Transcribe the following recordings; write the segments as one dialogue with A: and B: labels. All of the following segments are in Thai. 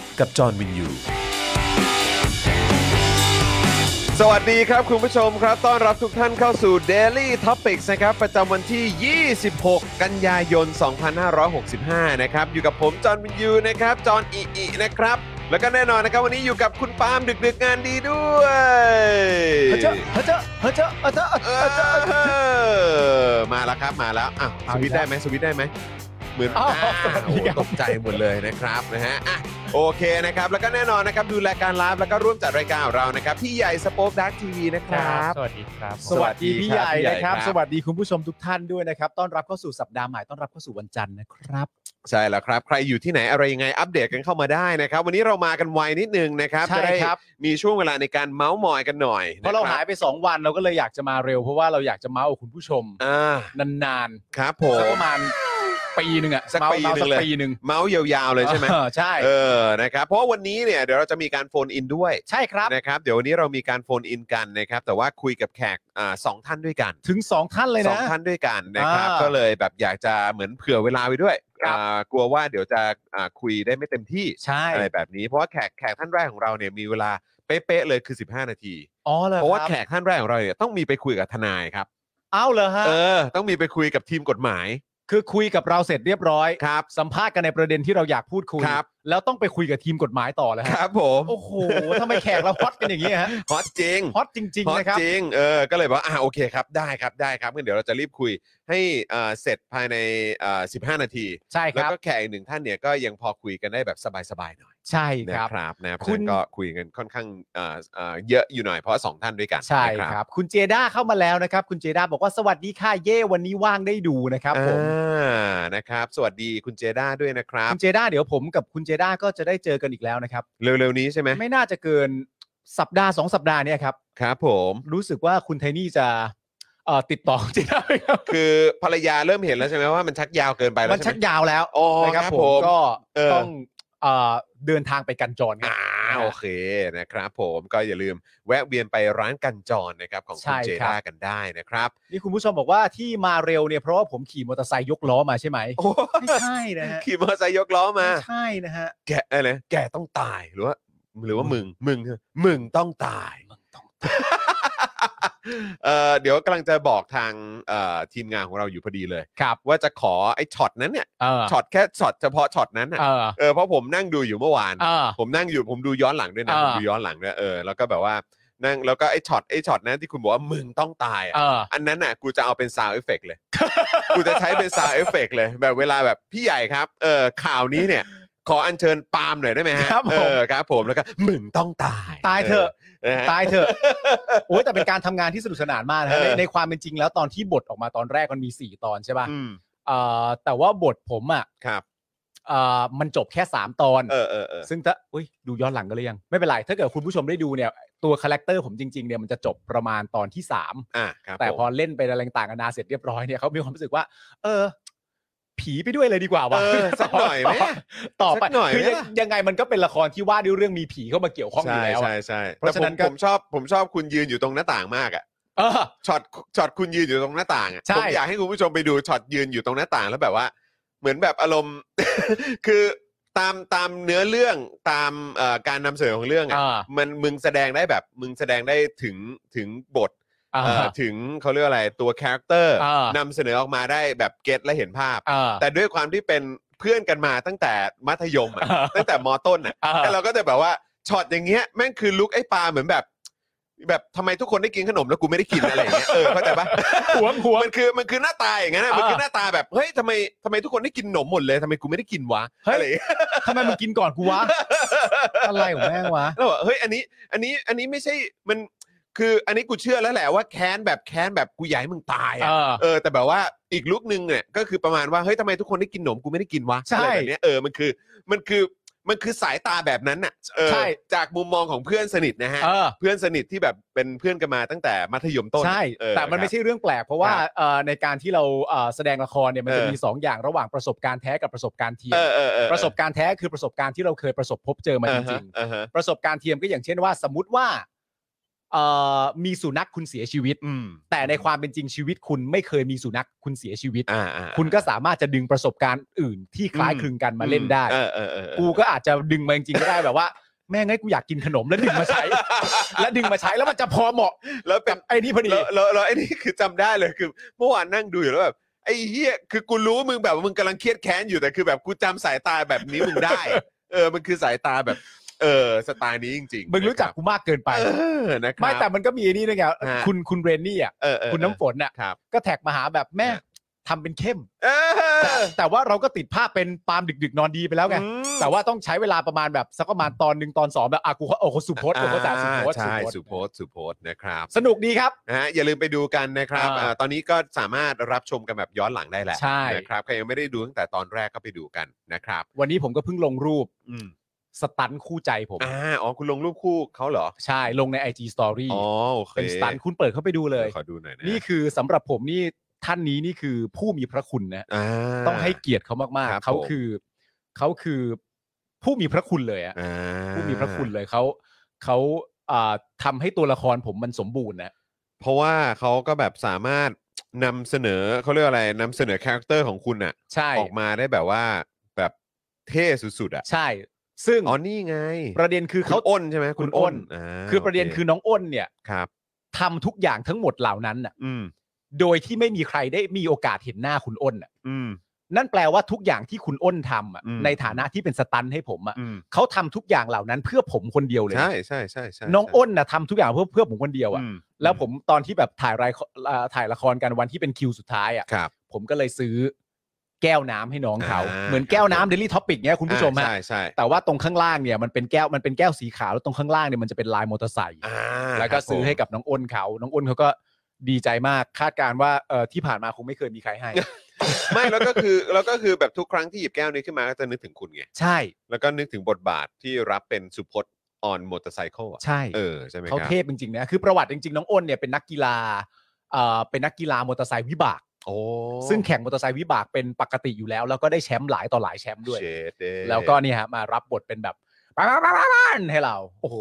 A: กับจอห์นวินยู
B: สวัสดีครับ คุณผู้ชมครับ ต้อนรับทุกท่านเข้าสู่ Daily Topics นะครับ ประจำวันที่ 26 กันยายน 2565 นะครับ อยู่กับผมจอห์นวินยูนะครับ จอห์นอิอินะครับ แล้วก็แน่นอนนะครับ วันนี้อยู่กับคุณปาล์มดึกดึกๆงานดีด้วย
C: เฮ้ยเจ้าเฮ้ยเจ้าเฮ้ยเจ้าเฮ้ยเจ้า
B: เออมาแล้วครับมาแล้วอ่ะสวิตช์ได้ไหมสวิตช์ได้ไหมเหมือนอ้าวโอ้ตกใจหมดเลยนะครับนะฮะอ่ะ โอเคนะครับ แล้วก็แน่นอนนะครับ ดูรายการไลฟ์แล้วก็ร่วมจัดรายการของเรานะครับ พี่ใหญ่สป็อคดักทีวีนะครับ
D: สวัสดีครับ
B: ผม
C: สวัสดีพี่ใหญ่
B: สวัสดี
C: นะ
B: ค
C: ค
B: รั
C: รับ บ สวัสดีคุณผู้ชมทุกท่านด้วยนะครับ ต้อนรับเข้าสู่สัปดาห์ใหม่ ต้อนรับเข้าสู่วันจันทร์นะครับ
B: ใช่แล้วครับ ใครอยู่ที่ไหนอะไรยังไงอัปเดตกันเข้ามาได้นะครับ วันนี้เรามากันไวนิดนึงนะครับ
C: ใช่
B: จะได้
C: ครับ
B: มีช่วงเวลาในการเมาส์มอยกันหน่อย
C: เพราะเรา
B: คบ
C: หายไป 2 วันเราก็เลยอยากจะมาเร็ว เพราะว่าเราอยากจะเมาส์กับคุณผู้ชม
B: อ่าน
C: าน
B: ครับผ
C: ๆสัก
B: ม
C: ประมาณปีหนึ่งอะ
B: สัก
C: เมาส์
B: ปี
C: เมาส์
B: หนึ่
C: สั
B: ง
C: ก
B: เลย
C: ปีหนึ่ง
B: เมาส์ยาวๆเลยใช่ไหม
C: ออใช่
B: เออนะครับเพราะวันนี้เนี่ยเดี๋ยวเราจะมีการโฟนอินด้วย
C: ใช่ครับ
B: นะครับเดี๋ยววันนี้เรามีการโฟนอินกันนะครับแต่ว่าคุยกับแขกอ่าสองท่านด้วยกัน
C: ถึง 2 ท่านเลย
B: สอ
C: นะ
B: งท่านด้วยกันนะครับ
C: อ่า
B: ก็เลยแบบอยากจะเหมือนเผื่อเวลาไว้ด้วย
C: ครับ
B: อ่ากลัวว่าเดี๋ยวจะอ่าคุยได้ไม่เต็มที่
C: ใช่
B: อะไรแบบนี้ เพราะว่าแขกแขกท่านแรกของเราเนี่ยมีเวลาเป๊ะๆเลยคือ 15 นาที
C: อ๋อเลย
B: เพราะว่าแขกท่านแรกของเราเนี่ยต้องมีไปคุยกับทนายครับ
C: อ้าวเหรอฮะ
B: เออ ต้องมีไปคุยกับทีมกฎหมาย
C: คือคุยกับเราเสร็จเรียบร้อย
B: ครับ
C: สัมภาษณ์กันในประเด็นที่เราอยากพูดคุย
B: ครับ
C: แล้วต้องไปคุยกับทีมกฎหมายต่อแล้ว
B: ค
C: ฮะ
B: รับผม
C: โอ้โหทำไมแขกเราฮอตกันอย่างนี้ฮะ
B: ฮอตจริง
C: ฮอตจริง
B: ฮอ
C: ๆ
B: ต
C: นะครับ
B: จริงเออก็เลยบอกว่าอ่าโอเคครับได้ครับได้ครับงั้นเดี๋ยวเราจะรีบคุยให้เอ่อเสร็จภายในเอ่อ15 นาที
C: ใช่ค
B: แล้ว
C: รับ
B: ก็แขกอีกหนึ่งท่านเนี่ยก็ยังพอคุยกันได้แบบสบายๆหน่อย
C: ใช่
B: นะครับ ครับนะเพราะ
C: คุณ
B: ฉะนั้นก็คุยกันค่อนข้างเอ่อเอ่อเยอะอยู่หน่อยเพราะสองท่านด้วยกัน
C: ใช่
B: นะครับ
C: คุณเจด้าเข้ามาแล้วนะครับ คุณเจด้าบอกว่าสวัสดีค่ะเย่วันนี้ว่างได้ดูนะครับผม
B: อ่านะครับ สวัสดีคุณเจด้าด้วยนะครับ
C: คุณเจด้าเดี๋ยวผมกับคุณเจด้าก็จะได้เจอกันอีกแล้วนะครับ
B: เร็วๆนี้ใช่ไหม
C: ไม่น่าจะเกินสัปดาห์สองสัปดาห์เนี่ยครับ
B: ครับผม
C: รู้สึกว่าคุณไทนี่จะเอ่อติดต่อคุณเจด้าไหมครับ
B: คือภรรยาเริ่มเห็นแล้วใช่ไหมว่ามันชักยาวเกินไปแล้ว
C: มันชัก
B: ใไห
C: ยาวแล้ว
B: อ๋อ
C: นะค
B: ครั
C: รับบ ผ
B: ผมม
C: ก็
B: เออ
C: ต้องเอ่อเดินทางไปกันจร
B: อ่า
C: นะฮะ
B: โอเคนะครับผมก็อย่าลืมแวะเวียนไปร้านกันจรนะครับของ
C: ใช่
B: คุณเจ
C: ครับ
B: ด้ากันได้นะครับ
C: นี่คุณผู้ชมบอกว่าที่มาเร็วเนี่ยเพราะว่าผมขี่มอเตอร์ไซค์ยกล้อมาใช่ไหม
B: โอ้
C: ไม่ใช่นะฮะ
B: ขี่มอเตอร์ไซค์ยกล้อมา
C: ไม่ใช่นะฮะ
B: แกะอะไรนะแกต้องตายหรือว่าหรือว่ามึงมึงมึงต้องตายเอ่อเดี๋ยวกำลังจะบอกทางเอ่อทีมงานของเราอยู่พอดีเลย
C: ครับ
B: ว่าจะขอไอ้ช็อตนั้นเนี่ย
C: เออ
B: ช็อตแค่ช็อตเฉพาะช็อตนั้นน่ะ
C: เออ
B: เออเพราะผมนั่งดูอยู่เมื่อวาน
C: เออ
B: ผมนั่งอยู่ผมดูย้อนหลังด้วยนะ
C: อ่า
B: ผมดูย้อนหลังด้วยเออแล้วก็แบบว่านั่งแล้วก็ไอ้ช็อตไอ้ช็อตนั้นที่คุณบอกว่ามึงต้องตาย
C: เอ
B: อ่ะ
C: อ
B: อันนั้นน่ะกูจะเอาเป็นซาวเอฟเฟกเลย กูจะใช้เป็นซาวเอฟเฟกเลย แบบเวลาแบบพี่ใหญ่ครับเออข่าวนี้เนี่ย ขออัญเชิญปาล์มหน่อยได้ไหมฮะ
C: ครับผม
B: เออครับผมแล้วก็มึงต้องตาย
C: ตายเถอะ
B: นะฮะ
C: ตายเถอะ โอ้ยแต่เป็นการทำงานที่สนุกสนานมากนะฮะ
B: เอ
C: ใน
B: อ
C: ในความเป็นจริงแล้วตอนที่บทออกมาตอนแรกมันมี 4 ตอนใช่ป่ะ
B: อืม
C: เอ่อแต่ว่าบทผมอ่ะ
B: ครับ
C: เอ่อมันจบแค่ 3 ตอน
B: เออเออเออ
C: ซึ่งถ้าอุ้ยดูย้อนหลังกันหรือยัง ไม่เป็นไร ถ้าเกิดคุณผู้ชมได้ดูเนี่ย ตัวคาแรคเตอร์ผมจริงๆเนี่ยมันจะจบประมาณตอนที่ 3
B: อ่ะครับ
C: แต่
B: ผม
C: พอเล่นไปอะไรต่างๆนานาเสร็จเรียบร้อยเนี่ยเขามีความรู้สึกว่า เออ ผีไปด้วยเลยดีกว่า
B: เอ
C: วะ
B: อสักหน่อยไหม
C: ต่อไป
B: สักหน่อยไหม
C: คือยัง
B: ล่ะ
C: ยังไงมันก็เป็นละครที่ว่าด้วยเรื่องมีผีเข้ามาเกี่ยวข้องอยู่
B: ใช่
C: แล้วอะ
B: ใช่ใช่
C: เพราะฉะนั้นก็
B: แต่ผมผมชอบผมชอบคุณยืนอยู่ตรงหน้าต่างมากอ่ะ
C: เออ
B: ช็อตช็อตคุณยืนอยู่ตรงหน้าต่างอะ
C: ใช่
B: ผมอยากให้คุณผู้ชมไปดูช็อตยืนอยู่ตรงหน้าต่างแล้วแบบว่า เหมือนแบบอารมณ์ คือตามตามเนื้อเรื่องตามเอ่อการนำเสนอของเรื่องอ่ะ
C: อ่า
B: มันมึงแสดงได้แบบมึงแสดงได้ถึงถึงบท
C: อ่า
B: เอ่อถึงเขาเรียกว่าอะไรตัวคาแรคเตอร์
C: อ่าน
B: ำเสนอออกมาได้แบบเก็ตและเห็นภาพ
C: อ่า
B: แต่ด้วยความที่เป็นเพื่อนกันมาตั้งแต่มัธยมอะ
C: อ่า
B: ตั้งแต่มต้นอ่ะ
C: อ่า
B: แล้วเราก็จะแบบว่า ช็อตอย่างเงี้ยแม่งคือลุกไอ้ปลาเหมือนแบบ แบบทำไมทุกคนได้กินขนมแล้วกูไม่ได้กินอะไรอย่างเงี้ย เออเข้าใจปะ
C: หวงหวง
B: มันคือมันคือหน้าตาอย่างนั้นนะ
C: อ่ามั
B: มันคือหน้าตาแบบเฮ้ยทำไมทำไมทุกคนได้กินหนมหมดเลยทำไมกูไม่ได้กินวะ
C: เฮ้ย
B: อะไรอย่างเงี้ย
C: ทำไมมึงกินก่อนกูวะ อะไรของแม่งวะ
B: แล้วบอกเฮ้ยอันนี้อันนี้อันนี้ไม่ใช่มันคืออันนี้กูเชื่อแล้วแหละว่าแค้นแบบแค้นแบบกูอยากให้มึงตาย
C: เอ
B: อะ
C: อ
B: เออแต่แบบว่าอีกลุกนึงเนี่ยก็คือประมาณว่าเฮ้ยทำไมทุกคนได้กินหนมกูไม่ได้กินวะ
C: ใช่
B: อะไรแบบเนี้ยเออมันคือมันคือมันคือสายตาแบบนั้นน่ะเออ
C: ใช่
B: จากมุมมองของเพื่อนสนิทนะฮะ
C: เออ
B: เพื่อนสนิทที่แบบเป็นเพื่อนกันมาตั้งแต่มัธยมต้น
C: ใช่
B: เออ
C: แต่มัน
B: ครับ
C: ไม่ใช่เรื่องแปลก เพราะว่า
B: ครับ
C: เอ่อในการที่เราเอ่อแสดงละครเนี่ยมันจะ
B: เออ
C: มีสองอย่างระหว่างประสบการณ์แท้กับประสบการณ์เทียม
B: เออเออเออ
C: ประสบการณ์แท้คือประสบการณ์ที่เราเคยประสบพบเจอมาจริง
B: อ่าฮะอ่าฮะ
C: ๆ ประสบการณ์เทียมก็อย่างเช่นว่า สมมติว่าเอ่อมีสุนัขคุณเสียชีวิต
B: อืม
C: แต่ในความเป็นจริงชีวิตคุณไม่เคยมีสุนัขคุณเสียชีวิต
B: อ่าอ่า
C: คุณก็สามารถจะดึงประสบการณ์อื่นที่คล้ายคลึงกันมาเล่นได้
B: เออเออเออเออ
C: กูก็อาจจะดึงมาจริงๆก็ได้แบบว่า แม่งไงกูอยากกินขนมแล้วดึงมาใช้ แล้วดึงมาใช้แล้วมันจะพอเหมาะ
B: แล้วเป็
C: กัน บไอ้นี่พอดี
B: แล้วแล้วแล้วไอ้นี่คือจำได้เลยคือเมื่อวานนั่งดูอยู่แล้วแบบไอ้เฮียคือกูรู้มึงแบบว่ามึงกำลังเครียดแค้นอยู่แต่คือแบบกูจำสายตาแบบนี้มึงได้ เออมันคือสายตาแบบ เออสไตล์นี้จริงๆ
C: มึงรู้จัก
B: นะคบ
C: กูมากเกินไป
B: เออนะครับ
C: ไม่แต่มันก็มีนี่ด้วยไง
B: ฮะ
C: คุณคุณเรนนี่อ่ะ
B: เออเออ
C: คุณน้ำฝนอ่ะ
B: ครับ
C: ก็แท็กมาหาแบบแม่ทำเป็นเข้ม
B: เอ
C: แต่
B: อ
C: แต่ว่าเราก็ติดภาพเป็นปาล์มดึก ๆ นอนดีไปแล้วไง
B: อืม
C: แต่ว่าต้องใช้เวลาประมาณแบบสักประมาณตอนหนึ่งตอนสองแบบอากูโอ้โหสุพจน์โอ้โหจ่าสุพจน์
B: ใช่สุ
C: สุ
B: โพ
C: พจน์
B: สสุโพสนะครับ
C: สนุกดีครับ
B: นะฮะอย่าลืมไปดูกันนะครับ
C: อ่า
B: อ่าตอนนี้ก็สามารถรับชมกันแบบย้อนหลังได้แหละ
C: ใช่
B: นะครับใครยังไม่ได้ดูตั้งแต่ตอนแรกก็ไปดูกันนะครับ
C: วันนี้ผมก็เพิ่งลงรูป
B: อืม
C: สตันท์คู่ใจผม
B: อ่าอ๋อ คุณลงรูปคู่เขาเหรอ
C: ใช่ลงใน IG Story
B: อ๋อ โอเค
C: เป็นสตันท์คุณเปิดเข้าไปดูเลย
B: ขอดูหน่อยนะ
C: นี่คือสำหรับผมนี่ท่านนี้นี่คือผู้มีพระคุณนะ
B: อ่า
C: ต้องให้เกียรติเขามาก
B: ครับ
C: ๆ เขา
B: ผม
C: คือเขาคือผู้มีพระคุณเลยอะ
B: อ่า
C: ผู้มีพระคุณเลยเขาเขาอ่าทำให้ตัวละครผมมันสมบูรณ์นะ
B: เพราะว่าเขาก็แบบสามารถนำเสนอเขาเรียกว่าอะไรนำเสนอคาแรคเตอร์ของคุณอะ
C: ใช่
B: ออกมาได้แบบว่าแบบเท่สุดๆอะ
C: ใช่ ซึ่ง
B: อ๋อ นี่ไง
C: ประเด็นคือ
B: เขา
C: เขา
B: อ้นใช่ไหม
C: คุ
B: คุณ ณ
C: อ้
B: อ้
C: น
B: นอ่า
C: คือประเด็น
B: โ
C: คือน้องอ้นเนี่ย
B: ครับ
C: ทำทุกอย่างทั้งหมดเหล่านั้นน่ะ
B: อืม
C: โดยที่ไม่มีใครได้มีโอกาสเห็นหน้าคุณอ้นน่ะ
B: อืม
C: นั่นแปลว่าทุกอย่างที่คุณอ้นทำอ่ะ
B: อืม
C: ในฐานะที่เป็นสตันท์ให้ผมอ่ะ
B: อืม
C: เขาทำทุกอย่างเหล่านั้นเพื่อผมคนเดียวเลยนะ
B: ใช่ใช่ใช่ใช่
C: น้องอ้นน่ะทำทุกอย่างเพื่อเพื่อผมคนเดียวอ่ะ
B: ม
C: แล้วผมตอนที่แบบถ่ายรายเอ่อถ่ายละครกันวันที่เป็นคิวสุดท้ายอ่ะ
B: ครับ
C: ผมก็เลยซื้อแก้วน้ำให้น้องเขา
B: อ่า
C: เหมือนแก้วน้ำเดลี่ท็อปิกเนี้ยคุณผู้ชม
B: อ่า
C: ฮะ
B: ใช่ใช่
C: แต่ว่าตรงข้างล่างเนี่ยมันเป็นแก้วมันเป็นแก้วสีขาวแล้วตรงข้างล่างเนี่ยมันจะเป็นลายมอเตอร์ไซค์
B: อ่า
C: แล้วก็
B: ครับ
C: ซื้อ
B: ผม
C: ให้กับน้องอ้นเขา น้องอ้นเขาก็ดีใจมากคาดการณ์ว่าเอ่อที่ผ่านมาคงไม่เคยมีใครให้
B: ไม่แล้วก็คือ แล้วก็คือแบบทุกครั้งที่หยิบแก้วนี้ขึ้นมาก็จะนึกถึงคุณไง
C: ใช่
B: แล้วก็นึกถึงบทบาทที่รับเป็นสุพจน์ออนมอเตอร์ไซค์อ่ะ
C: ใช่
B: เออใช่ไหมค
C: เขา
B: รับ
C: เทพจริงๆนะคือประวัติจริงๆน้องอ้นเนี่ยเป็นนักกีฬาเอ่อเป็นนักกีฬามอเตอร์ไซค์วิบาก
B: โอ้
C: ซึ่งแข่งมอเตอร์ไซค์วิบากเป็นปกติอยู่แล้ว แล้วก็ได้แชมป์หลายต่อหลายแชมป์ด้วย
B: เชดเด้
C: แล้วก็นี่ฮะมารับบทเป็นแบบบ้านๆๆๆให้เราโอ้โห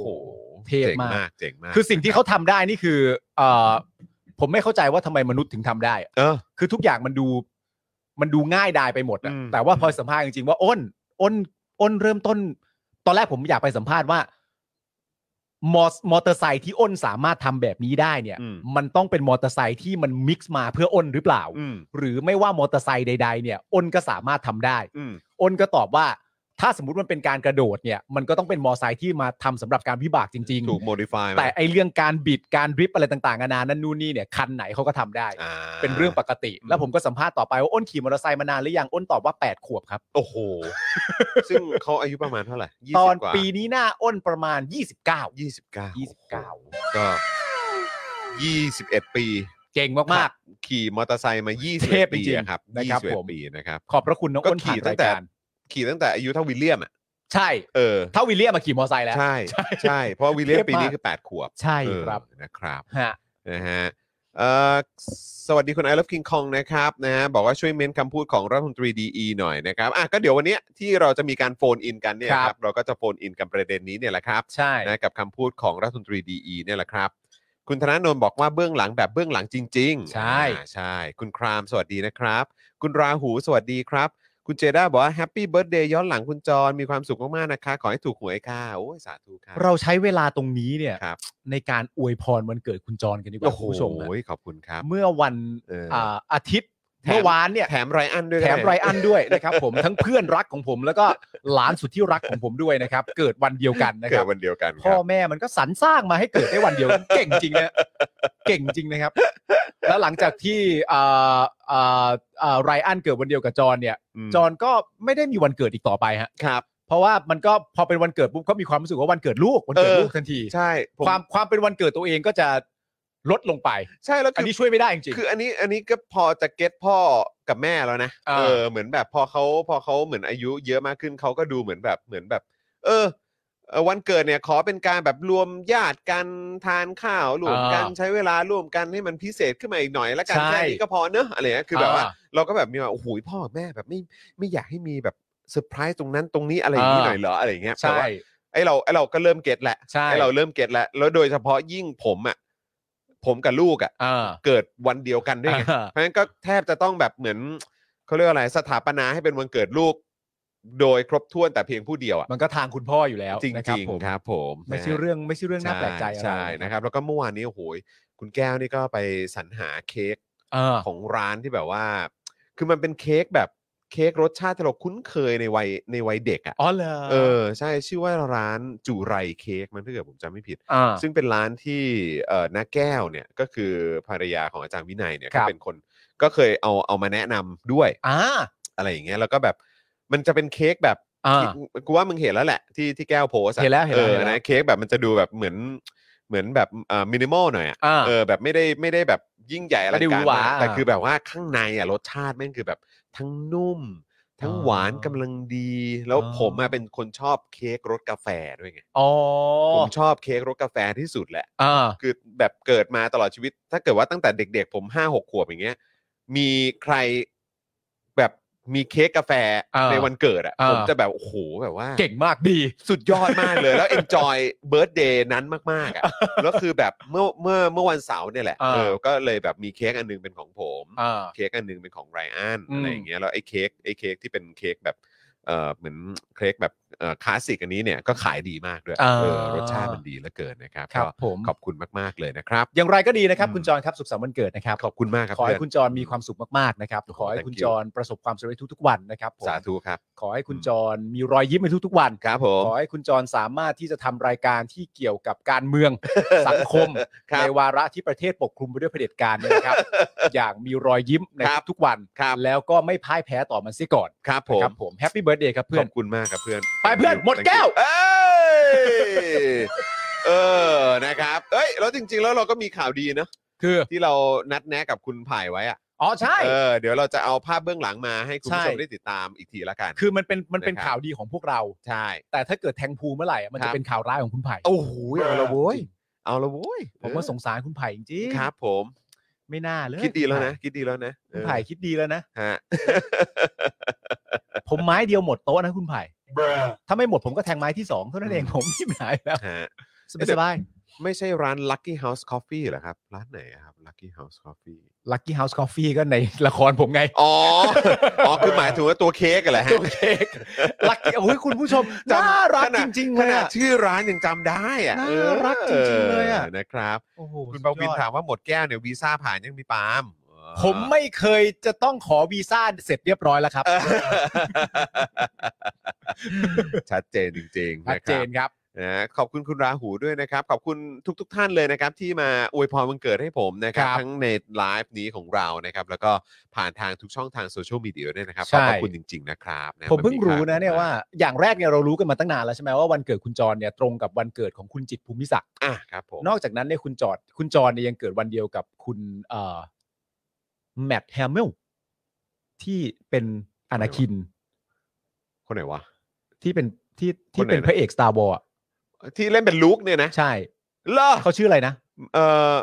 C: เทพ
B: เจ๋ง
C: มาก
B: มากเจ๋งมาก
C: คือสิ่งที่เขาทำได้นี่คือเออผมไม่เข้าใจว่าทำไมมนุษย์ถึงทำได้อะ
B: เออ
C: คือทุกอย่างมันดูมันดูง่ายดายไปหมดอะ
B: อืม
C: แต่ว่าพอสัมภาษณ์จริงๆว่าอ้น อ้น อ้นเริ่มต้น ตอนแรกผมอยากไปสัมภาษณ์ว่ามอมอเตอร์ไซค์ที่อ้นสามารถทำแบบนี้ได้เนี่ย
B: อืม
C: มันต้องเป็นมอเตอร์ไซค์ที่มันมิกซ์มาเพื่ออ้นหรือเปล่า
B: อืม
C: หรือไม่ว่ามอเตอร์ไซค์ใด ๆ เนี่ย อ้นก็สามารถทำได้
B: อืม
C: อ้นก็ตอบว่า ถ้าสมมติมันเป็นการกระโดดเนี่ย มันก็ต้องเป็นมอไซค์ที่มาทำสำหรับการวิบากจริง
B: ถูกโมดิฟาย
C: แต่ไอเรื่องการบิดการดริฟอะไรต่างๆนานานั่นนู่นนี่เนี่ยคันไหนเขาก็ทำได้ เป็นเรื่องปกติ แล้วผมก็สัมภาษณ์ต่อไปว่าอ้นขี่มอเตอร์ไซค์มานานหรือยังอ้นตอบว่า 8 ขวบครับ
B: โอ้โห ซึ่งเขาอายุประมาณเท่าไหร่20
C: ตอน
B: กว่า
C: ปีนี้หน้าอ้นประมาณ 29
B: ยี่สิบเก้า
C: 29
B: ก็ยี่สิบเอ็ดปี
C: เก่งมาก
B: ขี่มอเตอร์ไซค์มายี่สิบ
C: เทพจริ
B: ปี
C: งๆ
B: อะครับ
C: นะครับผม
B: 21ปีนะครับ
C: ๆ ขอบพระคุณน้อง
B: ก็
C: อ้น
B: ขี่
C: ผ่าน
B: ตั้
C: ราง ย
B: แต่
C: การ
B: ขี่ตั้งแต่อายุเท่าวิลเลียมอ่ะ
C: ใช่
B: เออ
C: เท่าวิลเลียมมาขี่มอเตอร์ไซค์แล้ว
B: ใช่
C: ใช่
B: ใช่ เพราะวิลเลียม
C: เทพมาก
B: ปีนี้คือ 8 ขวบ
C: ใช่
B: เออ
C: ครับ
B: นะครับ
C: ฮะ
B: นะฮะเอ่อสวัสดีคุณไอ o v ฟคิงคองนะครับนะฮะบอกว่าช่วยเม้นคำพูดของรัฐมนตรีดีหน่อยนะครับอ่ะก็เดี๋ยววันเนี้ยที่เราจะมีการโฟนอินกันเนี่ยครับเราก็จะโฟนอินกันประเด็นนี้เนี่ยแหละครับ
C: ใช่
B: นะกับคำพูดของรัฐมนตรีดีเนี่ยแหละครับ คุณธนาโนนบอกว่าเบื้องหลังแบบเบื้องหลังจริงๆ
C: ใช่
B: อ่าใช่ คุณครามสวัสดีนะครับ คุณราหูสวัสดีครับ คุณเจด้าบอกว่าแฮปปี้เบิร์ดเดย์ย้อนหลังคุณจรมีความสุขมากๆนะคะขอให้ถูกหวยค่ะโอ้ยสาธุค่ะ
C: เราใช้เวลาตรงนี้เนี่ย
B: ครับ
C: ในการอวยพรวันเกิดคุณจรกันดีกว่า
B: โอ้โห
C: คุณผู้ชมฮะ
B: ขอบคุณครับ
C: เมื่อวัน
B: เอออ่
C: าอาทิตย์
B: แถม
C: เมื่อวานเนี่ย
B: แถมไรอันด้วย
C: แถม
B: ก็ด้
C: ไรอันด้วยนะครับ ผมทั้งเพื่อนรักของผม แล้วก็หลานสุดที่รักของผมด้วยนะครับ เกิดวันเดียวกันนะค
B: เกิ
C: รั
B: ด
C: บ
B: วันเดียวกันค
C: พ่อ
B: รับ
C: แม่มันก็สรรสร้างมาให้เกิดได้วันเดียว กัน เก่งจริงนะเก่งจริงนะครับ แล้วหลังจากที่อ่าอ่าอ่าไรอันเกิดวันเดียวกับจอนเนี่ย
B: อืม
C: จอนก็ไม่ได้มีวันเกิดอีกต่อไปฮะ
B: ครับ
C: เพราะว่ามันก็พอเป็นวันเกิดปุ๊บเขามีความรู้สึกว่าวันเกิดลูกวันเกิด
B: เออ
C: ลูกทันที
B: ใช่ผม
C: ความความเป็นวันเกิดตัวเองก็จะลดลงไป
B: ใช่แล้ว
C: อัน
B: คือ
C: นี้ช่วยไม่ได้จริง
B: คืออันนี้อันนี้ก็พอจะเก็ตพ่อกับแม่แล้วนะ
C: อ่า
B: เออเหมือนแบบพอเขาพอเขาเหมือนอายุเยอะมากขึ้นเขาก็ดูเหมือนแบบเหมือนแบบ เออเออวันเกิดเนี่ยขอเป็นการแบบรวมญาติกันทานข้าวรวมกันใช้เวลาร่วมกันให้มันพิเศษขึ้นมาอีกหน่อยละกันแค่นี้ก็พอเนอะอะไรเงี้ย
C: ๆ
B: คือแบบว่า
C: า
B: เราก็แบบมีว่าโอ้โหพ่อแม่แบบไม่ไม่อยากให้มีแบบเซอร์ไพรส์ตรงนั้นตรงนี้อะไรอย่างนี้
C: อ่า
B: หน่อยเหรออะไรอย่างเงี้ยแต่
C: ใช่
B: ว่าไอเราไอเราก็เริ่มเก็ตแหละ
C: ใช่
B: ไอเราเริ่มเก็ตแล้วแล้วโดยเฉพาะยิ่งผมอ่ะผมกับลูกอ่ะ
C: อ่า
B: เกิดวันเดียวกันด้วยไง
C: อ่า
B: เพราะฉะนั้นก็แทบจะต้องแบบเหมือนเขาเรียกว่าอะไรสถาปนาให้เป็นวันเกิดลูก โดยครบถ้วนแต่เพียงผู้เดียวอ่ะ
C: มันก็ทางคุณพ่ออยู่แล้ว
B: จริง
C: นะ
B: ๆ
C: ครับผม
B: ครับ ผม
C: ไม่ใช่เรื่องไม่ใช่เรื่องน่าแปลกใจอะไร
B: ใช่นะครับ แล้วก็เมื่อวานนี้โอ้โหคุณแก้วนี่ก็ไปสรรหาเค้ก
C: เออ
B: ของร้านที่แบบว่า คือมันเป็นเค้กแบบเค้กรสชาติที่เราคุ้นเคยในวัยในวัยเด็กอะ
C: อ๋อเหรอ
B: เออ ใช่ ชื่อว่าร้านจุไรเค้กมันถ้าเกิดผมจำไม่ผิด
C: อ่า
B: ซึ่งเป็นร้านที่เอ่อน้าแก้วเนี่ย ก็คือภรรยาของอาจารย์วินัยเนี่ย
C: ค
B: ก็
C: รับ
B: เป็นคนก็เคยเอาเอามาแนะนำด้วย
C: อ่า
B: อะไรอย่างเงี้ย แล้วก็แบบมันจะเป็นเค้กแบบ
C: อ่า
B: ที่กูว่ามึงเห็นแล้วแหละ ที่ที่แก้วโพสอะ
C: เห็นแล้วเห็นแล้ว
B: ออ
C: เห็นแล้ว
B: นะเค้กแบบมันจะดูแบบเหมือนเหมือนแบบเอ่อมินิมอลหน่อยอะ
C: อ่า
B: เออแบบไม่ได้ไม่ได้แบบยิ่งใหญ่อะไร
C: ไม่ได้หวือ
B: การ
C: หวาม
B: ากแต่
C: อ่า
B: คือแบบว่าข้างในอ่ะรสชาติแม่งคือแบบทั้งนุ่ม ทั้ง
C: อ่า
B: หวานกำลังดี แล้ว
C: อ่า
B: ผมอะเป็นคนชอบเค้กรสกาแฟด้วยไง
C: อ๋อ
B: ผมชอบเค้กรสกาแฟที่สุดแหละ
C: อ่า
B: คือแบบเกิดมาตลอดชีวิต ถ้าเกิดว่าตั้งแต่เด็ก ๆ ผมห้าหกขวบอย่างเงี้ย มีใครแบบมีเค้กกาแฟในวันเกิดอ่ะผมจะแบบโอ้โหแบบว่า
C: เก่งมากดี
B: สุดยอดมากเลยแล้ว enjoy birthday นั้นมากๆอ่ะแล้วคือแบบเมื่อเมื่อเมื่อวันเสาร์เนี่ยแหละ
C: อ่า
B: เออก็เลยแบบมีเค้กอันหนึงเป็นของผม
C: อ่า
B: เค้กอันหนึงเป็นของไรอัน
C: อืม
B: อะไรอย่างเงี้ยแล้วไอ้เค้กไอ้เค้กที่เป็นเค้กแบบเออเหมือนเค้กแบบเออคลาสสิกอันนี้เนี่ยก็ขายดีมากด้วย
C: อ่า
B: เออรสชาติมันดีเหลือเกินนะครับ
C: ครับ
B: ก็
C: ผม
B: ขอบคุณมากๆเลยนะครับ
C: อย่างไรก็ดีนะครับ
B: อืม
C: คุณจรครับสุขสันต์วันเกิดนะครับ
B: ขอบคุณมากครับ
C: ขอให้
B: เพื่น
C: คุณจรมีความสุขมากๆนะครับ ขอให้
B: Thank
C: คุณ
B: you
C: จรประสบความสำเร็จทุกๆวันนะครับผม
B: สาธุครับ
C: ขอให้คุณจรมีรอยยิ้มในทุกๆวัน
B: ครับผม
C: ขอให้คุณจรสามารถที่จะทำรายการที่เกี่ยวกับการเมือง สังคม
B: ครั
C: ใน
B: บ
C: วาระที่ประเทศปกคลุมไปด้วยเผด็จการเนย นะครับ อย่างมีรอยยิ้มใน
B: ครับ
C: ทุกๆวัน
B: ครับ
C: แล้วก็ไม่พ่ายแพ้ต่อมันเสียก่อน
B: ครับผ
C: นะค
B: ม
C: รับผมแฮปปี้เบิร์ดเดย์ครับเพื่
B: ข
C: อน
B: อบคุณมากครับเพื่อน
C: ไปเพื่อน
B: Thank you
C: หมดแก้ว
B: Thank you เอ้ยเออนะครับ เอ้ยแล้วจริง ๆ แล้วเราก็มีข่าวดีนะ
C: คือ
B: ที่เรานัดแนะกับคุณไผ่ายไว้อะ
C: อ๋อใช่
B: เออเดี๋ยวเราจะเอาภาพเบื้องหลังมาให้คุณผู้ชม
C: ใช่
B: ได้ติดตามอีกทีละกัน
C: คือมันเป็นมันเป็น
B: นะครับ
C: ข่าวดีของพวกเรา
B: ใช่
C: แต่ถ้าเกิดแทงภูเมื่อไหร่อะมัน
B: ครั
C: จะ
B: บ
C: เป็นข่าวร้ายของคุณไผ่
B: โอ้โหเอาละโว้ยเอาละโว้ย
C: ผมว่าสงสารคุณไผ่จริงๆ
B: ครับ ผม
C: ไม่น่าเลย
B: คิดดีแล้วนะ คิดดีแล้วนะ
C: คุณไผ่คิดดีแล้วนะ
B: ฮะ
C: ผมไม้เดียวหมดโต๊ะนะคุณไผ่ถ้าไม่หมดผมก็แทงไม้ที่สองเท่านั้นเองผมไม่มีหายแล้ว
B: ฮะ
C: สบายสบาย
B: ไม่ใช่ร้าน Lucky House Coffee เหรอครับ ร้านไหนอะครับ Lucky House Coffee
C: ลักกี้เฮาส์คอฟฟี่ก็ในละครผมไง
B: อ๋ออ๋อคือหมายถึงว่าตัวเค้กอะเหรอฮะ
C: ตัวเค้กลักกี้โอ้ยคุณผู้ชม
B: จำ
C: น่ารัก
B: ข นา
C: จ
B: ด
C: ริงๆ
B: ข
C: เลย
B: นาด
C: อะ
B: ชื่อร้านยังจำได้อะ
C: น่า
B: เออ
C: รักจริงๆเลยอะ
B: นะครับ
C: โอ้โห
B: คุณปาวิน
C: สุดยอด
B: ถามว่าหมดแก้วเนี่ยวีซ่าผ่านยังมีปาล์มเออ
C: ผมไม่เคยจะต้องขอวีซ่าเสร็จเรียบร้อยแล้วครับ
B: เออชัดเจนจริงๆ
C: ชัด
B: นะค
C: เจ
B: รับ
C: นครับ
B: นะขอบคุณคุณราหูด้วยนะครับ ขอบคุณทุกๆท่านเลยนะครับ ที่มาอวยพรวันเกิดให้ผมนะครับ
C: ครับ
B: ทั้งในไลฟ์นี้ของเรานะครับ แล้วก็ผ่านทางทุกช่องทางโซเชียลมีเดียด้วยนะครับข
C: ใช่
B: อบพระคุณจริง ๆ นะครับนะ
C: ผมเพิ่ง
B: ค่า
C: รู้นะเนี่ยว่าอย่างแรกเนี่ยเรารู้กันมาตั้งนานแล้วใช่ไหมว่าวันเกิดคุณจรเนี่ยตรงกับวันเกิดของคุณจิตรภูมิศักดิ์
B: อ่ะครับผม
C: นอกจากนั้นเนี่ยคุณจอดคุณจรเนี่ยยังเกิดวันเดียวกับคุณเอ่อแมตต์แฮมเมลที่เป็นอนาคิน
B: คนไหนวะ
C: ที่เป็นที่ที่
B: คนไห
C: เป็
B: น
C: น
B: นะ
C: พระเอกสตาร์วอล
B: ที่เล่นเป็นลูกเนี่ยนะ
C: ใช่
B: เหรอ
C: เขาชื่ออะไรนะ
B: เออ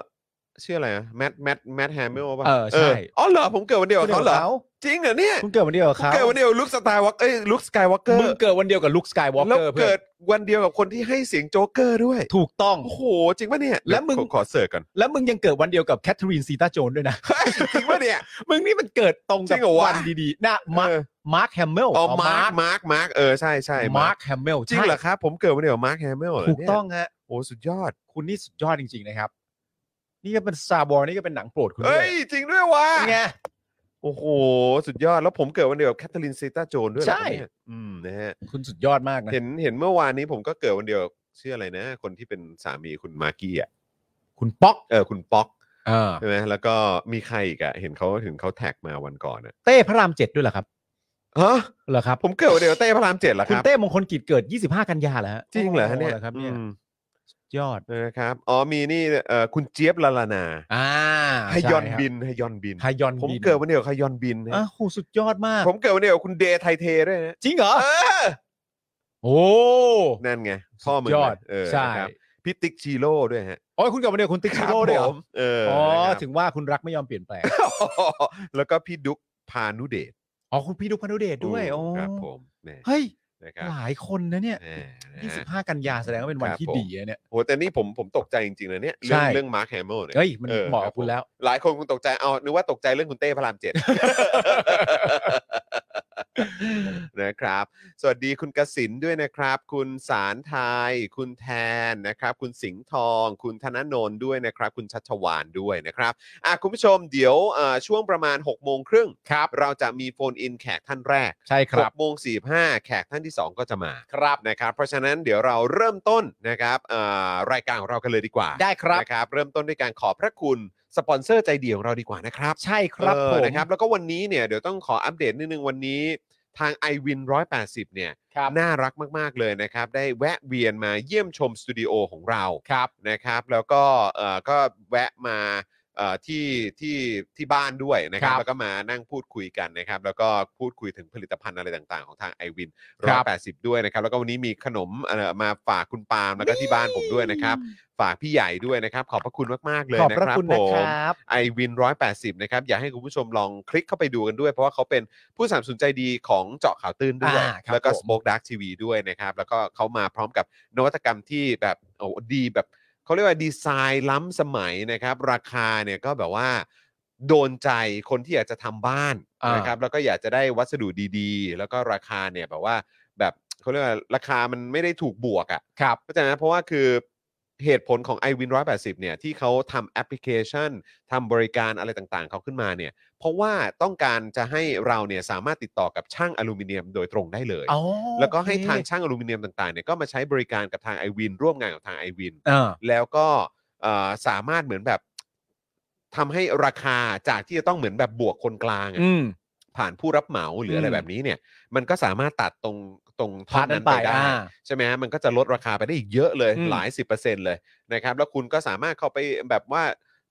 B: ชื่ออะไรอะแมทแมทแมทแฮมเมลป่ะ
C: เออใช่
B: อ๋อเหรอผมเกิดวันเดียวกับเขาเหรอ
C: คุณ
B: จริงเหรอเนี่ย
C: คุณเกิดวันเดียวกับ
B: ผม
C: เขา
B: เกิดวันเดียวลุคสไตล์วอล์กเอ้ยลุคสกายวอล์กเกอร์
C: มึงเกิดวันเดียวกับลุคสกายวอล์ก
B: แล้ว
C: เกอร์เพื่อ
B: เกิ
C: น
B: ดวันเดียวกับคนที่ให้เสียงโจ๊กเกอร์ด้วย
C: ถูกต้อง
B: โอ้โหจริงป่ะเนี่ย
C: แล้วมึง
B: ขอขอเสิร์ชก่อน
C: แล้วมึงยังเกิดวันเดียวกับแคทเธอรีนซีตาโจนด้วยนะ
B: เฮ้ยจริงป่ะเนี่ย
C: มึงนี่มันเกิดตรง
B: จ
C: กั
B: ริ
C: บ
B: งเหรอวะ
C: วันดีๆนะมาร์ค
B: เออ
C: มาร์คแฮมเมล
B: อ๋อมาร์คมาร์คมาร์คเออใช่ใช่
C: มาร์คแฮมเมล
B: จริงเหรอครับผมเกิดวันเดียวกับมาร์คแฮมเมลเหรอ
C: ถูก
B: เนี่ย
C: ต้องฮะ
B: โอ้สุดยอด
C: คุณนี่สุดยอดจริง ๆ นะครับ นี่ก็เป็นซาบอร์นี่ก็เป็นหนังโปรดคุณด้
B: เอ้
C: วย
B: ยจริงด้วยวะ
C: เป็นไง
B: โอ้โห สุดยอดแล้วผมเกิดวันเดียวกับแคทเธอรีนเซตาโจนด้วยเหรอ
C: ใช่
B: เนี่ยอืมนะฮะ
C: คุณสุดยอดมากนะ
B: เห็นเห็นเมื่อวานนี้ผมก็เกิดวันเดียวกับชื่ออะไรนะ คนที่เป็นสามีคุณมากกี้อ่ะ
C: คุณป๊อก
B: เออคุณป๊อก
C: เออ
B: ใช่ไหมแล้วก็มีใครอีกอ่ะเห็นเขาถึงเขาแท็กมาวันก่อนอ่ะ
C: เต้พระรามเจ็ดด้วยเหรอครับ
B: ฮะ
C: เหรอครับ
B: ผมเกิดวันเดียวกับเต้พระรามเจ็ดเหรอค
C: คุณ
B: รับ
C: เต้มงคลกิจเกิด 25 กันยาแล้วฮะ
B: จริงเหรอฮะเนี่ย
C: ครับเนี่ย
B: อืม
C: สุดยอด
B: นะครับอ๋อมีนี่เอ่อคุณเจี๊ยบลาลานา
C: อ่า
B: ฮยอนบินฮยอนบิน
C: ฮยอนบิน
B: ผมเกิดวันเดียวกับฮยอนบินนะ
C: อ้าวโหสุดยอดมาก
B: ผมเกิดวันเดียวกับคุณเดย์ไทเทด้วยนะ
C: จริงเหรอ
B: เออ
C: โอ้
B: นั่นไงพ่อมึง
C: ยอด
B: นะเออ
C: ใช่
B: นะครับ พี่ติ๊กชีโร่ด้วยฮะ
C: โอ้ยคุณเกิดวันเดียวกับคุณติ๊กชิโร่ด้วยเหรอ
B: ครับผมเออ
C: อ๋อ
B: นะครับ
C: ถึงว่าคุณรักไม่ยอมเปลี่ยนแปลง
B: แล้วก็พี่ดุ๊กพานุเดช
C: อ๋อคุณพี่ดุกพนุเดชด้วยโอ้
B: ครับผมเนี่ย
C: เฮ้ย
B: นะครับ
C: หลายคนนะเนี่ย
B: แหม่นะฮะ
C: 25 กันยาแสดงว่าเป็นวัน
B: ครับ
C: ที่
B: ผม
C: ดีอะเนี่ย
B: โหแต่นี่ผมผมตกใจจริงๆนะเนี่ย
C: ใช่
B: เรื่องเรื่องมาร์คแฮมเมลเนี่ย
C: เฮ้ย มัน
B: เออ
C: เหมาะ
B: ค
C: กั
B: รับบ
C: คุณ
B: ผม
C: แล้ว
B: หลายคนคงตกใจเอานึกว่าตกใจเรื่องคุณเต้พระรามเจ็ด นะครับ สวัสดีคุณกสินด้วยนะครับ คุณสารไทย คุณแทนนะครับ คุณสิงห์ทอง คุณธนนนท์ด้วยนะครับ คุณชัชวานด้วยนะครับอ่ะคุณผู้ชมเดี๋ยวเอ่อช่วงประมาณ6กโมงครึ่งครับเราจะมีโฟนอินแขกท่านแรก
C: ใช่ครับ
B: หกโมงสี่สิบห้าแขกท่านที่ 2 ก็จะมาครับนะครับ เพราะฉะนั้นเดี๋ยวเราเริ่มต้นนะครับเอ่อรายการของเรากันเลยดีกว่า
C: ได้ครับ
B: นะครับเริ่มต้นด้วยการขอบพระคุณสปอนเซอร์ใจดีของเราดีกว่านะครับ
C: ใช่ครับ
B: เออ
C: ผม
B: นะครับแล้วก็วันนี้เนี่ยเดี๋ยวต้องขออัปเดตนิดนึงวันนี้ทาง i w วิน180 เนี่ย
C: ครับ
B: น่ารักมาก ๆ เลยนะครับ ได้แวะเวียนมาเยี่ยมชมสตูดิโอของเรา
C: ครับ
B: นะครับ แล้วก็เอ่อก็แวะมาเอ่อที่ที่ที่บ้านด้วยนะครั
C: ค
B: บ
C: รับ
B: แล้วก็มานั่งพูดคุยกันนะครับ แล้วก็พูดคุยถึงผลิตภัณฑ์อะไรต่าง ๆ ของทาง i w วิน
C: ครับ
B: 180 ด้วยนะครับ แล้วก็วันนี้มีขนมเอ่อมาฝากคุณปาล์มแล้วก็ที่บ้านผมด้วยนะครับ ฝากพี่ใหญ่ด้วยนะครับ ขอบพระคุณมาก ๆ เลย
C: ขอบ
B: นะ
C: พระ
B: ครับ
C: คุณ
B: ผ
C: นะค
B: ม
C: รับ
B: ไอวินร้อยแปดสิบนะครับ อยากให้คุณผู้ชมลองคลิกเข้าไปดูกันด้วย เพราะว่าเขาเป็นผู้สนับสนุนใจดีของเจาะข่าวตื้นด้วย
C: อ่าครับ
B: แล้วก็
C: ผม
B: สป็อคดักทีวีด้วยนะครับ แล้วก็เขามาพร้อมกับนวัตกรรมที่แบบโอ้ดีแบบเขาเรียกว่าดีไซน์ล้ำสมัยนะครับ ราคาเนี่ยก็แบบว่าโดนใจคนที่อยากจะทำบ้าน
C: อ่าน
B: นะครับแล้วก็อยากจะได้วัสดุดีๆ แล้วก็ราคาเนี่ยแบบว่าแบบเขาเรียกว่าราคามันไม่ได้ถูกบวกอ่ะ
C: ครับ
B: เข้าใจไหมเพราะว่าคือเหตุผลของ i w วิน180 เนี่ย ที่เขาทำแอปพลิเคชันทำบริการอะไรต่างๆ เขาขึ้นมาเนี่ย เพราะว่าต้องการจะให้เราเนี่ยสามารถติดต่อกับช่างอลูมิเนียมโดยตรงได้เลย
C: อ๋อ
B: แล้วก็ให้
C: โอเค
B: ทางช่างอลูมิเนียมต่างๆเนี่ยก็มาใช้บริการกับทาง i w วินร่วมงานกับทาง i w วิน
C: เออ
B: แล้วก็เอ่อสามารถเหมือนแบบทำให้ราคาจากที่จะต้องเหมือนแบบบวกคนกลางอะ
C: อืม
B: ผ่านผู้รับเหมาหรืออะไร
C: อืม
B: แบบนี้เนี่ย มันก็สามารถตัดตรงตรง
C: พา
B: ท่อ
C: ร์
B: น
C: ทนั้
B: นั้น น
C: ไป
B: ไปได้
C: อ่า
B: ใช่ไหมฮะมันก็จะลดราคาไปได้อีกเยอะเลย
C: อืม
B: หลาย 10%เลยนะครับ แล้วคุณก็สามารถเข้าไปแบบว่า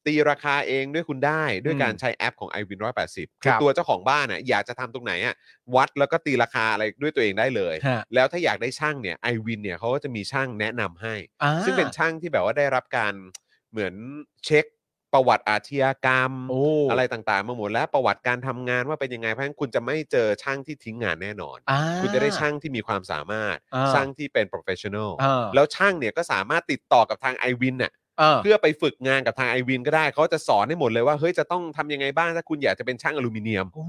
B: ตีราคาเองด้วยคุณได้ ด้วยการใช้แอปของ i w วิน180
C: ครับ
B: ตัวเจ้าของบ้านอ่ะอยากจะทำตรงไหนอ่ะวัดแล้วก็ตีราคาอะไรด้วยตัวเองได้เลย
C: ฮะ
B: แล้วถ้าอยากได้ช่างเนี่ยไอวินเนี่ยเขาก็จะมีช่างแนะนำให้
C: อ่า
B: ซึ่งเป็นช่างที่แบบว่าได้รับการเหมือนเช็คประวัติอาชญากรรม
C: โอ้
B: อะไรต่างๆ มาหมดแล้วประวัติการทำงานว่าเป็นยังไง เพราะฉะนั้นคุณจะไม่เจอช่างที่ทิ้งงานแน่นอน
C: อ่า
B: คุณจะได้ช่างที่มีความสามารถ
C: อ่า
B: ช่างที่เป็น professional
C: อ่า
B: แล้วช่างเนี่ยก็สามารถติดต่อกับทาง i w วินน่ะ
C: เออ
B: เพื่อไปฝึกงานกับทาง i w วินก็ได้เขาจะสอนให้หมดเลยว่าเฮ้ยจะต้องทำยังไงบ้างถ้าคุณอยากจะเป็นช่างอลูมิเนียม
C: โอ้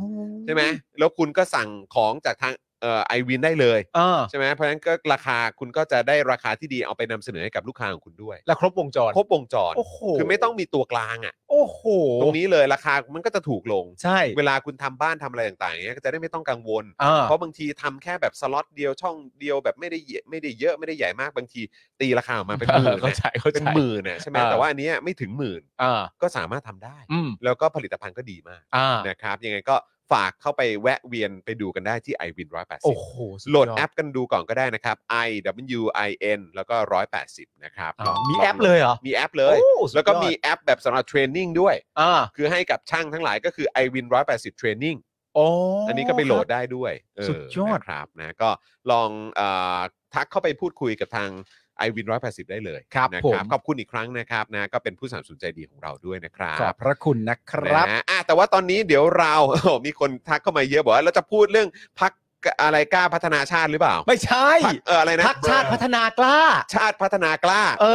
B: ใช่ไหมแล้วคุณก็สั่งของจากทางเอ่อไอวินได้เลย
C: เออ
B: ใช่ไหมเพราะฉะนั้นก็ราคาคุณก็จะได้ราคาที่ดีเอาไปนำเสนอให้กับลูกค้าของคุณด้วย
C: แล้วครบวงจร
B: ครบวงจร
C: โอ้โห
B: คือไม่ต้องมีตัวกลางอ่ะ
C: โอ้โห
B: ตรงนี้เลยราคามันก็จะถูกลง
C: ใช่
B: เวลาคุณทำบ้านทำอะไรต่างๆอย่างเงี้ยก็จะได้ไม่ต้องกังวล
C: เออ
B: เพราะบางทีทำแค่แบบสล็อตเดียวช่องเดียวแบบไม่ได้เยอะไม่ได้เยอะไม่ได้ใหญ่มากบางที ตีราคาออกมาเป็นหมื่น
C: เข้าใจ
B: นะ
C: เข้าใจ
B: เป็นหมื่นนะใช่ไหม
C: เออ
B: แต่ว่าอันเนี้ยไม่ถึงหมื่น
C: อ่า
B: ก็สามารถทำได้
C: อืม
B: แล้วก็ผลิตภัณฑ์ก็ดีมาก
C: อ่า
B: นะครับยังไงก็ฝากเข้าไปแวะเวียนไปดูกันได้ที่ i w วินร้อยแปดสิ
C: โอ้
B: บ
C: โหสุย
B: โหลดแอปกันดูก่อนก็ได้นะครับ i w i n แล้วก็ร้อยแปดสิบนะครับ
C: อ่า
B: ลง
C: มีแอปเลยเหรอ
B: มีแอปเลย
C: โอ้สุด
B: แล้วก็
C: ยอด
B: มีแอปแบบสำหรับเทรนนิ่งด้วย
C: อ่า
B: คือให้กับช่างทั้งหลายก็คือ i w วิน180 Training
C: โอ้
B: อั
C: อั
B: นนี้ก็ไปโหลดได้ด้วยเ
C: สุดยอด
B: นะครับนะก็ลองเออทักเข้าไปพูดคุยกับทาง i w วิน180 ได้เลย
C: ครับ
B: นะ
C: ผ
B: ค
C: ม
B: รับขอบคุณอีกครั้งนะครับนะก็เป็นผู้สนับสนุนใจดีของเราด้วยนะครั
C: ขอบบ พระคุณนะครับ
B: นะอ่ะแต่ว่าตอนนี้เดี๋ยวเรา มีคนทักเข้ามาเยอะบอกว่าเราจะพูดเรื่องพักอะไรกล้าพัฒนาชาติหรือเปล่า
C: ไม่ใช่
B: พรรคเอออะไรนะ
C: พักชาติพัฒนากล้า
B: ชาติพัฒนากล้า
C: เอ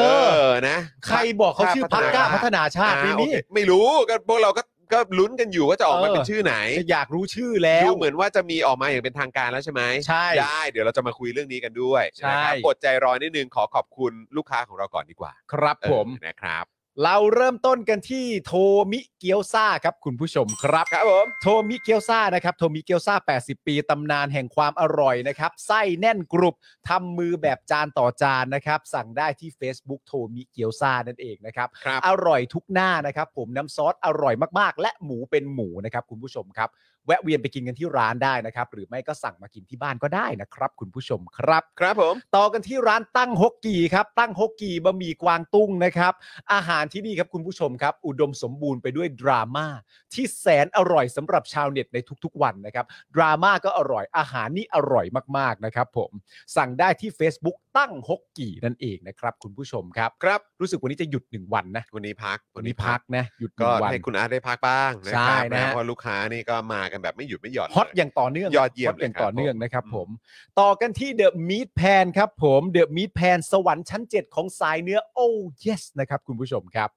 C: อ
B: นะ
C: ใครบอกเขาชื่อพักกล้าพัฒนาชาติ
B: อ่
C: ไม่มี
B: โอเคไม่รู้ก็พวกเราก็ก็ลุ้นกันอยู่ว่าจะออกมา
C: เออ
B: เป็นชื่อไหน
C: อยากรู้ชื่อแล้ว
B: ดูเหมือนว่าจะมีออกมาอย่างเป็นทางการแล้วใช่ไหม
C: ใช่
B: ได้เดี๋ยวเราจะมาคุยเรื่องนี้กันด้วย
C: ใช่
B: นะครับอดใจรอนิดนึงขอขอบคุณลูกค้าของเราก่อนดีกว่า
C: ครับผม
B: เออนะครับ
C: เราเริ่มต้นกันที่โทมิเกียวซาครับคุณผู้ชมครับ
B: ครับผม
C: โทมิเกียวซานะครับ โทมิเกียวซา80 ปี ตำนานแห่งความอร่อยนะครับ ไส้แน่นกรุบ ทำมือแบบจานต่อจานนะครับ สั่งได้ที่ Facebook โทมิเกียวซานั่นเองนะครับ
B: ครับ
C: อร่อยทุกหน้านะครับ ผมน้ำซอสอร่อยมากๆ และหมูเป็นหมูนะครับคุณผู้ชมครับ แวะเวียนไปกินกันที่ร้านได้นะครับ หรือไม่ก็สั่งมากินที่บ้านก็ได้นะครับ คุณผู้ชมครับ
B: ครับผม
C: ต่อกันที่ร้านตั้งฮกกีครับ ตั้งฮกกีบะหมี่กวางตุ้งนะครับ อาหารที่นี่ครับคุณผู้ชมครับ อุดมสมบูรณ์ไปด้วยดราม่าที่แสนอร่อยสำหรับชาวเน็ตในทุกๆ วันนะครับ ดราม่าก็อร่อยอาหารนี่อร่อยมากๆนะครับ ผมสั่งได้ที่ Facebook ตั้งฮกกีนั่นเองนะครับคุณผู้ชมครับ
B: ครับ
C: รู้สึกวันนี้จะหยุดหนึ่งวันนะ
B: วันนี้พัก
C: วันนี้พักนะหยุดห
B: ก็
C: นึ่งวัน
B: ให้คุณอาร์ตได้พักบ้างนะค
C: ใช่
B: รับ
C: นะ
B: นะ
C: ฮะ
B: เพราะลูกค้านี่ก็มากันแบบไม่หยุดไม่หย่อน
C: ฮอต
B: เล
C: อย่างต่อเนื่อง
B: ยอดเยี่ยม
C: ฮอตอย่าง
B: เลยครับ
C: ต่อเนื่องนะครับ
B: ผม
C: ผม ต่อกันที่เดอะมีทแพนครับผมเดอะมีทแพนสวรรค์ชั้น 7 ของสายเนื้อโอ้เยสนะครับคุณผู้ชมครับ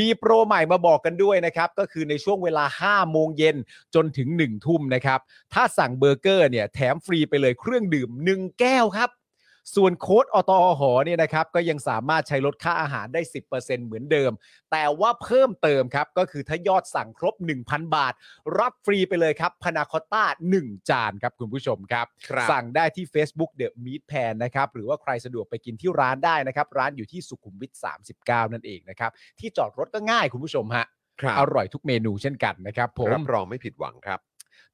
C: มีโปรใหม่มาบอกกันด้วยนะครับ ก็คือในช่วงเวลา 5 โมงเย็นจนถึง 1 ทุ่มนะครับ ถ้าสั่งเบอร์เกอร์เนี่ยแถมฟรีไปเลยเครื่องดื่ม 1 แก้วครับ ส่วนโค้ดอตอหอเนี่ยนะครับก็ยังสามารถใช้ลดค่าอาหารได้ 10%เหมือนเดิม แต่ว่าเพิ่มเติมครับ ก็คือถ้ายอดสั่งครบ 1,000 บาท รับฟรีไปเลยครับพานาคอตต้า 1 จานครับคุณผู้ชมครับ
B: ครับ
C: สั่งได้ที่ Facebook The Meat Pan นะครับ หรือว่าใครสะดวกไปกินที่ร้านได้นะครับ ร้านอยู่ที่สุขุมวิท 39 นั่นเองนะครับ ที่จอดรถก็ง่ายคุณผู้ชมฮะ
B: ครับ
C: อร่อยทุกเมนูเช่นกันนะครับผม
B: รับรองไม่ผิดหวังครับ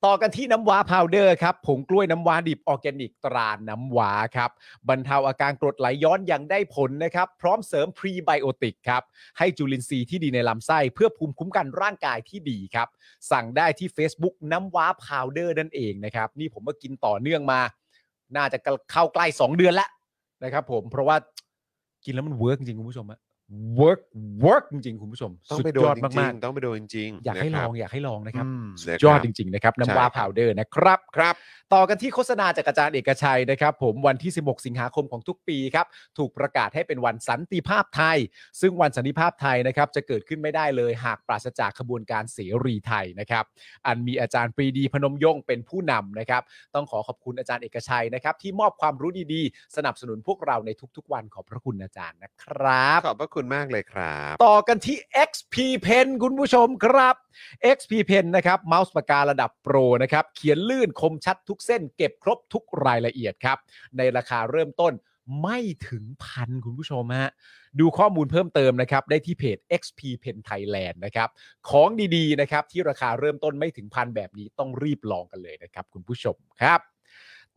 C: ต่อกันที่น้ำว้าพาวเดอร์ครับผงกล้วยน้ำว้าดิบออร์แกนิกตราน้ำว้าครับบรรเทาอาการกรดไหลย้อนอย่างได้ผลนะครับ พร้อมเสริมพรีไบโอติกครับ ให้จุลินทรีย์ที่ดีในลำไส้ เพื่อภูมิคุ้มกันร่างกายที่ดีครับ สั่งได้ที่ Facebook น้ำว้าพาวเดอร์นั่นเองนะครับ นี่ผมก็กินต่อเนื่องมา น่าจะเข้าใกล้ 2 เดือนแล้วนะครับผมเพราะว่ากินแล้วมันเวิร์กจริงๆคุณผู้ชมอะ work work จริงๆคุณผู้ชม
B: ต้อง
C: สุ
B: ไป
C: ด
B: โด
C: ย
B: น
C: อด
B: จริ
C: มาง ก
B: ๆต้องไปโดนจริง
C: ๆ
B: ๆ
C: อยากให้ล
B: นะครั
C: อบ งอยากให้ลองนะครับ
B: อืม
C: สุด
B: นะ
C: ยอด
B: คบ
C: จริง ๆ นะครับ
B: ใช่
C: น้ำว้า
B: ครับ
C: พาวเดอร์นะครับ
B: ครับ
C: ต่อกันที่โฆษณาจากอาจารย์เอกชัยนะครับ ผมวันที่ 16 สิงหาคมของทุกปีครับ ถูกประกาศให้เป็นวันสันติภาพไทย ซึ่งวันสันติภาพไทยนะครับ จะเกิดขึ้นไม่ได้เลยหากปราศจากขบวนการเสรีไทยนะครับ อันมีอาจารย์ปรีดีพนมยงค์เป็นผู้นำนะครับ ต้องขอขอบคุณอาจารย์เอกชัยนะครับ ที่มอบความรู้ดีๆ สนับสนุนพวกเราในทุกๆ วันขอบพระคุณอาจารย์นะครับ
B: ขอบพระคุณมากเลยครับ
C: ต่อกันที่ XP Pen คุณผู้ชมครับ XP Pen นะครับเมาส์ปากการะดับโปรนะครับ เขียนลื่นคมชัดทุกเส้น เก็บครบทุกรายละเอียดครับ ในราคาเริ่มต้นไม่ถึงพันคุณผู้ชมฮะดูข้อมูลเพิ่มเติมนะครับ ได้ที่เพจ XP Pen Thailand นะครับ ของดีๆนะครับ ที่ราคาเริ่มต้นไม่ถึงพันแบบนี้ต้องรีบลองกันเลยนะครับ คุณผู้ชมครับ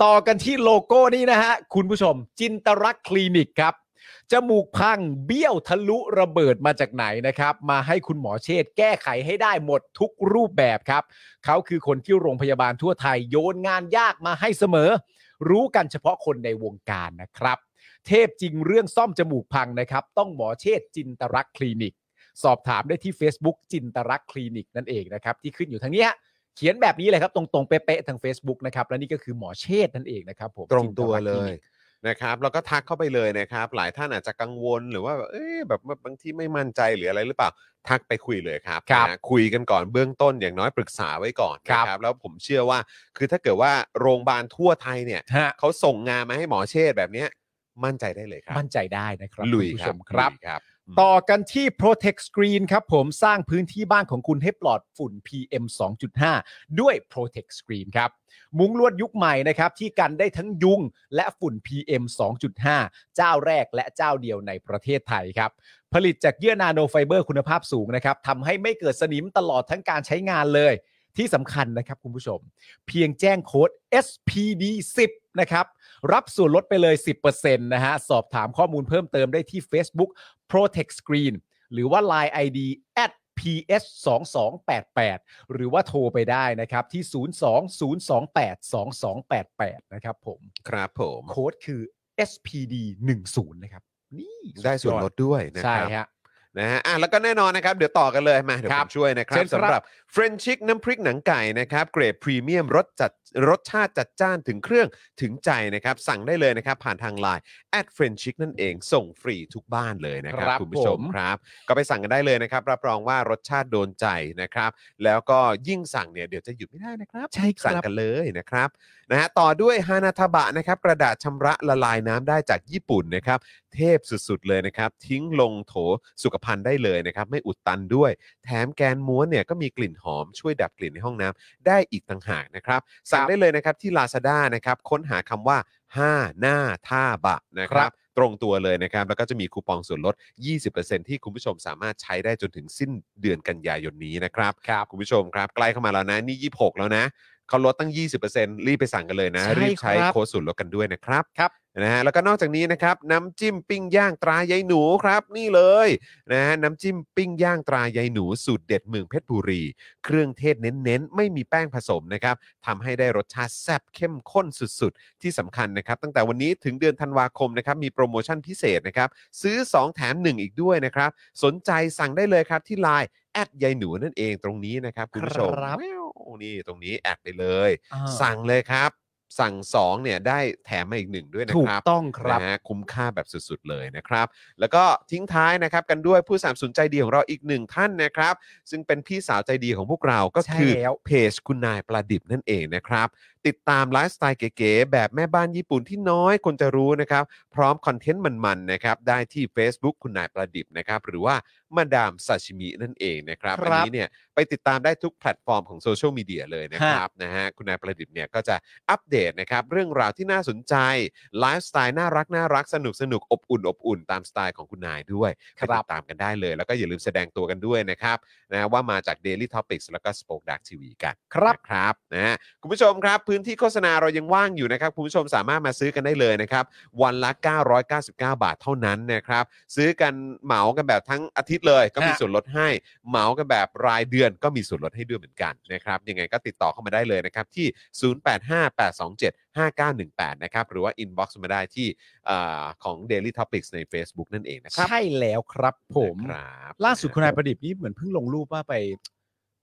C: ต่อกันที่โลโก้นี้นะฮะคุณผู้ชม จินตรักษณ์คลินิกครับ จมูกพังเบี้ยวทะลุระเบิดมาจากไหนนะครับ มาให้คุณหมอเชษฐ์แก้ไขให้ได้หมดทุกรูปแบบครับ เขาคือคนที่โรงพยาบาลทั่วไทยโยนงานยากมาให้เสมอ รู้กันเฉพาะคนในวงการนะครับ เทพจริงเรื่องซ่อมจมูกพังนะครับ ต้องหมอเชษฐ์จินตรักษณ์คลินิก สอบถามได้ที่ Facebook จินตรักษณ์คลินิกนั่นเองนะครับ ที่ขึ้นอยู่ทางเนี้ยเขียนแบบนี้เลยครับ ตรงๆเป๊ะๆทาง Facebook นะครับและนี่ก็คือหมอเชษฐ์นั่นเองนะครับผม
B: ตรงตัวเล
C: จินรักษณ์คนิ
B: ย
C: ก
B: นะครับแล้วก็ทักเข้าไปเลยนะครับ หลายท่านอาจจะกังวลหรือว่าแบบเอ๊ะแบบว่าบางที่ไม่มั่นใจหรืออะไรหรือเปล่าทักไปคุยเลยครับ
C: ครับ
B: นะคุยกันก่อนเบื้องต้นอย่างน้อยปรึกษาไว้ก่อน
C: ครับ
B: นะครับ แล้วผมเชื่อว่าคือถ้าเกิดว่าโรงพยาบาลทั่วไทยเนี่ย
C: ฮะ
B: เขาส่งงานมาให้หมอเชษฐ์แบบเนี้ยมั่นใจได้เลยครับ
C: มั่นใจได้นะครับ
B: ลุย
C: คุณ
B: ค
C: ผู้ช
B: รับ
C: มครับ
B: ลุยครับอืม
C: ต่อกันที่ Protect Screen ครับผมสร้างพื้นที่บ้านของคุณให้ปลอดฝุ่น PM 2.5 ด้วย Protect Screen ครับ มุ้งลวดยุคใหม่นะครับ ที่กันได้ทั้งยุงและฝุ่น PM 2.5 เจ้าแรกและเจ้าเดียวในประเทศไทยครับ ผลิตจากเยื่อนาโนไฟเบอร์คุณภาพสูงนะครับทำให้ไม่เกิดสนิมตลอดทั้งการใช้งานเลย ที่สำคัญนะครับคุณผู้ชม เพียงแจ้งโค้ด SPD 10นะครับ รับส่วนลดไปเลย 10%นะฮะ สอบถามข้อมูลเพิ่มเติมได้ที่ Facebook Protect Screen หรือว่า Line ID at ps 2 2 8 8หรือว่าโทรไปได้นะครับ ที่ 0 2 0 2 8 2 2 8 8 นะครับผม
B: ครับผม
C: โค้ดคือ SPD 1 0นะครับ นี่
B: ได้ส่วนลดด้วยนะ
C: ใช่
B: ครับ
C: ฮะ
B: นะฮะอ่ะแล้วก็แน่นอนนะครับ เดี๋ยวต่อกันเลยมาเดี๋ยว
C: ค
B: ผ
C: รับ
B: มช่วยนะครั
C: เชิ
B: บ
C: ญครับ
B: สำหรับเฟรนชิกน้ำพริกหนังไก่นะครับ เกรดพรีเมียมรสจัด รสชาติจัดจ้านถึงเครื่องถึงใจนะครับ สั่งได้เลยนะครับ ผ่านทางไลน์ at f r e n c h i c นั่นเองส่งฟรีทุกบ้านเลยนะครับ
C: ครับ
B: คุณผู้ชม
C: ผม
B: ครับ ก็ไปสั่งกันได้เลยนะครับ รับรองว่ารสชาติโดนใจนะครับ แล้วก็ยิ่งสั่งเนี่ยเดี๋ยวจะหยุดไม่ได้นะครับ
C: ใช่ค
B: สั่ง
C: รับ
B: กันเลยนะครับนะฮะต่อด้วยฮานาทบะนะครับกระดาษชำระละลายน้ำได้จากญี่ปุ่นนะครับ เทพสุดๆเลยนะครับ ทิ้งลงโถสุขภัณฑ์ได้เลยนะครับ ไม่อุดตันด้วย แถมแกนม้วนเนี่ยก็มีกลิ่นหอมช่วยดับกลิ่นในห้องน้ำได้อีกต่างหากนะครับ สั่งได้เลยนะครับที่ Lazada นะครับ ค้นหาคำว่าห้าหน้าท่าบะนะ
C: ค
B: ค
C: รั
B: รับ
C: บ
B: ตรงตัวเลยนะครับ แล้วก็จะมีคูปองส่วนลด 20%ที่คุณผู้ชมสามารถใช้ได้จนถึงสิ้นเดือนกันยายนนี้นะครับ
C: ครับ
B: คุณผู้ชมครับ ใกล้เข้ามาแล้วนะ นี่ 26 แล้วนะเขาลดตั้ง 20%รีบไปสั่งกันเลยนะ
C: ใช่
B: รีบใช้
C: ครับ
B: โค้ดส่วนลดกันด้วยนะครับ
C: ครับ
B: นะฮะแล้วก็นอกจากนี้นะครับ น้ำจิ้มปิ้งย่างตรายายหนูครับ นี่เลยนะฮะน้ำจิ้มปิ้งย่างตรายายหนูสูตรเด็ดเมืองเพชรบุรี เครื่องเทศเน้นๆ ไม่มีแป้งผสมนะครับทำให้ได้รสชาติแซ่บเข้มข้นสุดๆ ที่สำคัญนะครับ ตั้งแต่วันนี้ถึงเดือนธันวาคมนะครับ มีโปรโมชั่นพิเศษนะครับ ซื้อ 2 แถม 1 อีกด้วยนะครับ สนใจสั่งได้เลยครับที่ Line แอดยายหนูนั่นเองตรงนี้นะครับ คุณผู้ชม
C: ครับ
B: แว้วนี่ตรงนี้แอดไปเลย
C: อ่า
B: สั่งเลยครับ สั่ง 2 เนี่ย ได้แถมมาอีกหนึ่งด้วยนะ
C: ถู
B: ค
C: ก
B: รับ
C: ต้องครับ
B: นะฮะคุ้มค่าแบบสุดๆเลยนะครับ แล้วก็ทิ้งท้ายนะครับกันด้วยผู้สามสนุนใจดีของเราอีกหนึ่งท่านนะครับ ซึ่งเป็นพี่สาวใจดีของพวกเราก็
C: ใช่
B: คือ
C: แล้ว
B: เพจคุณนายปลาดิบนั่นเองนะครับ ติดตามไลฟ์สไตล์เก๋ๆแบบแม่บ้านญี่ปุ่นที่น้อยคนจะรู้นะครับ พร้อมคอนเทนต์มันๆนะครับได้ที่ Facebook คุณนายปลาดิบนะครับ หรือว่ามาดามซาชิมินั่นเองนะครับ
C: ครับ
B: อันนี้เนี่ยไปติดตามได้ทุกแพลตฟอร์มของโซเชียลมีเดียเลยนะครับนะฮะคุณนายประดิษฐ์เนี่ยก็จะอัปเดตนะครับเรื่องราวที่น่าสนใจ ไลฟ์สไตล์น่ารักน่ารักสนุกสนุกอบอุ่นอบอุ่นตามสไตล์ของคุณนายด้วย
C: ครับ
B: ไปติดตามกันได้เลย แล้วก็อย่าลืมแสดงตัวกันด้วยนะครับนะว่ามาจาก Daily Topics แล้วก็ Spoke Dark TV กัน
C: ครับ
B: นะครับนะฮะคุณผู้ชมครับ พื้นที่โฆษณาเรายังว่างอยู่นะครับ คุณผู้ชมสามารถมาซื้อกันได้เลยนะครับ วันละ 999 บาทเท่านั้นนะครับ ซื้อกันเหมากันแบบทั้งอาทิตย์เลยก็มี
C: ฮะ
B: ส่วนลดให้ เหมากันแบบรายเดือนก็มีส่วนลดให้ด้วยเหมือนกันนะครับยังไงก็ติดต่อเข้ามาได้เลยนะครับ ที่ 0858275918 นะครับ หรือว่า inbox มาได้ที่เอ่อของ daily topics ใน Facebook นั่นเองนะครับ
C: ใช่แล้วครับผม
B: นะครับ
C: ล่าสุดคุณนายประดิษฐ์นี่เหมือนเพิ่งลงรูปว่าไป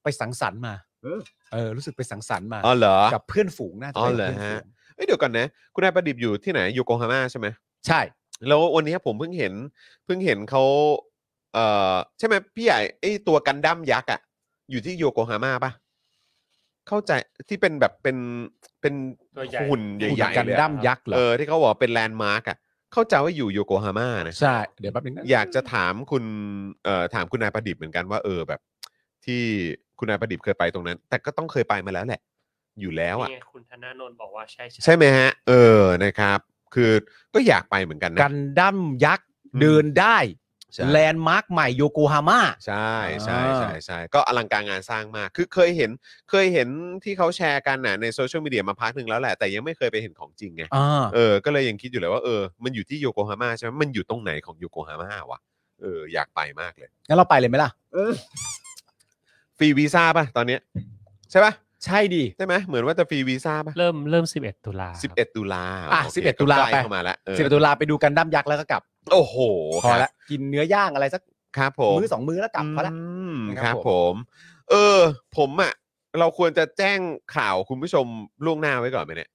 C: ไปสังสรรค์มาเออรู้สึกไปสังสรรค์มา
B: อ๋อเหรอ
C: กับเพื่อนฝูงน่าจะ
B: อ๋อ
C: ป็น
B: เหรอ
C: พื่นฝู
B: ฮะ
C: ง
B: เอ้ยเดี๋ยวก่อนนะ คุณนายประดิษฐ์อยู่ที่ไหนอยู่โกฮาม่าใช่ไหม
C: ใช่
B: แล้ววันนี้ผมเพิ่งเห็นเพิ่งเห็นเขาเอ่อใช่ไหมพี่ใหญ่ไอ้ตัวกันดั้มยักษ์อะอยู่ที่โยโกฮาม่าปะเข้าใจที่เป็นแบบเป็นเป็น
D: ตัวใหญ่
B: หุ่นใ
C: หุ่น
B: หญ่ๆ
C: กัน
B: เลย
C: ดั้
B: อะ
C: มยักษ์เหรอ
B: เออที่เขาบอกเป็นแลนด์มาร์กอะเข้าใจว่าอยู่โยโกฮาม่านะ
C: ใช่ เดี๋ยวแป๊บนึงนะ
B: อยากจะถามคุณเอ่อถามคุณนายประดิษฐ์เหมือนกันว่าเออแบบ ที่คุณนายประดิษฐ์เคยไปตรงนั้น แต่ก็ต้องเคยไปมาแล้วแหละ อยู่แล้วอะ
D: นี่ไงคุณธนาโนนบอกว่าใช่
B: ใช่ไหมฮะ เออนะครับ คือก็อยากไปเหมือนกันนะ
C: กันดั้มยักษ์เดินได้
B: ใช่
C: แลนด์มาร์คใหม่โยโกฮาม่า
B: ใช่ใช่
C: อ่า
B: ใช่ใช่ก็อลังการงานสร้างมาก คือเคยเห็นเคยเห็นที่เขาแชร์กันน่ะในโซเชียลมีเดียมาพักหนึ่งแล้วแหละ แต่ยังไม่เคยไปเห็นของจริงไง
C: ่า
B: เออ ก็เลยยังคิดอยู่เลยว่าเออ มันอยู่ที่โยโกฮาม่าใช่ไหมมันอยู่ตรงไหนของโยโกฮาม่าวะ เออ อยากไปมากเลย
C: งั้นเราไปเลยไหมล่ะ
B: ฟรีวีซ่าป่ะตอนเนี้ยใช่ป่ะ
C: ใช่ดี
B: ใช่ไหมเหมือนว่าจะฟรีวีซ่าป่ะ
D: เริ่มเริ่ม 11 ตุลาครับ
B: 11 ตุลา
C: อ่ะ
B: โเค
C: 11ตุลา
B: ก็ใก
C: ไป
B: เข้ามาละเออ
C: สิบตุลาไปดูกันดั้มยักษ์แล้วก็กลับ
B: โอ้โห
C: พอ
B: ครับ
C: ละกินเนื้อย่างอะไรสัก
B: ครับผม
C: มื้อสองมื้อแล้วกลับพอละ
B: ม
C: นะ
B: ค
C: ครั
B: รับบ ผ
C: ผม
B: เออ ผมอ่ะ เราควรจะแจ้งข่าวคุณผู้ชมล่วงหน้าไว้ก่อนไหมเนี่ย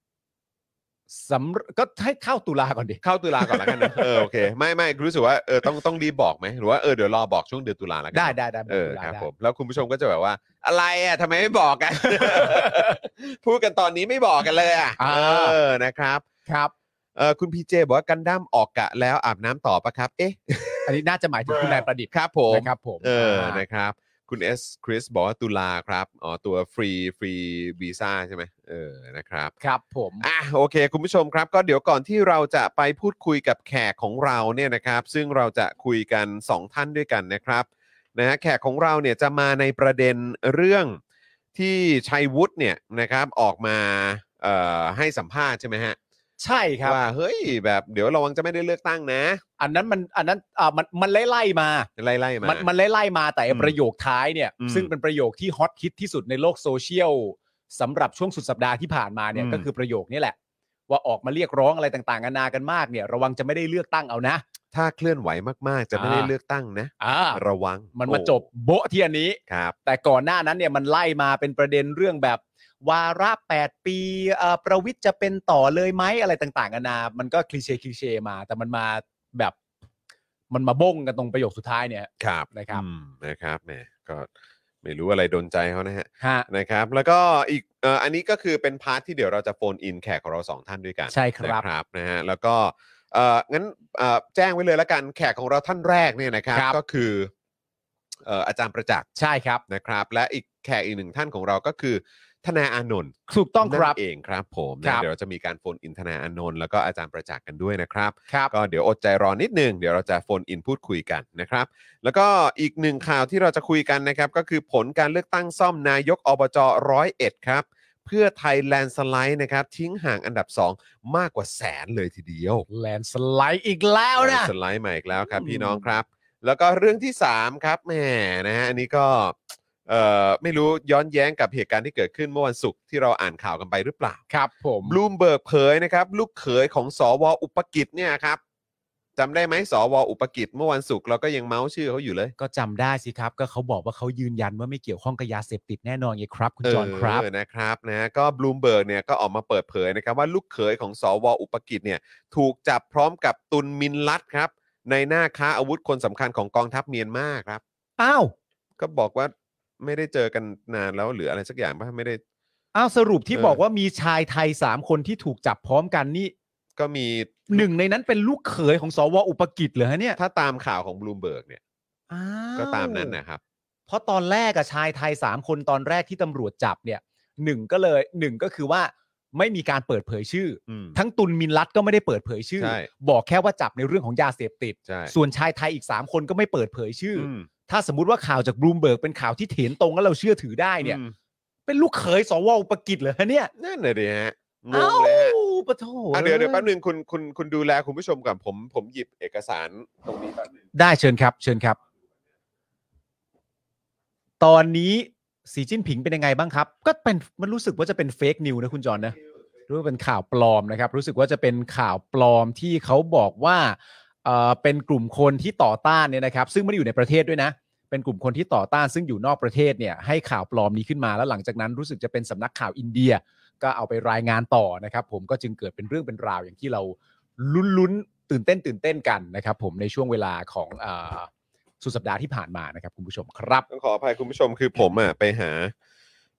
C: สำหรับก็ให้เข้าตุลาก่อนดิ
B: เข้าตุลาก่อนแล้วกันนะ เออโอเค ไม่ไม่รู้สึกว่าเออต้องต้องรีบบอกไหมหรือว่าเออเดี๋ยวรอบอกช่วงเดือนตุลาแล้วกั
C: ได้ได้ได้
B: เออ
C: ตุลา
B: ครับ
C: ได้
B: ผมแล้วคุณผู้ชมก็จะแบบว่า อะไรอ่ะทำไมไม่บอก กัน พูดกันตอนนี้ไม่บอกกันเลยอ่ะ
C: อ่า
B: เออนะครับ
C: ครับ
B: เออคุณพีเจบอกว่ากันดั้มออกกะแล้วอาบน้ำต่อปะครับ เอ๊ะ
C: อันนี้น่าจะหมายถึงคุณนายประดิษฐ์
B: ครับผม
C: นะครับผม
B: เออ
C: า
B: นะครับ คุณเอสคริสบอกว่าตุลาครับ อ๋อ ตัวฟรี ฟรีวีซ่าใช่ไหมเออ นะครับ
C: ครับผม
B: อ่ะ โอเค คุณผู้ชมครับ ก็เดี๋ยวก่อนที่เราจะไปพูดคุยกับแขกของเราเนี่ยนะครับ ซึ่งเราจะคุยกัน 2 ท่านด้วยกันนะครับ นะฮะแขกของเราเนี่ยจะมาในประเด็นเรื่องที่ชัยวุฒิเนี่ยนะครับออกมาเอ่อให้สัมภาษณ์ใช่ไหมฮะ
C: ใช่ครับ
B: ว่า เฮ้ย แบบเดี๋ยวระวังจะไม่ได้เลือกตั้งนะ
C: อันนั้นมันอันนั้นอ่ามันมันไล่ไล่ๆมา
B: ไล่ๆมา
C: มันมันไล่ไล่ๆมาแต่ไอ้
B: อืม
C: ประโยคท้ายเนี่ย
B: อืม
C: ซึ่งเป็นประโยคที่ฮอตฮิตที่สุดในโลกโซเชียลสำหรับช่วงสุดสัปดาห์ที่ผ่านมาเนี่ย
B: อืม
C: ก็คือประโยคนี้แหละ ว่าออกมาเรียกร้องอะไรต่างๆนานากันมากเนี่ย ระวังจะไม่ได้เลือกตั้งเอานะ
B: ถ้าเคลื่อนไหวมากๆ จะไม่ได้
C: อ่า
B: เลือกตั้งนะ
C: อ่า
B: ระวัง
C: มันมา
B: โอ้
C: จบโบะที่อันนี้
B: ครับ
C: แต่ก่อนหน้านั้นเนี่ยมันไล่มาเป็นประเด็นเรื่องแบบ วาระ 8 ปีเอ่อประวิทย์จะเป็นต่อเลยไหมอะไรต่างๆกันานา มันก็คลีเช่คลีเช่มา แต่มันมาแบบมันมาบ้งกันตรงประโยคสุดท้ายเนี่ย
B: ครับ
C: นะครับ
B: อืมนะครับแหมก็ไม่รู้อะไรโดนใจเขานะฮะ
C: ฮะ
B: นะครับ แล้วก็อีกเอ่ออันนี้ก็คือเป็นพาร์ทที่เดี๋ยวเราจะโฟนอินแขกของเราสองท่านด้วยกัน
C: ใช่ครับ
B: นะครับนะฮะแล้วก็เอ่องั้นเอ่อแจ้งไว้เลยละกันแขกของเราท่านแรกเนี่ยนะครับ ก็คือเอ่ออาจารย์ประจักษ์
C: ใช่ครับ
B: นะครับ และอีกแขกอีกหนึ่งท่านของเราก็คือธนาอานนท์
C: ถูกต้องครับ
B: นั่นเองครับผม
C: ครั
B: นะ
C: บ
B: เดี๋ยวเราจะมีการโฟนอินธนาอานนท์แล้วก็อาจารย์ประจักษ์กันด้วยนะครับ
C: ครับ
B: ก็เดี๋ยวอดใจรอนิดนึงเดี๋ยวเราจะโฟนอินพูดคุยกันนะครับ แล้วก็อีกหนึ่งข่าวที่เราจะคุยกันนะครับ ก็คือผลการเลือกตั้งซ่อมนายกอบจร้อยเอ็ดครับ เพื่อไทยแลนด์สไลด์นะครับ ทิ้งห่างอันดับ 2 มากกว่าแสนเลยทีเดียว
C: แลนสไลด์อีกแล้ว
B: แล
C: นะ
B: นด์สไลด์ใหม่อีกแล้วครับ
C: อืม
B: พี่น้องครับ แล้วก็เรื่องที่ 3 ครับแหมนะฮะอันนี้ก็เอ่อไม่รู้ย้อนแย้งกับเหตุการณ์ที่เกิดขึ้นเมื่อวันศุกร์ที่เราอ่านข่าวกันไปหรือเปล่า
C: ครับผม
B: บลูมเบิร์กเผยนะครับลูกเขยของสวอุปกิจเนี่ยครับจำได้ไหมสวอุปกิจเมื่อวันศุกร์เราก็ยังเมาส์ชื่อเขาอยู่เลย
C: ก็จำได้สิครับ ก็เขาบอกว่าเขายืนยันว่าไม่เกี่ยวข้องกับยาเสพติดแน่นอนไงครับ คุณจอห์นครับ
B: เออนะครับนะก็บลูมเบิร์กเนี่ยก็ออกมาเปิดเผยนะครับว่าลูกเขยของสวอุปกิจเนี่ยถูกจับพร้อมกับตุนมินลัดครับ ในหน้าค้าอาวุธคนสำคัญของกองทัพเมียนมาครับ
C: อ้าว
B: ก็บอกว่าไม่ได้เจอกันนานแล้วหรืออะไรสักอย่างป่ะไม่ได้
C: อ้าวสรุปที่
B: เออ
C: บอกว่ามีชายไทย 3 คนที่ถูกจับพร้อมกันนี่
B: ก็มี
C: หนึ่งในนั้นเป็นลูกเขยของสวอุปกิจเหรอฮะเนี่ย
B: ถ้าตามข่าวของบลูมเบิร์กเนี่ย
C: อ้ว
B: ก็ตามนั้นนะครับ
C: เพราะตอนแรกอะชายไทย 3 คนตอนแรกที่ตำรวจจับเนี่ยหนึ่งก็เลยหนึ่งก็คือว่าไม่มีการเปิดเผยชื่ออ
B: อืม
C: ทั้งตุลมินลัดก็ไม่ได้เปิดเผยชื่อ
B: ใช่
C: บอกแค่ว่าจับในเรื่องของยาเสพติด
B: ใช่
C: ส่วนชายไทยอีก 3 คนก็ไม่เปิดเผยชื่ออ
B: อืม
C: ถ้าสมมติว่าข่าวจากบลูมเบิร์กเป็นข่าวที่เห็นตรงแล้วเราเชื่อถือได้เนี่ย
B: อืม
C: เป็นลูกเขยสวอุปกิจเหรอฮะเนี่ย
B: นั่นน่ะดิฮะง
C: เอ้าง
B: เลยฮะ
C: ปะโถ
B: อ่ะเดี๋ยวเดี๋ยวแป๊บหนึงคุณคุณคุณดูแลคุณผู้ชมก่อนผมผมหยิบเอกสารตรงนี้แป๊บหนึง
C: ได้เชิญครับ เชิญครับ ตอนนี้สีจิ้นผิงเป็นยังไงบ้างครับ ก็เป็นมันรู้สึกว่าจะเป็นเฟกนิวนะคุณจอนนะรู้ว่าเป็นข่าวปลอมนะครับ รู้สึกว่าจะเป็นข่าวปลอมที่เขาบอกว่าเอ่อเป็นกลุ่มคนที่ต่อต้านเนี่ยนะครับ ซึ่งไม่ได้อยู่ในประเทศด้วยนะ เป็นกลุ่มคนที่ต่อต้านซึ่งอยู่นอกประเทศเนี่ยให้ข่าวปลอมนี้ขึ้นมาแล้วหลังจากนั้นรู้สึกจะเป็นสำนักข่าวอินเดีย ก็เอาไปรายงานต่อนะครับ ผมก็จึงเกิดเป็นเรื่องเป็นราวอย่างที่เราลุ้นลุ้นๆตื่นเต้นตื่นเต้นกันนะครับผมในช่วงเวลาของเออสุดสัปดาห์ที่ผ่านมานะครับคุณผู้ชมครับ
B: ต้องขออภัยคุณผู้ชมคือผมอ่ะไปหา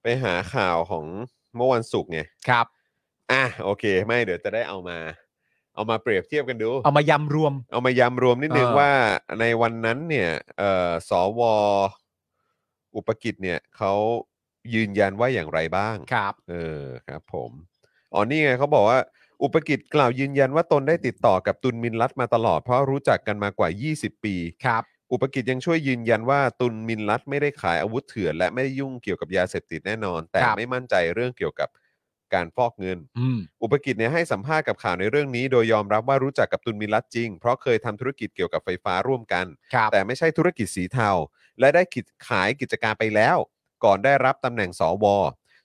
B: ไปหาข่าวของเมื่อวันศุกร์ไง
C: ครับ
B: อ่ะโอเค ไม่เดี๋ยวจะได้เอามา เอามาเปรียบเทียบกันดู
C: เอามายำรวม
B: เอามายำรวมนิดนึง
C: เออ
B: ว่าในวันนั้นเนี่ยเอ่อสวอุปกิจเนี่ยเขายืนยันว่าอย่างไรบ้าง
C: ครับ
B: เออครับผมอ๋อนี่ไงเขาบอกว่า อุปกิจกล่าวยืนยันว่าตนได้ติดต่อกับตุนมินลัตมาตลอดเพราะรู้จักกันมากว่า 20 ปี
C: ครับ
B: อุปกิจยังช่วยยืนยันว่าตุนมินลัตไม่ได้ขายอาวุธเถื่อน และไม่ได้ยุ่งเกี่ยวกับยาเสพติดแน่นอน แต่
C: ครับ
B: ไม่มั่นใจเรื่องเกี่ยวกับการฟอกเงิน
C: อืม
B: อุปกิจเนี่ยให้สัมภาษณ์กับข่าวในเรื่องนี้ โดยยอมรับว่ารู้จักกับตุนมินลัตจริง เพราะเคยทำธุรกิจเกี่ยวกับไฟฟ้าร่วมกัน
C: ครับ
B: แต่ไม่ใช่ธุรกิจสีเทา และได้กิจขายกิจการไปแล้ว ก่อนได้รับตำแหน่งสว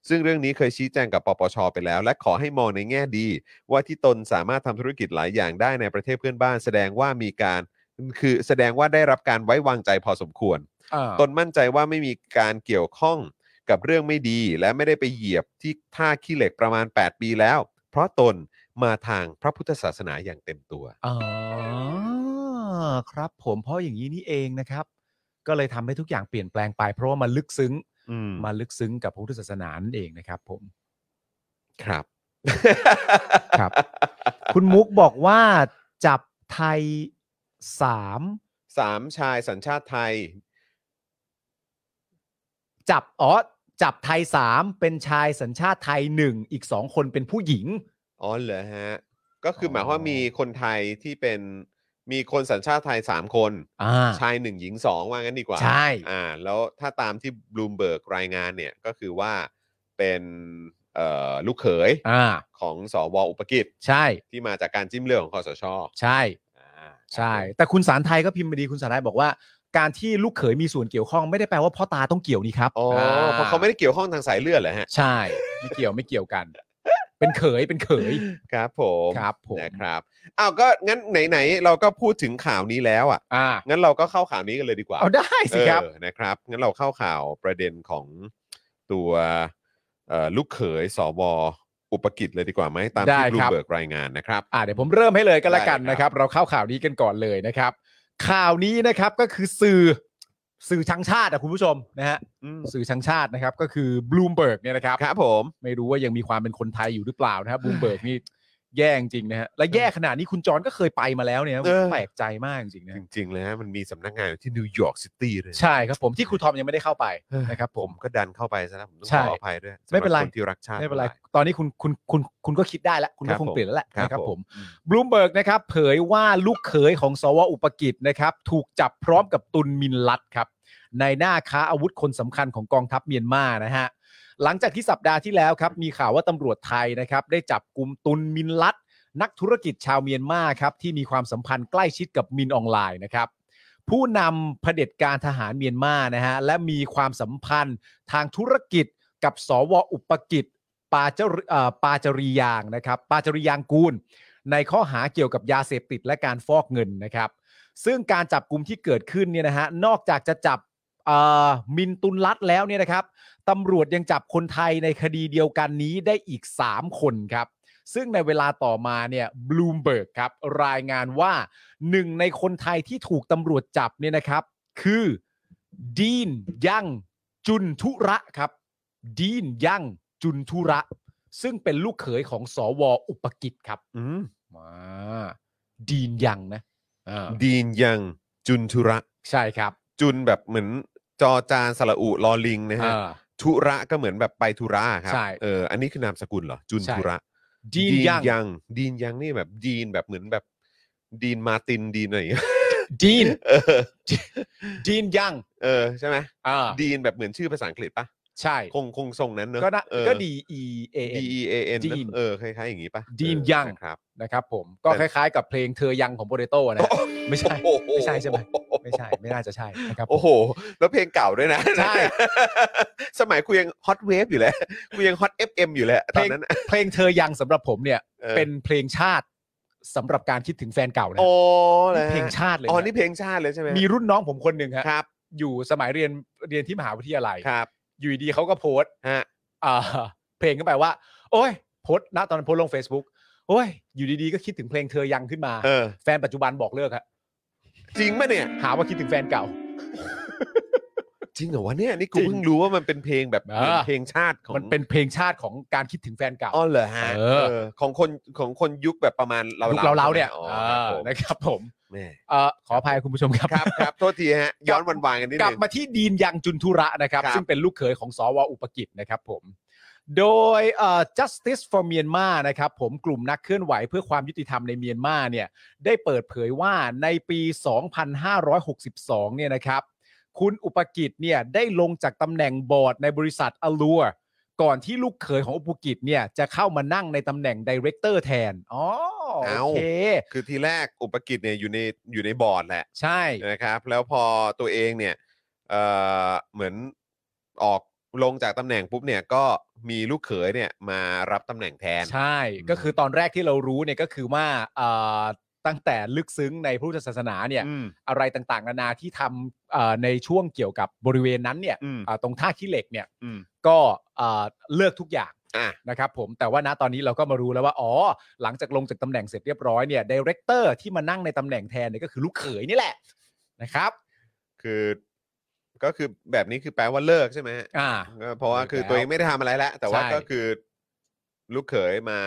B: ซึ่งเรื่องนี้เคยชี้แจงกับปปชไปแล้ว และขอให้มองในแง่ดี ว่าที่ตนสามารถทำธุรกิจหลายอย่างได้ในประเทศเพื่อนบ้าน แสดงว่ามีการคือแสดงว่าได้รับการไว้วางใจพอสมควร
C: เออ
B: ตนมั่นใจว่าไม่มีการเกี่ยวข้องกับเรื่องไม่ดี และไม่ได้ไปเหยียบที่ท่าขี้เหล็กประมาณ 8 ปีแล้ว เพราะตนมาทางพระพุทธศาสนาอย่างเต็มตัว
C: อ๋อครับ ผมเพราะอย่างนี้นี่เองนะครับ ก็เลยทำให้ทุกอย่างเปลี่ยนแปลงไป เพราะว่ามันลึกซึ้ง
B: อืม
C: มาลึกซึ้งกับพระพุทธศาสนานั่นเองนะครับ ผม
B: ครับ
C: ครับ คุณมุกบอกว่าจับไทยสาม
B: สามชายสัญชาติไทย
C: จับอ๋อจับไทยสามเป็นชายสัญชาติไทยหนึ่งอีกสองคนเป็นผู้หญิง
B: อ๋อเหรอฮะ ก็คืออ
C: อ
B: หมายความว่ามีคนไทยที่เป็นมีคนสัญชาติไทย 3 คน
C: อ่า
B: ชายหนึ่งหญิงสองว่างั้นดีกว่า
C: ใช่
B: อ่า แล้วถ้าตามที่บลูมเบิร์กรายงานเนี่ยก็คือว่าเป็นเอ่อลูกเขย
C: อ่า
B: ของสวอุปกิจ
C: ใช่
B: ที่มาจากการจิ้มเลือดของคอสช
C: ใช่
B: อ่า
C: ใช่ แต่คุณสารไทยก็พิมพ์มาดีคุณสารไทยบอกว่า การที่ลูกเขยมีส่วนเกี่ยวข้องไม่ได้แปลว่าพ่อตาต้องเกี่ยวนี่ครับ
B: อ๋ออาเพราะเขาไม่ได้เกี่ยวข้องทางสายเลือดเหรอฮะ
C: ใช่ ไม่เกี่ยวไม่เกี่ยวกัน เป็นเขยเป็นเขย
B: ครับผม
C: ครับผม
B: นะครับอ้าวก็งั้นไหนๆเราก็พูดถึงข่าวนี้แล้วอ่ะ
C: อ่า
B: งั้นเราก็เข้าข่าวนี้กันเลยดีกว่า
C: เอาได้สิครับ
B: เออนะครับ งั้นเราเข้าข่าวประเด็นของตัว เอ่อลูกเขยสวอุปกิจเลยดีกว่าไหมตามที่
C: ได้
B: บลู
C: ครับ
B: เบิร์กรายงานนะครับ
C: อ่าเดี๋ยวผมเริ่มให้เลยก็แล้วกัน
B: ได้เลย
C: นะ
B: ค
C: ครั
B: รั
C: บ บ เราเข้าข่าวนี้กันก่อนเลยนะครับ ข่าวนี้นะครับก็คือสื่อสื่อชังชาติอะคุณผู้ชมนะฮะสื่อชังชาตินะครับก็คือบลูมเบิร์กเนี่ยนะครับ
B: ครับผม
C: ไม่รู้ว่ายังมีความเป็นคนไทยอยู่หรือเปล่านะครับบลูมเบิร์กนี่แย่จริงนะฮะและแย่ขนาดนี้คุณจรก็เคยไปมาแล้วเนี่ย
B: เออ
C: แปลกใจมากจริงๆนะฮะ
B: จริงๆแล้วมันมีสำนักงานอยู่ที่นิวยอร์กซิตี้เลย
C: ใช่ครับผมที่ครูทอมยังไม่ได้เข้าไปนะครับผม
B: ก็ดันเข้าไปซะแล้วผมต้อง
C: ใช่
B: ขออภัยด้วยสำห
C: ไม่เป็นไร
B: คนที่รักชาติ
C: ไม่เป็นไร ตอนนี้คุณคุณคุณคุณก็คิดได้แล้ว คุณ
B: ครั
C: ก็
B: บ
C: คง
B: ผม
C: เปลี่ยนแล้วแหละ
B: ครับ
C: นะครับ
B: ผ
C: ผม มบลูมเบิร์กนะครับเผยว่าลูกเขยของสวอุปกิจนะครับถูกจับพร้อมกับตุนมินลัดครับในหน้าค้าอาวุธคนสำคัญของกองทัพเมียนมานะฮะหลังจากที่สัปดาห์ที่แล้วครับมีข่าวว่าตำรวจไทยนะครับได้จับกลุ่มตุนมินลัด นักธุรกิจชาวเมียนมาครับที่มีความสัมพันธ์ใกล้ชิดกับมินออนไลน์นะครับ ผู้นำเผด็จการทหารเมียนมานะฮะและมีความสัมพันธ์ทางธุรกิจกับสวอุปกิจปาเจาเอ่อปาจริยางนะครับปาจริยางกูล ในข้อหาเกี่ยวกับยาเสพติดและการฟอกเงินนะครับ ซึ่งการจับกลุ่มที่เกิดขึ้นเนี่ยนะฮะนอกจากจะจับเอ่อมินตุนลัดแล้วเนี่ยนะครับตำรวจยังจับคนไทยในคดีเดียวกันนี้ได้อีก 3 คนครับ ซึ่งในเวลาต่อมาเนี่ยบลูมเบิร์กครับรายงานว่าหนึ่งในคนไทยที่ถูกตำรวจจับเนี่ยนะครับ คือดีนยั่งจุนทุระครับดีนยั่งจุนทุระ ซึ่งเป็นลูกเขยของสวอุปกิจครับ
B: อืม
C: มาดีนยังนะอ่า
B: ดีนยังจุนทุระ
C: ใช่ครับ
B: จุนแบบเหมือนจอจานสระอุลอลิงนะฮะ
C: อ่า
B: ธุระก็เหมือนแบบไปธุระครับ
C: ใช่
B: เอออันนี้คือนามสกุลเหรอ จุน
C: ใช่
B: ธุระ
C: ดีนยัง
B: ยังดีนยังนี่แบบดีนแบบเหมือนแบบดีนมาร์ตินดีนอะไรอย่างเงี้ย
C: ดีน
B: เออ
C: ดีน ยัง
B: เออใช่ไหม
C: อ่า
B: ดีนแบบเหมือนชื่อภาษาอังกฤษปะ
C: ใช่
B: คงคงทรงนั้นเนอะ
C: ก็นะ
B: เออ
C: ก็ดีเอเอ
B: D E A N
C: ดีน
B: เออคล้ายๆอย่างนี้ปะ
C: ดีน
B: เออ
C: ยัง
B: นะครับ
C: นะครับผมก็
B: แต่
C: คล้ายๆกับเพลงเธอยังของโปเตโต้นะฮะไม่ใช่
B: โอ้โห
C: ไม่ใช่ใช่ไหม ไม่ใช่ไม่น่าจะใช่นะครับผม
B: โอ้โห แล้วเพลงเก่าด้วยนะ
C: ใช่
B: สมัยกูยังฮอตเวฟอยู่เลยกูยังฮอต FM อยู่เลยตอนนั้นน่ะ
C: เพลงเธอยังสำหรับผมเนี่ย
B: ออ
C: เป็นเพลงชาติสำหรับการคิดถึงแฟนเก่านะ
B: โอ้
C: ฮะ
B: เลย
C: นี่เพลงชาติเลย
B: อ๋อ
C: นะ
B: นี่เพลงชาติเลยใช่ไหม
C: มีรุ่นน้องผมคนหนึ่งฮะ
B: ครับ
C: อยู่สมัยเรียนเรียนที่มหาวิทยาลัย
B: ครับ
C: อยู่ดีเขาก็โพสต์
B: ฮะ
C: อ่า เพลงขึ้นไปว่า โอ้ยโพสต์ณตอนนั้นโพสต์ลง Facebook โอ้ย อยู่ดีๆก็คิดถึงเพลงเธอยังขึ้นมา
B: เออ
C: แฟนปัจจุบันบอกเลิกฮะ
B: จริงปะเนี่ย
C: หาว่าคิดถึงแฟนเก่า
B: จริงเหรอวะเนี่ย นี่กู
C: จริง
B: เพิ่งรู้ว่ามันเป็นเพลงแบบ
C: เออ
B: เป็นเพลงชาติของ
C: มันเป็นเพลงชาติของการคิดถึงแฟนเก่า
B: อ๋อเหรอฮะ
C: เออ
B: เออ ของคนของคนยุคแบบประมาณเรา
C: ยุคเราเราๆเนี่ย
B: อ๋อ
C: เอ
B: ครั
C: อ
B: บผม
C: นะครับผม
B: แหม่
C: เออขออภัยคุณผู้ชมครับ
B: ครับครับ โทษทีฮะ ย้อนวันวานกันนิด
C: กลับ
B: นึง
C: มาที่ดีนยังจุนทุระนะครับ
B: ครับ
C: ซึ่งเป็นลูกเขยของสวอุปกิจนะครับผม โดยเอ่อ justice for Myanmar นะครับผมกลุ่มนักเคลื่อนไหวเพื่อความยุติธรรมในเมียนมาเนี่ยได้เปิดเผยว่าในปี 2562 เนี่ยนะครับ คุณอุปกิจเนี่ยได้ลงจากตำแหน่งบอร์ดในบริษัทอลัวก่อนที่ลูกเขยของอุปกิจเนี่ยจะเข้ามานั่งในตำแหน่งดีเรคเตอร์แทนอ๋อโอ
B: เอ้า
C: เค
B: คือทีแรกอุปกิจเนี่ยอยู่ในอยู่ในบอร์ดแหละ
C: ใช่
B: นะครับแล้วพอตัวเองเนี่ยเอ่อเหมือนออกลงจากตำแหน่งปุ๊บเนี่ยก็มีลูกเขยเนี่ยมารับตำแหน่งแทน
C: ใช่
B: อืม
C: ก็คือตอนแรกที่เรารู้เนี่ยก็คือว่าเอ่อตั้งแต่ลึกซึ้งในพระพุทธศาสนาเนี่ย
B: อืม
C: อะไรต่างๆนานาที่ทำเอ่อในช่วงเกี่ยวกับบริเวณนั้นเนี่ย
B: อืม
C: เอ่อตรงท่าขี้เหล็กเนี่ย
B: อืม
C: ก็เอ่อเลิกทุกอย่าง
B: อ่ะ
C: นะครับผมแต่ว่าณตอนนี้เราก็มารู้แล้วว่าอ๋อหลังจากลงจากตำแหน่งเสร็จเรียบร้อยเนี่ยดีเรคเตอร์ที่มานั่งในตำแหน่งแทนเนี่ยก็คือลูกเขยนี่แหละนะครับ
B: คือก็คือแบบนี้คือแปลว่าเลิกใช่ไหมฮะ
C: อ่า
B: ก็เพราะว่าคือตัวเองไม่ได้ทำอะไรแล้วแต่ว่า
C: ใช่
B: ก็คือลูกเขยมา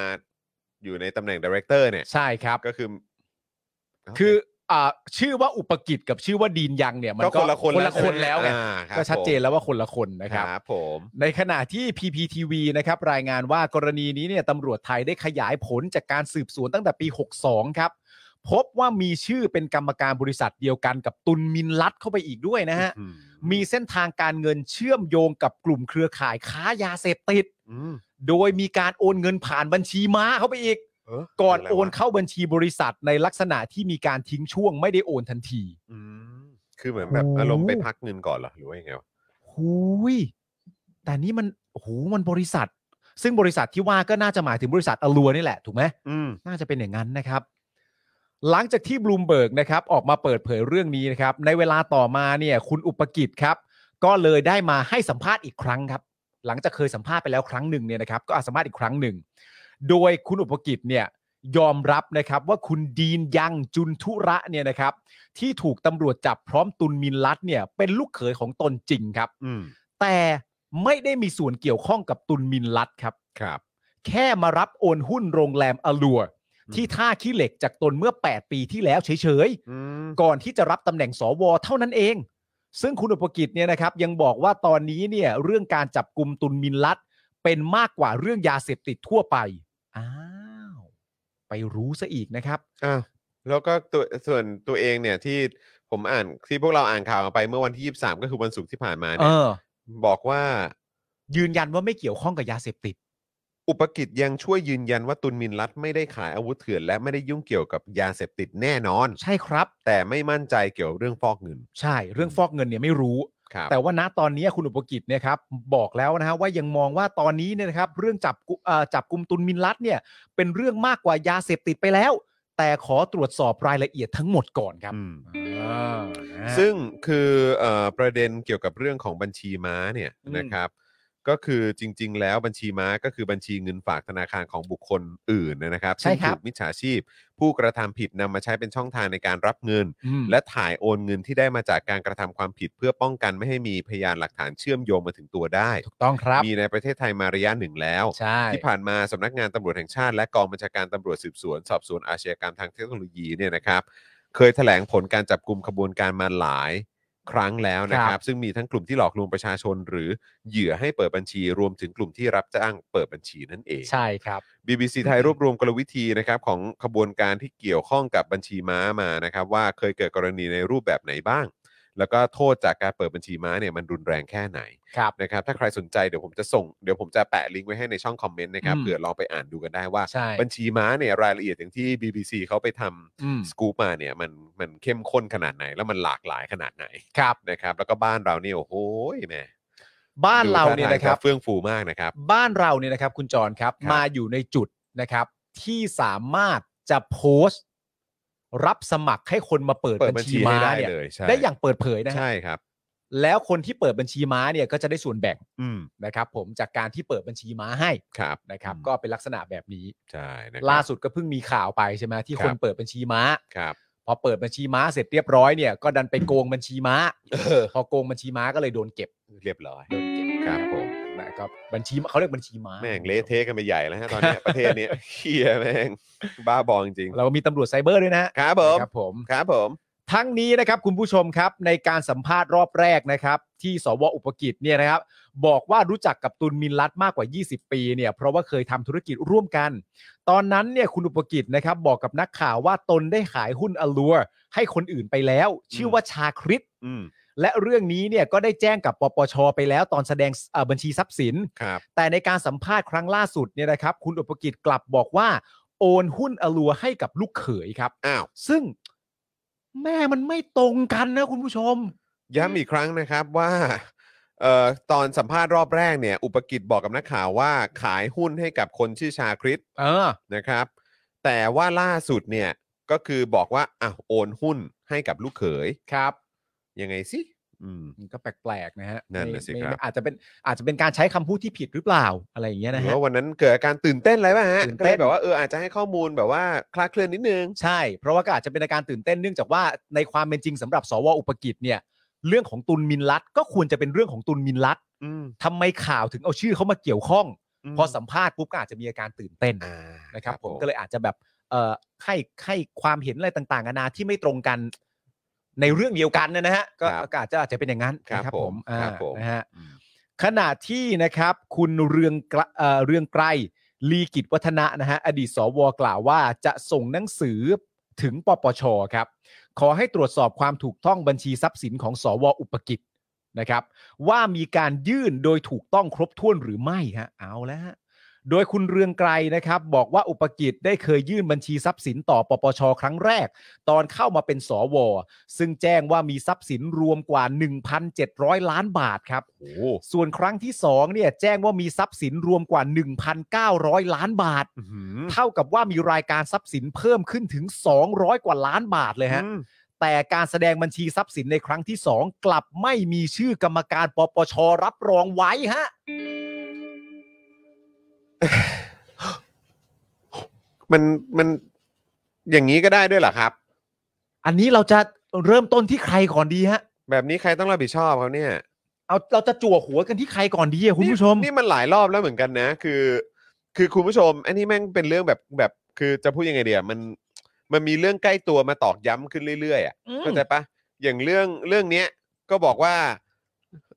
B: อยู่ในตำแหน่งดีเรคเตอร์เนี่ย
C: ใช่ครับ
B: ก็คือ
C: คืออ่าชื่อว่าอุปกิจกับชื่อว่าดีนยังเนี่ยมัน
B: ก็
C: ก็
B: คนละคน
C: คนละคน
B: แล้
C: แล้ว ว
B: ใช่
C: ไง
B: ไหมอ่าครับ
C: ก็ชัดเจนแล้วว่าคนละคนนะครับ
B: ครับผม
C: ในขณะที่ PPTV นะครับรายงานว่ากรณีนี้เนี่ยตำรวจไทยได้ขยายผลจากการสืบสวนตั้งแต่ปี 62 ครับ พบว่ามีชื่อเป็นกรรมการบริษัทเดียวกันกับตุนมินลัดเข้าไปอีกด้วยนะฮะ
B: อืม
C: มีเส้นทางการเงินเชื่อมโยงกับกลุ่มเครือข่ายค้ายาเสพติด
B: อืม
C: โดยมีการโอนเงินผ่านบัญชีม้าเข้าไปอีก
B: เออ
C: ก่อน
B: เป็ไร
C: โอน
B: วะ
C: เข้าบัญชีบริษัทในลักษณะที่มีการทิ้งช่วงไม่ได้โอนทันที
B: อืมคือเหมือนแบบอารมณ์ไปพักเงินก่อนเหรอหรือว่ายังไงวะ
C: หูยแต่นี่มันหูมันบริษัท ซึ่งบริษัทที่ว่าก็น่าจะหมายถึงบริษัทอลัวนี่แหละถูกไหม
B: อืม
C: น่าจะเป็นอย่างนั้นนะครับ หลังจากที่บลูมเบิร์กนะครับออกมาเปิดเผยเรื่องนี้นะครับ ในเวลาต่อมาเนี่ยคุณอุปกิจครับ ก็เลยได้มาให้สัมภาษณ์อีกครั้งครับ หลังจากเคยสัมภาษณ์ไปแล้วครั้งหนึ่งเนี่ยนะครับก็อาจสัมภาษณ์อีกครั้งหนึ่ง โดยคุณอุปกิจเนี่ยยอมรับนะครับว่าคุณดีนยังจุนทุระเนี่ยนะครับ ที่ถูกตำรวจจับพร้อมตุนมินลัดเนี่ยเป็นลูกเขยของตนจริงครับ
B: อืม
C: แต่ไม่ได้มีส่วนเกี่ยวข้องกับตุนมินลัดครับ
B: ครับ
C: แค่มารับโอนหุ้นโรงแรมอลัว
B: อืม
C: ที่ท่าขี้เหล็กจากตนเมื่อ 8 ปีที่แล้วเฉย
B: อืม
C: ๆ ก่อนที่จะรับตำแหน่งสวเท่านั้นเอง ซึ่งคุณอุปกิจเนี่ยนะครับยังบอกว่าตอนนี้เนี่ยเรื่องการจับกลุ่มตุนมินลัดเป็นมากกว่าเรื่องยาเสพติดทั่วไป อ้าว ไปรู้ซะอีกนะครับ
B: อ่ะแล้วก็ตัวส่วนตัวเองเนี่ยที่ผมอ่านที่พวกเราอ่านข่าวกันไปเมื่อวันที่ 23 ก็คือวันศุกร์ที่ผ่านมา
C: เอ
B: เนี่ย
C: อ
B: บอกว่า
C: ยืนยันว่าไม่เกี่ยวข้องกับยาเสพติด
B: อุปกิจยังช่วยยืนยันว่าตุนมินรัตไม่ได้ขายอาวุธเถื่อนและไม่ได้ยุ่งเกี่ยวกับยาเสพติดแน่นอน
C: ใช่ครับ
B: แต่ไม่มั่นใจเกี่ยวเรื่องฟอกเงิน
C: ใช่เรื่องฟอกเงินเนี่ยไม่รู้
B: ครับ
C: แต่ว่าณตอนนี้คุณอุปกิจเนี่ยครับบอกแล้วนะฮะว่ายังมองว่าตอนนี้เนี่ยนะครับเรื่องจับกุเอ่อจับกลุ่มตุนมินลัดเนี่ยเป็นเรื่องมากกว่ายาเสพติดไปแล้ว แต่ขอตรวจสอบรายละเอียดทั้งหมดก่อนครับ
B: อืม
C: อ่า
B: ซึ่งคือเออประเด็นเกี่ยวกับเรื่องของบัญชีม้าเนี่ย
C: อืม
B: นะครับ ก็คือจริง ๆ แล้วบัญชีม้าก็คือบัญชีเงินฝากธนาคารของบุคคลอื่นนะครับ
C: ใช่ครับ
B: ซึ่งถูกมิจฉาชีพ ผู้กระทำผิดนำมาใช้เป็นช่องทางในการรับเงิน
C: อืม
B: และถ่ายโอนเงินที่ได้มาจากการกระทำความผิดเพื่อป้องกันไม่ให้มีพยานหลักฐานเชื่อมโยงมาถึงตัวได้
C: ถูกต้องครับ
B: มีในประเทศไทยมาระยะหนึ่งแล้ว
C: ใช่
B: ที่ผ่านมาสำนักงานตำรวจแห่งชาติและกองบัญชาการตำรวจสืบสวน สอบสวนอาชญากรรมทางเทคโนโลยีเนี่ยนะครับ เคยแถลงผลการจับกลุ่มขบวนการมาหลายครั้งแล้วนะครับ ซึ่งมีทั้งกลุ่มที่หลอกลวงประชาชน หรือเหยื่อให้เปิดบัญชี รวมถึงกลุ่มที่รับจ้างเปิดบัญชีนั่นเอง
C: ใช่ครับ
B: BBC ไทยรวบรวมกลวิธีนะครับของขบวนการที่เกี่ยวข้องกับบัญชีม้ามานะครับ ว่าเคยเกิดกรณีในรูปแบบไหนบ้าง แล้วก็โทษจากการเปิดบัญชีม้าเนี่ยมันรุนแรงแค่ไหน
C: ครับ
B: นะครับถ้าใครสนใจเดี๋ยวผมจะส่งเดี๋ยวผมจะแปะลิงก์ไว้ให้ในช่องคอมเมนต์นะครับ
C: อืม
B: เผื่อลองไปอ่านดูกันได้ว่า
C: ใช่
B: บัญชีม้าเนี่ยรายละเอียดอย่างที่ BBC เขาไปท
C: อืม
B: ำสกู๊ปมาเนี่ยมันมันเข้มข้นขนาดไหน แล้วมันหลากหลายขนาดไหน
C: ครับ
B: นะครับ แล้วก็บ้านเราเนี่ยโอ้โหแม่
C: บ้านเราเนี่ย
B: ดูท่ทง
C: นะครับ
B: จเฟื่องฟูมากนะครับ
C: บ้านเราเนี่ยนะครับคุณจรครับ
B: ครับ
C: มาอยู่ในจุดนะครับ ที่สามารถจะโพสต์ รับสมัครให้คนมาเปิด
B: เปิด
C: บั
B: บั
C: ญ
B: ญ
C: ชี
B: ชี
C: ม้า
B: ให้ได้
C: เนี่ย
B: เลยใช่
C: ได้อย่างเปิดเผยนะฮะ
B: ใช่ครับ
C: แล้วคนที่เปิดบัญชีม้าเนี่ยก็จะได้ส่วนแบ่ง
B: อืม
C: นะครับ ผมจากการที่เปิดบัญชีม้าให้
B: ครับ
C: นะครับ
B: อืม
C: ก็เป็นลักษณะแบบนี้
B: ใช่นะ
C: ล่า
B: ล่าสุด
C: สุดก็เพิ่งมีข่าวไปใช่ไหมที่
B: ครั
C: ค
B: บ
C: นเปิดบัญชีม้า
B: ครับ
C: พอเปิดบัญชีม้าเสร็จเรียบร้อยเนี่ยก็ดันไปโกงบัญชี ม้าพอโกงบัญชีม้าก็เลยโดนเก็บ
B: เรียบร้อย
C: โดนเก็บ
B: ครับผม
C: นะครับบัญชีม้าเขาเรียกบัญชีม้า
B: แม่งเละเทะกันไปใหญ่แล้วฮะตอ นเนี้ยประเทศเนี้ยเฮียแม่งบ้าบอจริงๆ
C: เรามีตำรวจไซเบอร์ด้วยนะครับ
B: ผม
C: ครับผม
B: ครับผม
C: ทั้งนี้นะครับคุณผู้ชมครับในการสัมภาษณ์รอบแรกนะครับ ที่สวอุปกิจเนี่ยนะครับ บอกว่ารู้จักกับตุลมินลัดมากกว่า 20 ปีเนี่ยเพราะว่าเคยทำธุรกิจร่วมกัน ตอนนั้นเนี่ยคุณอุปกิจนะครับบอกกับนักข่าวว่าตนได้ขายหุ้นอลัวให้คนอื่นไปแล้ว ชื่อว่าชาคริต
B: อืม
C: และเรื่องนี้เนี่ยก็ได้แจ้งกับปปชไปแล้วตอนแสดงเอ่อบัญชีทรัพย์สิน
B: ครับ
C: แต่ในการสัมภาษณ์ครั้งล่าสุดเนี่ยนะครับ คุณอุปกิจกลับบอกว่า โอนหุ้นอลัวให้กับลูกเขยครับ
B: อ้าว
C: ซึ่งแม่มันไม่ตรงกันนะคุณผู้ชม
B: ย้ำอีกครั้งนะครับว่าเอ่อตอนสัมภาษณ์รอบแรกเนี่ย อุปกิจบอกกับนักข่าวว่าขายหุ้นให้กับคนชื่อชาคริต
C: เออ
B: นะครับ แต่ว่าล่าสุดเนี่ย ก็คือบอกว่าอ้าวโอนหุ้นให้กับลูกเขย
C: ครับ
B: ยังไงสิอืม
C: มันก็แปลกๆนะฮะ
B: นั่นน่ะสิ
C: ไม่
B: ครับ
C: ไม่อาจจะเป็นอาจจะเป็นการใช้คำพูดที่ผิดหรือเปล่าอะไรอย่างเงี้ย
B: ห
C: นะ
B: รือ
C: ฮะ
B: ว่าวันนั้นเกิดอาการตื่นเต้นอะไรป่ะฮะ
C: ตื่น
B: ก็
C: เต้
B: เล
C: น
B: ยแบบว่าเอออาจจะให้ข้อมูลแบบว่าคลาดเคลื่อนนิดนึง
C: ใช่ เพราะว่าก็อาจจะเป็นอาการตื่นเต้นเนื่องจากว่าในความเป็นจริงสำหรับสวอุปกิจเนี่ย เรื่องของตุลมินลัดก็ควรจะเป็นเรื่องของตุลมินลัด
B: อืม
C: ทำไมข่าวถึงเอาชื่อเขามาเกี่ยวข้อง
B: ม
C: พอสัมภาษณ์ปุ๊บก็อาจจะมีอาการตื่นเต้น
B: อ่า
C: นะครับ ผมก็เลยอาจจะแบบเอ่อให้ให้ความเห็นอะไรต่างๆนานาที่ไม่ตรงกัน ในเรื่องเดียวกันเนยนะฮะก็ก็อาจจะอาจจะเป็นอย่างนั้น
B: ครับ
C: นะ
B: ผม
C: อ่า
B: ครับผม
C: นะฮะ
B: อืม
C: ขณะที่นะครับ คุณเรืองไกรเอ่อเรืองไกรลีกิจวัฒนะนะฮะอดีตสวกล่าวว่าจะส่งหนังสือถึงปปชครับ ขอให้ตรวจสอบความถูกต้องบัญชีทรัพย์สินของสวอุปกิจนะครับ ว่ามีการยื่นโดยถูกต้องครบถ้วนหรือไม่ฮะเอาแล้วฮะโดยคุณเรืองไกรนะครับ บอกว่าอุปกิจได้เคยยื่นบัญชีทรัพย์สินต่อปปชครั้งแรก ตอนเข้ามาเป็นสว ซึ่งแจ้งว่ามีทรัพย์สินรวมกว่า 1,700 ล้านบาทครับ
B: โอ้
C: ส่วนครั้งที่2เนี่ยแจ้งว่ามีทรัพย์สินรวมกว่า 1,900 ล้านบาท
B: อื้อหือ
C: เท่ากับว่ามีรายการทรัพย์สินเพิ่มขึ้นถึง 200 กว่าล้านบาทเลยฮะ
B: อืม
C: แต่การแสดงบัญชีทรัพย์สินในครั้งที่ 2 กลับไม่มีชื่อกรรมการปปชรับรองไว้ฮะ
B: มันมันอย่างนี้ก็ได้ด้วยเหรอครับ
C: อันนี้เราจะเริ่มต้นที่ใครก่อนดีฮะ
B: แบบนี้ใครต้องรับผิดชอบเขาเนี่ย
C: เอาเราจะจั่วหัวกันที่ใครก่อนดีอะคุณผู้ชม
B: นี่นี่มันหลายรอบแล้วเหมือนกันนะ คือ คือคุณผู้ชมอันนี้แม่งเป็นเรื่องแบบแบบ คือจะพูดยังไงเดียมันมันมีเรื่องใกล้ตัวมาตอกย้ำขึ้นเรื่อยๆอ่ะ
C: อืม
B: เข้าใจปะอย่างเรื่องเรื่องเนี้ยก็บอกว่า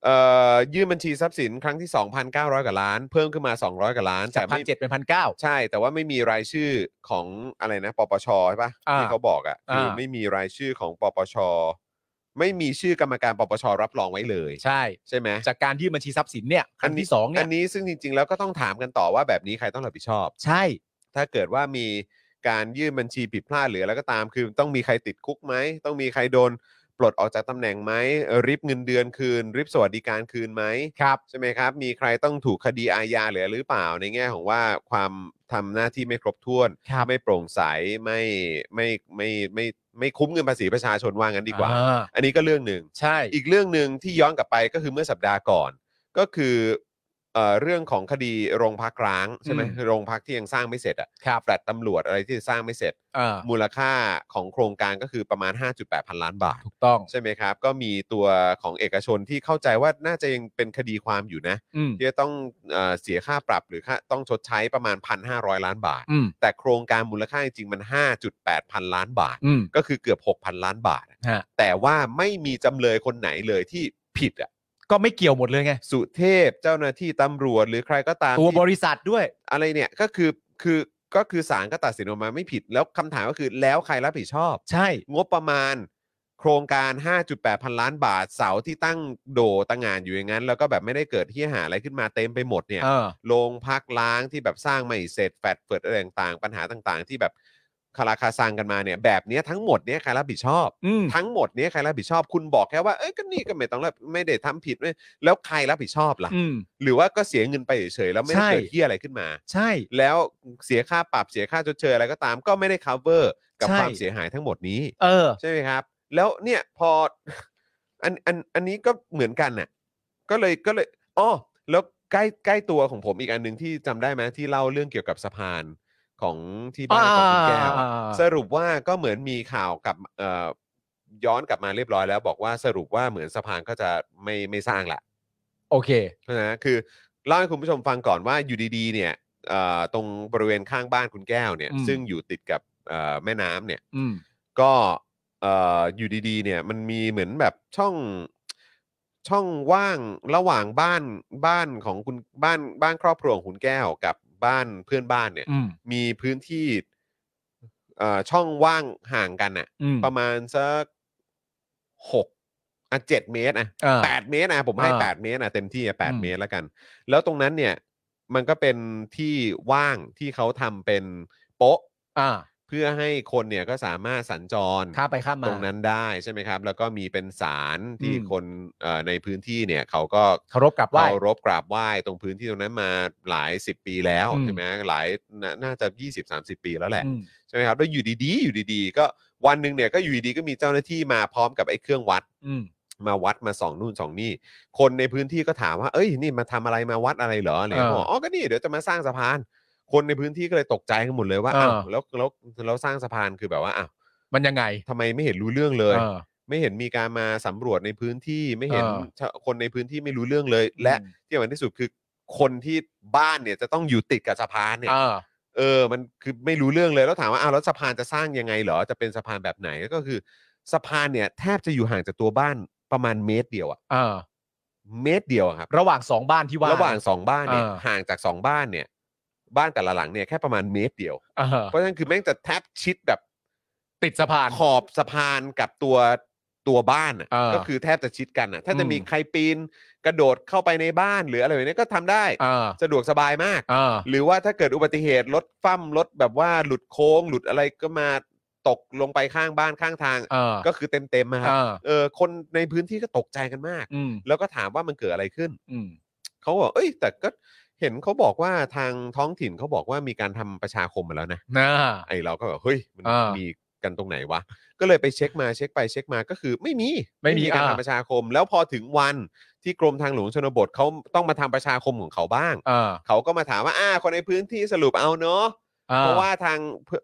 B: เอ่อยื่นบัญชีทรัพย์สินครั้งที่ 2,900 กว่าล้าน เพิ่มขึ้นมา 200 กว่าล้าน
C: จาก
B: แต่
C: พัน
B: ไม่
C: เจ็ดเป็นพันเก้า
B: ใช่แต่ว่าไม่มีรายชื่อของอะไรนะ ปปชใช่ปะ
C: อ่า
B: ที่เขาบอกอะ่ะคืออา ไม่มีรายชื่อของปปช ไม่มีชื่อกรรมการปปชรับรองไว้เลย
C: ใช่
B: ใช่ไหม
C: จากการยื่นบัญชีทรัพย์สินเนี่ยครั้งที่สองเนี่
B: อั
C: ย
B: นนี้ซึ่งจริง ๆ แล้วก็ต้องถามกันต่อว่าแบบนี้ใครต้องรับผิดชอบ
C: ใช่
B: ถ้าเกิดว่ามีการยื่นบัญชีผิดพลาดหรืออะไรก็ตาม คือต้องมีใครติดคุกไหมต้องมีใครโดนปลดออกจากตำแหน่งไหมเอ่อริบเงินเดือนคืน ริบสวัสดิการคืนไหม
C: ครับ
B: ใช่ไหมครับ มีใครต้องถูกคดีอาญาหรืออะไรหรือเปล่าในแง่ของว่าความทำหน้าที่ไม่ครบถ้วน
C: ครับ
B: ไม่โปร่งใสไม่ไม่ไม่ไม่ไม่ไม่คุ้มเงินภาษีประชาชนว่างั้นดีกว่า
C: อ่
B: อันนี้ก็เรื่องหนึ่ง
C: ใช่
B: อีกเรื่องหนึ่งที่ย้อนกลับไปก็คือเมื่อสัปดาห์ก่อน ก็คือเอ่อเรื่องของคดีโรงพักร้างใช่ไหม
C: อืม
B: โรงพักที่ยังสร้างไม่เสร็จอะ
C: ครับ
B: แฟลตตำรวจอะไรที่สร้างไม่เสร็จ
C: อ่า
B: มูลค่าของโครงการก็คือประมาณ 5.8 พันล้านบาท
C: ถูกต้อง
B: ใช่ไหมครับ ก็มีตัวของเอกชนที่เข้าใจว่าน่าจะยังเป็นคดีความอยู่นะ
C: อืม
B: ที่จะต้องเอ่อเสียค่าปรับหรือค่าต้องชดใช้ประมาณ 1,500 ล้านบาท
C: อืม
B: แต่โครงการมูลค่าจริงๆ มัน 5.8 พันล้านบาท
C: อืม
B: ก็คือเกือบ 6,000 ล้านบาท
C: ฮะ
B: แต่ว่าไม่มีจำเลยคนไหนเลยที่ผิดอ่ะ
C: ก็ไม่เกี่ยวหมดเลยไง
B: สุเทพเจ้าหน้าที่ตำรวจหรือใครก็ตาม
C: ตัว
B: ที่
C: บริษัทด้วย
B: อะไรเนี่ยก็คือคือก็คือศาลก็ตัดสินออกมาไม่ผิด แล้วคำถามก็คือแล้วใครรับผิดชอบ
C: ใช่
B: งบประมาณโครงการ 5.8 พันล้านบาทเสาที่ตั้งโดตั้งงานอยู่อย่างนั้น แล้วก็แบบไม่ได้เกิดที่หาอะไรขึ้นมาเต็มไปหมดเนี่ย
C: เออ
B: โรงพักล้างที่แบบสร้างไม่เสร็จแฟดเฟิดอะไรต่างๆ ปัญหาต่างๆ ที่แบบคาราคาซังกันมาเนี่ย แบบเนี้ยทั้งหมดเนี้ยใครรับผิดชอบ
C: อืม
B: ทั้งหมดเนี้ยใครรับผิดชอบ คุณบอกแค่ว่าเอ้ยก็นี่ก็ไม่ต้องรับไม่ได้ทำผิดไม่แล้วใครรับผิดชอบล่ะ
C: อืม
B: หรือว่าก็เสียเงินไปเฉยๆแล้วไม่ได้
C: ใช่
B: เกิดที่อะไรขึ้นมา
C: ใช่
B: แล้วเสียค่าปรับเสียค่าชดเชยอะไรก็ตาม ก็ไม่ได้ cover กับ
C: ใช่
B: ความเสียหายทั้งหมดนี้
C: เออ
B: ใช่ไหมครับ แล้วเนี่ยพอ อันอันอันนี้ก็เหมือนกันน่ะก็เลยก็เลยอ๋อแล้วใกล้ใกล้ตัวของผมอีกอันหนึ่งที่จำได้ไหมที่เล่าเรื่องเกี่ยวกับสะพานของที่บ้านของคุณแก้วอะ
C: อ่า
B: สรุปว่าก็เหมือนมีข่าวกับเอ่อย้อนกลับมาเรียบร้อยแล้วบอกว่าสรุปว่าเหมือนสะพานก็จะไม่ไม่สร้างละ
C: โอเค
B: นะคือเล่าให้คุณผู้ชมฟังก่อนว่าอยู่ดีๆ เนี่ยเอ่อตรงบริเวณข้างบ้านคุณแก้วเนี่ย
C: อืม
B: ซึ่งอยู่ติดกับเอ่อแม่น้ำเนี่ย
C: อืม
B: ก็เอ่ออยู่ดีๆ เนี่ยมันมีเหมือนแบบช่องช่องว่างระหว่างบ้านบ้านของคุณบ้านบ้านครอบครัวของคุณแก้วกับบ้านเพื่อนบ้านเนี่ย
C: อืม
B: มีพื้นที่เอ่อช่องว่างห่างกันน่ะ
C: อืม
B: ประมาณสักหกอ่ะเจ็ดเมตรอ่ะ
C: อ่า
B: แปดเมตรนะผมให้
C: อ่า
B: แปดเมตรนะเต็มที่อะแปด
C: อืม
B: เมตรแล้วกัน แล้วตรงนั้นเนี่ยมันก็เป็นที่ว่างที่เขาทำเป็นโป๊ะ
C: อ่า
B: เพื่อให้คนเนี่ยก็สามารถสัญจร
C: ข้ามไปข้ามมา
B: ตรงนั้นได้ใช่ไหมครับ แล้วก็มีเป็นศาลที่
C: อืม
B: คนเอ่อในพื้นที่เนี่ยเขาก็
C: เคารพกลับไหว้
B: เคารพกราบไหว้ตรงพื้นที่ตรงนั้นมาหลายสิบปีแล้ว
C: อืม
B: ใช่ไหมหลายน่าน่าจะ 20-30 ปีแล้วแหละ
C: อืม
B: ใช่ไหมครับแล้วอยู่ดีๆ อยู่ดีๆ ก็วันหนึ่งเนี่ยก็อยู่ดีๆก็มีเจ้าหน้าที่มาพร้อมกับไอ้เครื่องวัด
C: อืม
B: มาวัดมาส่องนู่นส่องนี่ คนในพื้นที่ก็ถามว่า เอ้ย นี่มาทำอะไรมาวัดอะไรเหรออะไร
C: เออ
B: บอกอ๋อ ก็นี่เดี๋ยวจะมาสร้างสะพาน คนในพื้นที่ก็เลยตกใจกันหมดเลยว่า
C: เอออ้
B: อ้าวแล้วแล้วแล้วสร้างสะพานคือแบบว่าอ้าว
C: มันยังไง
B: ทำไมไม่เห็นรู้เรื่องเลย
C: เออ
B: ไม่เห็นมีการมาสำรวจในพื้นที่ไม่เห็น
C: เออ
B: ชาวคนในพื้นที่ไม่รู้เรื่องเลย และที่สำคัญที่สุดคือคนที่บ้านเนี่ยจะต้องอยู่ติดกับสะพานเนี่ย
C: เออ
B: เออ มันคือไม่รู้เรื่องเลย แล้วถามว่าอ้าวแล้วสะพานจะสร้างยังไงเหรอ จะเป็นสะพานแบบไหน ก็คือสะพานเนี่ยแทบจะอยู่ห่างจากตัวบ้านประมาณเมตรเดียวอะ
C: เออ
B: เมตรเดียวอะครับ
C: ระหว่างสองบ้านที่ว่า
B: ระหว่างสองบ้านเนี่ย
C: อ่า
B: ห่างจากสองบ้านเนี่ย บ้านแต่ละหลังเนี่ยแค่ประมาณเมตรเดียว
C: เออ
B: เพราะฉะนั้นคือแม่งจะแทบชิดแบบ
C: ติดสะพาน
B: ขอบสะพานกับตัวตัวบ้านอะ
C: อ่า
B: ก็คือแทบจะชิดกันอ่ะ ถ้าจะ
C: อืม
B: มีใครปีนกระโดดเข้าไปในบ้านหรืออะไรแบบนี้ก็ทำได้
C: เออ
B: สะดวกสบายมาก
C: เออ
B: หรือว่าถ้าเกิดอุบัติเหตุรถฟั่มรถแบบว่าหลุดโค้ง หลุดอะไรก็มาตกลงไปข้างบ้านข้างทาง
C: เออ
B: ก็คือเต็มเต็มๆอะค
C: เอ
B: รับ
C: อ
B: เออคนในพื้นที่ก็ตกใจกันมาก
C: อืม
B: แล้วก็ถามว่ามันเกิดอะไรขึ้น
C: อืม
B: เขาบอก เอ้ย แต่ก็เห็นเขาบอกว่าทางท้องถิ่นเขาบอกว่ามีการทำประชาคมมาแล้วนะ
C: นะ
B: ไอเราก็แบบ เฮ้ย มัน
C: อ่ามี
B: มี กันตรงไหนวะ ก็เลยไปเช็คมาเช็คไปเช็คมาก็คือไม่มี
C: ไม่มี
B: การ
C: อ่า
B: ทำประชาคม แล้วพอถึงวันที่กรมทางหลวงชนบทเขาต้องมาทำประชาคมของเขาบ้าง
C: อ่า
B: เขาก็มาถามว่าอ่าคนในพื้นที่สรุปเอาเนาะ
C: อ่
B: เพราะว่าทาง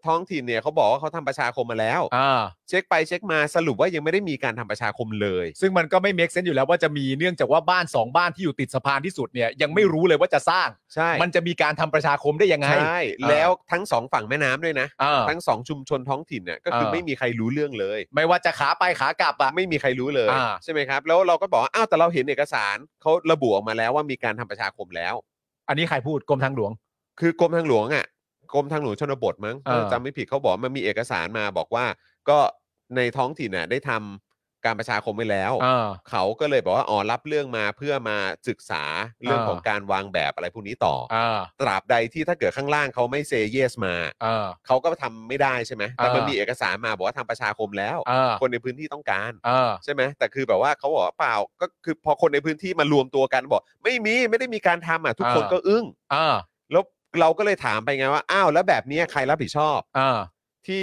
B: ท้องถิ่นเนี่ยเขาบอกว่าเขาทำประชาคมมาแล้ว
C: อ่า
B: เช็คไปเช็คมาสรุปว่ายังไม่ได้มีการทำประชาคมเลย
C: ซึ่งมันก็ไม่เมคเซนต์อยู่แล้วว่าจะมีเนื่องจากว่าบ้านสองบ้านที่อยู่ติดสะพานที่สุดเนี่ยยังไม่รู้เลยว่าจะสร้าง
B: ใช่
C: มันจะมีการทำประชาคมได้ยังไง
B: ใช่แล้วทั้งสองฝั่งแม่น้ำด้วยนะ
C: อ่า
B: ทั้งสองชุมชนท้องถิ่นเนี่ยก็คือ
C: เออ
B: ไม่มีใครรู้เรื่องเลย
C: ไม่ว่าจะขาไปขากลับอะ
B: ไม่มีใครรู้เลย
C: อ่า
B: ใช่ไหมครับ แล้วเราก็บอกว่าอ้าวแต่เราเห็นเอกสารเขาระบุออกมาแล้วว่ามีการทำประชาคมแล้ว
C: อันนี้ใครพูดกรมทางหลวง
B: คือกรมทางหลวงอ่ะกรมทางหลวงชนบทมั้ง
C: เออ
B: จำไม่ผิดเขาบอกมันมีเอกสารมาบอกว่า ก็ในท้องถิ่นน่ะได้ทำการประชาคมไว้แล้ว
C: อ่า
B: เขาก็เลยบอกว่าอ๋อรับเรื่องมาเพื่อมาศึกษาเรื่อง
C: เออ
B: ของการวางแบบอะไรพวกนี้ต่ออ
C: อ่า
B: ตราบใดที่ถ้าเกิดข้างล่างเขาไม่เซเยสมา
C: อ่า
B: เขาก็ทำไม่ได้ใช่ไหมแต่มัน
C: เออ
B: มีเอกสารมาบอกว่าทำประชาคมแล้ว
C: อ่า
B: คนในพื้นที่ต้องการ
C: อ่า
B: ใช่ไหมแต่คือแบบว่าเขาบอกว่าเปล่าก็คือพอคนในพื้นที่มารวมตัวกันบอก ไม่มีไม่ได้มีการทำอ่ะทุกคน
C: อ่า
B: ก็อึ้ง
C: อ่า
B: แล้วเราก็เลยถามไปไงว่าอ้าวแล้วแบบเนี้ยใครรับผิดชอบ
C: อ่า
B: ที่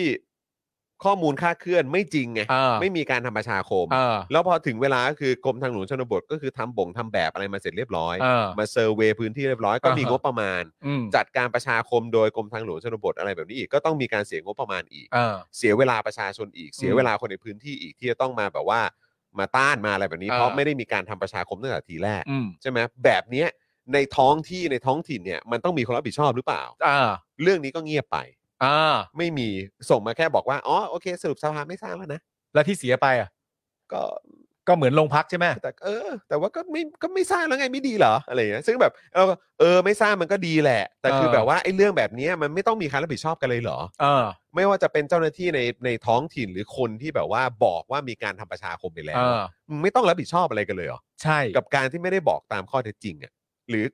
B: ข้อมูลคลาดเคลื่อนไม่จริงไง
C: อ่า
B: ไม่มีการทำประชาคม
C: อ่า
B: แล้วพอถึงเวลาก็คือกรมทางหลวงชนบทก็คือทำบ่งทำแบบอะไรมาเสร็จเรียบร้อย
C: อ่า
B: มาเซอร์เวย์พื้นที่เรียบร้อยก็มี
C: อ่าฮะ
B: งบประมาณ
C: อืม
B: จัดการประชาคมโดยกรมทางหลวงชนบทอะไรแบบนี้อีกก็ต้องมีการเสียงบประมาณอีก
C: อ่า
B: เสียเวลาประชาชนอีก เสีย
C: อืม
B: เวลาคนในพื้นที่อีกที่จะต้องมาแบบว่ามาต้านมาอะไรแบบนี้
C: อ่า
B: เพราะไม่ได้มีการทำประชาคมตั้งแต่ทีแรก
C: อืม
B: ใช่ไหมแบบเนี้ยในท้องที่ในท้องถิ่นเนี่ยมันต้องมีคนรับผิดชอบหรือเปล่า
C: อ่า
B: เรื่องนี้ก็เงียบไป
C: อ่า
B: ไม่มีส่งมาแค่บอกว่าอ๋อโอเคสรุปสภาไม่สร้างแล้วนะ
C: แล้วที่เสียไปอ่ะ
B: ก็
C: ก็เหมือนลงพักใช่ไหม
B: แต่เออ แต่ว่าก็ไม่ก็ไม่สร้างแล้วไงไม่ดีเหรออะไรอย่างเงี้ยซึ่งแบบเราก็เออไม่สร้างมันก็ดีแหละ แต่คือแบบว่าไอ้เรื่องแบบเนี้ยมันไม่ต้องมีการรับผิดชอบกันเลยเหรอ
C: เออ
B: ไม่ว่าจะเป็นเจ้าหน้าที่ในในท้องถิ่นหรือคนที่แบบว่าบอกว่ามีการทำประชาคมไปแล้ว
C: เออ
B: ไม่ต้องรับผิดชอบอะไรกันเลยเหรอ
C: ใช่
B: กับการที่ไม่ได้บอกตามข้อเท็จจริงอ่ะ หรือ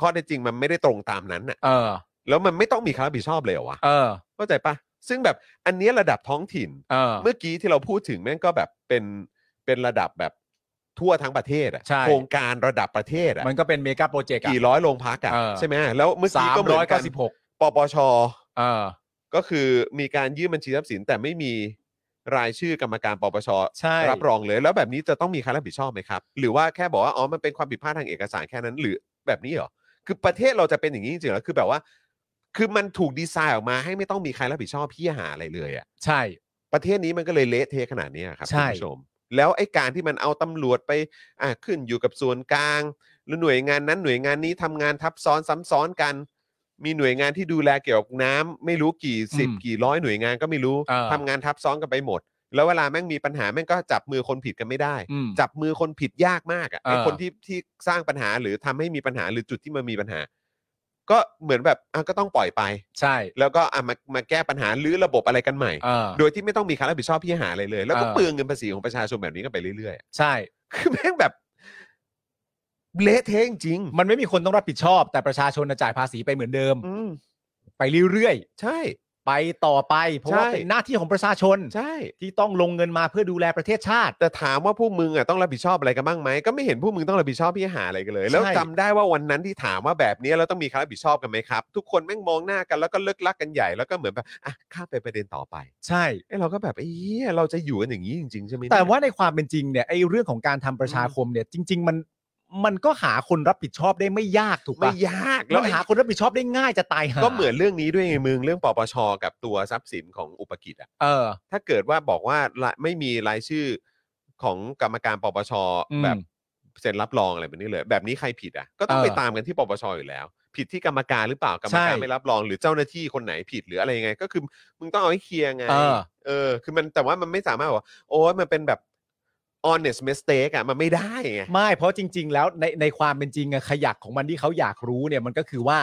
B: ข้อเท็จจริงมันไม่ได้ตรงตามนั้นอ่ะ
C: เออ
B: แล้วมันไม่ต้องมีความรับผิดชอบเลยเหรอวะ
C: เออ
B: เข้าใจปะ ซึ่งแบบอันเนี้ยระดับท้องถิ่น
C: เออ
B: เมื่อกี้ที่เราพูดถึงแม่งก็แบบเป็นเป็นระดับแบบทั่วทั้งประเทศอ่ะ
C: ใช่
B: โครงการระดับประเทศอ่ะ
C: มันก็เป็นเมกาโปรเจกต์อ่ะ
B: กี่ร้อยโรงพักอ่ะ
C: เออ
B: ใช่ไหมแล้วเมื่อ
C: สา
B: กี้
C: ม
B: ก็เหมื
C: ร้อ
B: อย นกั
C: เก้าน สิบหก
B: ปปช
C: เออ
B: ก็คือมีการยื่นบัญชีทรัพย์สินแต่ไม่มีรายชื่อกรรมการปปช
C: ใช่
B: รับรองเลย แล้วแบบนี้จะต้องมีการรับผิดชอบไหมครับ หรือว่าแค่บอกว่าอ๋อมันเป็นความผิดพลาดทางเอกสารแค่นั้นหรือแบบนี้เหรอคือประเทศเราจะเป็นอย่างนี้จริงๆเหรอคือแบบว่า คือมันถูกดีไซน์ออกมาให้ไม่ต้องมีใครรับผิดชอบพี่หาอะไรเลยอะ
C: ใช่
B: ประเทศนี้มันก็เลยเละเทะขนาดนี้ครับ
C: ใช่
B: คุณผู้ชมแล้วไอ้การที่มันเอาตำรวจไปอ่ะขึ้นอยู่กับส่วนกลางหรือหน่วยงานนั้นหน่วยงานนี้ทำงานทับซ้อนซ้ำซ้อนกัน มีหน่วยงานที่ดูแลเกี่ยวกับน้ำไม่รู้กี่สิบ
C: อืม
B: กี่ร้อยหน่วยงานก็ไม่รู้
C: เออ
B: ทำงานทับซ้อนกันไปหมด แล้วเวลาแม่งมีปัญหาแม่งก็จับมือคนผิดกันไม่ได้
C: อืม
B: จับมือคนผิดยากมากอะ่ะไอ้
C: เออ
B: คนที่ที่สร้างปัญหาหรือทำให้มีปัญหาหรือจุดที่มันมีปัญหา ก็เหมือนแบบอ่ะก็ต้องปล่อยไป
C: ใช่
B: แล้วก็อ่ะมามาแก้ปัญหาหรือระบบอะไรกันใหม่
C: เออ
B: โดยที่ไม่ต้องมีการรับผิดชอบพี่หาอะไรเลย แล้วก็
C: เออ
B: เปลืองเงินภาษีของประชาชนแบบนี้กันไปเรื่อย
C: ใช่
B: ๆ คือแม่งแบบเละเทะจริงๆ
C: มันไม่มีคนต้องรับผิดชอบ แต่ประชาชนน่ะจ่ายภาษีไปเหมือนเดิม
B: อืม
C: ไปเรื่อย
B: ใช่
C: ๆ ไปต่อไปเพราะว่า
B: ใช่
C: เป็นหน้าที่ของประชาชน
B: ใช่
C: ที่ต้องลงเงินมาเพื่อดูแลประเทศชาติ
B: แต่ถามว่าพวกมึงอ่ะต้องรับผิดชอบอะไรกันบ้างไหมก็ไม่เห็นพวกมึงต้องรับผิดชอบพี่หาอะไรกันเลย แล้ว
C: ใช่
B: จำได้ว่าวันนั้นที่ถามว่าแบบนี้เราต้องมีการรับผิดชอบกันไหมครับ ทุกคนแม่งมองหน้ากันแล้วก็เลิกลักกันใหญ่แล้วก็เหมือนแบบอ่ะข้ามไปประเด็นต่อไป
C: ใช่
B: เอ้ยเราก็แบบไอ้เหี้ยเราจะอยู่กันอย่างนี้จริงๆใช่ไหมเนี่ย
C: แต่ว่าในความเป็นจริงเนี่ยไอ้เรื่องของการทำประชาคมเนี่ย จริง ๆ มันมันก็หาคนรับผิดชอบได้ไม่ยากถูก
B: ไม่
C: ปะ
B: ยาก
C: แล้
B: แล้ว วไอ้
C: หาคนรับผิดชอบได้ง่ายจะตายหา
B: ก็เหมือนเรื่องนี้ด้วยไงมึงเรื่องปปชกับตัวทรัพย์สินของอุปกิจอ่ะ
C: เออ
B: ถ้าเกิดว่าบอกว่าละไม่มีรายชื่อของกรรมการปปช
C: อืม
B: แบบเซ็นรับรองอะไรแบบนี้เลย แบบนี้ใครผิดอ่ะก็ต้อง
C: เออ
B: ไปตามกันที่ปปชอยู่แล้ว ผิดที่กรรมการหรือเปล่ากรรมการ
C: ใช่
B: ไม่รับรองหรือเจ้าหน้าที่คนไหนผิดหรืออะไรยังไง ก็คือมึงต้องเอาให้เคลียร์ไง
C: เออ
B: เออ คือมันแต่ว่ามันไม่สามารถบอกว่าโอ้ยมันเป็นแบบ honest mistake อ่ะมันไม่ได้ไง
C: ไม่เพราะจริง ๆ แล้วในในความเป็นจริงอะขยักของมันที่เขาอยากรู้เนี่ยมันก็คือว่า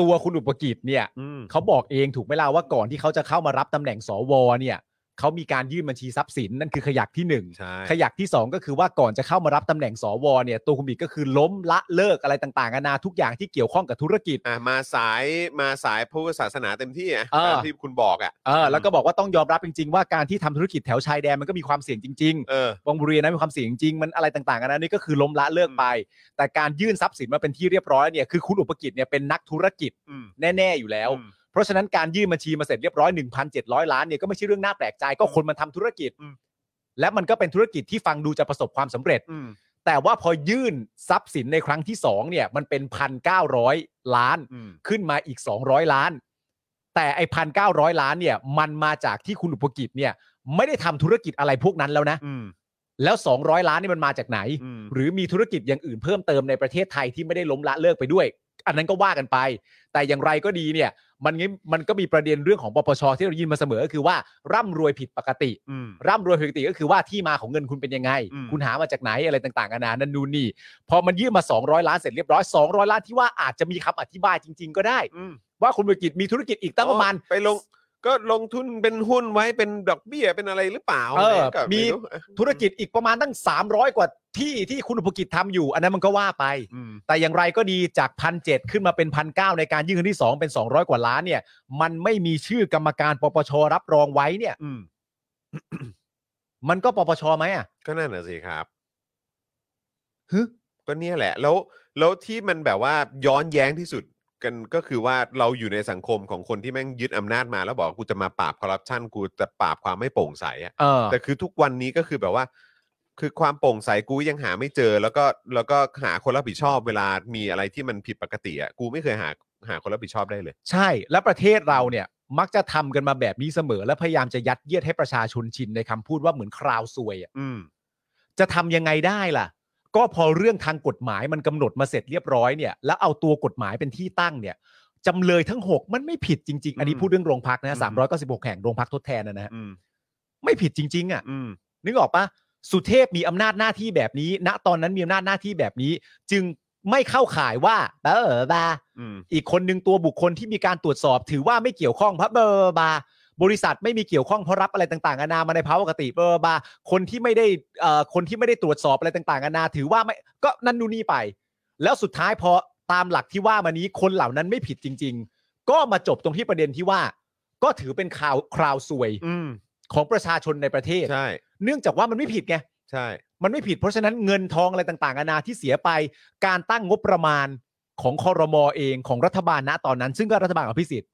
C: ตัวคุณอุปกิจเนี่ย
B: อืม
C: เขาบอกเองถูกไหมล่ะว่าก่อนที่เขาจะเข้ามารับตำแหน่งสวเนี่ยเขามีการยื่นบัญชีทรัพย์สินนั่นคือขยักที่หนึ่ง
B: ใช่
C: ขยักที่ 2 ก็คือว่าก่อนจะเข้ามารับตำแหน่งสวเนี่ยตัวคุณบิ๊กก็คือล้มละเลิกอะไรต่างๆนานาทุกอย่างที่เกี่ยวข้องกับธุรกิจ
B: อ่ะมาสายมาสายพุทธศาสนาเต็มที่อ่ะ
C: เออ
B: ตามที่คุณบอกอ่ะ
C: เออแล้วก็บอกว่าต้องยอมรับจริง ๆ ว่าการที่ทำธุรกิจแถวชายแดนมันก็มีความเสี่ยงจริง
B: เออ
C: ๆบางบริเวณนั้นมีความเสี่ยงจริงๆมันอะไรต่างๆนานานี่ก็คือล้มละเลิกไป แต่การยื่นทรัพย์สินมาเป็นที่เรียบร้อยเนี่ยคือคุณอุปกิจเนี่ยเป็นนักธุรกิจ
B: อืม
C: แน่ ๆอยู่แล้ว
B: อืม
C: เพ ราะฉะนั้นการยื่นบัญชีมาเสร็จเรียบร้อย 1,700 ล้านเนี่ยก็ไม่ใช่เรื่องน่าแปลกใจก็คนมันทำธุรกิจ และมันก็เป็นธุรกิจที่ฟังดูจะประสบความสำเร็จ
B: อืม
C: แต่ว่าพอยื่นทรัพย์สินในครั้งที่สองเนี่ยมันเป็น 1,900 ล้าน
B: อืม
C: ขึ้นมาอีก 200 ล้าน แต่ไอ้พันเก้าร้อยล้านเนี่ย มันมาจากที่คุณอุปกิจเนี่ย ไม่ได้ทำธุรกิจอะไรพวกนั้นแล้วนะ
B: อืม
C: แล้ว 200 ล้านนี่มันมาจากไหน
B: อืม
C: หรือมีธุรกิจอย่างอื่นเพิ่มเติมในประเทศไทยที่ไม่ได้ล้มละเลิกไปด้วย อันนั้นก็ว่ากันไป แต่อย่างไรก็ดีเนี่ยมันงี้มันก็มีประเด็นเรื่องของปปชที่เรายินมาเสมอก็คือว่าร่ำรวยผิดปกติ
B: อืม
C: ร่ำรวยผิดปกติก็คือว่าที่มาของเงินคุณเป็นยังไง
B: อืม
C: คุณหามาจากไหนอะไรต่างๆนานานั่นนู่นนี่พอมันยื่นมา 200 ล้านเสร็จเรียบร้อย 200 ล้านที่ว่าอาจจะมีคำอธิบายจริง ๆ ก็ได้
B: อืม
C: ว่าคุณวิกิจมีธุรกิจอีกตั้งประมาณ
B: อ๋อไปลงก็ลงทุนเป็นหุ้นไว้เป็นดอกเบี้ยเป็นอะไรหรือเปล่า
C: เออ
B: ก็ไ
C: มี
B: รู้อ่ะ
C: ธุรกิจอีกประมาณตั้ง 300 กว่าที่ที่คุณอุปกิจทำอยู่ อันนั้นมันก็ว่าไป
B: อืม
C: แต่อย่างไรก็ดีจากพันเขึ้นมาเป็นพันเในการยื่นครั้งที่ 2 เป็น 200 กว่าล้านเนี่ย มันไม่มีชื่อกรรมการปปชรับรองไว้เนี่ย
B: อืม
C: มันก็ปปชไหมอ่ะ
B: ก็นั่นน่ะสิครับ
C: ฮึ
B: ก็เนี่ยแหละ แล้วแล้วที่มันแบบว่าย้อนแย้งที่สุดกันก็คือว่าเราอยู่ในสังคมของคนที่แม่งยึดอำนาจมาแล้วบอกว่ากูจะมาปราบคอร์รัปชันกูจะปราบความไม่โปร่งใสอะ
C: เออ
B: แต่คือทุกวันนี้ก็คือแบบว่า คือความโปร่งใสกูยังหาไม่เจอ แล้วก็แล้วก็หาคนรับผิดชอบเวลามีอะไรที่มันผิดปกติอะกูไม่เคยหาหาคนรับผิดชอบได้เลย
C: ใช่และประเทศเราเนี่ยมักจะทำกันมาแบบนี้เสมอ และพยายามจะยัดเยียดให้ประชาชนชินในคำพูดว่าเหมือนคราวซวยอะ
B: อืม
C: จะทำยังไงได้ล่ะ ก็พอเรื่องทางกฎหมายมันกำหนดมาเสร็จเรียบร้อยเนี่ยแล้วเอาตัวกฎหมายเป็นที่ตั้งเนี่ยจำเลยทั้ง 6 มันไม่ผิดจริง ๆ อันนี้
B: อืม
C: พูดเรื่องโรงพักนะ
B: อื
C: สาม มร้อยเก้าสิบหกแห่งโรงพักทดแทนนะนะฮะ
B: อืม
C: ไม่ผิดจริง ๆอ่ะ
B: อืม
C: นึกออกปะสุเทพมีอำนาจหน้าที่แบบนี้ ณตอนนั้นมีอำนาจหน้าที่แบบนี้ จึงไม่เข้าข่ายว่าเออบา
B: อืม
C: อีกคนหนึ่งตัวบุคคลที่มีการตรวจสอบ ถือว่าไม่เกี่ยวข้องเพราะเบอร์บาบริษัทไม่มีเกี่ยวข้องเพราะรับอะไรต่างๆนานามาในภาวะปกติเบอร์บาคนที่ไม่ได้เอ่อคนที่ไม่ได้ตรวจสอบอะไรต่างๆนานาถือว่าไม่ก็นั่นนู่นนี่ไป แล้วสุดท้ายพอตามหลักที่ว่ามานี้คนเหล่านั้นไม่ผิดจริง ๆ ก็มาจบตรงที่ประเด็นที่ว่า ก็ถือเป็นข่าวคราวซวย
B: อืม
C: ของประชาชนในประเทศ
B: ใช่
C: เนื่องจากว่ามันไม่ผิดไง
B: ใช่
C: มันไม่ผิดเพราะฉะนั้นเงินทองอะไรต่างๆนานาที่เสียไป การตั้งงบประมาณของคอรมอเองของรัฐบาลณตอนนั้น ซึ่งก็รัฐบาลอภิสิทธิ์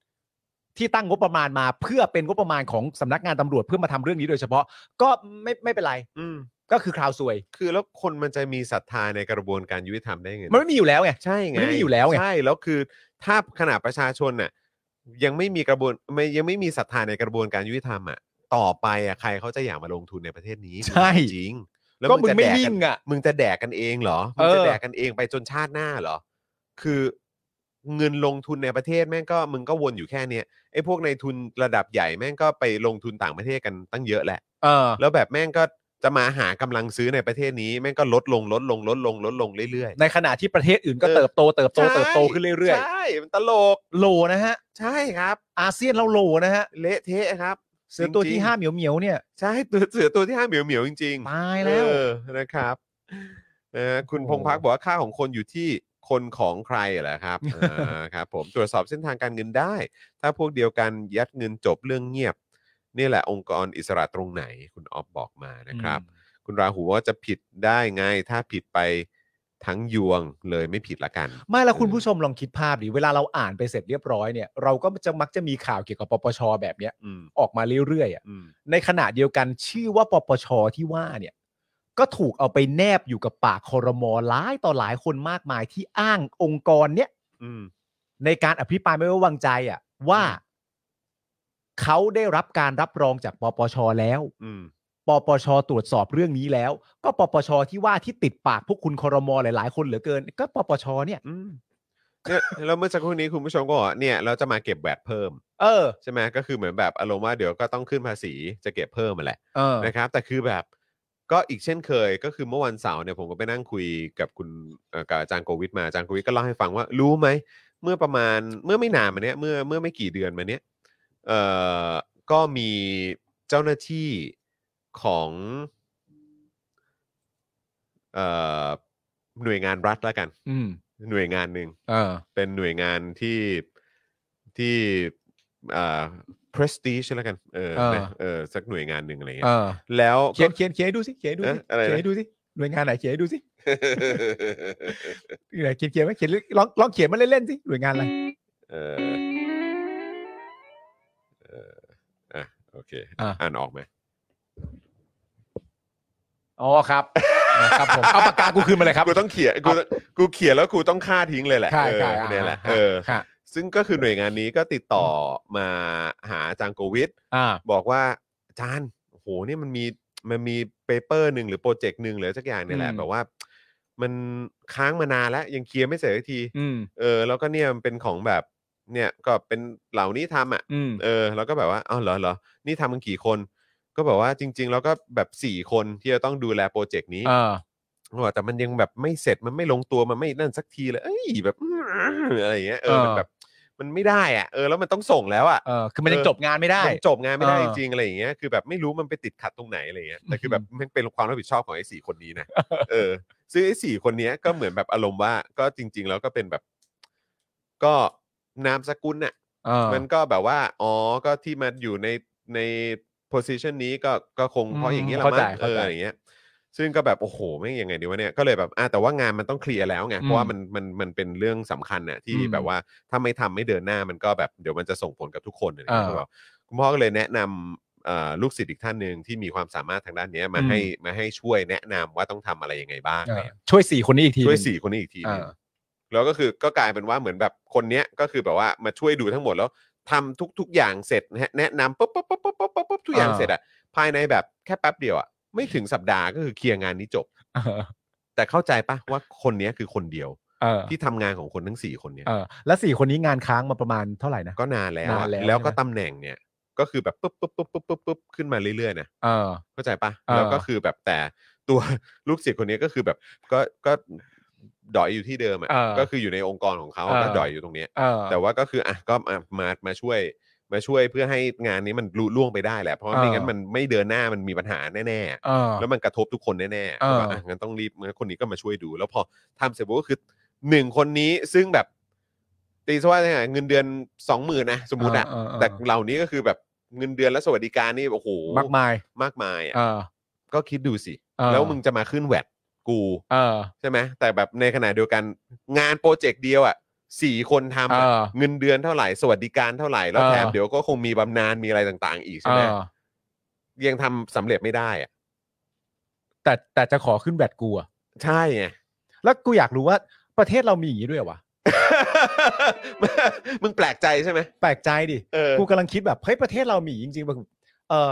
C: ที่ตั้งงบประมาณมาเพื่อเป็นงบประมาณของสำนักงานตำรวจเพื่อมาทำเรื่องนี้โดยเฉพาะ ก็ไม่ไม่เป็นไร
B: อืม
C: ก็คือคราวซวย
B: คือแล้วคนมันจะมีศรัทธาในกระบวนการยุติธรรมได้ไง
C: มันไม่มีอยู่แล้วไง
B: ใช่ไง
C: มันไม่มีอยู่แล้วไง
B: ใช่แล้วคือถ้าขนาดประชาชนน่ะยังไม่มีกระบวนไม่ยังไม่มีศรัทธาในกระบวนการยุติธรรมอ่ะต่อไปอ่ะใครเขาจะอยากมาลงทุนในประเทศนี้
C: ใช่
B: จริงๆ
C: ก็มึ
B: จะ
C: งไม่
B: แดก
C: นิ่
B: กั
C: ง
B: น
C: อ่ะ
B: มึงจะแดกกันเองเหรอมึงจะ
C: เออ
B: แดกกันเองไปจนชาติหน้าเหรอ คือเงินลงทุนในประเทศแม่งก็มึงก็วนอยู่แค่เนี้ยไอ้พวกในทุนระดับใหญ่แม่งก็ไปลงทุนต่างประเทศกันตั้งเยอะแหละ
C: เออ
B: แล้วแบบแม่งก็จะมาหากำลังซื้อในประเทศนี้แม่งก็ลดลงลดลงลดลงลดลงเรื่อย
C: ในขณะที่ประเทศอื่นก็
B: เออ
C: เติบโตเติบ
B: ๆ
C: โตเติบโต
B: ใช่
C: ขึ้นเรื่อย
B: ใช่มันตลก
C: ๆโลนะฮะ
B: ใช่ครับ
C: อาเซียนเราโลนะฮะ
B: เละเทะครับ
C: เสือตัวที่
B: จริงๆ
C: ห้าเหมียวเหมียวๆเนี่ย
B: ใช่ตัวเสือตัวที่ห้าเหมียวเหมียวๆจริง
C: ตาย
B: ๆ
C: แล้ว
B: เออนะครับเออคุณพ
C: โอ้
B: ง
C: โห
B: พักบอกว่าค่าของคนอยู่ที่คนของใครเหรอครับเออครับผมตรวจสอบเส้นทางการเงินได้ ถ้าพวกเดียวกันยัดเงินจบเรื่องเงียบ นี่แหละองค์กรอิสระตรงไหนคุณออฟบอกมานะครับ คุณราหูว่าจะผิดได้ไงถ้าผิดไปทั้งยวงเลยไม่ผิดละกัน
C: ไม่แล้วคุณผู้ชมลองคิดภาพดิเวลาเราอ่านไปเสร็จเรียบร้อยเนี่ยเราก็จะมักจะมีข่าวเกี่ยวกับปปชแบบเนี้ย
B: อืม
C: ออกมาเรื่อยๆอะ
B: อืม
C: ในขณะเดียวกันชื่อว่าปปชที่ว่าเนี่ยก็ถูกเอาไปแนบอยู่กับปากคอรมอหลายต่อหลายคนมากมายที่อ้างองค์กรเนี่ย
B: อืม
C: ในการอภิปรายไม่ไว้วางใจอ่ะว่าเขาได้รับการรับรองจากปปชแล้ว
B: อืม
C: ปปชตรวจสอบเรื่องนี้แล้ว ก็ปปชที่ว่าที่ติดปากพวกคุณคอรมอหลาย ๆ คนเหลือเกิน ก็ปปชเนี่ย
B: อืมเนี่ยแล้วเมื่อสักครู่นี้คุณผู้ชมก็บอกว่าเนี่ยเราจะมาเก็บแวดเพิ่ม
C: เออ
B: ใช่ไหมก็คือเหมือนแบบอารมณ์ว่าเดี๋ยวก็ต้องขึ้นภาษีจะเก็บเพิ่มมาแหละ
C: เออ
B: นะครับ แต่คือแบบก็อีกเช่นเคย ก็คือเมื่อวันเสาร์เนี่ยผมก็ไปนั่งคุยกับคุณเอ่อกับอาจารย์โควิดมาอาจารย์โควิดก็เล่าให้ฟังว่ารู้ไหมเมื่อประมาณเมื่อไม่นานมาเนี้ยเมื่อเมื่อไม่กี่เดือนมาเนี้ยเอ่อก็มีเจ้าหน้าที่ของเอ่อหน่วยงานรัฐแล้วกัน
C: อืม
B: หน่วยงานหนึ่ง
C: เออ
B: เป็นหน่วยงานที่ที่อ่า prestige แล้วกันเออ
C: เออ
B: นะเออสักหน่วยงานหนึ่งอะไร
C: เอ
B: เงี้ย
C: อ
B: แล้วก็
C: เขี ยนเขียนเขียนให้ดูสิเขียนให้ดูสิ
B: เอ๊ะอะไรนะ
C: เขียนให้ดูสิหน่วยงานไหนเขียนให้ดูสิเขียนเขียนไหมเขียนลองลองเขียนมาเล่นๆสิหน่วยงานอะไร
B: เออ โอเค
C: อ่ะ
B: อ่านออกไหม
C: อ๋อครับ ครับ ผมเอาปากกากูคืนมาเลยครับ
B: กูต้องเขียนกูกูเขียนแล้วกูต้องฆ่าทิ้งเลยแหละ
C: ใช่ใช่
B: เออเนี่ยแหละ
C: อ่า
B: เออ
C: ค่ะ
B: ซึ่งก็คือหน่วยงานนี้ก็ติดต่อมาหาอาจางโกวิท
C: อ่า
B: บอกว่าอาจารย์โอ้โหเนี่ยมันมีมันมีเปเปอร์หนึ่งหรือโปรเจกต์หนึ่งหรือสักอย่างเนี่ยแหละ
C: อืม
B: แบบว่า มันค้างมานานแล้ว ยังเคลียร์ไม่เสร็จสักที
C: อืม
B: เออ แล้วก็เนี่ยมันเป็นของแบบเนี่ยก็เป็นเหล่านี้ทำอ่ะ
C: อืม
B: เออแล้วก็แบบว่าเอ้าวเหรอเหรอนี่ทำกันกี่คน ก็แบบว่าจริง ๆ แล้วก็แบบสี่คนที่จะต้องดูแลโปรเจกต์นี้
C: เออ
B: เขาบอกแต่มันยังแบบไม่เสร็จมันไม่ลงตัวมันไม่นั่นสักทีเลยเอ้ยแบบ อื้ออะไรอย่างเงี้ยเออมัน
C: เออ
B: แบบมันไม่ได้อ่ะเออแล้วมันต้องส่งแล้วอ่ะ
C: เออคือมันยัง
B: เออ
C: จบงานไม่ได้
B: มันจบงานไม่ได้
C: เอ
B: จ
C: อ
B: ริงๆอะไรอย่างเงี้ยคือแบบไม่รู้มันไปติดขัดตรงไหนอะไรเงี้ยแต่คือแบบมันเป็นความรับผิดชอบของไอ้สี่คนนี้ นะเออซึ่งไอ้สี่คนเนี้ยก็เหมือนแบบอารมณ์ว่าก็จริง ๆ แล้วก็เป็นแบบ ก็นามสกุลน่ะ มันก็แบบว่า อ๋อ ก็ที่มาอยู่ในใน position นี้ก็ก็คงเพราะอย่างนี้ยละ
C: เข้า
B: มั้
C: ใจ
B: งเอ
C: เข้า
B: อ
C: ใจ
B: อะไรเงี้ย ซึ่งก็แบบโอ้โหไม่งยังไงดีวะเนี่ย ก็เลยแบบอ่ะแต่ว่างานมันต้องเคลียร์แล้วไง เพราะว่ามันมันมันเป็นเรื่องสำคัญน่ะที่
C: อืม
B: แบบว่าถ้าไม่ทำไม่เดินหน้ามันก็แบบเดี๋ยวมันจะส่งผลกับทุกคนอะไรเงี้ย
C: อ่า
B: ก็แบบคุณพ่อก็เลยแนะนำเอ่อลูกศิษย์อีกท่านหนึ่งที่มีความสามารถทางด้านเนี้ยมา
C: อืม
B: ให้มาให้ช่วยแนะนำว่าต้องทำอะไรยังไงบ้าง
C: เอ
B: อะไร
C: อ
B: เงี้ย
C: ช่วยสี่คนนี้อีกที
B: ช่วย
C: หนึ่ง
B: สี่คนนี้อีกทีหนึ่ง
C: อ่า
B: แล้วก็คือก็กลายเป็นว่าเหมือนแบบคนเนี้ยก็คือแบบว่ามาช่วยดูทั้งหมดแล้วทำทุก ๆ อย่างเสร็จนะฮะแนะนำปุ๊บปุ๊บปุ๊บปุ๊บปุ๊บปุ๊บปุ๊บทุกอย่างเสร็จอะภายในแบบแค่แป๊บเดียวอะไม่ถึงสัปดาห์ก็คือเคลียร์งานนี้จบ
C: เออ
B: แต่เข้าใจปะว่าคนเนี้ยคือคนเดียว
C: เออ
B: ที่ทำงานของคนทั้งสี่คนเนี้ย
C: เออแล้วสี่คนนี้งานค้างมาประมาณเท่าไหร่นะ
B: ก็นานแล้วอะ
C: นานแล้ว
B: แล้วก็
C: ใช่ไหม
B: ตำแหน่งเนี่ยก็คือแบบปุ๊บปุ๊บปุ๊บปุ๊บปุ๊บปุ๊บขึ้นมาเรื่อยๆนะ
C: เออ
B: เข้าใจปะ
C: เออ
B: แล้วก็คือแบบแต่ตัว ลูกศิษย์คนนี้ก็คือแบบก็ก็ดอยอยู่ที่เดิม
C: เอ
B: อ่ะ
C: อ
B: ก็คืออยู่ในองค์กรของเขา
C: เออ
B: ก็ดอยอยู่ตรงเนี้ย
C: เออ
B: แต่ว่าก็คืออ่ะก็มามามาช่วยมาช่วยเพื่อให้งานนี้มันลุล่วงไปได้แหละเพราะว่า
C: เออ
B: ไม่งั้นมันไม่เดินหน้ามันมีปัญหาแน่
C: เออ
B: ๆแล้วมันกระทบทุกคนแน่ๆ
C: เออ
B: ก็อ่ะงั้นต้องรีบงั้นคนนี้ก็มาช่วยดู แล้วพอทำเสร็จปุ๊บก็คือหนึ่งคนนี้ซึ่งแบบตีซะว่าเนี่ยเงินเดือนสองหมื่นนะสมมติอ่ะ
C: เเเ
B: แต่เหล่านี้ก็คือแบบเงินเดือนและสวัสดิการนี่โอ้โห
C: มากมาย
B: มากมายอ่ะ
C: เออ
B: ก็คิดดูสิ
C: เออ
B: แล้วมึงจะมาขึ้นแวดกู
C: เออ
B: ใช่ไหมแต่แบบในขณะเดียวกันงานโปรเจกต์เดียวอ่ะสี่คนทำ
C: เอ
B: อะ
C: อ
B: เงินเดือนเท่าไหร่สวัสดิการเท่าไหร่แล้ว
C: เออ
B: แถมเดี๋ยวก็คงมีบำนาญมีอะไรต่างๆ อีก
C: เอ
B: ใช่ไหม
C: อ
B: ยังทำสำเร็จไม่ได้อ่ะ
C: แต่แต่จะขอขึ้นแบตกูอะ
B: ใช่ไง
C: แล้วกูอยากรู้ว่าประเทศเรามีอย่างนี้ด้วยเหรอวะ
B: มึงแปลกใจใช่ไหม
C: แปลกใจดิ
B: เออ
C: กูกำลังคิดแบบเฮ้ยประเทศเรามีจริงๆแบบเออ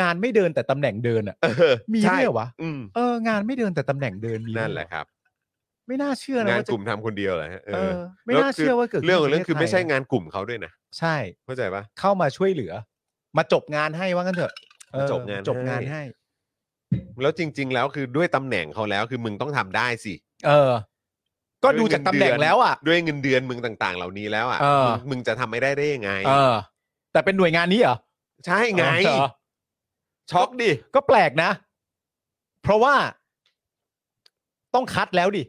C: งานไม่เดินแต่ตำแหน่งเดินอะ
B: เออ
C: มี
B: ใช่
C: ด้วยเหรอวะ
B: อืม
C: เอองานไม่เดินแต่ตำแหน่งเดินมีด้วย
B: นั่นแหละครับ
C: ไม่น่าเชื่อนะ
B: งาน
C: ว่าจะ
B: กลุ่มทำคนเดียวเหรอฮะเอ
C: เอ
B: อ
C: อ ไม่
B: แล้ว
C: น่า
B: คื
C: เชื่อว่าเกิดขึ้น
B: เรื่องของเรื่องคือ
C: ในปะทศ
B: ไม่ใช่
C: ทยะ
B: งานกลุ่มเขาด้วยนะ
C: ใช่
B: เข้าใจปะ
C: เข้ามาช่วยเหลือ มาจบงานให้ว่างั้นเถอะเออ
B: จบงาน
C: จบงาน
B: ให้
C: ให้
B: แล้วจริง ๆ แล้วคือด้วยตำแหน่งเขาแล้วคือมึงต้องทำได้สิ
C: เออ ก็ดูจากตำแหน่งแล้วอ่ะ
B: ด้วยเงินเดือนมึงต่างๆ เหล่านี้แล้วอ่ะ
C: เออ
B: มึงมึงจะทำไม่ได้ได้ยังไง
C: เออ แต่เป็นหน่วยงานนี้เหรอ
B: ใช่ไง
C: เหรอ
B: ช็อกดิ
C: ก็แปลกนะ เพราะว่า ต้องคัดแล้วดิ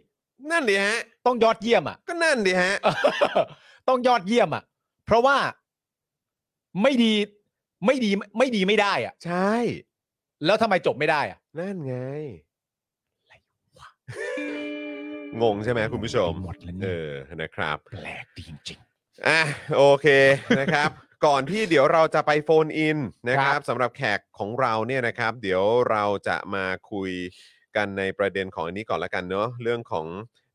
B: นั่นดิฮะ
C: ต้องยอดเยี่ยมอ่ะ
B: ก็นั่นดิฮะ
C: ต้องยอดเยี่ยมอ่ะ เพราะว่าไม่ดีไม่ดีไม่ดีไม่ได้อ่ะ
B: ใช่
C: แล้วทำไมจบไม่ได้อ่ะ
B: นั่นไงงงใช่ไหมคุณผู้ชม
C: หมดแล้วเนี่ย
B: เออนะครับ
C: แปลกดีจริง
B: อ่ะโอเคนะครับ ก่อนที่เดี๋ยวเราจะไปโฟนอินนะค
C: ครั
B: รับบ สำหรับแขกของเราเนี่ยนะครับ เดี๋ยวเราจะมาคุยกันในประเด็นของอันนี้ก่อนละกันเนาะเรื่องของ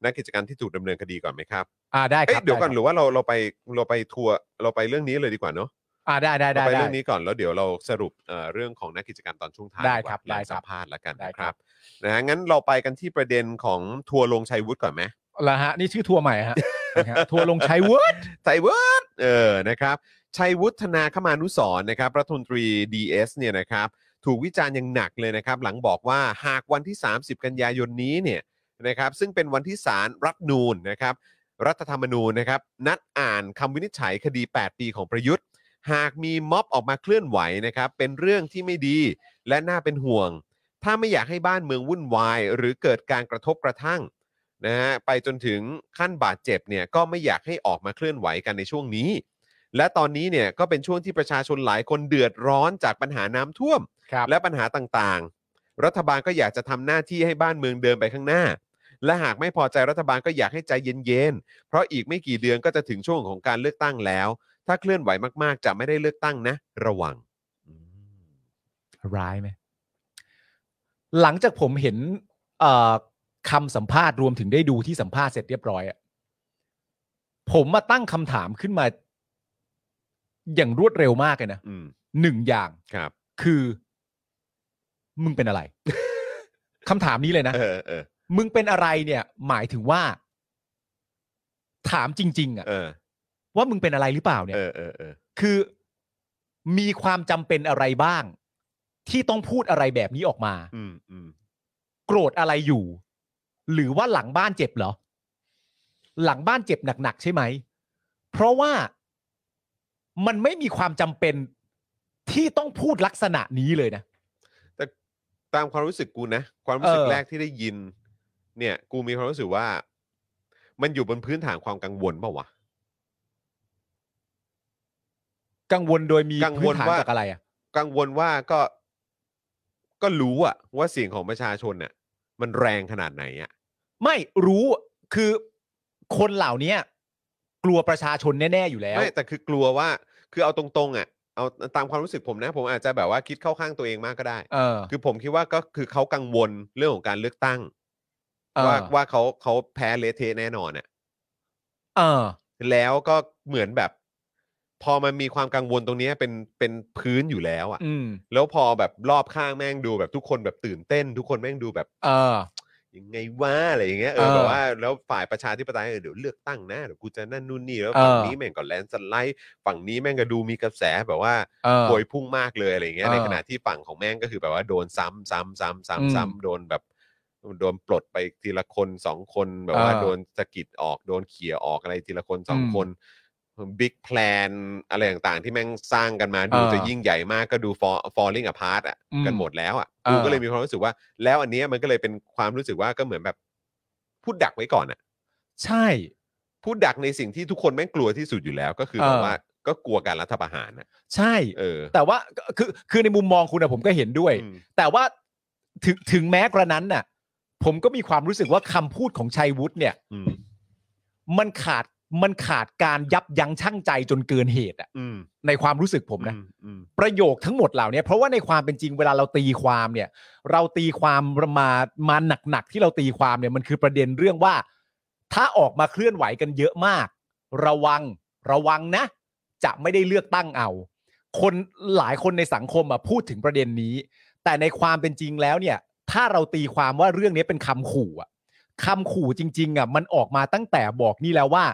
B: นักกิจกรรมที่ถูกดำเนินคดีก่อนไหมครับ
C: ๆ อ่าได้ค
B: เอ้ย
C: รับ
B: เดี๋ยวก่อนห
C: ไคบ
B: รือว่าเราเราไปเราไปทัวร์เราไปเรื่องนี้เลยดีกว่าเนาะ
C: อ่าได้ได้
B: เรา
C: ได้
B: ไป
C: ได้
B: เรื่องนี้ก่อนแล้วเดี๋ยวเราสรุปเอ่อเรื่องของนักกิจกรรมตอนช่วงท้าย
C: ได้
B: กว่า
C: ครับ
B: หลัง
C: ได้ครับ
B: สัมภาษณ์แล้วกัน
C: ได้
B: นะค
C: ครั
B: รับบ นะฮะงั้นเราไปกันที่ประเด็นของทัวร์ลงชัยวุฒิก่อนไหม
C: แล้วฮะ นี่ชื่อทัวร์ใหม่ ฮะ นะครับทัวร์ลงชัยเวิร์ด
B: ชัยวุฒิเออนะครับชัยวุฒนาคมานุสรณ์นะครับรัฐมนตรี DS เนี่ยนะครับถูกวิจารณ์อย่างหนักเลยนะครับ หลังบอกว่าหากวันที่ 30 กันยายนนี้เนี่ยนะครับซึ่งเป็นวันที่ศาลรัฐธรรมนูนนะครับ รัฐธรรมนูญนะครับ นัดอ่านคำวินิจฉัยคดี 8 ปีของประยุทธ์ หากมีม็อบออกมาเคลื่อนไหวนะครับ เป็นเรื่องที่ไม่ดีและน่าเป็นห่วง ถ้าไม่อยากให้บ้านเมืองวุ่นวาย หรือเกิดการกระทบกระทั่งนะฮะไปจนถึงขั้นบาดเจ็บเนี่ยก็ไม่อยากให้ออกมาเคลื่อนไหวกันในช่วงนี้ และตอนนี้เนี่ยก็เป็นช่วงที่ประชาชนหลายคนเดือดร้อนจากปัญหาน้ำท่วม
C: ครับ
B: และปัญหาต่างๆ รัฐบาลก็อยากจะทำหน้าที่ให้บ้านเมืองเดินไปข้างหน้า และหากไม่พอใจรัฐบาลก็อยากให้ใจเย็นๆ เพราะอีกไม่กี่เดือนก็จะถึงช่วงของการเลือกตั้งแล้ว ถ้าเคลื่อนไหวมากๆ จะไม่ได้เลือกตั้งนะ ระวังอืม
C: ร้ายไหมหลังจากผมเห็นเอ่อคำสัมภาษณ์รวมถึงได้ดูที่สัมภาษณ์เสร็จเรียบร้อยอะผมมาตั้งคำถามขึ้นมา อย่างรวดเร็วมากเลยนะ
B: อืม
C: หนึ่งอย่าง
B: ครับ
C: คือ มึงเป็น อะไร คำถามนี้เลยนะ
B: เออเออ
C: มึงเป็นอะไรเนี่ย หมายถึงว่า ถามจริง ๆอะ
B: เออ
C: ว่ามึงเป็นอะไรหรือเปล่าเนี่ย
B: เออเออเออ
C: คือมีความจำเป็นอะไรบ้าง ที่ต้องพูดอะไรแบบนี้ออกมา
B: อืมอืม
C: โกรธอะไรอยู่ หรือว่าหลังบ้านเจ็บเหรอ หลังบ้านเจ็บหนักๆใช่ไหม เพราะว่ามันไม่มีความจำเป็นที่ต้องพูดลักษณะนี้เลยนะ
B: แต่ตามความรู้สึกกูนะ ความรู้สึก
C: เออ
B: แรกที่ได้ยิน เนี่ย กูมีความรู้สึกว่า มันอยู่บนพื้นฐานความกังวลเปล่าวะ
C: กังวลโดยมี
B: กังว
C: พื้
B: ล
C: นฐาน
B: ว่า
C: จากอะไรอ่ะ
B: กังวลว่าก็ก็รู้อะว่าเสียงของประชาชนเนี่ยมันแรงขนาดไหนอะ
C: ไม่รู้คือคนเหล่านี้กลัวประชาชนแน่ ๆ อยู่แล้ว
B: ไม่แต่คือกลัวว่า คือเอาตรงๆอะเอาตามความรู้สึกผมนะ ผมอาจจะแบบว่าคิดเข้าข้างตัวเองมากก็ได้
C: เออ
B: คือผมคิดว่าก็คือเขากังวลเรื่องของการเลือกตั้ง
C: เออ
B: ว่าว่าเขาเขาแพ้เละเทะแน่นอนอะ
C: เออ
B: แล้วก็เหมือนแบบ พอมันมีความกังวลตรงเนี้ยเป็นเป็นพื้นอยู่แล้วอะ
C: อืม
B: แล้วพอแบบรอบข้างแม่งดูแบบทุกคนแบบตื่นเต้น ทุกคนแม่งดูแบบ
C: เออ
B: ยังไงว่าอะไรอย่างเงี้ยเออ
C: เออ
B: แบบว่าแล้วฝ่ายประชาธิปไตยเออเดี๋ยวเลือกตั้งนะเดี๋ยวกูจะนั่นนู่นนี่แล้ว
C: เออ
B: ฝั่งนี้แม่งก็แลนด์สไลด์ฝั่งนี้แม่งก็ดูมีกระแสแบบว่า
C: เออ
B: โวยพุ่งมากเลยอะไรอย่างเงี้ย
C: เออ
B: ในขณะที่ฝั่งของแม่งก็คือแบบว่าโดนซ้ำซ้ำซ้ำซ้ำ
C: อืม
B: ซ้ำโดนแบบโดนปลดไปทีละคนสองคนแบบว่า
C: เออ
B: โดนสะกิดออกโดนเขี่ยออกอะไรทีละคนสอง
C: อืม
B: คนบิ๊กแพลนอะไรต่างๆ ที่แม่งสร้างกันมาดู
C: เออ
B: จะยิ่งใหญ่มากก็ดู fall- falling apart อ่ะ
C: อืม
B: กันหมดแล้วอ่ะ
C: เออ
B: กูก็เลยมีความรู้สึกว่า แล้วอันเนี้ยมันก็เลยเป็นความรู้สึกว่าก็เหมือนแบบ พูดดักไว้ก่อนอ่ะ
C: ใช่
B: พูดดักในสิ่งที่ทุกคนแม่งกลัวที่สุดอยู่แล้ว ก็คือ
C: เออ
B: แบบว่าก็กลัวการรัฐประหารอ่ะ
C: ใช่
B: เออ
C: แต่ว่าคือคือในมุมมองคุณอะผมก็เห็นด้วย
B: อืม
C: แต่ว่าถึงถึงแม้กระนั้นน่ะ ผมก็มีความรู้สึกว่าคำพูดของชัยวุฒิเนี่ย
B: อืม
C: มันขาดมันขาดการยับยั้งชั่งใจจนเกินเหตุอะ
B: อืม
C: ในความรู้สึกผมนะ
B: อือืม
C: ประโยคทั้งหมดเหล่านี้เพราะว่าในความเป็นจริงเวลาเราตีความเนี่ย เราตีความมามาหนักๆที่เราตีความเนี่ยมันคือประเด็นเรื่องว่า ถ้าออกมาเคลื่อนไหวกันเยอะมาก ระวังระวังนะ จะไม่ได้เลือกตั้งเอา คนหลายคนในสังคมอะพูดถึงประเด็นนี้ แต่ในความเป็นจริงแล้วเนี่ย ถ้าเราตีความว่าเรื่องนี้เป็นคำขู่อะคำขู่จริงๆอะมันออกมาตั้งแต่บอกนี่แล้วว่า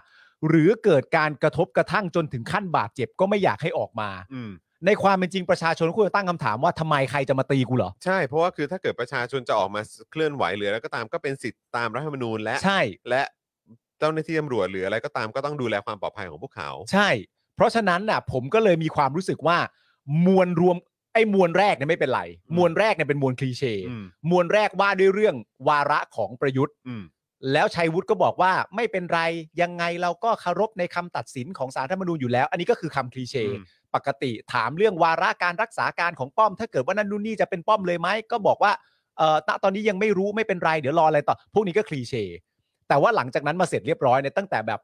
C: หรือเกิดการกระทบกระทั่งจนถึงขั้นบาดเจ็บก็ไม่อยากให้ออกมา
B: อืม
C: ในความเป็นจริงประชาชนควรจะตั้งคำถามว่าทำไมใครจะมาตีกูเหรอ
B: ใช่ เพราะว่าคือถ้าเกิดประชาชนจะออกมาเคลื่อนไหวหรือแล้วก็ตามก็เป็นสิทธิ์ตามรัฐธรรมนูญและ
C: ใช่
B: และเจ้าหน้าที่ตำรวจหรืออะไรก็ตามก็ต้องดูแลความปลอดภัยของพวกเขา
C: ใช่ เพราะฉะนั้นน่ะ ผมก็เลยมีความรู้สึกว่า มวลรวมไอ้มวลแรกเนี่ยไม่เป็นไร
B: อืม
C: มวลแรกเนี่ยเป็นมวลคลีเช่
B: อืม
C: มวลแรกว่าด้วยเรื่องวาระของประยุทธ์
B: อืม
C: แล้วชัยวุฒิก็บอกว่าไม่เป็นไรยังไงเราก็เคารพในคำตัดสินของสารรัฐธรรมนูญอยู่แล้ว อันนี้ก็คือคำคลีเช่
B: อืม
C: ปกติถามเรื่องวาระการรักษาการของป้อม ถ้าเกิดว่านั่นนู่นนี่จะเป็นป้อมเลยไหมก็บอกว่าเออณตอนนี้ยังไม่รู้ไม่เป็นไรเดี๋ยวรออะไรต่อ พวกนี้ก็คลีเช่แต่ว่าหลังจากนั้นมาเสร็จเรียบร้อยเนี่ยตั้งแต่แบบ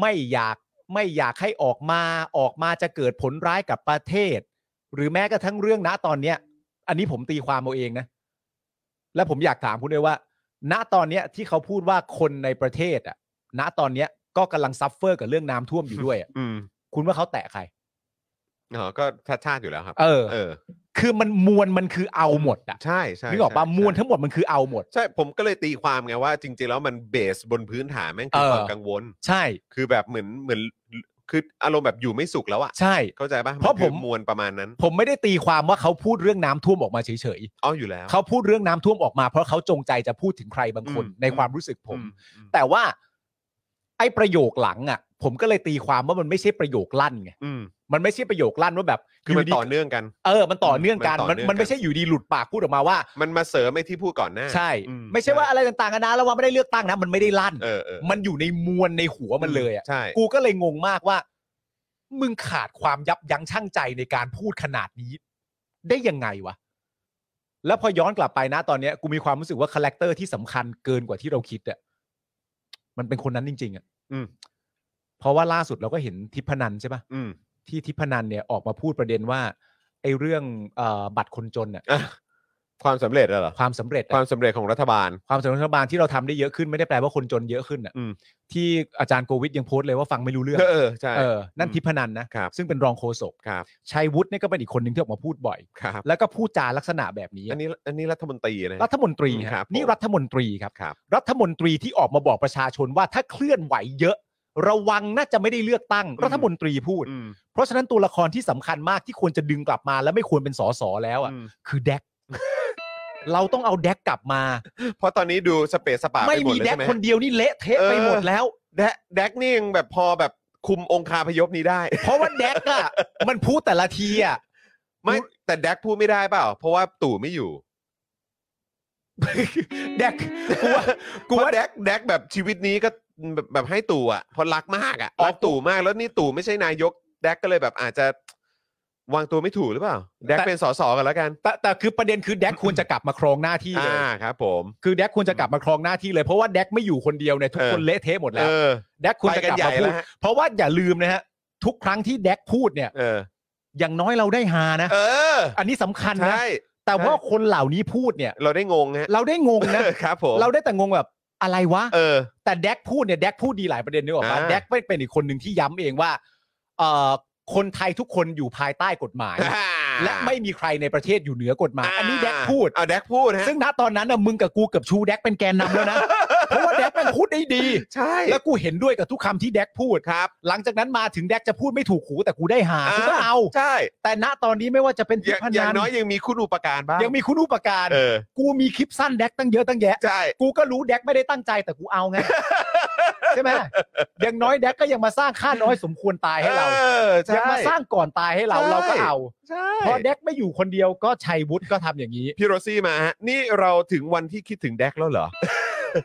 C: ไม่อยากไม่อยากให้ออกมาออกมาจะเกิดผลร้ายกับประเทศ หรือแม้กระทั่งเรื่องณตอนเนี้ย อันนี้ผมตีความเอาเองนะ และผมอยากถามคุณด้วยว่า ณตอนเนี้ยที่เขาพูดว่าคนในประเทศอะณตอนเนี้ยก็กำลังซัฟเฟอร์กับเรื่องน้ำท่วมอยู่ด้วยอะ
B: อืม
C: คุณว่าเขาแตะใคร
B: อ๋อก็ชาติชาติอยู่แล้วครับ
C: เออ
B: เออ
C: คือมันมวลมันคือเอาหมดอ่ะ
B: ใช่ใช่
C: นึกออกปะ
B: ใช่
C: มวล
B: ใช่
C: ทั้งหมดมันคือเอาหมด
B: ใช่ ผมก็เลยตีความไงว่าจริง ๆ แล้วมันเบสบนพื้นฐานแม่งคือ
C: เออ
B: ความกังวล
C: ใช่
B: คือแบบเหมือนเหมือนคืออารมณ์แบบอยู่ไม่สุขแล้วอะ
C: ใช่
B: เข้าใจปะ
C: เพราะ
B: นคือ
C: ผม
B: มวลประมาณนั้น
C: ผมไม่ได้ตีความว่าเขาพูดเรื่องน้ำท่วมออกมาเฉย
B: เอาอยู่แล้ว
C: ๆเขาพูดเรื่องน้ำท่วมออกมา เพราะเขาจงใจจะพูดถึงใครบางคนในความรู้สึกผม
B: อือืม
C: แต่ว่าไอ้ประโยคหลังอ่ะ ผมก็เลยตีความว่ามันไม่ใช่ประโยคลั่นไง
B: อืม
C: มันไม่ใช่ประโยคลั่นว่าแบบ
B: คือมัน
C: ยู่ดี
B: ต่อเนื่องกัน
C: เออมันต่อเนื่องกัน
B: มั
C: มัน น
B: ต่อเนื่องกัน
C: มันไม่ใช่อยู่ดีหลุดปากพูดออกมาว่า
B: มันมาเสริมไอ้ที่พูดก่อนหน้า
C: ใช่
B: อื
C: ไม่ใช่ว่าอะไรต่างๆกันานะแล้วว่าไม่ได้เลือกตั้งนะมันไม่ได้ลั่น
B: เออเออ
C: มันอยู่ในมวลในหัวมันเลยอ่ะ
B: ใช่
C: กูก็เลยงงมากว่า มึงขาดความยับยั้งชั่งใจในการพูดขนาดนี้ ได้ยังไงวะ แล้วพอย้อนกลับไปนะตอนเนี้ยกูมีความรู้สึกว่าคาแรคเตอร์ที่สำคัญเกินกว่าที่เราคิดอะมันเป็นคนนั้นจริง ๆอะ
B: อืม
C: เพราะว่าล่าสุดเราก็เห็นทิพนันใช่ปะ
B: อืม
C: ที่ทิพนันเนี่ยออกมาพูดประเด็นว่า ไอ้เรื่องเอ่อบัตรคนจนอะ
B: อ่ะความสำเร็จเหรอ
C: ความสำเร็จอะ
B: ความสำเร็จของรัฐบาล
C: ความสำเร็จของรัฐบาลที่เราทำได้เยอะขึ้นไม่ได้แปลว่าคนจนเยอะขึ้นอะ
B: อืม
C: ที่อาจารย์โกวิทยังโพสต์เลยว่าฟังไม่รู้เรื่อง
B: เออเออใช่
C: เออ นั่น
B: อืม
C: ทิพนันนะครับ ซึ่งเป็นรองโฆษก
B: ครับ
C: ชัยวุฒิเนี่ยก็เป็นอีกคนหนึ่งที่ออกมาพูดบ่อย
B: ครับ
C: แล้วก็พูดจาลักษณะแบบนี้
B: อันนี้อันนี้รัฐมนตรีนะ
C: รัฐมนตรีฮะ
B: ครับผม
C: นี่รัฐมนตรีครับ
B: ครับ
C: รัฐมนตรีที่ออกมาบอกประชาชนว่าถ้าเคลื่อนไหวเยอะ ระวังน่าจะไม่ได้เลือกตั้ง
B: อืม
C: รัฐมนตรีพูด
B: อืม
C: เพราะฉะนั้นตัวละครที่สำคัญมากที่ควรจะดึงกลับมาและไม่ควรเป็นสอสอแล้วอ่ะ
B: อืม
C: คือแดก เราต้องเอาแดกกลับมา
B: เพราะตอนนี้ดูสเปซสปา
C: ไม่
B: ปห
C: มี
B: เลย
C: แดก
B: ใช่ห
C: คนเดียวนี่เละเทะ
B: เออ
C: ไปหมดแล้ว
B: แดกแดกนี่ยังแบบพอแบบคุมองคาพยพนี้ได้
C: เพราะว่าแดก อ่ะ มันพูดแต่ละทีอ่ะ
B: ไม่แต่แดกพูดไม่ได้เปล่า เพราะว่าตู่ไม่อยู่
C: แดกกูว่ากู
B: กูว่า
C: ว่า
B: แดกแดกแบบชีวิตนี้ก็แบบแบบให้ตู่อ่ะเพราะรักมากอ่ะรักตู่มากแล้วนี่ตู่ไม่ใช่นายก แดกก็เลยแบบอาจจะวางตัวไม่ถูกหรือเปล่า แดก
C: แต่
B: เป็นสสกันแล้วกัน
C: แต่แต่คือประเด็นคือแดกควรจะกลับมาครองหน้าที่เล
B: อ่าย ครับ ผม
C: คือแดกควรจะกลับมาครองหน้าที่เลยเพราะว่าแดกไม่อยู่คนเดียวเนี่ยทุก
B: เออ
C: คนเละเทะหมดแล้
B: เอ
C: ว
B: อ
C: แดกควรจะกลับ
B: ไปกันใหญ่
C: มาพู
B: แล้
C: ด
B: วฮะ
C: เพราะว่าอย่าลืมนะฮะทุกครั้งที่แดกพูดเนี่ย
B: เออ
C: อย่างน้อยเราได้ฮานะ
B: เออ
C: อันนี้สำคัญนะ
B: ใช่
C: แต่ว่า
B: ใช่
C: คนเหล่านี้พูดเนี่ย
B: เราได้งงฮะ
C: เราได้งงนะ
B: เออครับผม
C: เราได้แต่งงแบบอะไรวะ
B: เออ
C: แต่แดกพูดเนี่ยแดกพูดดีหลายประเด็นด้วยว่า
B: อ่า
C: แดกไม่เป็นอีกคนหนึ่งที่ย้ำเองว่าเอ่อคนไทยทุกคนอยู่ภายใต้กฎหมาย
B: อ่า
C: และไม่มีใครในประเทศอยู่เหนือกฎหมาย อันนี้แดกพูด
B: เอาแดกพูดฮะ
C: ซึ่งณตอนนั้นน่ะมึงกับกูเกือบชูแดกเป็นแกนนำ แล้วนะ เพราะว่าแดกมันพูดได้ดี
B: ใช่
C: แล้วกูเห็นด้วยกับทุกคำที่แดกพูด
B: ครับ
C: หลังจากนั้นมาถึงแดกจะพูดไม่ถูกหูแต่กูได้หากูก็เอา
B: ใช่
C: แต่ณตอนนี้ไม่ว่าจะเป็น
B: อ
C: ทิ
B: ย่าง
C: พ
B: อย่า
C: นั
B: ง
C: น
B: น้อยยังมีคุณอุปการบ้าง
C: ยังมีคุณอุปการ
B: เออ
C: กูมีคลิปสั้นแดกตั้งเยอะตั้งแยะ
B: ใช่
C: กูก็รู้แดกไม่ได้ตั้งใจแต่กูเอา ไง ใช่ไหมอย่างน้อยแดกก็ยังมาสร้างค่าน้อยสมควรตายให้เรา
B: เออใช่
C: ยังมาสร้างก่อนตายให้เรา
B: ใช่
C: เราก็เอา
B: ใช่
C: พอแดกไม่อยู่คนเดียวก็ชัยวุฒิก็ทำอย่างนี้
B: พี่โรซี่มาฮะนี่เราถึงวันที่คิดถึงแดกแล้วเหรอ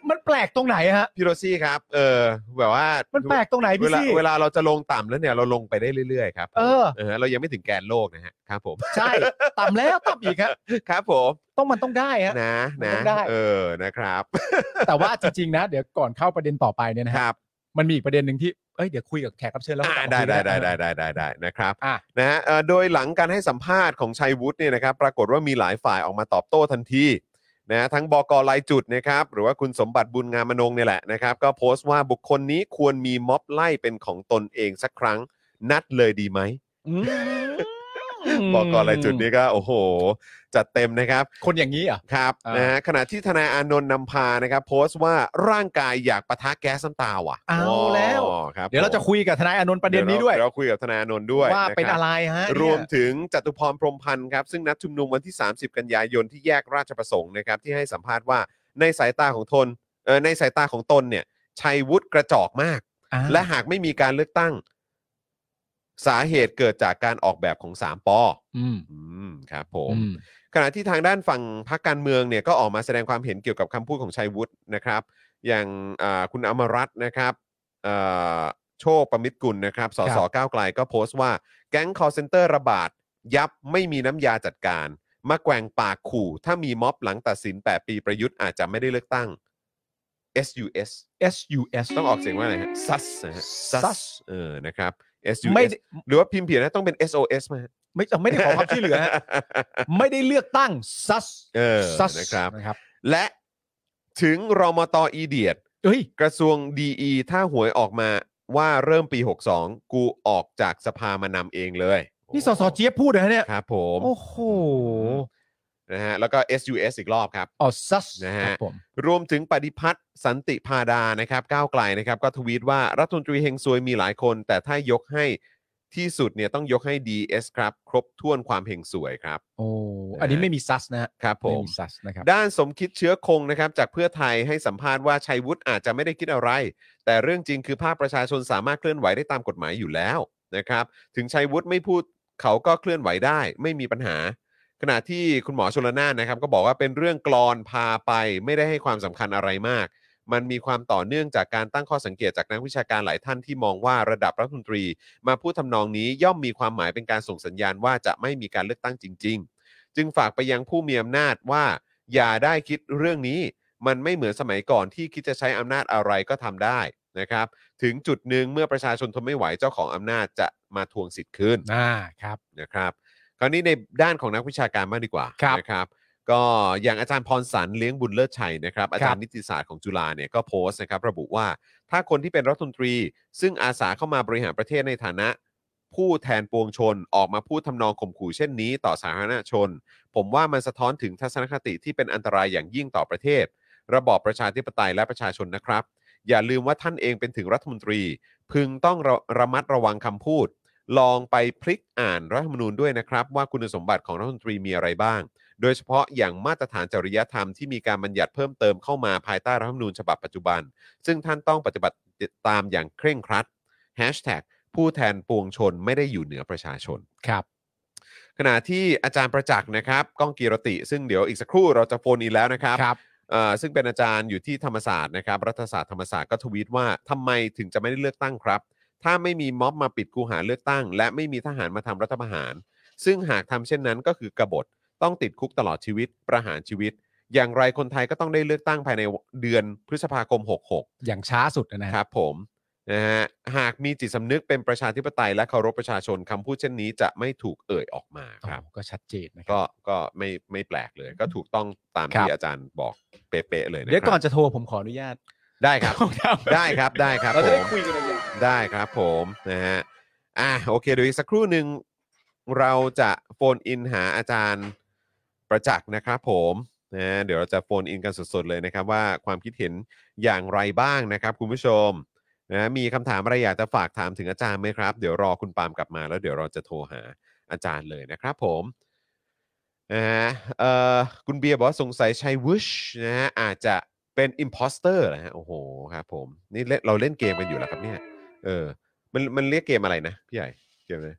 C: มันแปลกตรงไหนฮะ
B: พี่โรซี่ครับ เออ แบบว่า
C: มันแปลกตรงไหน
B: เว
C: พี่
B: ลา
C: ซี่
B: เวลาเราจะลงต่ำแล้วเนี่ยเราลงไปได้เรื่อยๆครับ
C: เออ
B: เออ เรายังไม่ถึงแกนโลกนะฮะครับผม
C: ใช่ ต่ำแล้วต่ำอีกฮะ
B: ครับผม
C: ต้องมันต้องได้ฮะ
B: นะนะ
C: ต้องได้
B: เออนะครับ
C: แต่ว่าจริงๆนะ เดี๋ยวก่อนเข้าประเด็นต่อไปเนี่ยนะ
B: ค
C: ฮะ
B: รับ
C: มันมีอีกประเด็นหนึ่งที่เอ้ยเดี๋ยวคุยกับแขกรับเชิญแล้ว
B: อ่า
C: ก็กลับมา
B: ได้
C: คุย
B: ได้
C: กัน
B: ได้ได้ได้ได้ได้นะครับ
C: อ่ะ
B: นะฮะเอ่อโดยหลังการให้สัมภาษณ์ของชัยวุฒิเนี่ยนะครับปรากฏว่ามีหลายฝ่ายออกมาตอบโต้ทันทีนะฮะทั้งบกลายจุดนะครับหรือว่าคุณสมบัติบุญงามมนงเนี่ยแหละนะครับก็โพสต์ว่าบุคคลนี้ควรมีม็อบไล่เป็นของตนเองสักครั้งนัดเลยดีไหมบกลายจุดนี้ก็ โอ้โห จัดเต็มนะครับ
C: คนอย่างนี้เหรอ่ะ
B: ครับ
C: อ่าน
B: นะฮะขณะที่ทนายอานนท์นำพานะครับ โพสต์ว่าร่างกายอยากปะทะแก๊สน้ำตาว่ะ
C: เอาแล้ว
B: อ๋อครับ
C: เดี๋ยวเราจะคุยกับทนายอานนท์ประเด็นนี้ด้วย
B: เาเราคุยกับทนายอานนท์ด้วย
C: ว่าเป็น
B: คบ
C: อะไรฮะเนี่ย
B: รวมถึงจตุพรพรหมพันธ์ครับ ซึ่งนัดชุมนุมวันที่ 30 กันยายนที่แยกราชประสงค์นะครับ ที่ให้สัมภาษณ์ว่าในสายตาของทนเอ่อในสายตาของตนเนี่ย ชัยวุฒิกระจอกมาก
C: อ่า
B: และหากไม่มีการเลือกตั้ง สาเหตุเกิดจากการออกแบบของสามปอ
C: อืม
B: อืมครับผม
C: อืม
B: ขณะที่ทางด้านฝั่งพรรคการเมืองเนี่ยก็ออกมาแสดงความเห็นเกี่ยวกับคำพูดของชัยวุฒินะครับ อย่างอ่าคุณอมรัตน์นะครับอ่าโชคประมิตรกุลนะครับส
C: ค
B: ส
C: รับ
B: ก้าวไกลก็โพสต์ว่าแก๊งคอร์เซนเตอร์ระบาด ยับไม่มีน้ำยาจัดการ มาแกว่งปากขู่ ถ้ามีม็อบหลังตัดสิน 8 ปีประยุทธ์อาจจะไม่ได้เลือกตั้ง SUS
C: SUS
B: ต้องออกเสียงว่าอะไรฮะ SUS นะฮะ SUS
C: SUS
B: เออนะครับ SUS
C: ไม่
B: หรือว่าพิมพ์ผิดนะต้องเป็น SOS ไหมฮะ
C: ไม่ไม่ได้ขอความช่วยเหลือฮะไม่ได้เลือกตั้งซัส
B: เออ
C: ซัส
B: นะครับ
C: นะครับ
B: และถึงรมตอีเดียด
C: เฮ้ย
B: กระทรวงดีถ้าหวยออกมาว่าเริ่มปี 62 กูออกจากสภามานำเองเลย
C: นี่สสเจี๊ยบพูดเหรอเนี่ย
B: ครับผม
C: โอ้โห
B: นะฮะแล้วก็ SUS อีกรอบครับ
C: อ๋อซัส
B: นะฮะ
C: ครับผม
B: รวมถึงปฏิพัฒน์สันติพาดานะครับ ก้าวไกลนะครับ ก็ทวีตว่ารัฐมนตรีเฮงซวยมีหลายคน แต่ถ้ายกให้ที่สุดเนี่ยต้องยกให้ DS ครับ ครบถ้วนความเฮงสวยครับ
C: โอ้ อันนี้ไม่มีซัสนะฮะ
B: ครับผ
C: ไม่
B: ม
C: มีซัสนะครับ
B: ด้านสมคิดเชื้อคงนะครับจากเพื่อไทยให้สัมภาษณ์ว่าชัยวุฒิอาจจะไม่ได้คิดอะไร แต่เรื่องจริงคือภาคประชาชนสามารถเคลื่อนไหวได้ตามกฎหมายอยู่แล้วนะครับ ถึงชัยวุฒิไม่พูดเขาก็เคลื่อนไหวได้ ไม่มีปัญหา ขณะที่คุณหมอชลนานนะครับ ก็บอกว่าเป็นเรื่องกลอนพาไปไม่ได้ให้ความสำคัญอะไรมาก มันมีความต่อเนื่องจากการตั้งข้อสังเกตจากนักวิชาการหลายท่านที่มองว่าระดับรัฐมนตรี มาพูดทำนองนี้ย่อมมีความหมายเป็นการส่งสัญญาณว่าจะไม่มีการเลือกตั้งจริง ๆ จึงฝากไปยังผู้มีอำนาจว่า อย่าได้คิดเรื่องนี้ มันไม่เหมือนสมัยก่อนที่คิดจะใช้อำนาจอะไรก็ทำได้นะครับ ถึงจุดหนึ่งเมื่อประชาชนทนไม่ไหวเจ้าของอำนาจจะมาทวงสิทธิ์คืน
C: อ่า ครับ
B: นะครับ คราวนี้ในด้านของนักวิชาการมากดีกว่า
C: ครับ
B: นะครับ ก็อย่างอาจารย์พรสันเลี้ยงบุญเลิศชัยนะครับอาจา
C: ครั
B: รย์
C: บ
B: นิติศาสตร์ของจุฬาเนี่ยก็โพสต์นะครับ ระบุว่าถ้าคนที่เป็นรัฐมนตรี ซึ่งอาสาเข้ามาบริหารประเทศในฐานะ ผู้แทนปวงชนออกมาพูดทำนองข่มขู่เช่นนี้ ต่อสาธารณชน ผมว่ามันสะท้อนถึงทัศนคติที่เป็นอันตรายอย่างยิ่งต่อประเทศ ระบอบประชาธิปไตยและประชาชนนะครับ อย่าลืมว่าท่านเองเป็นถึงรัฐมนตรี พึงต้องระระมัดระวังคำพูด ลองไปพลิกอ่านรัฐธรรมนูญด้วยนะครับ ว่าคุณสมบัติของรัฐมนตรีมีอะไรบ้าง โดยเฉพาะอย่างมาตรฐานจริยธรรมที่มีการบัญญัติเพิ่มเติมเข้ามาภายใต้รัฐธรรมนูญฉบับปัจจุบัน ซึ่งท่านต้องปฏิบัติตามอย่างเคร่งครัด Hashtag ผู้แทนปวงชนไม่ได้อยู่เหนือประชาชน
C: ครับ
B: ขณะที่อาจารย์ประจักษ์นะครับก้องกีรติ ซึ่งเดี๋ยวอีกสักครู่เราจะโฟนอินแล้วนะครับ
C: ครับ
B: เอ่อซึ่งเป็นอาจารย์อยู่ที่ธรรมศาสตร์นะครับรัฐศาสตร์ธรรมศาสตร์ก็ทวีตว่าทำไมถึงจะไม่ได้เลือกตั้งครับ ถ้าไม่มีม็อบมาปิดคูหาเลือกตั้ง และไม่มีทหารมาทำรัฐประหาร ซึ่งหากทำเช่นนั้นก็คือกบฏต้องติดคุกตลอดชีวิตประหารชีวิต อย่างไรคนไทยก็ต้องได้เลือกตั้งภายในเดือนพฤษภาคม 66
C: อย่างช้าสุดนะฮะ
B: ครับผมนะฮะหากมีจิตสำนึกเป็นประชาธิปไตยและเคารพประชาชนคำพูดเช่นนี้จะไม่ถูกเอ่ยออกมาครับ
C: โอ้ก็ชัดเจนนะครับ
B: ก็ก็ไม่ไม่แปลกเลย ก็ถูกต้องตาม
C: ครับ
B: ที่อาจารย์บอกเป๊ะๆเลยนะ
C: เดี๋ยวก่อน
B: ครับ
C: จะโทรผมขออนุญาต
B: ได้ครับ ได้ครับได้ครับ
C: เราจะได้
B: ผม
C: คุยกันยาว
B: ได้ครับผมนะฮะอ่ะโอเคเดี๋ยวอีกสักครู่หนึ่งเราจะโฟนอินหาอาจารย์ประจักษ์นะครับผมนะเดี๋ยวเราจะโฟนอินกันสดๆเลยนะครับ ว่าความคิดเห็นอย่างไรบ้างนะครับ คุณผู้ชมนะมีคำถามอะไรอยากจะฝากถามถึงอาจารย์ไหมครับ เดี๋ยวรอคุณปาล์มกลับมาแล้วเดี๋ยวเราจะโทรหาอาจารย์เลยนะครับผมนะฮะเอ่อคุณเบียร์บอกว่าสงสัยชัยวุชนะฮะอาจจะเป็นอิมพอสเตอร์นะฮะโอ้โหครับผมนี่เล่นเราเล่นเกมกันอยู่แล้วครับเนี่ย เออ มัน มันเรียกเกมอะไรนะ พี่ใหญ่ เกมอะไร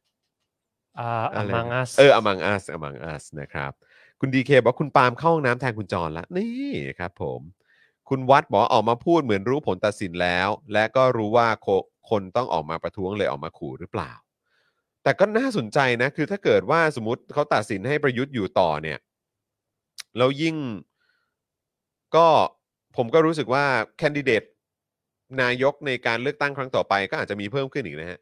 D: อ่า
B: ะไรนะ
D: มังอัส
B: เออ Among Us Among Us นะครับ คุณดีเคบอกคุณปาล์มเข้าห้องน้ำแทนคุณจรละนี่ครับผม คุณวัดบอกว่าออกมาพูดเหมือนรู้ผลตัดสินแล้ว และก็รู้ว่าโคคนต้องออกมาประท้วงเลยออกมาขู่หรือเปล่า แต่ก็น่าสนใจนะ คือถ้าเกิดว่าสมมติเขาตัดสินให้ประยุทธ์อยู่ต่อเนี่ย แล้วยิ่งก็ผมก็รู้สึกว่าแคนดิเดตนายกในการเลือกตั้งครั้งต่อไปก็อาจจะมีเพิ่มขึ้นอีกนะฮะ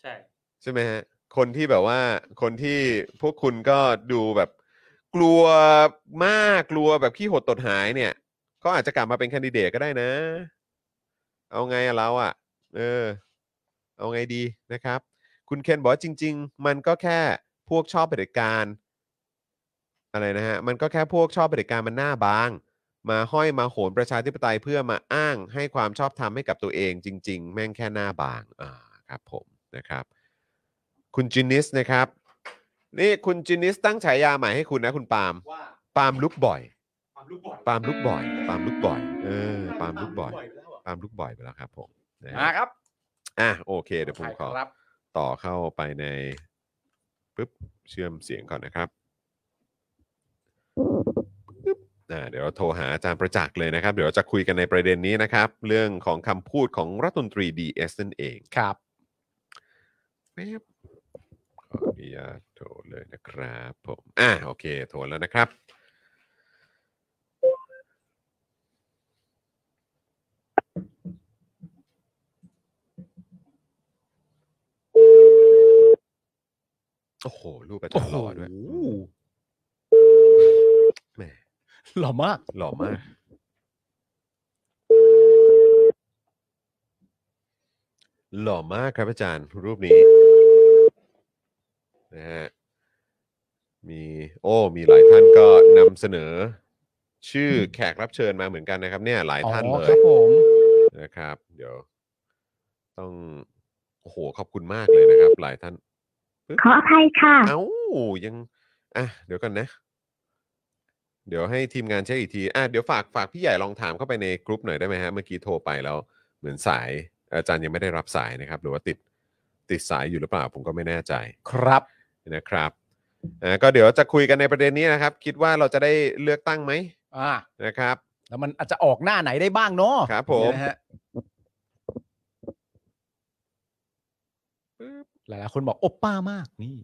D: ใช่
B: ใช่ไหมฮะ คนที่แบบว่าคนที่พวกคุณก็ดูแบบกลัวมากกลัวแบบขี้หดตดหายเนี่ย ก็อาจจะกลับมาเป็นแคนดิเดตก็ได้นะ เอาไงอะเราอะเออ เอาไงดีนะครับ คุณเคนบอกว่าจริง ๆ มันก็แค่พวกชอบเผด็จการอะไรนะฮะ มันก็แค่พวกชอบเผด็จการมันหน้าบาง มาห้อยมาโหนประชาธิปไตยเพื่อมาอ้างให้ความชอบธรรมให้กับตัวเอง จริง ๆ แม่งแค่หน้าบางอ่าครับผมนะครับ คุณจินิสนะครับ นี่คุณจินิสตั้งฉายาใหม่ให้คุณนะคุณปาล์ม
C: ว่า
B: ปาล์มลุกบ่อย
C: ความรู้บ่อย
B: ปาล์มลุกบ่อยปาล์มลุกบ่อยเออปาล์มลุกบ่อยปาล์มลุกบ่อยไปแล้วครับผมนะ
C: มา
B: ฮะ
C: ครับ
B: อ่ะโอเคเดี๋ยวผมขอ
C: ครับ
B: ต่อเข้าไปในปึ๊บเชื่อมเสียงก่อนนะครับปึ๊บอ่าเดี๋ยวเราโทรหาอาจารย์ประจักษ์เลยนะครับ เดี๋ยวเราจะคุยกันในประเด็นนี้นะครับ เรื่องของคำพูดของรัฐมนตรี DS นั่นเอง
C: ครับ
B: ปึ๊บขออนุญาตโทรเลยนะครับผมอ่าโอเค โทรแล้วนะครับ โอ้โห รูปอาจารย์หล่อด้วยแหม
C: หล่อมาก
B: หล่อมาก หล่อมากครับอาจารย์รูปนี้นะฮะมีโอ้มีหลายท่านก็นำเสนอ ชื่อแขกรับเชิญมาเหมือนกันนะครับ เนี่ยหลายท่าน
C: อ๋อ
B: เล
C: ครั
B: ย
C: บผม
B: นะครับ เดี๋ยว ต้องโอ้โหขอบคุณมากเลยนะครับ หลายท่าน
E: ขออภัยค่ะ
B: เอ้ายังอ่ะเดี๋ยวกันนะ เดี๋ยวให้ทีมงานเช็คอีกทีอ่ะเดี๋ยวฝากฝากพี่ใหญ่ลองถามเข้าไปในกรุ๊ปหน่อยได้ไหมฮะเมื่อกี้โทรไปแล้วเหมือนสาย อาจารย์ยังไม่ได้รับสายนะครับ หรือว่าติดติดสายอยู่หรือเปล่า ผมก็ไม่แน่ใจ
C: ครับ
B: นะครับอ่ะก็เดี๋ยวจะคุยกันในประเด็นนี้นะครับ คิดว่าเราจะได้เลือกตั้งไหม
C: อ่า
B: นะครับ
C: แล้วมันอาจจะออกหน้าไหนได้บ้างเนาะ
B: ครับผม
C: นะฮะหลายๆคนบอกโอปป้ามากนี่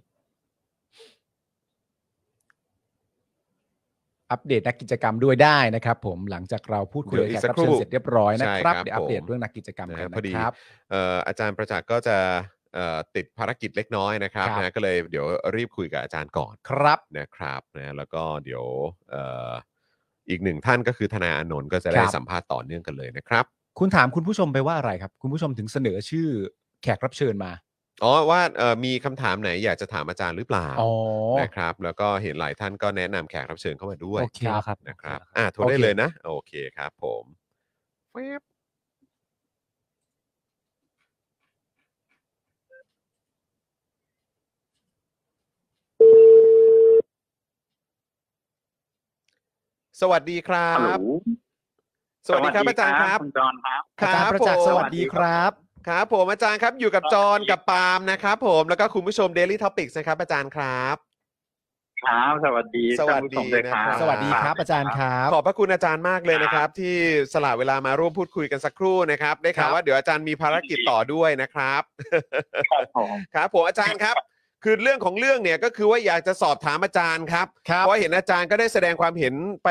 C: อัปเดตนักกิจกรรมด้วยได้นะครับ ผมหลังจากเราพูดคุยกับ
B: เดี๋ยวอี
C: แขก
B: กสั
C: รั
B: ก
C: บ
B: ครู่
C: เชิญเสร็จเรียบร้อยนะ
B: ใช่
C: ครับ
B: ครับ
C: เดี๋ยวอัปเดต
B: ผม
C: เรื่องนักกิจกรรม
B: นะ
C: กั
B: ฮะ
C: น
B: พอดี
C: นะครับ
B: เอ่ออาจารย์ประจักษ์ก็จะ เอ่อติดภารกิจเล็กน้อยนะครับ
C: ครับ
B: นะก็เลยเดี๋ยวรีบคุยกับอาจารย์ก่อน
C: ครับ
B: นะครับนะแล้วก็เดี๋ยวเอ่ออีกหนึ่งท่านก็คือธนาอานนท์ก็จะได้
C: ครับ
B: สัมภาษณ์ต่อเนื่องกันเลยนะครับ
C: คุณถามคุณผู้ชมไปว่าอะไรครับ คุณผู้ชมถึงเสนอชื่อแขกรับเชิญมา
B: อ๋อว่าเอ่อมีคำถามไหนอยากจะถามอาจารย์หรือเปล่า
C: อ๋อ
B: นะครับ แล้วก็เห็นหลายท่านก็แนะนำแขกรับเชิญเข้ามาด้วย
D: โอเคแล้วครับ
B: นะครับ
D: โอเคแล้วครับ
B: อ่ะโทร
C: โอเค
B: ได้เลยนะ โอเคครับผมแป๊บสวัสดีครับ
F: ฮัลโหล
B: สวัสดีครับอาจารย์ครับ
F: คุณจอนครับ
B: ค
C: อาจาร
B: บ
C: ย์ประจักษ์
B: ผม
C: สวัสดีครับ
B: ครับผมอาจารย์ครับอยู่กับจอห์น
F: ครับ
B: กับปาล์มนะครับผม แล้วก็คุณผู้ชม Daily Topics นะครับ อาจารย์ครับ
F: ครับ สวัสดี
B: สวัสดี
F: ท่านผู้ชมด้วยครับ
B: นะ
C: สวัสดีครับอาจารย์ครับ
B: ขอบพระคุณอาจารย์มากเลยนะครับ ที่สละเวลามาร่วมพูดคุยกันสักครู่นะครับ ได้ข่าวว่าเดี๋ยวอาจารย์มีภารกิจต่อด้วยนะครับ
F: ครับผม
B: ครับผมอาจารย์ครับ คือเรื่องของเรื่องเนี่ยก็คือว่าอยากจะสอบถามอาจารย์ครับ
C: ครับ
B: เพราะเห็นอาจารย์ก็ได้แสดงความเห็นไป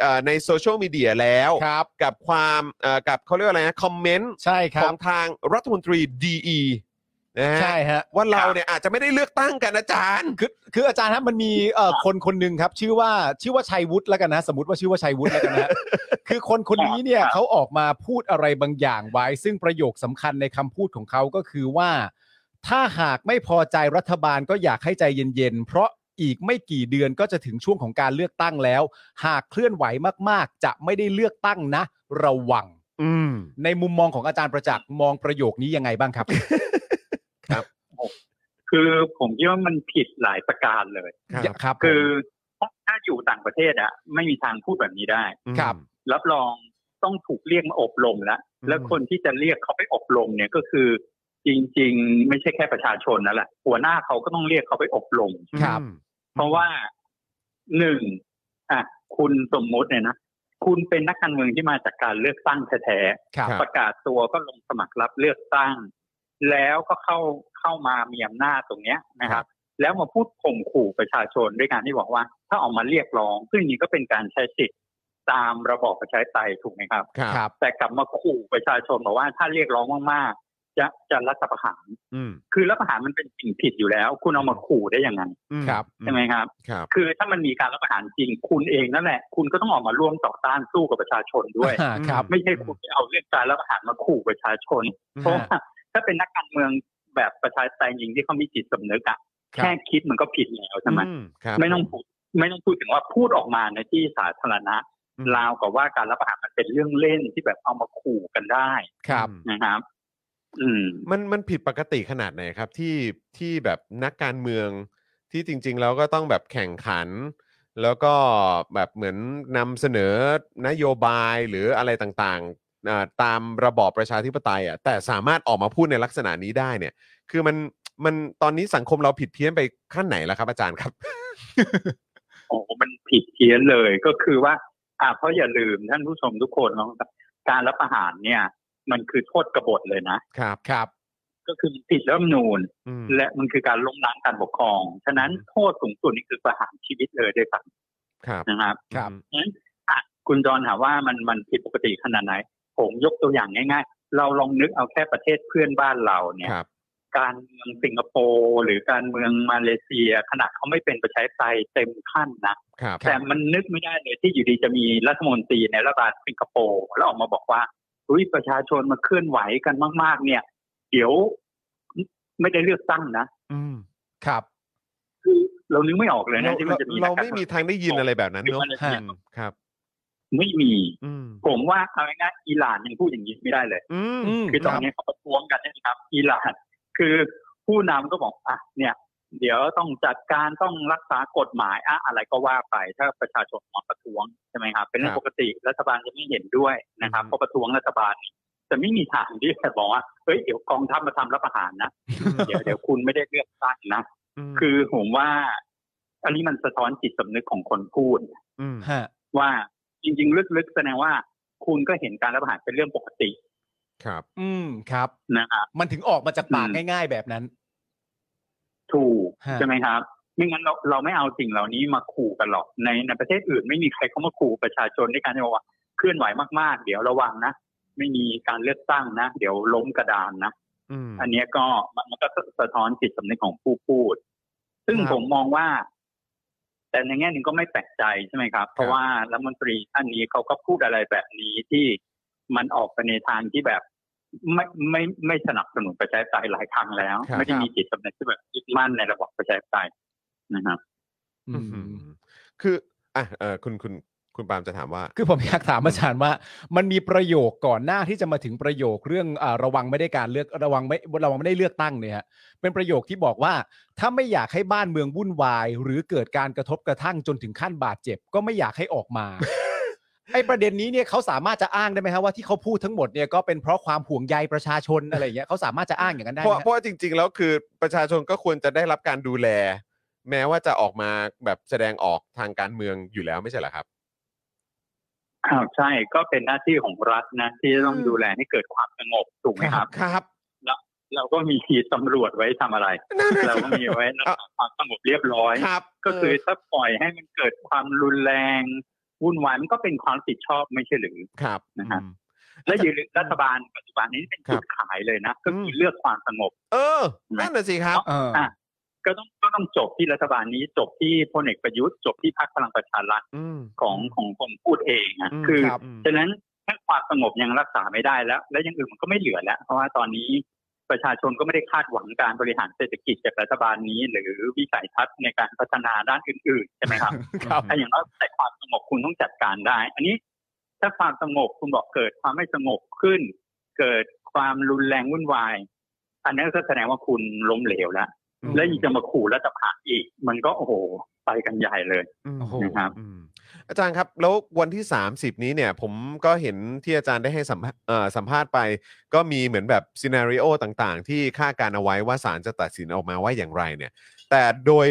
B: เอ่อในโซเชียลมีเดียแล้ว
C: ครับ
B: กับความเอ่อกับเขาเรียกว่าอะไรนะคอมเมนต์
C: ใช่ค
B: ข
C: รั
B: อบ งทางรัฐมนตรีดีนะฮะ
C: ใช่ฮะ
B: ว่าเราเนี่ยอาจจะไม่ได้เลือกตั้งกันอาจารย์
C: คือคืออาจารย์ฮะมันมีเอ่อคนคนหนึ่งครับ ชื่อว่าชื่อว่าชัยวุฒิแล้วกันนะสมมติว่าชื่อว่าชัยวุฒิแล้วกันนะฮะ คือคนคนนี้เนี่ยเขาออกมาพูดอะไรบางอย่างไว้ ซึ่งประโยคสำคัญในคำพูดของเขาก็คือว่า ถ้าหากไม่พอใจรัฐบาลก็อยากให้ใจเย็นๆ เพราะอีกไม่กี่เดือนก็จะถึงช่วงของการเลือกตั้งแล้ว หากเคลื่อนไหวมากๆ จะไม่ได้เลือกตั้งนะ ระวัง
B: อืม
C: ในมุมมองของอาจารย์ประจักษ์มองประโยคนี้ยังไงบ้างครับ
F: คือผมคิดว่ามันผิดหลายประการเลย
B: ครับ
C: ครับผม
F: คือถ้าอยู่ต่างประเทศอะไม่มีทางพูดแบบนี้ได้
C: ครับ
F: รับรองต้องถูกเรียกมาอบรมแล้วแล้วคนที่จะเรียกเขาไปอบรมเนี่ยก็คือ จริง ๆ ไม่ใช่แค่ประชาชนนั่นแหละหัวหน้าเขาก็ต้องเรียกเขาไปอบรม
C: ครับ
F: เพราะว่าหนึ่งอ่ะคุณสมมุติเนี่ยนะคุณเป็นนักการเมืองที่มาจากการเลือกตั้งแท้ๆ
C: ครับ
F: ประกาศตัวก็ลงสมัครรับเลือกตั้ง แล้วก็เข้าเข้ามามีอำนาจตรงเนี้ยนะครับ แล้วมาพูดข่มขู่ประชาชนด้วยการที่บอกว่า ถ้าออกมาเรียกร้อง ซึ่งนี้ก็เป็นการใช้สิทธิ์ตามระบอบประชาธิปไตยถูกไหมครับ
B: ครับ
C: ครับ
F: แต่กลับมาขู่ประชาชนบอกว่าถ้าเรียกร้องมากๆจะจะรัฐประหาร
B: อืม
F: คือรัฐประหารมันเป็นสิ่งผิดอยู่แล้ว คุณเอามาขู่ได้ยังไง
C: ครับ
F: ใช่ไหมครับ
B: ครับ
F: คือถ้ามันมีการรัฐประหารจริง คุณเองนั่นแหละ คุณก็ต้องออกมาร่วมต่อต้านสู้กับประชาชนด้วย
C: อ่าครับ
F: ไม่ใช่คุณไปเอาเรื่องการรัฐประหารมาขู่ประชาชน เพราะว่าถ้าเป็นนักการเมืองแบบประชาธิปไตยจริงที่เขามีจิตสำนึกอะ
C: ครับ
F: แค่คิดมันก็ผิดแล้วใช่ไหม
B: อืครับ
F: ไม่ต้องพูดไม่ต้องพูดถึงว่าพูดออกมาในที่สาธารณะ
B: อืม
F: ราวกับว่าการรัฐประหารมันเป็นเรื่องเล่นที่แบบเอามาขู่กันได้
C: ครับ
F: นะครับ อืม
B: มันมันผิดปกติขนาดไหนครับที่ที่แบบนักการเมืองที่จริง ๆ แล้วก็ต้องแบบแข่งขัน แล้วก็แบบเหมือนนำเสนอนโยบายหรืออะไรต่างๆอ่าตามระบอบประชาธิปไตยอ่ะแต่สามารถออกมาพูดในลักษณะนี้ได้เนี่ย คือมันมันตอนนี้สังคมเราผิดเพี้ยนไปขั้นไหนแล้วครับอาจารย์ครับ
F: โอ้โหมันผิดเพี้ยนเลยก็คือว่า อ่าเพราะอย่าลืมท่านผู้ชมทุกคนเนาะการรับประหารเนี่ย มันคือโทษกบฏเลยนะครับ
C: ครับ
F: ก็คือผิดรัฐธรรมนูญ
B: อืม
F: และมันคือการล้มล้างการปกครอง ฉะนั้นโทษสูงสุดนี่คือประหารชีวิตเลยด้วยซ้
B: ครับ
F: ำนะครับ
C: ครับ
F: ฉะนั้นอ่ะคุณจรถามว่ามันมันผิดปกติขนาดไหน ผมยกตัวอย่างง่าย ๆ เราลองนึกเอาแค่ประเทศเพื่อนบ้านเราเนี่ย
B: ครับ
F: การเมืองสิงคโปร์หรือการเมืองมาเลเซีย ขนาดเขาไม่เป็นประชาธิปไตยเต็มขั้นนะ
B: ครับ
F: แต่มันนึกไม่ได้เลยที่อยู่ดีจะมีรัฐมนตรีในรัฐบาลสิงคโปร์แล้วออกมาบอกว่าเฮ้ยประชาชนมาเคลื่อนไหวกันมาก ๆ เนี่ย เดี๋ยวไม่ได้เลือกตั้งนะ
B: อืม
C: ครับ
F: คือเรานึกไม่ออกเลย
B: เรา
F: นะที่มันจะมี
B: เราไม่มีทางได้ยินอะไรแบบนั้น
F: หรื
B: เน
F: อ
B: อะ
F: อะไรเนี่ย
B: อืมครับ
F: ไม่มี
B: อืม
F: ผมว่าเอาง่ายๆอิหร่านยังพูดอย่างนี้ไม่ได้เลย
B: อืม
C: อืม
F: คือตอน
C: รับ
F: นี้เขาประท้วงกันนะครับ อิหร่าน คือผู้นำก็บอกอ่ะเนี่ย เดี๋ยวต้องจัดการต้องรักษากฎหมายอะอะไรก็ว่าไปถ้าประชาชนมาประท้วงใช่ไหมครับ เป็นเรื่อ
B: ครับ
F: งปกติรัฐบาลจะไม่เห็นด้วยนะครับ
B: อืม
F: เพราะประท้วงรัฐบาลเนี่ยจะไม่มีทางที่จะบอกว่าเฮ้ยเดี๋ยวกองทัพมาทำรัฐประหารนะเดี๋ยวเดี๋ยวคุณไม่ได้เลือกตั้งนะ
B: ม
F: คือผมว่า อันนี้มันสะท้อนจิตสำนึกของคนพูด
B: ม
C: ฮะ
F: ว่าจริง ๆ ลึกๆแสดงว่า คุณก็เห็นการรับประหารเป็นเรื่องปกติ
B: ครับ
C: อืมครับ
F: นะครับ
C: มันถึงออกมาจากปาก
F: อืม
C: ง่ายๆแบบนั้น
F: ถูก
C: ฮะ
F: ใช่ไหมครับไม่งั้นเราเราไม่เอาสิ่งเหล่านี้มาขู่กันหรอกในในประเทศอื่น ไม่มีใครเขามาขู่ประชาชนด้วยการที่บอกว่าเคลื่อนไหวมากๆ เดี๋ยวระวังนะไม่มีการเลือกตั้งนะเดี๋ยวล้มกระดานนะ
B: อืม
F: อันเนี้ยก็มันมันก็สะท้อนจิตสำนึกของผู้พูด ซึ่ง
B: ครับ
F: ผมมองว่า แต่ในแง่หนึ่งก็ไม่แปลกใจใช่ไหมครับ เพราะว่ารัฐมนตรีท่านนี้เขาก็พูดอะไรแบบนี้ที่มันออกไปในทางที่แบบ ไม่ไม่ไม่สนับสนุนประชาธิปไตยหลายครั้งแล้ว
B: ครับ
F: ไม่ได้มีจิตสำนึกที่แบบยึดมั่นในระบอบประชาธิปไตยนะครับ
C: อื
B: อื
C: ม
B: มคืออ่ะเออคุณคุณคุณปาล์มจะถามว่า
C: คือผมอยากถามอาจารย์ว่า มันมีประโยคก่อนหน้าที่จะมาถึงประโยคเรื่องอาระวังไม่ได้การเลือกระวังไม่ระวังไม่ได้เลือกตั้งเนี่ยฮะเป็นประโยคที่บอกว่า ถ้าไม่อยากให้บ้านเมืองวุ่นวาย หรือเกิดการกระทบกระทั่งจนถึงขั้นบาดเจ็บ ก็ไม่อยากให้ออก มา ไอ้ประเด็นนี้เนี่ยเขาสามารถจะอ้างได้ไหมครับว่าที่เขาพูดทั้งหมดเนี่ยก็เป็นเพราะความห่วงใยประชาชนอะไรอย่างเงี้ยเขาสามารถจะอ้างอย่างนั้นได้
B: เพ
C: ไหม
B: ราะ
C: ฮะ
B: เพราะจริง ๆ แล้วคือประชาชนก็ควรจะได้รับการดูแล แม้ว่าจะออกมาแบบแสดงออกทางการเมืองอยู่แล้วไม่ใช่เหรอครับ
F: อ้าวใช่ก็เป็นหน้าที่ของรัฐนะที่จะต้อง
B: อืม
F: ดูแลให้เกิดความสงบถูกไหมครับ
B: ครับ
F: เราก็มีตำรวจไว้ทำอะไร
B: นั่นน่ะสิ
F: เราก็มีไว้รัก
B: อ่ะ
F: ษาความสงบเรียบร้อย
B: ครับ
F: ก็คือ
B: เ
F: ถ้าปล่อยให้มันเกิดความรุนแรงวุ่นวายมันก็เป็นความรับผิดชอบไม่ใช่หรือ
B: ครับ
F: นะฮะ
B: อืม
F: และอยืนรัฐบาลปัจจุบันนี้เป็นจุดขายเลยนะ ก็คือ
B: ม
F: เลือกความสงบ
B: เออนั่นน่ะสิครับ
C: เออ
F: อ่ะ ก็ต้องก็ต้องจบที่รัฐบาลนี้ จบที่พลเอกประยุทธ์จบที่พรรคพลังประชารัฐ
B: อืม
F: ของของคนพูดเองอะ
B: อืม
F: คือ
B: ครับ
F: ฉะนั้นถ้าความสงบยังรักษาไม่ได้แล้ว และอยังอื่นมันก็ไม่เหลือแล้ว เพราะว่าตอนนี้ประชาชนก็ไม่ได้คาดหวังการบริหารเศรษฐกิจจากรัฐบาลนี้ หรือวิสัยทัศน์ในการพัฒนาด้านอื่นๆใช่ไหมครับ
C: ครับ
F: ถ้าอย่างน้อยแต่ความสงบคุณต้องจัดการได้ อันนี้ถ้าความสงบคุณบอกเกิดความไม่สงบขึ้น เกิดความรุนแรงวุ่นวาย อันนั้นก็แสดงว่าคุณล้มเหลวแล้ว
B: อืม
F: และยังจะมาขู่รัฐประหารอีก มันก็โอ้โหไปกันใหญ่เลย
C: โอ้โห
F: นะครับ
B: อืมอาจารย์ครับ แล้ววันที่ 30 นี้เนี่ยผมก็เห็นที่อาจารย์ได้ให้สัมภาเอ่อสัมภาษณ์ไป ก็มีเหมือนแบบซีนารีโอต่างๆ ที่คาดการเอาไว้ว่าศาลจะตัดสินออกมาว่าอย่างไรเนี่ย แต่โดย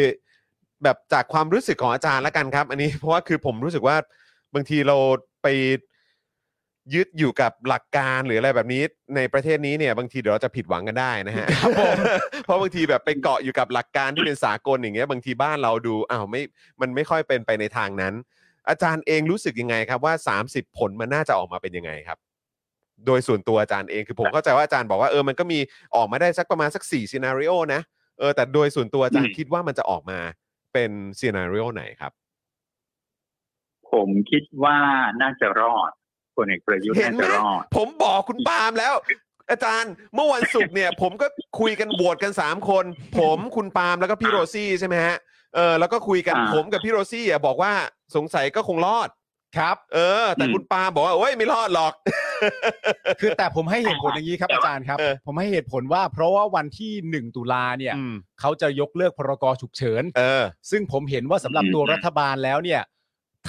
B: แบบจากความรู้สึกของอาจารย์ละกันครับ อันนี้เพราะว่าคือผมรู้สึกว่าบางทีเราไปยึดอยู่กับหลักการหรืออะไรแบบนี้ ในประเทศนี้เนี่ยบางทีเดี๋ยวเราจะผิดหวังกันได้นะฮะ
C: ครับผม
B: เพราะบางทีแบบไปเกาะอยู่กับหลักการที่เป็นสากลอย่างเงี้ยบางทีบ้านเราดูอ้าวไม่ มันไม่ค่อยเป็นไปในทางนั้น อาจารย์เองรู้สึกยังไงครับว่า 30 ผลมันน่าจะออกมาเป็นยังไงครับ โดยส่วนตัวอาจารย์เองคือผมเข้าใจว่าอาจารย์บอกว่าเออมันก็มีออกมาได้สักประมาณสัก4ซีนารีโอนะเออแต่โดยส่วนตัวอาจารย์
F: อืม
B: คิดว่ามันจะออกมาเป็นซีนารีโอไหนครับ
F: ผมคิดว่าน่าจะรอดคนเอกประยุทธ์
B: เห็น
F: น่า
B: ไหม
F: จะรอด
B: ผมบอกคุณปาล์มแล้ว อาจารย์เมื่อวันศุกร์ เนี่ย ผมก็คุยกันโหวตกันสามคน ผมคุณปาล์มแล้วก็พี่โรซี่ใช่ไหมฮะเออแล้วก็คุยกัน
F: อ่า
B: ผมกับพี่โรซี่อ่ะบอกว่าสงสัยก็คงรอดครับ เออ แต่
F: อืม
B: คุณปาล์มบอกว่าโอ้ยไม่รอดหรอก
C: คือแต่ผมให้เหตุผลอย่างนี้ครับอาจารย์ครับ
B: เออ
C: ผมให้เหตุผลว่า เพราะว่าวันที่หนึ่งตุลาเนี่ย
B: อืม
C: เขาจะยกเลิกพรกฉุกเฉิน
B: เออ
C: ซึ่งผมเห็นว่าสำหรับตัว
F: อืม
C: รัฐบาลแล้วเนี่ย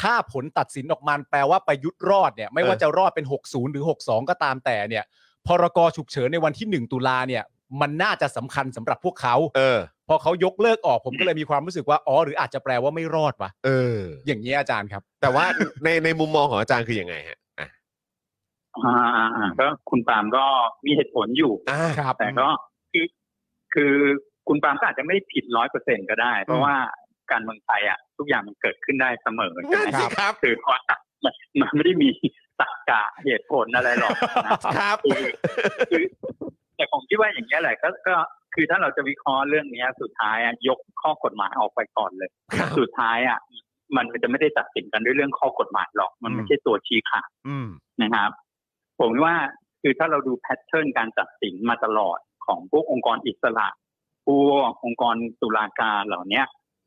C: ถ้าผลตัดสินออกมาแปลว่าประยุทธ์รอดเนี่ย ไม่ว่าจะรอดเป็น 60 หรือ 62 ก็ตามแต่เนี่ย พรกฉุกเฉินในวันที่ 1 ตุลาเนี่ย มันน่าจะสำคัญสำหรับพวกเขา
B: เออ
C: พอเขายกเลิกออกผมก็เลยมีความรู้สึกว่า อ๋อ หรืออาจจะแปลว่าไม่รอดวะ
B: เออ
C: อย่างนี้ยอาจารย์ครับ
B: แต่ว่า ในในมุมมองของอาจารย์คือยังไงฮะ อ่ะ
F: อ่าๆๆก็คุณปาล์มก็มีเหตุผลอยู่
B: อ่า
C: ครับ
F: แต่ก็คือคือคุณปาล์มก็อาจจะไม่ได้ผิดร้อยเปอร์เซ็นก็ได้ เพราะว่าการเมืองไทยอ่ะ ทุกอย่างมันเกิดขึ้นได้เสมอใช่ไหม
B: นั่นสิครับ
F: คือว่ามัน มันไม่ได้มีตรรกะเหตุผลอะไรหรอกนะครับ คือคือแต่ผมคิดว่าอย่างนี้ยแหละก็ก็คือถ้าเราจะวิเคราะห์เรื่องเนี้ย สุดท้ายอ่ะยกข้อกฎหมายออกไปก่อนเลย
B: ครับ
F: สุดท้ายอ่ะมันจะไม่ได้ตัดสินกันด้วยเรื่องข้อกฎหมายหรอกมันไม่ใช่ตัวชี้ขาด
B: อืม
F: นะครับผมว่าคือถ้าเราดูแพทเทิร์นการตัดสินมาตลอดของพวกองค์กรอิสระพวกองค์กรตุลาการเหล่าเนี้ย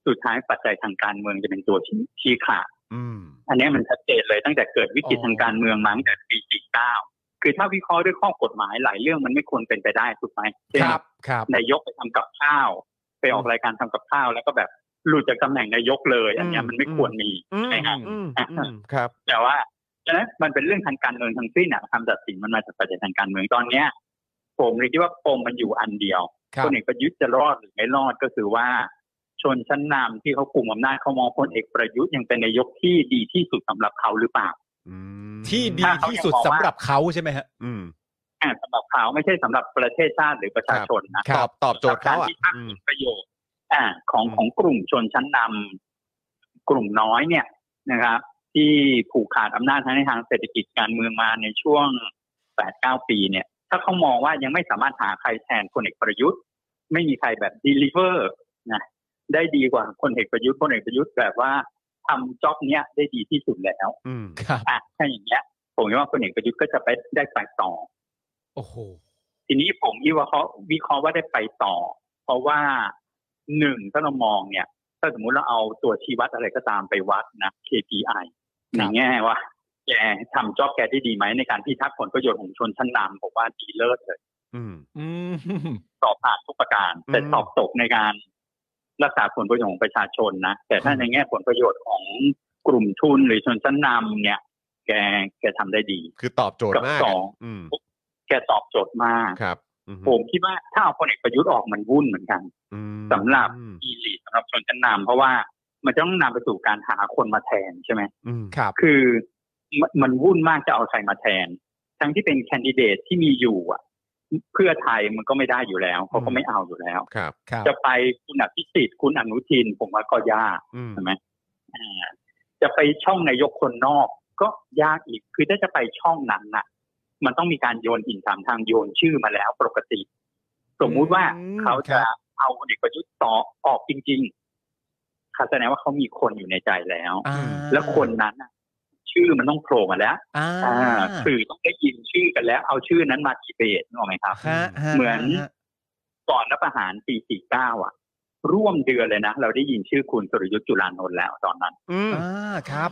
F: สุดท้ายปัจจัยทางการเมืองจะเป็นตัวชี้ชี้ขาด
B: อืม
F: อันเนี้ยมันชัดเจนเลยตั้งแต่เกิดวิกฤต
C: อ๋อ
F: ทางการเมืองมาตั้งแต่ปี 49 คือถ้าวิเคราะห์ด้วยข้อกฎหมายหลายเรื่องมันไม่ควรเป็นไปได้ถูกไหมเช่น
C: ครับ
F: นายกไปทำกับข้าว ไปออกรายการทำกับข้าว แล้วก็แบบหลุดจากตำแหน่งนายกเลย อันเนี้ยมันไม่ควรมี
B: อืม
F: ใช่ครับ
B: อืมอืมครับ
F: แต่ว่าฉะนั้นมันเป็นเรื่องทางการเมืองทั้งสิ้นอะคำตัดสินมันมาจากประเด็นทางการเมืองตอนเนี้ย ผมเลยคิดว่าปมมันอยู่อันเดียว
C: ครับ
F: นเอกประยุทธ์จะรอดหรือไม่รอดก็คือว่า ชนชั้นนำที่เขากลุ่มอำนาจเขามองพลเอกประยุทธ์ยังเป็นนายกที่ดีที่สุดสำหรับเขาหรือเปล่า
B: อืม
C: ที่ดีที่สุดสำหรับเขาใช่ไหมฮะ
B: อืม
F: อ่าสำหรับเขาไม่ใช่สำหรับประเทศชาติหรือประชาชนนะ
B: ตอบตอบโจทย์เขาอ่ะ
F: การที่สร้าง
B: อื
F: ผ
B: ม
F: ลประโยชน์อ่าของ
B: อืม
F: ของกลุ่มชนชั้นนำกลุ่มน้อยเนี่ยนะครับ ที่ผูกขาดอำนาจทั้งในทางเศรษฐกิจการเมืองมาในช่วง 8-9 ปีเนี่ย ถ้าเขามองว่ายังไม่สามารถหาใครแทนพลเอกประยุทธ์ ไม่มีใครแบบดีลิเวอร์นะได้ดีกว่าพลเอกประยุทธ์พลเอกประยุทธ์แบบว่าทำจ็อบเนี้ยได้ดีที่สุดแล้ว
B: อืม
C: ครับ
F: อ่ะถ้าอย่างเงี้ย ผมคิดว่าพลเอกประยุทธ์ก็จะไปได้ไปต่อ
C: โอ้โห
F: ทีนี้ผมวิเคราะห์วิเคราะห์ว่าได้ไปต่อ เพราะว่าหนึ่งถ้าเรามองเนี่ย ถ้าสมมุติเราเอาตัวชี้วัดอะไรก็ตามไปวัดนะ KPI
C: ค
F: ใน
C: รับ
F: แง่ว่าแกทำจอบแกได้ดีไหมในการพิทักษ์ผลประโยชน์ของชนชั้นนำผมว่าดีเลิศเลย
B: อืม
C: อืม
F: สอบผ่านทุกประการ แต่
B: อืม
F: สอบตกในการรักษาผลประโยชน์ของประชาชนนะ แต่ถ้าในแง่ผลประโยชน์ของกลุ่มทุนหรือชนชั้นนำเนี่ย แกแกทำได้ดี
B: คือตอบโจทย์มากอะ
F: กับสอง
B: อืม
F: แกตอบโจทย์มาก
B: ครับอือฮึ
F: ผมคิดว่าถ้าเอาพลเอกประยุทธ์ออกมันวุ่นเหมือนกัน
B: อืม
F: สำหรับ
B: อืม
F: อีลีสำหรับชนชั้นนำเพราะว่ามันจะต้องนำไปสู่การหาคนมาแทนใช่ไหม
B: อืม
C: ครับ
F: คือมมันวุ่นมากจะเอาใครมาแทน ทั้งที่เป็นแคนดิเดตที่มีอยู่อ่ะ เพื่อไทยมันก็ไม่ได้อยู่แล้วเขาก็ไม่เอาอยู่แล้ว
B: ครับ
C: ครับ
F: จะไปคุณอภิสิทธิ์คุณอนุทิน ผมว่าก็ยาก
B: อืม
F: ใช่ไหมอ่าจะไปช่องนายกคนนอกก็ยากอีกคือถ้าจะไปช่องนั้นน่ะ มันต้องมีการโยนหินถามทางโยนชื่อมาแล้วปกติ สมมุติว่า
C: อืม
F: เขาจะเอาพลเอกประยุทธ์ต่อออกจริงๆค่ะแสดงว่าเขามีคนอยู่ในใจแล้ว
C: อ่า
F: แล้วคนนั้นน่ะ ชื่อมันต้องโผล่มาแล้ว
C: อ่า
F: อ่าสื่อต้องได้ยินชื่อกันแล้ว เอาชื่อนั้นมาดีเบตนึกออกไหมครับ
C: ฮะฮะ
F: เหมือน
C: ฮะ
F: ก่อนรัฐประหารปี 49 อ่ะ ร่วมเดือนเลยนะ เราได้ยินชื่อคุณสุรยุทธ์จุลานนท์แล้วตอนนั้น
B: อืม
C: อ่าครับ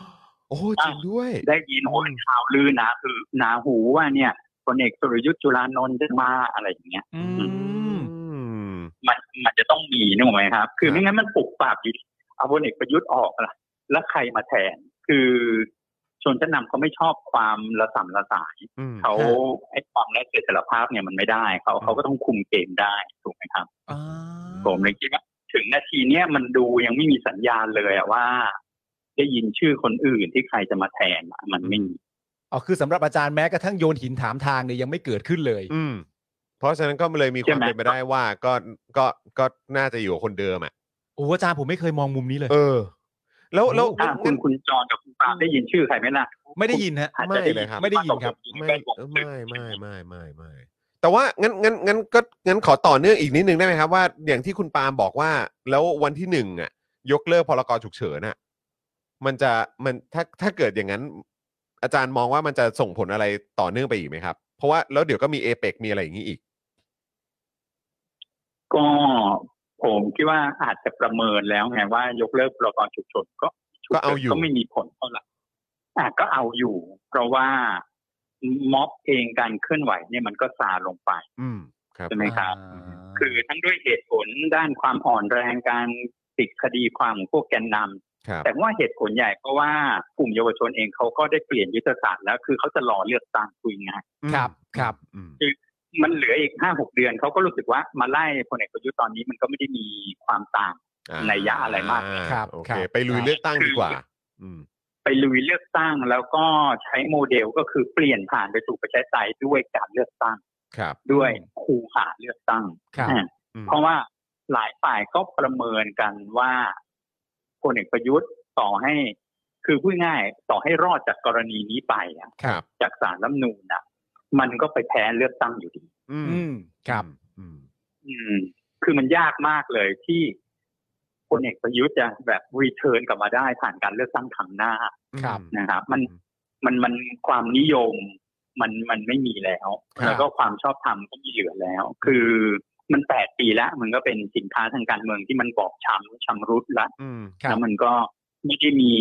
B: โอ้จริงด้วย
F: ได้ยินโอ้ยเป็นข่าวลือหนะคือหนาหูว่าเนี่ยพลเอกสุรยุทธ์จุลานนท์จะมาอะไรอย่างเงี้ย
C: อืม
B: อืม
F: มันมันจะต้องมีนึกออกไหมครับ คือ
B: ครับ
F: ไม่งั้นมันปุกปากอยู่เอาพลเอกประยุทธ์ออกล่ะแล้วใครมาแทน คือชนชั้นนำเขาไม่ชอบความระส่ำระสาย
B: อืม
F: เขา
C: ครั
F: ไอ้ความและเสถียรภาพเนี่ยมันไม่ได้เขาเขาก็ต้องคุมเกมได้ถูกไหมครับ
C: อ่า
F: ผมเลยคิดว่าถึงนาทีเนี้ยมันดูยังไม่มีสัญญาณเลยอะว่า ได้ยินชื่อคนอื่นที่ใครจะมาแทนอะมันไม่มี
C: อ๋อคือสำหรับอาจารย์แม้กระทั่งโยนหินถามทางเนี่ยยังไม่เกิดขึ้นเลย
B: อืม เพราะฉะนั้นก็เลยมีความเป็นไปได้ว่าก็ก็ก็น่าจะอยู่กับคนเดิมอ่ะ
C: โอ้อาจารย์ผมไม่เคยมองมุมนี้เลย
B: เออ แล้วแล้ว
F: อ่ะคุณ
B: งั้น
F: คุณจอนกับคุณปาล์มได้ยินชื่อใครไหมล่ะ
C: ไม่ได้ยินฮะ
F: อาจ
B: ไม่
F: จะได้
B: เลยครับ
C: ไม่ได้ยินครับ
F: ยิน
B: ไม่
F: แวดวง
B: ไม่ไม่ไม่ไม่ไม่แต่ว่างั้นงั้นงั้นก็งั้นขอต่อเนื่องอีกนิดนึงได้ไหมครับว่าอย่างที่คุณปาล์มบอกว่า แล้ววันที่หนึ่งอ่ะ ยกเลิกพรกฉุกเฉินอ่ะ มันจะมันถ้าถ้าเกิดอย่างนั้น อาจารย์มองว่ามันจะส่งผลอะไรต่อเนื่องไปอีกไหมครับ เพราะว่าแล้วเดี๋ยวก็มีเอเปกมีอะไรอย่างนี้อีก
F: ก็ผมคิดว่าอาจจะประเมินแล้วไงว่ายกเลิกพรกฉุกเฉินก็
B: ก็เอาอยู่
F: ก็ไม่มีผลเท่าไหร่อ่ะก็เอาอยู่ เพราะว่าม็อบเองการเคลื่อนไหวเนี่ยมันก็ซาลงไป
B: อืมครับ
F: ใช่ไหมครับ
C: อ่า
F: คือทั้งด้วยเหตุผลด้านความอ่อนแรงการติดคดีความของพวกแกนนำ
B: ครับ
F: แต่ว่าเหตุผลใหญ่เพราะว่ากลุ่มเยาวชนเองเขาก็ได้เปลี่ยนยุทธศาสตร์แล้วคือเขาจะรอเลือกตั้งคุยงาน
C: ครับครับ
B: อืม
F: มันเหลืออีกห้าหกเดือนเขาก็รู้สึกว่ามาไล่พลเอกประยุทธ์ตอนนี้มันก็ไม่ได้มีความต่าง
B: อ่า
F: นัยยะอะไรมาก
C: ครับ
B: โอเค
C: ครับ
B: ไปลุยเลือกตั้งดีกว่า อืม
F: ไปลุยเลือกตั้งแล้วก็ใช้โมเดลก็คือเปลี่ยนผ่านไปสู่ประชาธิปไตยด้วยการเลือกตั้ง
B: ครับ
F: ด้วยคูหาเลือกตั้ง
C: ครับ
F: อ่า
B: อืม
F: เพราะว่าหลายฝ่ายก็ประเมินกันว่าพลเอกประยุทธ์ต่อให้ คือพูดง่ายๆต่อให้รอดจากกรณีนี้ไปอะ
B: ครับ
F: จากสารรัฐธรรมนูญอะมันก็ไปแพ้เลือกตั้งอยู่ดี
B: อืม
C: อืมครับ
B: อืม
F: อืม คือมันยากมากเลยที่พลเอกประยุทธ์จะแบบรีเทิร์นกลับมาได้ผ่านการเลือกตั้งครั้งหน้า
C: ครับ
F: นะครับมันมันมันความนิยมมันมันไม่มีแล้ว
C: ครับ
F: แล้วก็ความชอบธรรมก็ไมีเหลือแล้ว คือมันแปดปีแล้ว มันก็เป็นสินค้าทางการเมืองที่มันบอบช้ำชำรุดละ
B: อืม
C: ครับ
F: แล้วมันก็ไม่ได้มี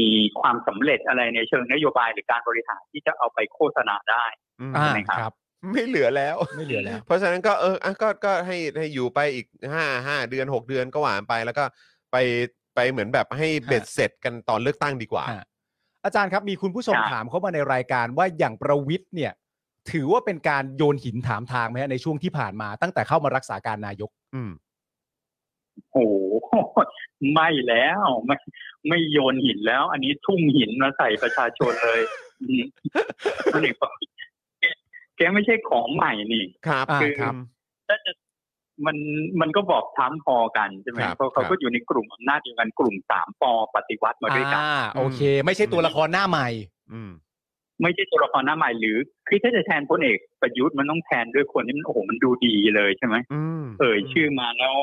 F: ความสำเร็จอะไรในเชิงนโยบายหรือการบริหารที่จะเอาไปโฆษณาได้
B: อืม
C: อ่า
F: ใช่ไหมครับ
C: ครับ
B: ไม่เหลือแล้ว
C: ไม่เหลือแล้ว
B: เพราะฉะนั้นก็เอออ่ะก็ก็ให้ให้อยู่ไปอีกห้าห้าเดือนหกเดือนก็หวานไปแล้วก็ไปไปเหมือนแบบให้เบ็ดเสร็จกันตอนเลือกตั้งดีกว่า
C: อ่ะอาจารย์ครับมีคุณผู้ชม
F: ครับ
C: ถามเข้ามาในรายการว่าอย่างประวิทย์เนี่ย ถือว่าเป็นการโยนหินถามทางไหมฮะในช่วงที่ผ่านมาตั้งแต่เข้ามารักษาการนายก
B: อืม
F: โอ้โห ไม่แล้วไม่ไม่โยนหินแล้ว อันนี้ทุ่มหินมาใส่ประชาชนเลยอื มพลเอกประยุทธ์แกไม่ใช่ของใหม่นี่
B: ครับ
C: อ่า
B: คือ
C: ครับ
F: ถ้าจะมันมันก็บอกทั้ำพอกันใช่ไหม
B: ครับ
F: เพราะเขา
B: ครั
F: ก็
B: บ
F: อยู่ในกลุ่มอำนาจเดียวกันกลุ่มสามปอปฏิวัติมาด้วยกัน
C: อ่าโอเค ไม่ใช่ตัวละครหน้าใหม่
B: อืม
F: ไม่ใช่ตัวละครหน้าใหม่หรือคือถ้าจะแทนพลเอกประยุทธ์มันต้องแทนด้วยคนที่มันโอ้โหมันดูดีเลยใช่ไหม
B: อืม
F: เอ่ยชื่อมาแล้ว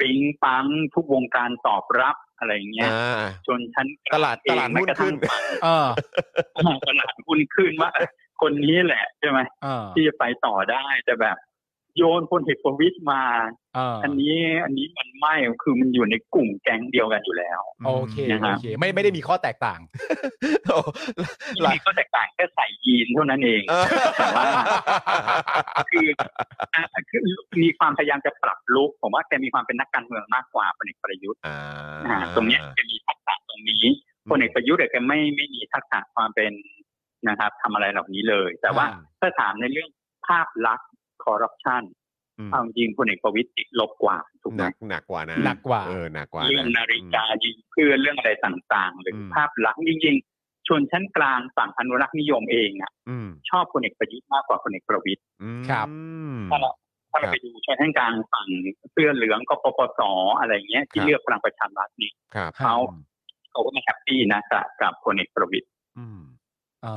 F: ปิ๊งปังทุกวงการตอบรับอะไรอย่างเงี้ย
B: อ่า
F: จนชั้นกง
B: ตลาด
F: เอง
B: ตลาดหุ้น
F: แม้กระ
B: ขึ้
F: ทั่ง
B: น
C: เออ
F: ตลาดหุ้นขึ้นว่าเอ้ยคนนี้แหละใช่ไหม
C: เออ
F: ที่จะไปต่อได้แต่แบบ โยนพลเอกประวิตยมา
C: เอออ
F: อันนี้อันนี้มันไม่คือมันอยู่ในกลุ่มแก๊งเดียวกันอยู่แล้ว
C: โอเค
F: นะครั
C: โอบ เคไม่ไม่ได้มีข้อแตกต่าง
B: โอ้หลาย
F: มีข้อแตกต่างแค่ใส่ยีนเท่านั้นเอง
B: เออ
F: แต่ว่า คืออ่ะคือมีความพยายามจะปรับลุกผมว่าแกมีความเป็นนักการเมืองมากกว่าพลเอกประยุทธ์
B: อ่า
F: อ่าตรงเนี้ยแกมีทักษะตรงนี้พลเอกประยุทธ์เนี่ยแกไม่ไม่มีทักษะความเป็นนะครับทำอะไรเหล่านี้เลย แต่ว่า
C: อ่า
F: ถ้าถามในเรื่องภาพลักษณ์คอร์รัปชัน
B: อืม
F: เอาจริงพลเอกประวิตยติดลบกว่าถูกไห
B: ห
F: ม
B: นักหนักกว่านะ
C: หนักกว่า
B: เออหนักกว่าะ
F: เรื่องนาฬิกายิงเพื่อนเรื่องอะไรต่างๆ หรืออ
B: ม
F: ภาพลักษณ์จริงๆชนชั้นกลางฝั่งอนุรักษ์นิยมเองอะ
B: อืม
F: ชอบพลเอกประยุทธ์มากกว่าพลเอกประวิตย
B: อืม
C: ครับ
F: ถ้าเราถ้า
B: ค
F: เรา
B: รับ
F: ไปดูชนชั้นกลางฝั่งเสื้อเหลืองก็ปปสอะไรเงี้ยที่
B: ครับ
F: เลือกพลังประชารัฐนี่
B: ครับ
F: เขาเขาก็ไม่แฮปปี้นะกับกับพลเอกประวิตย
B: อืม
C: อ๋อ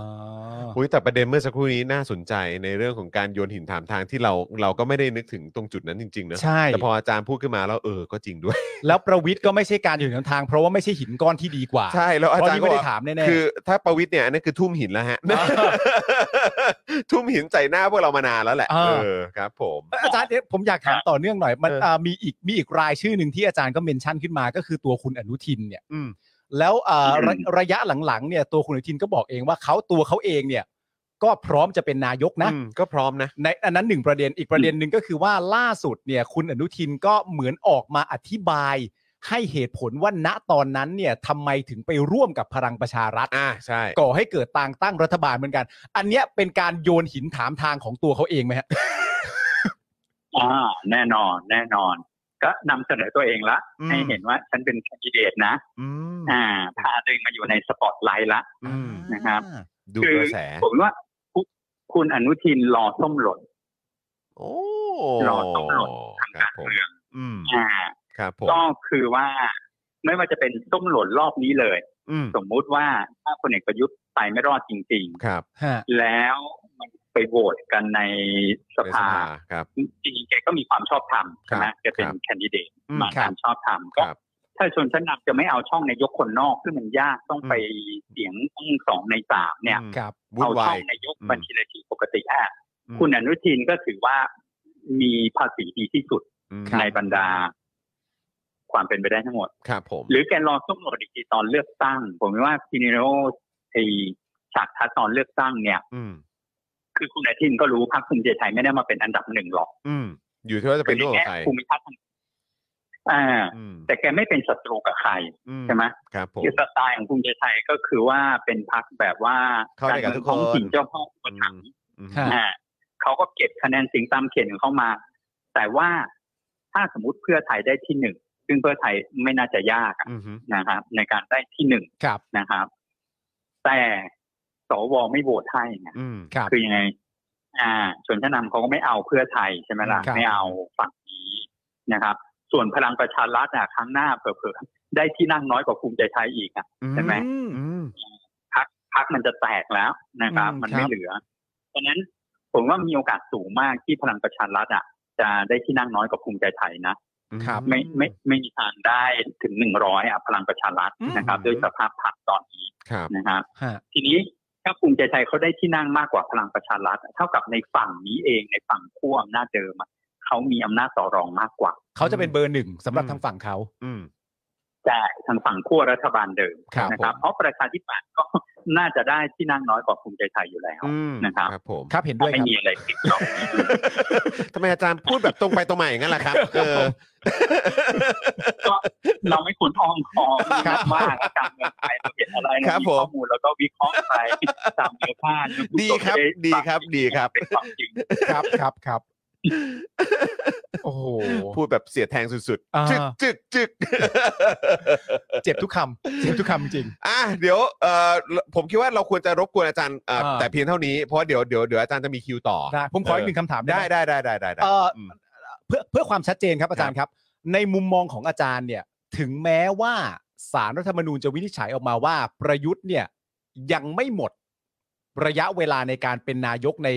B: อุ้ยแต่ประเด็นเมื่อสักครู่นี้น่าสนใจในเรื่องของการโยนหินถามทางที่เราเราก็ไม่ได้นึกถึงตรงจุดนั้นจริงๆนะ
C: ใช่
B: แต่พออาจารย์พูดขึ้นมาแล้วเออก็จริงด้วย
C: แล้วประวิทย์ก็ไม่ใช่การอยู่ในทาง เพราะว่าไม่ใช่หินก้อนที่ดีกว่า
B: ใช่แล้วอา
C: เพราะ
B: จารย์
C: ที่
B: ก็
C: ไม่ได้
B: บอก
C: ถามแน่ๆ
B: คือถ้าประวิทย์เนี่ยอันนั่นคือทุ่มหินแล้วฮะ
C: อ่า
B: ทุ่มหินใส่หน้าพวกเรามานานแล้วแหละ
C: อ่า
B: เออครับ ผม
C: เอ้ยอาจารย์เดี๋ยวผมอยากถามต่อเนื่องหน่อย มั
B: เอออ่
C: นามีอีกมีอีกรายชื่อหนึ่งที่อาจารย์ก็เมนชั่นขึ้นมาก็คือตัวคุณอนุทินเนี่ย
B: อืม
C: แล้วอ่าระระยะหลังๆเนี่ยตัวคุณอนุทินก็บอกเองว่าเขาตัวเขาเองเนี่ย ก็พร้อมจะเป็นนายกนะ
B: อืมก็พร้อมนะ
C: ในอันนั้นหนึ่งประเด็นอีกประเด็นหนึ่งก็คือว่าล่าสุดเนี่ยคุณอนุทินก็เหมือนออกมาอธิบาย ให้เหตุผลว่าณตอนนั้นเนี่ยทำไมถึงไปร่วมกับพลังประชารัฐ
B: อ่าใช่
C: ก่อให้เกิดต่างตั้งรัฐบาลเหมือนกัน อันเนี้ยเป็นการโยนหินถามทางของตัวเขาเองไหมฮะ
F: อ่าแน่นอนแน่นอน ก็นำเสนอตัวเองละ
B: อืม
F: ให้เห็นว่าฉันเป็นแคนดิเดตนะ
B: อืม
F: อ่าพาตัวเองมาอยู่ในสปอตไลท์ละ
B: อืม
F: นะครับ
B: ดู
F: คื
B: กระแส
F: ผมว่าคุณคุณอนุทินรอส้มหล่น
B: โอ้
F: รอต้องรอ ทาง
B: ครั
F: กา
B: บ
F: ร
B: ผม
F: เมือง
B: อืม
F: อ่า
B: ครับผม
F: ก็คือว่า ไม่ว่าจะเป็นส้มหล่นรอบนี้เลย
B: อืม
F: สมมุติว่าถ้าพลเอกประยุทธ์ไปไม่รอดจริง ๆ
B: ครับ
C: ฮะ
F: แล้วมันไปโหวตกันในส
B: ใน
F: ภา
B: ครับ
F: จริงๆแกก็มีความชอบธรรมใช่ไหม
B: ครับ
F: แกเป็น
B: ครับ
F: แคนดิเดต
B: อืม
F: มา
C: ครั
F: กา
C: บ
F: รชอบธรรม
B: ค
F: ก็
B: รับ
F: ถ้าชนชั้นนำจะไม่เอาช่องนายกคนนอกซึ่งมันยากต้อง
B: อืม
F: ไปเสียงต้องสองในสามเนี่ย
B: อืม
C: ครับ
B: วุ่น
F: เอา
B: วา
F: ช่อย งนายก
B: อืม
F: บัญชีรายชื่อปกติอ่ะคุณอนุทินก็ถือว่ามีภาษีดีที่สุด
B: อืม
F: ในบรรดา ความเป็นไปได้ทั้งหมด
B: ครับผม
F: หรือแกรอส้มหล่นอีกทีตอนเลือกตั้ง ผมว่าพินิโนไอฉากทัดตอนเลือกตั้งเนี่ย
B: อืม
F: คือคุณอนุทินก็รู้พรรคภูมิใจไทยไม่ได้มาเป็นอันดับหนึ่งหรอก
B: อืม อยู่ที่ว่าจะเป็นร่วมกับใคร
F: ภูมิทัศน์ทางอ่า
B: อืม
F: แต่แกไม่เป็นศัตรูกับใคร
B: อื
F: ใช่ไหม
B: ครับผม
F: คือสไตล์ของภูมิใจไทยก็คือว่าเป็นพรรคแบบว่า
B: เข้าใจกับทุกคน
F: ารเมืองท้องถิ่นเจ้าพ่ออุปถัมภ์
B: อืม
C: ค่ะ
F: อ่าเขาก็เก็บคะแนนเสียงตามเขตของเขามา แต่ว่าถ้าสมมติเพื่อไทยได้ที่หนึ่งซึ่งเพื่อไทยไม่น่าจะยากอะ
B: อืมฮึ
F: นะครับ ในการได้ที่หนึ่ง
C: ครับ
F: นะครับ แต่สวไม่โหวตให้นะ
B: อืม
C: ครับ
F: คือยังไง อ่าชนชั้นนำเขาก็ไม่เอาเพื่อไทยใช่ไหมล่ะ
C: ครับ
F: ไม่เอาฝั่งนี้นะครับ ส่วนพลังประชารัฐอ่ะครั้งหน้าเผื่อๆได้ที่นั่งน้อยกว่าภูมิใจไทยอีกอ่ะ ใช่ไหม
C: อืม
B: อืม
F: พักมันจะแตกแล้วนะครับ
C: อืม
F: มัน
C: ค
F: ไม่
C: รับ
F: เหลือฉะนั้นผมว่ามีโอกาสสูงมากที่พลังประชารัฐอ่ะ จะได้ที่นั่งน้อยกว่าภูมิใจไทยนะครับ ไม่ไม่ไม่มีทางได้ถึงหนึ่งร้อยอ่ะพลังประชารัฐนะครับ
B: อืม
F: ด้วยสภาพพรรคตอนนี้
B: ครับ
F: นะครับ
C: ฮะ
F: ทีนี้ถ้าภูมิใจไทยเขาได้ที่นั่งมากกว่าพลังประชารัฐเท่ากับในฝั่งนี้เองในฝั่งขั้วอำนาจเดิมอะเขามีอำนาจต่อรองมากกว่า
C: เขาจะเป็นเบอร์หนึ่งสำหรับ
B: อืม
C: ทางฝั่งเขา
B: อืม
F: แต่ทางฝั่งขั้วรัฐบาลเดิม
C: ครับ
F: นะครับ เพราะประชาธิปัตย์ก็ น่าจะได้ที่นั่งน้อยกว่าภูมิใจไทยอยู่แล้ว
B: อืม
F: นะครับ
B: ครับผม
C: ครับเห็นด้
F: ถ้า
C: วยค
F: ไม่
C: รับ
F: มีอะไรติดต่อ
B: ทำไมอาจารย์พูดแบบตรงไปตรงมาอย่างนั้นล่ะครับ เออ
F: ก็เราไม่ควรอ้อมคอม
C: ครับ
F: มากการเมืองไทยเราเห็นอะไรเรา
B: ครับ
F: มี
B: ผม
F: ข้อมูลแล้วก็วิเคราะห์ไปตามเนื้อผ้าแล้วณ
B: ดี
F: ก็
B: ครับ
F: จะไ
B: ดีครับ ดีครับ
F: เป็นความจริง
C: ครับครับครับ โอ้โห
B: พูดแบบเสียแทงสุด
C: อ่า
B: ๆ จึกจึกจึก
C: เจ็บทุกคำเจ็บทุกคำจริง
B: อ่ะเดี๋ยวเอ่อผมคิดว่าเราควรจะรบกวนอาจารย์เอ่อ
C: อ่า
B: แต่เพียงเท่านี้เพราะเดี๋ยวเดี๋ยวเดี๋ยวอาจารย์จะมีคิวต่อ
C: ได้ผมขออีกหนึ่งคำถามได้
B: ได้
C: ไหม
B: ได้ได้ได้ได้ได้
C: เอ่ออื
B: ม
C: เพื่อเพื่อความชัดเจนครับอาจารย์ครับ ในมุมมองของอาจารย์เนี่ย ถึงแม้ว่าสารรัฐธรรมนูญจะวินิจฉัยออกมาว่าประยุทธ์เนี่ยยังไม่หมด ระยะเวลาในการเป็นนายกใน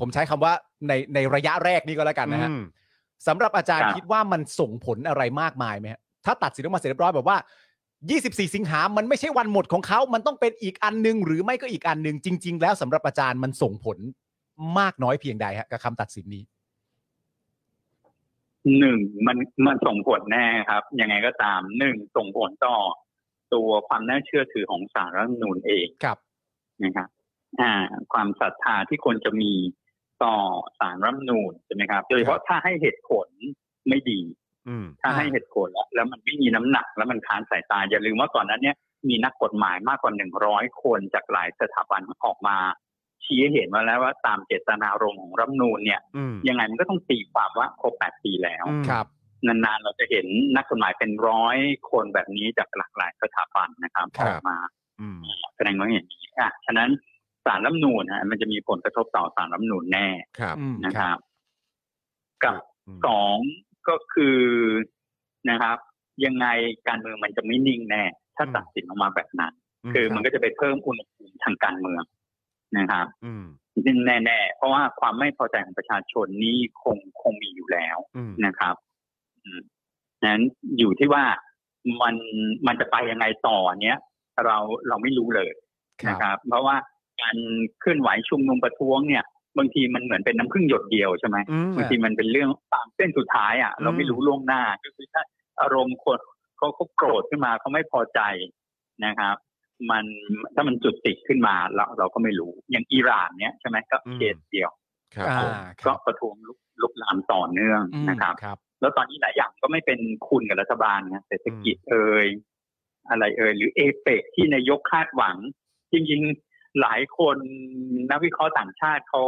C: ผมใช้คำว่าในในระยะแรกนี่ก็แล้วกันนะฮะ
B: อืม
C: สำหรับอาจารย์
F: ครับ
C: คิดว่ามันส่งผลอะไรมากมายไหมฮะถ้าตัดสินออกมาเสร็จเรียบร้อยแบบว่า 24 สิงหามันไม่ใช่วันหมดของเขามันต้องเป็นอีกอันหนึง หรือไม่ก็อีกอันหนึงจริง ๆ แล้วสำหรับอาจารย์มันส่งผลมากน้อยเพียงใดฮะกับคำตัดสินนี้
F: หนึ่งมันมันส่งผลแน่ครับ ยังไงก็ตามหนึ่งส่งผลต่อตัวความน่าเชื่อถือของสารรัฐธรรมนูญเอง
C: ครับ
F: นะครับ อ่า ความศรัทธาที่คนจะมีต่อสารรัฐธรรมนูญใช่ไหมครับโดยเฉพาะถ้าให้เหตุผลไม่ดี
B: อืม
F: ถ้า
C: อ่า
F: ให้เหตุผลแล้วแล้วมันไม่มีน้ำหนัก แล้วมันค้านสายตา อย่าลืมว่าก่อนหนั้นเนี่ยมีนักกฎหมายมากกว่าหนึ่งร้อยคนจากหลายสถาบันออกมา ชี้ให้เห็นมาแล้วว่าตามเจตนารมณ์ของรัฐธรรมนูญเนี่ย
B: อืม
F: ยังไงมันก็ต้องตีความว่าครบแปดปีแล้ว
B: อืม
C: ครับ
F: นานๆ เราจะเห็นนักกฎหมายเป็นร้อยคนแบบนี้จากหลากหลายสถาบันนะครับ
C: ค
F: อ
C: รับ
F: อกมา
B: อืม
F: แสดงความเห็นอย่างนี้อ่ะฉะนั้นสารรัฐธรรมนูญฮะมันจะมีผลกระทบต่อสารรัฐธรรมนูญแน่
B: ครับ
C: อืม
F: นะ
C: ค
F: ครับ รับ กับ
B: อืม
F: สองก็คือนะครับ ยังไงการเมืองมันจะไม่นิ่งแน่ ถ้าตัดสินออกมาแบบนั้น คือมันก็จะไปเพิ่มอุณหภูมิทางการเมืองนะครับ
B: อืม
F: แน่ๆเพราะว่าความไม่พอใจของประชาชนนี่คงคงมีอยู่แล้ว
B: อืม
F: นะครับอืมนั้นอยู่ที่ว่ามันมันจะไปยังไงต่อเนี้ยเราเราไม่รู้เลย
C: ครับ
F: นะครับ เพราะว่าการเคลื่อนไหวชุมนุมประท้วงเนี่ย บางทีมันเหมือนเป็นน้ำพึ่งหยดเดียวใช่ไหม
B: อืม
F: บางทีมันเป็นเรื่องตามเส้นสุดท้ายอ่ะ เราไม่รู้ล่วงหน้าก็คือถ้าอารมณ์คนเขาเขาโกรธขึ้นมาเขาไม่พอใจนะครับ มันถ้ามันจุดติดขึ้นมาเราเราก็ไม่รู้อย่างอิหร่านเนี้ยใช่ไหมก็เคสเดียว
B: ครับ
C: อ่าค
F: ก็
C: รับ
F: ประท้วงลุกลุกลามต่อเนื่อง
C: อืม
F: นะครับ
C: ครับ
F: แล้วตอนนี้หลายอย่างก็ไม่เป็นคุณกับรัฐบาลนะเศรษฐกิจเอ่ยอะไรเอ่ยหรือเอเปกที่นายกคาดหวัง จริงๆหลายคนนักวิเคราะห์ต่างชาติเขา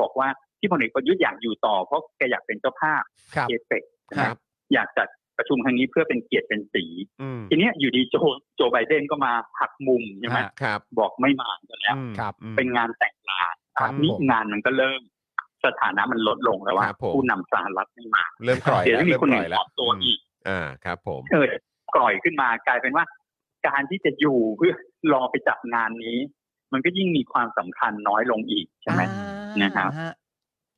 F: บอกว่าที่พลเอกประยุทธ์อยากอยู่ต่อ เพราะแกอยากเป็นเจ้าภาพ
C: ครับ
F: เอเปก
C: ครับ
F: อยากจัดประชุมครั้งนี้เพื่อเป็นเกียรติเป็นสี
B: อืม
F: ทีเนี้ยอยู่ดีโจ โจไบเดนก็มาหักมุมใช่ไหม
C: ฮะ
B: ครับ
F: บอกไม่มากันแล้ว
B: อืม
C: ครับ
B: อืม
F: เป็นงานแต่งงาน
C: ครับ
F: นี่
C: ผม
F: งานมันก็เริ่มสถานะมันลดลงแล้วว่า
B: ครับผม
F: ผู้นำสหรัฐไม่มา
B: เริ่มกร่อย
F: เดี๋ยว
B: แล้ว
F: จะมี
B: เริ่ม
F: คน
B: ก
F: ห
B: ร่
F: นึ่
B: อง ย
F: ต
B: แล้ว
F: อบตัว
B: ม
F: อีก
B: อ่าครับผม
F: เกิดกร่อยขึ้นมากลายเป็นว่า การที่จะอยู่เพื่อรอไปจัดงานนี้ มันก็ยิ่งมีความสำคัญน้อยลงอีกใช่ไหม นะครับ
C: อ่าฮ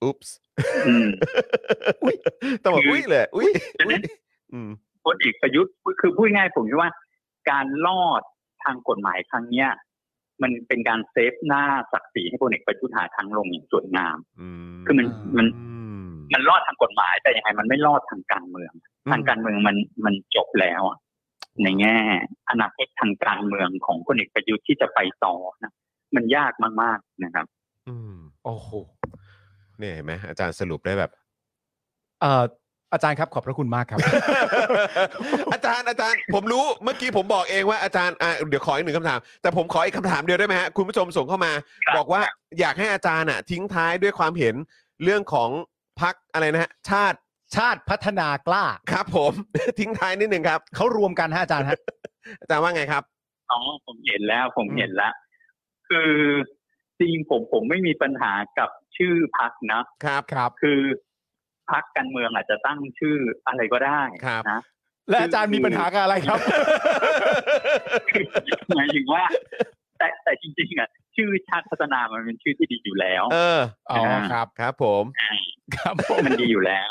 B: อุ๊ปส์
F: อืม
B: ต้องบอก
F: คืออุ๊
B: อุ้ยเลยอุ้ย
F: ฉะ
B: อุ๊
F: นั้
B: ย
F: น
B: อืม
F: พลเอกประยุทธ์คือพูดง่ายผมคิดว่า การรอดทางกฎหมายครั้งเนี้ยมันเป็นการเซฟหน้าศักดิ์ศรีให้พลเอกประยุทธ์หาทางลงอย่างสวยงาม
B: อืม
F: คือมันมัน
B: อืม
F: มันรอดทางกฎหมายแต่ยังไงมันไม่รอดทางการเมือง ทางการเมืองมันมันจบแล้วอะในแง่ อนาคตทางการเมืองของพลเอกประยุทธ์ที่จะไปต่อนะมันยากมากๆนะครับ
B: อืม
C: โอ้โห
B: เนี่ยเห็นไหมอาจารย์สรุปได้แบบ
C: เอ่ออาจารย์ครับขอบพระคุณมากครับ
B: อาจารย์อาจารย์ผมรู้เมื่อกี้ผมบอกเองว่าอาจารย์อ่ะเดี๋ยวขออีกหนึ่งคำถาม แต่ผมขออีกคำถามเดียวได้ไหมฮะคุณผู้ชมส่งเข้ามา
F: ครับ
B: บอกว่าอยากให้อาจารย์อ่ะ ทิ้งท้ายด้วยความเห็นเรื่องของพักอะไรนะฮะชาติ
C: ชาติพัฒนากล้า
B: ครับผม ทิ้งท้ายนิดหนึ่งครับ
C: เขารวมกันฮะอาจารย์ฮะ
B: อาจารย์ว่าไงครับ
F: อ๋อผมเห็นแล้วผมเห็นแล้ว คือจริงผมผมไม่มีปัญหากับชื่อพักนะครับ
C: ครับ
F: คือพักการเมืองอาจจะตั้งชื่ออะไรก็ได้
B: ครับ
F: นะ
C: และอาจารย์มีปัญหากับอะไรครับ
F: หมายถึงว่า แต่แต่จริงๆอ่ะชื่อชาติพัฒนามันเป็นชื่อที่ดีอยู่แล้ว
B: เออ
C: อ๋อครับ
B: ครับผม
C: ครับผม
F: มันดีอยู่แล้ว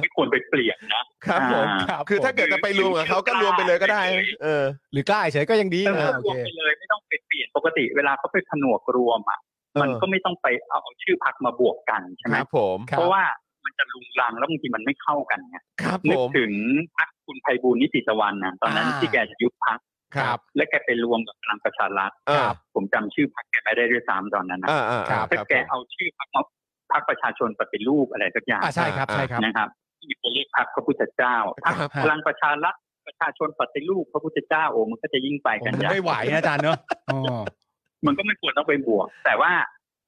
F: ไม่ควรไปเปลี่ยนนะ
B: ครับผม
F: อ่า
C: ครับ
B: คือถ้า
C: ผม
B: เกิดจะไปรวมกับเขาก็รวมไปเลยก็ได้ เออ
C: หรือกล้าเฉยๆก็ยังดี
F: เอ
C: อ่า
F: อ
C: โอ
F: รว
C: เค
F: มไปเลยไม่ต้องไปเปลี่ยนปกติเวลาเขาไปผนวกรวมอ่ะมันก็ไม่ต้องไปเอาชื่อพักมาบวกกันใช่
B: ค
F: ไหม
B: รับผม
C: ครับ
F: เพราะว่ามันจะลุงลังแล้วบางทีมันไม่เข้ากันไง
B: ครับ
F: นึ
B: ผ
F: ก
B: ม
F: ถึงพักคุณไพบูลย์นิติตะวันนะตอนนั้น
C: อ่า
F: ที่แกจะยุบพัก
B: ครับ
F: และแกไปรวมกับพลังประชารัฐ
B: อ่า
F: ผมจำชื่อพักแกไม่ได้ด้วยซ้ำตอนนั้นนะ
B: อ่าอ่าอ่า
F: ถ้าแกเอาชื่อพักมาพักประชาชนปฏิรูปอะไรสักอย่าง
C: อ่าใช่ครับใช่ครับ
F: นะครับที่ไปเรียกพักพระพุทธเจ้าพรรค
C: ครับ
F: พลังประชารัฐประชาชนปฏิรูปพระพุทธเจ้าโอ้มันก็จะยิ่งไป
C: ผม
F: กันใหญ่
C: ไม่ไหวนะอาจารย์เนอะอ๋อ
F: มันก็ไม่ควรต้องไปบวก แต่ว่า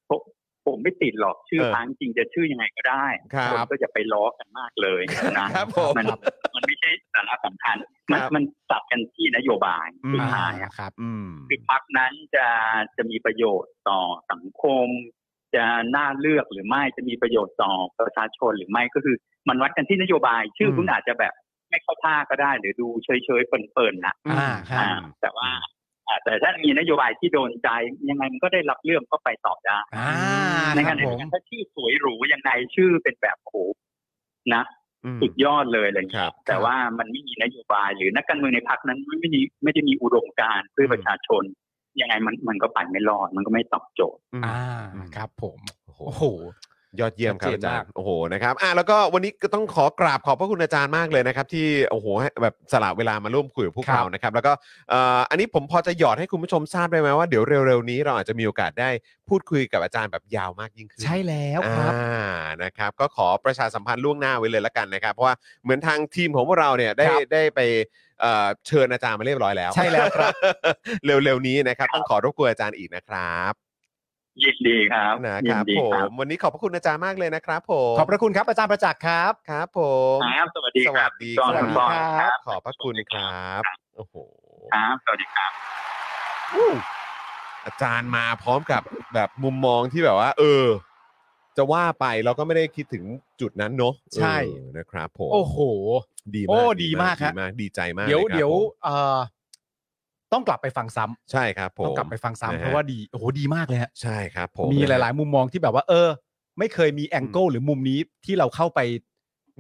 F: ผมผมไม่ติดหรอกชื่อ
B: เออ
F: พังจริงจะชื่อยังไงก็ได้
B: ครับ
F: นก็จะไปล้อกันมากเลยนะ
B: ครับผม
F: มันมันไม่ใช่สาระสำคัญ มัน
B: ครับ
F: มันตัดกันที่นโยบาย
B: อืม
F: สุด
C: อ่า
F: ท้ายอะ
C: ครับ
B: อืม
F: คือพักนั้นจะจะมีประโยชน์ต่อสังคม จะน่าเลือกหรือไม่จะมีประโยชน์ต่อประชาชนหรือไม่ก็คือ มันวัดกันที่นโยบาย ชื่ออ
B: ม
F: คุณอาจจะแบบไม่เข้าท่าก็ได้ หรือดูเฉยๆเปิ่นๆนะ
C: อ่าฮะ
F: อ่าแต่ว่า อ่าแต่ถ้ามีนโยบายที่โดนใจยังไงมันก็ได้รับเรื่องก็ไปต่อได้
C: อ่า
F: ใน
C: ค
F: ข
C: รับ
F: ณะ
C: ผ
F: เดียว
C: ม
F: กันถ้าชื่อสวยหรูยังไงชื่อเป็นแบบโอ้โหนะ
B: อืม
F: สุดยอดเลยอะไรอย่าง
B: ครั
F: เงี้
B: บ
F: ยแต่ว่ามันไม่มีนโยบายหรือนักการเมืองในพรรคนั้นไม่ไม่ได้ไม่ได้มีอุดมการณ์เพื่ออ
B: ม
F: ประชาชน ยังไงมันมันก็ไปไม่รอด มันก็ไม่ตอบโจทย์
B: อืม
C: อ่า
B: อืม
C: ครับผม
B: โอ้โห
C: โอ้โห
B: ยอดเยี่ยมครับ
C: ชัด
B: อา
C: เจ
B: จาม
C: นาร ก
B: ย์โอ้โหนะครับอ่ะแล้วก็วันนี้ก็ต้องขอกราบขอบพระคุณอาจารย์มากเลยนะครับ ที่โอ้โหให้แบบสละเวลามาร่วมคุยกับพวกเรานะครับ แล้วก็เอ่ออันนี้ผมพอจะหยอดให้คุณผู้ชมทราบได้ไหมว่าเดี๋ยวเร็วๆนี้เราอาจจะมีโอกาสได้พูดคุยกับอาจารย์แบบยาวมากยิ่งขึ้น
C: ใช่แล้วครับ
B: อ่านะครับก็ขอประชาสัมพันธ์ล่วงหน้าไว้เลยละกันนะครับ เพราะว่าเหมือนทางทีมของพวกเราเนี่ยได้
C: ครับ
B: ได้ไปเอ่อเชิญอาจารย์มาเรียบร้อยแล้ว
C: ใช่แล้วครับ
B: เร็วๆนี้นะครับต้องขอรบกวนอาจารย์อีกนะครับ
F: ยินดีครับ
B: นะ
F: ยิ
B: คน รับ
F: ดี
B: ผ
F: ครับ
B: มวันนี้ขอบพระคุณอาจารย์มากเลยนะครับผม
C: ขอบพระคุณครับอาจารย์ประจักษ์ครับ
B: ครับผม
F: ครับสวัสดี
B: ส
F: ค
B: วั
F: รับ
B: สดี
F: จอห์น
B: ครับ
F: คุณบอลครับ
B: ขอบพระคุณครับโอ้โห
F: ครับสวัสดีครับ
B: อู้อาจารย์มาพร้อมกับแบบมุมมองที่แบบว่า เออ จะว่าไปเราก็ไม่ได้คิดถึงจุดนั้นเนอะ
C: ใช่
B: เออนะครับผม
C: โอ้โห
B: ดีมาก
C: โอ้ดีมาก
B: ดี
C: ฮะ
B: มากดีใจมาก
C: เดี๋ยว
B: ลครับ
C: เดี๋ยว
B: ผม
C: เอ่อต้องกลับไปฟังซ้ำ
B: ใช่ครับผม
C: ต้องกลับไปฟังซ้ำ
B: นะฮะ
C: เพราะว่าดีโอ้โหดีมากเลยฮะ
B: ใช่ครับผม
C: มีหลาย ๆ มุมมองที่แบบว่า เออ ไม่เคยมีแองเกิลหรือมุมนี้ที่เราเข้าไป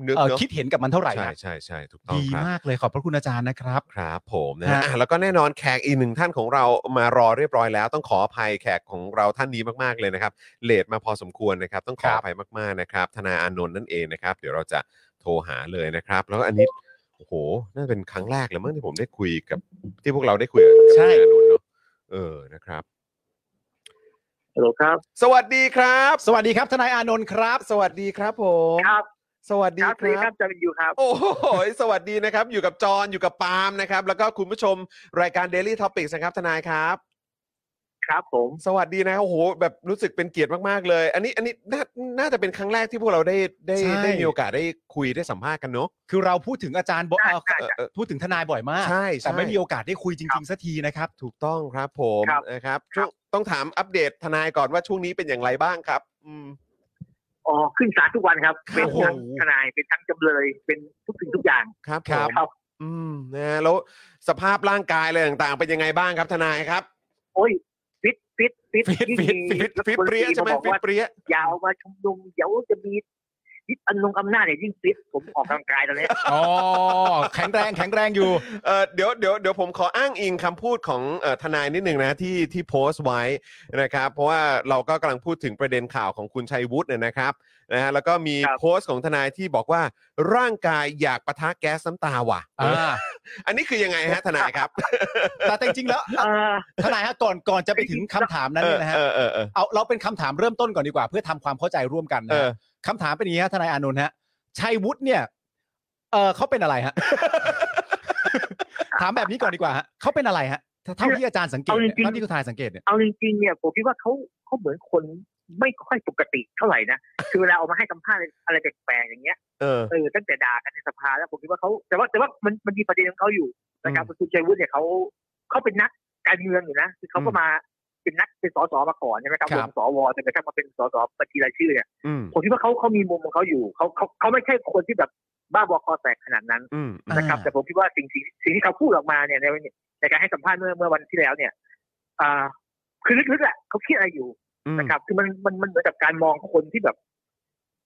B: นึก
C: เอ่อ
B: เนอะ
C: คิดเห็นกับมันเท่าไหร่
B: ใช่
C: นะ
B: ใช่ใช่ถูกต้อง
C: ดี
B: ครับ
C: มากเลยขอบพระคุณอาจารย์นะครับ
B: ครับผมนะฮะ
C: ฮะ
B: อ่ะแล้วก็แน่นอนแขกอีกหนึ่งท่านของเรามารอเรียบร้อยแล้ว ต้องขออภัยแขกของเราท่านนี้มากๆเลยนะครับเลทมาพอสมควรนะครับ ต้องขออภัยมากๆนะครับธนาอานนท์นั่นเองนะครับ เดี๋ยวเราจะโทรหาเลยนะครับ แล้วก็อันนี้โอ้โหน่าจะเป็นครั้งแรกเลยมั้งที่ผมได้คุยกับที่พวกเราได้คุยกับธนาอานนท์เนอะเออนะครับ
F: ฮัลโหลครับ
B: สวัสดีครับ
C: สวัสดีครับทนายอานนท์ครับ สวัสดีครับผม
F: ครับ
C: สวัสดี
F: ครับสวัสดีครับจอห์นวินยูครับ
B: โอ้โห สวัสดีนะครับ อยู่กับจอห์นอยู่กับปาล์มนะครับ แล้วก็คุณผู้ชมรายการ Daily Topics นะครับ ทนายครับ
F: ครับผม
B: สวัสดีนะครับโอ้โห แบบรู้สึกเป็นเกียรติมากๆเลย อันนี้อันนี้น่าน่าจะเป็นครั้งแรกที่พวกเราได้ได้
C: ใช่
B: ได้มีโอกาสได้คุยได้สัมภาษณ์กันเนาะ
C: คือเราพูดถึงอาจารย์บเอ่อ
B: เออเออ
C: พูดถึงทนายบ่อยมาก
B: ใช่ใช่
C: แต่ไม่มีโอกาสได้คุยจริง ๆสักทีนะครับ
B: ถูกต้องครับผม
F: ครับ
B: นะครับ
F: ค
B: ช่
F: รับ
B: วงต้องถามอัปเดตทนายก่อนว่าช่วงนี้เป็นอย่างไรบ้างครับ อืม
F: อ๋อขึ้นศาลทุกวันครับ
B: ครับ
F: เป็นทั้ง
B: โอ้โห
F: ทนายเป็นทั้งจำเลยเป็นทุกสิ่งทุกอย่าง
B: ครับผ
C: ครับ
B: มอืมนะฮะแล้วสภาพร่างกายอะไรต่างๆ เป็นยังไงบ้างครับทนายครับ
F: โอ้ยฟิตฟิตฟิต
C: ฟิตฟิต
F: ยิ่งมี
B: ฟิตฟิตเปรี้ยใช่ไหม
F: รัฐนตรีาบ
B: ฟิต
F: อกว่า
B: เปรี้ย
F: อย่าเอามาชุมนุมเดี๋ยวจะมียึดอำนงอำนาจเนี่ยยิ่งฟิตผมออกกำลังกายตอนเนี้ย
C: อ๋อแข็งแรงแข็งแรงอยู่
B: เอ่อเดี๋ยวเดี๋ยวเดี๋ยวผมขออ้างอิงคำพูดของเอ่อทนายนิดนึงนะที่ที่โพสต์ไว้นะครับ เพราะว่าเราก็กำลังพูดถึงประเด็นข่าวของคุณชัยวุฒิเนี่ยนะครับนะฮะแล้วก็มี
F: ครับ
B: โพสต์ของทนายที่บอกว่าร่างกายอยากปะทะแก๊สน้ำตาว่ะเออ
C: อ่า
B: อันนี้คือยังไงฮะทนายครับ
C: แต่แต่จริงๆแล้ว
F: เอ่อ
C: ทนายฮะก่อนก่อนจะไปถึงคำถามนั้น
B: เอ
C: เนี่
B: อย
C: นะฮะ
B: เออเออเออ
C: เอาเราเป็นคำถามเริ่มต้นก่อนดีกว่า เพื่อทำความเข้าใจร่วมกัน
B: เอ
C: นะ
B: อ
C: ฮะคำถามเป็นอย่างนี้ฮะทนายอานนท์ฮะชัยวุฒิเนี่ยเออเขาเป็นอะไร ฮะ ถามแบบนี้ก่อนดีกว่าฮะเขาเป็นอะไรฮะเท่าที่อาจารย์สังเกตเนี่ยเท่าที่คุณทนายสังเกตเนี่ย
F: เอาจริงๆเนี่ยผมคิดว่าเขาเขาเหมือนคนไม่ค่อยปกติเท่าไหร่นะคือเวลาเอามาให้สัมภาษณ์อะไรแปลกๆอย่างเงี้ย
B: เออ
F: เออตั้งแต่ด่ากันในสภาแล้วผมคิดว่าเขาแต่ว่าแต่ว่ามันมันมีประเด็นของเขาอยู่นะครับ
B: อืม
F: คือชัยวุฒิเนี่ยเขาเขาเป็นนักการเมืองอยู่นะคือเขาก็มาเป็นนักเป็นสสมาก่อนใช่ไหมครับ
C: ค
F: ล
C: รับ
F: งสวจนกระทั่งมาเป็นสสบัญชีรายชื่อเนี่ย
B: อืม
F: ผมคิดว่าเขาเขามีมุมของเขาอยู่เขาเขาเขาไม่ใช่คนที่แบบบ้าบอคอแตกขนาดนั้น
B: อืม
C: อ่า
F: นะครับ แต่ผมคิดว่าสิ่งสิ่งสิ่งที่เขาพูดออกมาเนี่ยในวันนี้ในการให้สัมภาษณ์เมื่อเมื่อวันที่แล้วเนี่ยอ่าคือลึกๆแหละเขาคิดอะไรอยู่
B: อืม
F: นะครับคือมันมันมันเหมือนกับการมองคนที่แบบ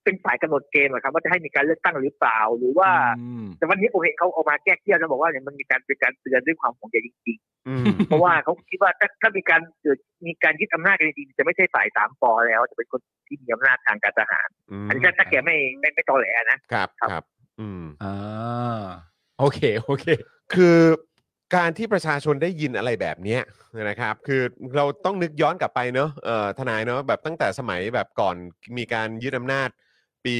F: เป็นฝ่ายกำหนดเกมอะครับ ว่าจะให้มีการเลือกตั้งหรือเปล่า หรือว่า
C: อืม
F: แต่วันนี้ผมเห็นเขาออกมาแก้เกี้ยวแล้วบอกว่าเนี่ยมันมีการเป็นการเตือนด้วยความห่วงใยจริง
B: อืม
F: ๆเพราะว่าเขาคิดว่าถ้าถ้ามีการเกิดมีการยึดอำนาจกันจริงๆจะไม่ใช่ฝ่ายสามปอแล้ว จะเป็นคนที่มีอำนาจทางการทหาร
B: อืม
F: อันนี้ถ้าถ้าแกไม่ไม่ไม่ตอแหลนะ
B: ครับ
F: ครับ
B: ครับ อืม
C: อ่าโอเค โอเค
B: คือการที่ประชาชนได้ยินอะไรแบบเนี้ยนะครับ คือเราต้องนึกย้อนกลับไปเนอะเอ่อทนายเนอะแบบตั้งแต่สมัยแบบก่อนมีการยึดอำนาจปี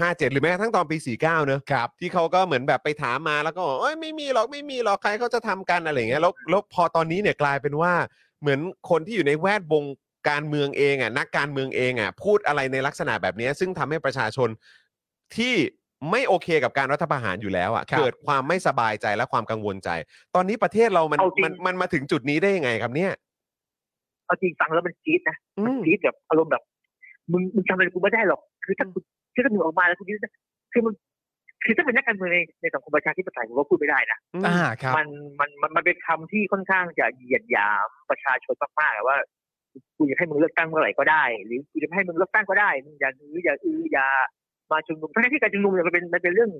B: 57 หรือแม้กระทั่งตอนปี 49 เนอะ
C: ครับ
B: ที่เขาก็เหมือนแบบไปถามมาแล้วก็บอกเอ้ยไม่มีหรอกไม่มีหรอกใครเขาจะทำกันอะไรอย่างเงี้ยแล้วแล้วพอตอนนี้เนี่ยกลายเป็นว่าเหมือนคนที่อยู่ในแวดวงการเมืองเองอ่ะนักการเมืองเองอ่ะพูดอะไรในลักษณะแบบเนี้ยซึ่งทำให้ประชาชนที่ไม่โอเคกับการรัฐประหารอยู่แล้วอ่ะ
C: ครับ
B: เกิดความไม่สบายใจและความกังวลใจ ตอนนี้ประเทศเรามัน
F: เอาจริง
B: มันมันมาถึงจุดนี้ได้ยังไงครับเนี่ย
F: เอาจริงฟังแล้วมันจี๊ดนะ
B: อืม
F: มันจี๊ดแบบอารมณ์แบบมึงมึงทำอะไรกูไม่ได้หรอก คือถ้าคุณถ้ามึงออกมาแล้วคุณยึดคือมัน
G: คือถ้าเป็นนักการเมืองในในสังคมประชาธิปไตยผมว่าพูดไม่ได้นะ
C: อ่าครับ
G: มันมันมันมันเป็นคำที่ค่อนข้างจะเหยียดหยามประชาชนมากๆอะว่ากูจะให้มึงเลือกตั้งเมื่อไหร่ก็ได้ หรือกูจะไม่ให้มึงเลือกตั้งก็ได้มึงอย่าอื้ออย่าอื้ออย่ามาชุมนุมทั้งที่การชุมนุมเนี่ยมันเป็นมันเป็นเรื่อง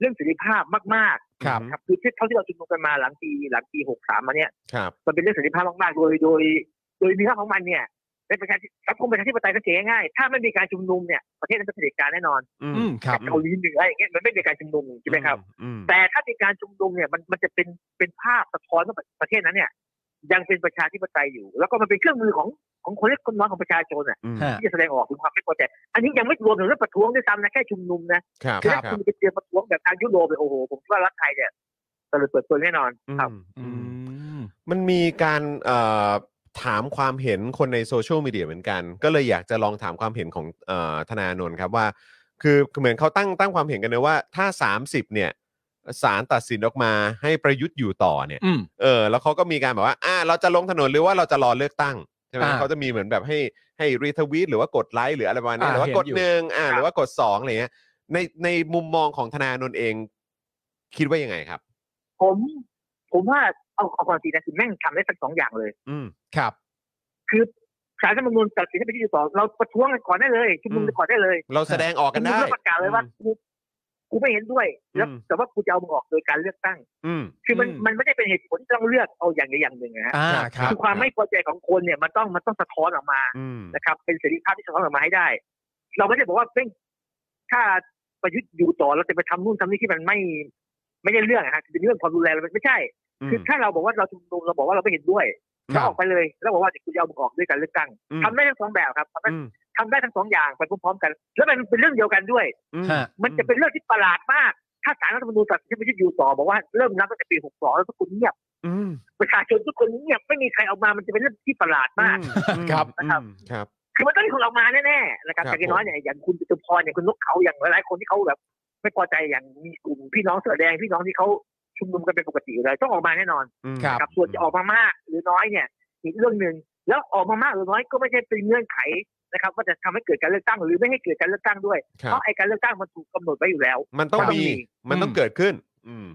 G: เรื่องเสรีภาพมาก
C: ครับ
G: ๆครับคือเท่าที่เราชุมนุมกันมาหลังปีหลังปีหกสามมาเนี่ย
B: ครับ
G: มันเป็นเรื่องเสรีภาพมากๆ โดย โดย โดยเนื้อของมันเนี่ยในประชาธิสังคมประชาธิปไตยก็เสียง่ายๆถ้าไม่มีการชุมนุมเนี่ยประเทศนั้นเป็นเผด็จการแน่นอน
B: อื
C: อืมครับ
G: เกาหลีเหนืออย่างเงี้ยมันไม่มีการชุมนุมใช่ไหมครับ
B: อืม
G: แต่ถ้ามีการชุมนุมเนี่ยมันมันจะเป็นเป็นภาพสะท้อนว่าประเทศนั้นเนี่ย ยังเป็นประชาธิปไตยอยู่ แล้วก็มันเป็นเครื่องมือของของคนเล็กคนน้อยของประชาชนอ่ะ
B: อืม
C: ฮะ
G: ที่จะแสดงออกถึงความไม่พอใจอันนี้ยังไม่รวมถึงเรื่องประท้วงด้วยซ้ำนะแค่ชุมนุมนะครับ
B: ค
G: คือถ้า
B: รับ
G: คุณไปเจอประท้วงแบบทางยุโรปเนี่ยโอ้โหผมคิดว่ารัฐไทยเนี่ยตะลุยเปิดตัวแน่นอน
B: อื
G: ครับ
B: ม
C: อื
B: อืม
C: ม
B: มันมีการเอ่อถามความเห็นคนในโซเชียลมีเดียเหมือนกัน ก็เลยอยากจะลองถามความเห็นของเอ่อธนาโนนท์ครับว่า คือเหมือนเขาตั้งตั้งความเห็นกันนะว่าถ้า 30 เนี่ยสารตัดสินออกมาให้ประยุทธ์อยู่ต่อเนี่ย
C: อืม
B: เออแล้วเขาก็มีการแบบว่าอ่าเราจะลงถนนหรือว่าเราจะรอเลือกตั้งใช่ไหม
C: อ่า
B: เขาจะมีเหมือนแบบให้ให้รีทวีตหรือว่ากดไลค์หรืออะไรประมาณนี้
C: อ่า
B: หรือว่ากด
C: เห็นอยู่
B: หนึ่งอ่า
G: ครับ
B: หรือว่ากดสองอะไรเงี้ยในในมุมมองของธนาโนนท์เอง คิดว่ายังไงครับ
G: ผมผมว่าเอาเอาความจริงนะคือแม่งทำได้ทั้งสองอย่างเลย
B: อืม
C: ครับ
G: คือสารรัฐธรรมนูญตัดสินให้เป็นที่สองเราประท้วงกันก่อนได้เลยชุมนุม
B: อืม
G: กันก่อนได้เลย
B: เราแสดงออกกันได้
G: ชุมมประกาศเลยว่ากูกูไม่เห็นด้วยแล้วแต่ว่ากูจะเอามึงออกโดยการเลือกตั้ง
B: อืม
G: คือมัน
C: อืม
G: มันไม่ได้เป็นเหตุผลที่ต้องเลือกเอาอย่างใดอย่างหนึ่งนะฮะ
C: อ่าครับ
G: คือความไม่พอใจของคนเนี่ยมันต้องมันต้องสะท้อนออกมา
B: อืม
G: นะครับ เป็นเสรีภาพที่สะท้อนออกมาให้ได้ เราไม่ได้บอกว่าเพ่งถ้าประยุทธ์อยู่ต่อเราจะไปทำนู่นทำนี่ที่มันไม่ไม่ได้เรื่องนะฮะคือเป็นเรื่องความรุนแรงมันไม่ใช่ คือถ้าเราบอกว่าเราชุมนุมเราบอกว่าเราไม่เห็นด้วย
B: ครั
G: เรา
B: บ
G: ออกไปเลยแล้วบอกว่าเดี๋ยวคุณจะเอามึงออกด้วยการเลือกตั้ง
B: อืม
G: ทำได้ทั้งสองแบบครับทำได้
B: อืม
G: ทำได้ทั้งสองอย่างไปพร้อมๆกัน แล้วมันเป็นเรื่องเดียวกันด้วย
B: อืม
C: ฮะ
G: มันจะเป็นเรื่องที่ประหลาดมาก ถ้าศาลรัฐธรรมนูญตัดสินที่ไม่ยุติอยู่ต่อบอกว่าเริ่มนับตั้งแต่ปี62แล้วทุกคนเงียบ
B: อืม
G: ประชาชนทุกคนเงียบไม่มีใครออกมามันจะเป็นเรื่องที่ประหลาดมาก
B: อืม
C: ครับ
B: อืมครับ
G: คือมันต้องมีคนออกมาแน่ๆนะครับ
B: ครับ
G: แต่อย่างน้อยเนี่ยอย่างคุณจตุพรอย่างคุณนกเขาอย่างหลายๆคนที่เขาแบบ ไม่พอใจอย่างมีกลุ่มพี่น้องเสื้อแดงพี่น้องที่เขาชุมนุมกันเป็นปกติอยู่แล้วต้องออกมาแน่นอน
B: อืม
C: ครับ
G: กับส่วนจะออกมามากหรือน้อยเนี่ยอีกเรื่องหนึ่งแล้วออกมามากหรือน้อยก็ไม่ใช่เป็นเงื่อนไขนะครับว่าจะทำให้เกิดการเลือกตั้งหรือไม่ให้เกิดการเลือกตั้งด้วย
B: ครับ
G: เพราะไอ้การเลือกตั้งมันถูกกำหนดไว้อยู่แล้ว
B: มันต้อง
G: ครับ
B: มี
G: มี
B: มันต้องเกิดขึ้น อืม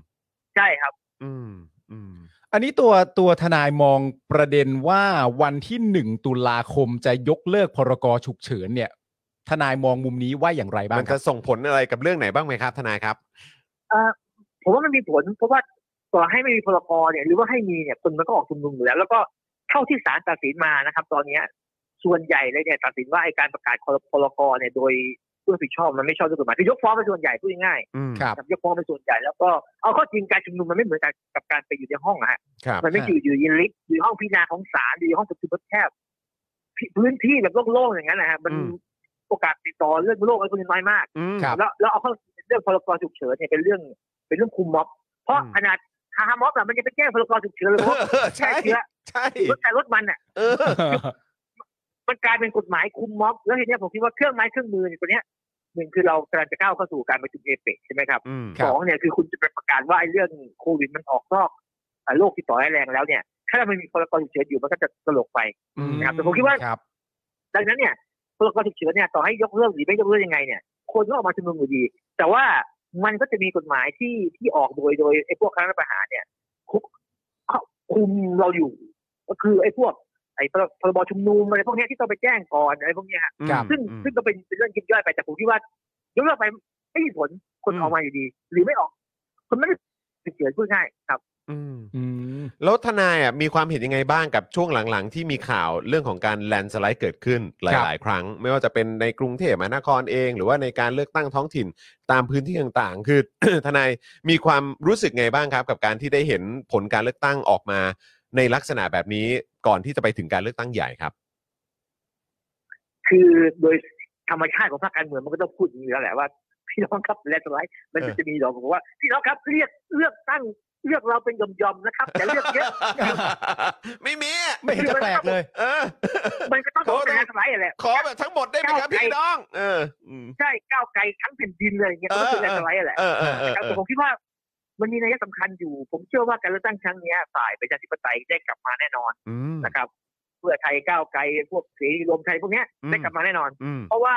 G: ใช่ครับ
B: อืม อืม
C: อันนี้ตัวตัวทนายมองประเด็นว่าวันที่หนึ่งตุลาคมจะยกเลิกพรกฉุกเฉินเนี่ย ทนายมองมุมนี้ว่าอย่างไรบ้า
B: มั
C: ง
B: น
C: ค
B: จะ
C: รับ
B: ส่งผลอะไรกับเรื่องไหนบ้างไหมครับ ทนายครับ
G: ผมว่ามันมีผลเพราะว่าต่อให้ไม่มีพรกเนี่ยหรือว่าให้มีเนี่ยคนมันก็ออกชุมนุมอยู่แล้ว แล้วก็เท่าที่ศาลตัดสินมานะครับ ตอนเนี้ยส่วนใหญ่เลยเนี่ยตัดสินว่าไอ้การประกาศพรกเนี่ยโดยผู้รับผิดชอบมันไม่ชอบด้วยกฎหมายคือยกฟ้องเป็นส่วนใหญ่พูดง่าย
B: อืม
C: ครับ
G: ๆยกฟ้องเป็นส่วนใหญ่แล้วก็เอาข้อจริงการชุมนุมมันไม่เหมือนกับการไปอยู่ในห้องอะฮะ
B: ครับ
G: มันไม่อยู่อยู่ในลิฟต์อยู่ในห้องพิจารณาของศาลอยู่ในห้องประชุมแคบๆพื้นที่แบบโล่งๆอย่างนั้นนะฮะมัน
B: อืม
G: โอกาสติดต่อเรื่องโรคอะไรพวกนี้น้อยมาก
B: อืม
C: ครับ
G: แล้วแล้วเอาเข้าเรื่องพรกฉุกเฉินเนี่ยเป็นเรื่อง เป็นเรื่องคุมม็อบ เพราะ
B: อืม
G: ขนาดฮาฮาม็อบอะมันจะไปแก้พรกฉุกเฉินเลยเพราะ
B: เออ
G: แค่
B: ใช่
G: เชื้อ
B: ใช่
G: รถแต่รถมันอ่ะ
B: เออ
G: มันกลายเป็นกฎหมายคุมม็อบแล้วทีเนี้ยผมคิดว่าเครื่องไม้เครื่องมือเนี่ยตัวเนี้ยหนึ่งคือเรากำลังจะก้าวเข้าสู่การประชุมเอเปกใช่ไหมครับ
B: อืม
C: ครั
G: ส
C: บ
G: องเนี่ยคือคุณจะไปประกาศว่าไอ้เรื่องโควิดมันออกนอกอ่าโรคติดต่อร้ายแรงแล้วเนี่ยถ้ามันมีพรกฉุกเฉินอยู่มันก็จะตลกไป ครับแต่ผมคิดว่า
C: ครับ
G: ดังนั้นเนี่ยพรกฉุกเฉินเนี่ยต่อให้ยกเลิกหรือไม่ยกเลิกยังไงเนี่ยคนก็ออกมาชุมนุมอยู่ดี แต่ว่ามันก็จะมีกฎหมายที่ที่ออกโดยโดยไอ้พวกคณะรัฐประหารเนี่ยคุกคุมเราอยู่ ก็คือไอ้พวกไอ้พรพรบชุมนุมอะไรพวกเนี้ยที่ต้องไปแจ้งก่อนอะไรพวกเนี้ยฮะ
C: ครับ
G: ซึ่ง
B: อืม
G: ซึ่งก็เป็นเป็นเรื่องยิบย่อยไปแต่ผมคิดว่ายกเลิกไปไม่มีผลคนออกมาอยู่ดี หรือไม่ออก คนไม่ได้ฉุกเฉินพูดง่ายครับ
B: อืม
C: อืม
B: แล้วทนายอ่ะมีความเห็นยังไงบ้างกับช่วงหลังๆ ที่มีข่าวเรื่องของการแลนสไลด์เกิดขึ้นห
C: ครับ
B: ลาย ๆ ครั้ง ไม่ว่าจะเป็นในกรุงเทพมหานครเอง หรือว่าในการเลือกตั้งท้องถิ่นตามพื้นที่ต่างๆ คือ ทนายมีความรู้สึกไงบ้างครับ กับการที่ได้เห็นผลการเลือกตั้งออกมา ในลักษณะแบบนี้ก่อนที่จะไปถึงการเลือกตั้งใหญ่ครับ
G: คือโดยธรรมชาติของภาคการเมืองมันก็ต้องพูดอย่างนี้อยู่แล้วแหละว่า พี่น้องครับและสไลด์มัน
B: เออ
G: จะมีดอกบอกว่า พี่น้องครับเรียกเลือกตั้งเลือกเราเป็นยอมๆนะครับแต่าเลือกเยอะ
B: ไม่มี
C: ไม่เห็นจะแปลกเลย
B: เออ
G: มันก็ต้อง
B: ขอ
G: โด
B: โทษ
G: น
B: นะ
G: แลนด์สไลด์แหละ
B: ขอแบบทั้งหมดได้ไหมครับพี่น้อง เอออืม
G: ใช่ก้าวไกลทั้งแผ่นดินเลยอย่างเงี้ยก็คือ
B: เอ
G: แล
B: อ
G: นด์สไลด์แหละ
B: เออเออเออ
G: แต่
B: เออ
G: ผมคิดว่า มันมีนัยสำคัญอยู่ ผมเชื่อว่าการเลือกตั้งครั้งเนี้ยฝ่ายประชาธิปไตยได้กลับมาแน่นอน
B: อืม
G: นะครับ เพื่อไทยก้าวไกลพวกเสรีรวมไทยพวกเนี้ย
B: อืม
G: ได้กลับมาแน่นอน
B: อืม
G: เพราะว่า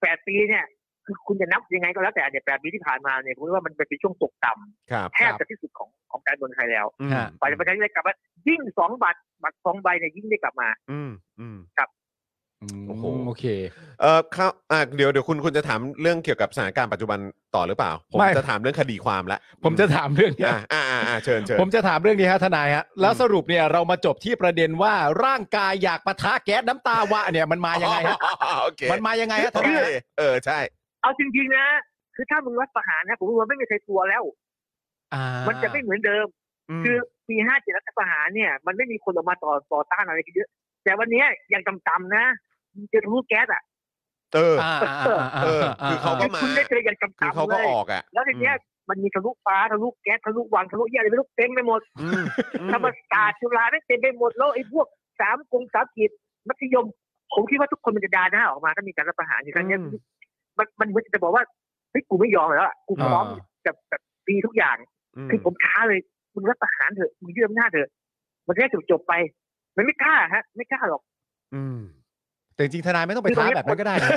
G: แปดปีเนี่ย คือคุณจะนับยังไงก็แล้วแต่เนี่ยแปดปีที่ผ่านมาเนี่ยผมว่ามันเป็นช่วงตกต่ำ
B: ครับ
G: แทบจะที่สุดของของการเมืองไทยแล้ว
B: อืม
C: ฮะ
G: ฝ่ายประชาธิปไตยกลับมายิ่งสองบัตรบัตรสองใบเนี่ยยิ่งได้กลับมา
B: อืมอืม โอ้โห
C: โอเค
B: เออครับอ่ะเดี๋ยวเดี๋ยวคุณคุณจะถามเรื่องเกี่ยวกับสถานการณ์ปัจจุบันต่อหรือเปล่า ผม
C: ไม่
B: จะถามเรื่องคดีความละ
C: ผมจะถามเรื่องเนี้ย
B: อ่าอ่าอ่าเชิญเชิญ
C: ผมจะถามเรื่องนี้ฮะทนายฮะแล้วสรุปเนี่ยเรามาจบที่ประเด็นว่าร่างกายอยากปะทะแก๊สน้ำตาวะเนี่ยมันมายังไงฮะ
B: อ๋อ โอเค
C: มันมายังไงฮะ
B: โอน
C: ทาย
B: เค
C: ฮะ
B: เออใช่
G: เอาจริงๆนะ คือถ้ามึงรัฐประหารนะผมว่าไม่มีใครกลัวแล้ว
C: อ่า
G: มันจะไม่เหมือนเดิม คือปีห้าเจ็ดรัฐประหารเนี่ย มันไม่มีคนออกมาต่อต่อต้านอะไรกันเยอะ แต่วันเนี้ยยังต่ำๆนะเจอทะลุแก๊สอ่ะ
B: เออ
C: อ่าอ่าอ่าา
B: เออคือเขาก็
G: คือคุณได้เจอยัง
B: คือ
G: ต่ำ
B: เขา
G: ๆเล
B: ก็
G: ย
B: ออก อ่ะ
G: แล้วทีเนี้ยมันมีทะลุฟ้าทะลุแก๊สทะลุวังทะลุเยี่ยอะไรไม่รู้เต็มไปหมด
B: อืมอืม
G: ธรรมศาสตร์จุฬาได้เต็มไปหมดแล้วไอ้พวกสามกงสามกีดมัธยม ผมคิดว่าทุกคนมันจะดาหน้าออกมาถ้ามีการรัฐประหารอยู่ครั้งเนี้ยมันมันเหมือนจะบอกว่าเฮ้ยกูไม่ยอมแล้วอะกูพร้อมจะแบบตีทุกอย่าง
B: อืม
G: คือผมท้าเลยมึงรัฐประหารเถอะมึงยึดอำนาจเถอะ มันจะได้จบจบๆไป มันไม่กล้าฮะ ไม่กล้าหรอก
B: อืม
C: แต่จริงๆทนายไม่ต้องไปท้าแบบนั้นก็ได้นะ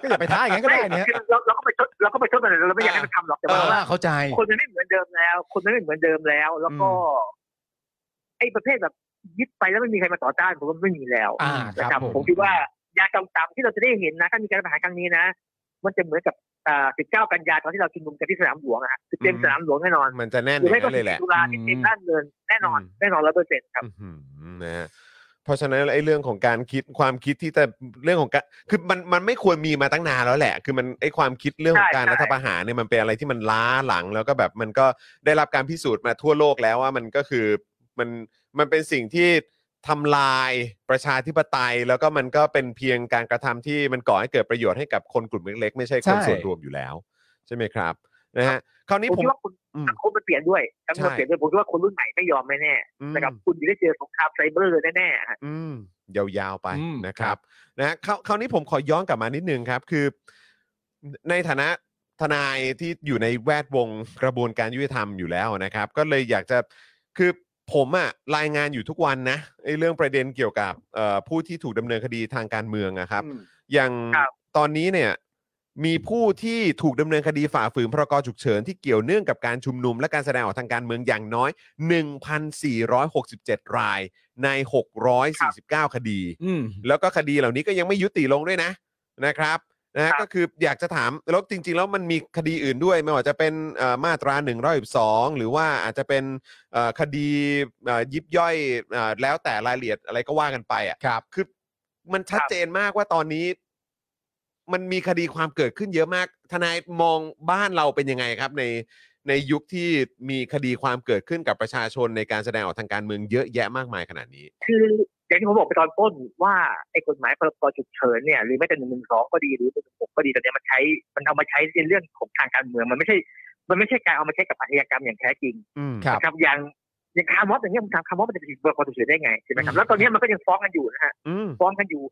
C: ก็อย่าไปท้าอย่างนั้นก็
G: ไม่
C: ได้เนี่ย
G: คือเราเราก็ไปชดเราก็ไปชดมันเราไม่อยากให้มันทำหรอกแต่
C: เอ
G: ว่า
C: อเข้าใจ
G: คนมันไม่เหมือนเดิมแล้ว คนมันไม่เหมือนเดิมแล้ว แล้วก็ ไอ้ประเภทแบบยึดไปแล้วไม่มีใครมาต่อต้านผมว่าไม่มีแล้ว
C: อ่าครับ
G: นะ
C: ผม
G: ผมคิดว่ายาต่ำๆที่เราจะได้เห็นนะถ้ามีการประหารครั้งนี้นะมันจะเหมือนกับอ่า19 กันยาตอนที่เราชุมนุมกันที่สนามหลวงอะฮะคือเต็มสนามหลวงแน่นอน
B: มันจะแน่น
G: ห
B: อ
G: รือย่าง ไม่ก็
B: นั้นเลยแหละ
G: ตุลาที่เต็มด้านเงินแน่นอน
B: อืม
G: แน่นอนร้อยเปอร์เซ็นต์ครับ
B: อื้อหือนะฮะเพราะฉะนั้นไอ้เรื่องของการคิดความคิดที่แต่เรื่องของการคือมันมันไม่ควรมีมาตั้งนานแล้วแหละ คือมันไอ้ความคิดเรื่องของ
G: ใช่
B: การ
G: ใช่
B: รัฐประหารเนี่ยมันเป็นอะไรที่มันล้าหลังแล้วก็แบบมันก็ได้รับการพิสูจน์มาทั่วโลกแล้วว่ามันก็คือมันมันเป็นสิ่งที่ทำลายประชาธิปไตย แล้วก็มันก็เป็นเพียงการกระทำที่มันก่อให้เกิดประโยชน์ให้กับคนกลุ่มเล็กๆไม่ใช่คน
C: ใช่
B: ส่วนรวมอยู่แล้ว ใช่ไหมครับนะฮะคราวนี้
G: ผ
B: ผม
G: มคิดว่าคุณ
B: อืม
G: สังคมมันเปลี่ยนด้วยสังคม
B: ใช่
G: เปลี่ยนด้วยผมคิดว่าคนรุ่นใหม่ไม่ยอมแน่
B: อื
G: ๆ
B: ม
G: นะครับคุณจะได้เจอสงครามไซเบอร์แน่ๆฮะ
B: อืมยาวๆไป
C: อืม
B: นะครับนะฮะคราวคราวนี้ผมขอย้อนกลับมานิดนึงครับ คือ ในฐานะทนายที่อยู่ในแวดวงกระบวนการยุติธรรมอยู่แล้วนะครับ ก็เลยอยากจะคือผมอะรายงานอยู่ทุกวันนะไอ้เรื่องประเด็นเกี่ยวกับเอ่อผู้ที่ถูกดำเนินคดีทางการเมืองอะครับ
G: อืม
B: อย่าง
G: ครับ
B: ตอนนี้เนี่ยมีผู้ที่ถูกดำเนินคดีฝ่าฝืนพรกฉุกเฉินที่เกี่ยวเนื่องกับการชุมนุมและการแสดงออกทางการเมืองอย่างน้อย 1,467 รายใน 649 คดี
C: อืม
B: แล้วก็คดีเหล่านี้ก็ยังไม่ยุติลงด้วยนะนะครับนะฮะ
G: ครับ
B: ก็คืออยากจะถามแล้วจริง ๆ แล้วมันมีคดีอื่นด้วย ไม่ว่าจะเป็นเอ่อมาตรา1นึหรือว่าอาจจะเป็นเอ่อคดีเอ่อยิบย่อยเอ่อแล้วแต่รายละเอียดอะไรก็ว่ากันไปอ่ะ
C: ครับ
B: คือมันชัดเจนมากว่าตอนนี้ มันมีคดีความเกิดขึ้นเยอะมาก ทนายมองบ้านเราเป็นยังไงครับ ในในยุคที่มีคดีความเกิดขึ้นกับประชาชนในการแสดงออกทางการเมืองเยอะแยะมากมายขนาดนี้
G: คืออย่างที่ผมบอกไปตอนต้นว่าไอ้กฎหมายพรกฉุกเฉินเนี่ยหรือแม้แต่หนึ่งหนึ่งสองก็ดีหรือหนึ่งหกก็ดีแต่เนี่ยมันใช้มันเอามาใช้ในเรื่องของทางการเมืองมันไม่ใช่ มันไม่ใช่การเอามาใช้กับอาชญากรรมอย่างแท้จริง
B: อืม
C: ครับ
G: นะครับอย่างอย่างคาร์มอบอย่างเงี้ยมันทำคาร์มอบมันจะผิดพรกฉุกเฉินได้ไงใช่ไหมครับแล้วตอนเนี้ยมันก็ยังฟ้องกันอยู่นะฮะ
B: อืม
G: ฟ้องกันอยู่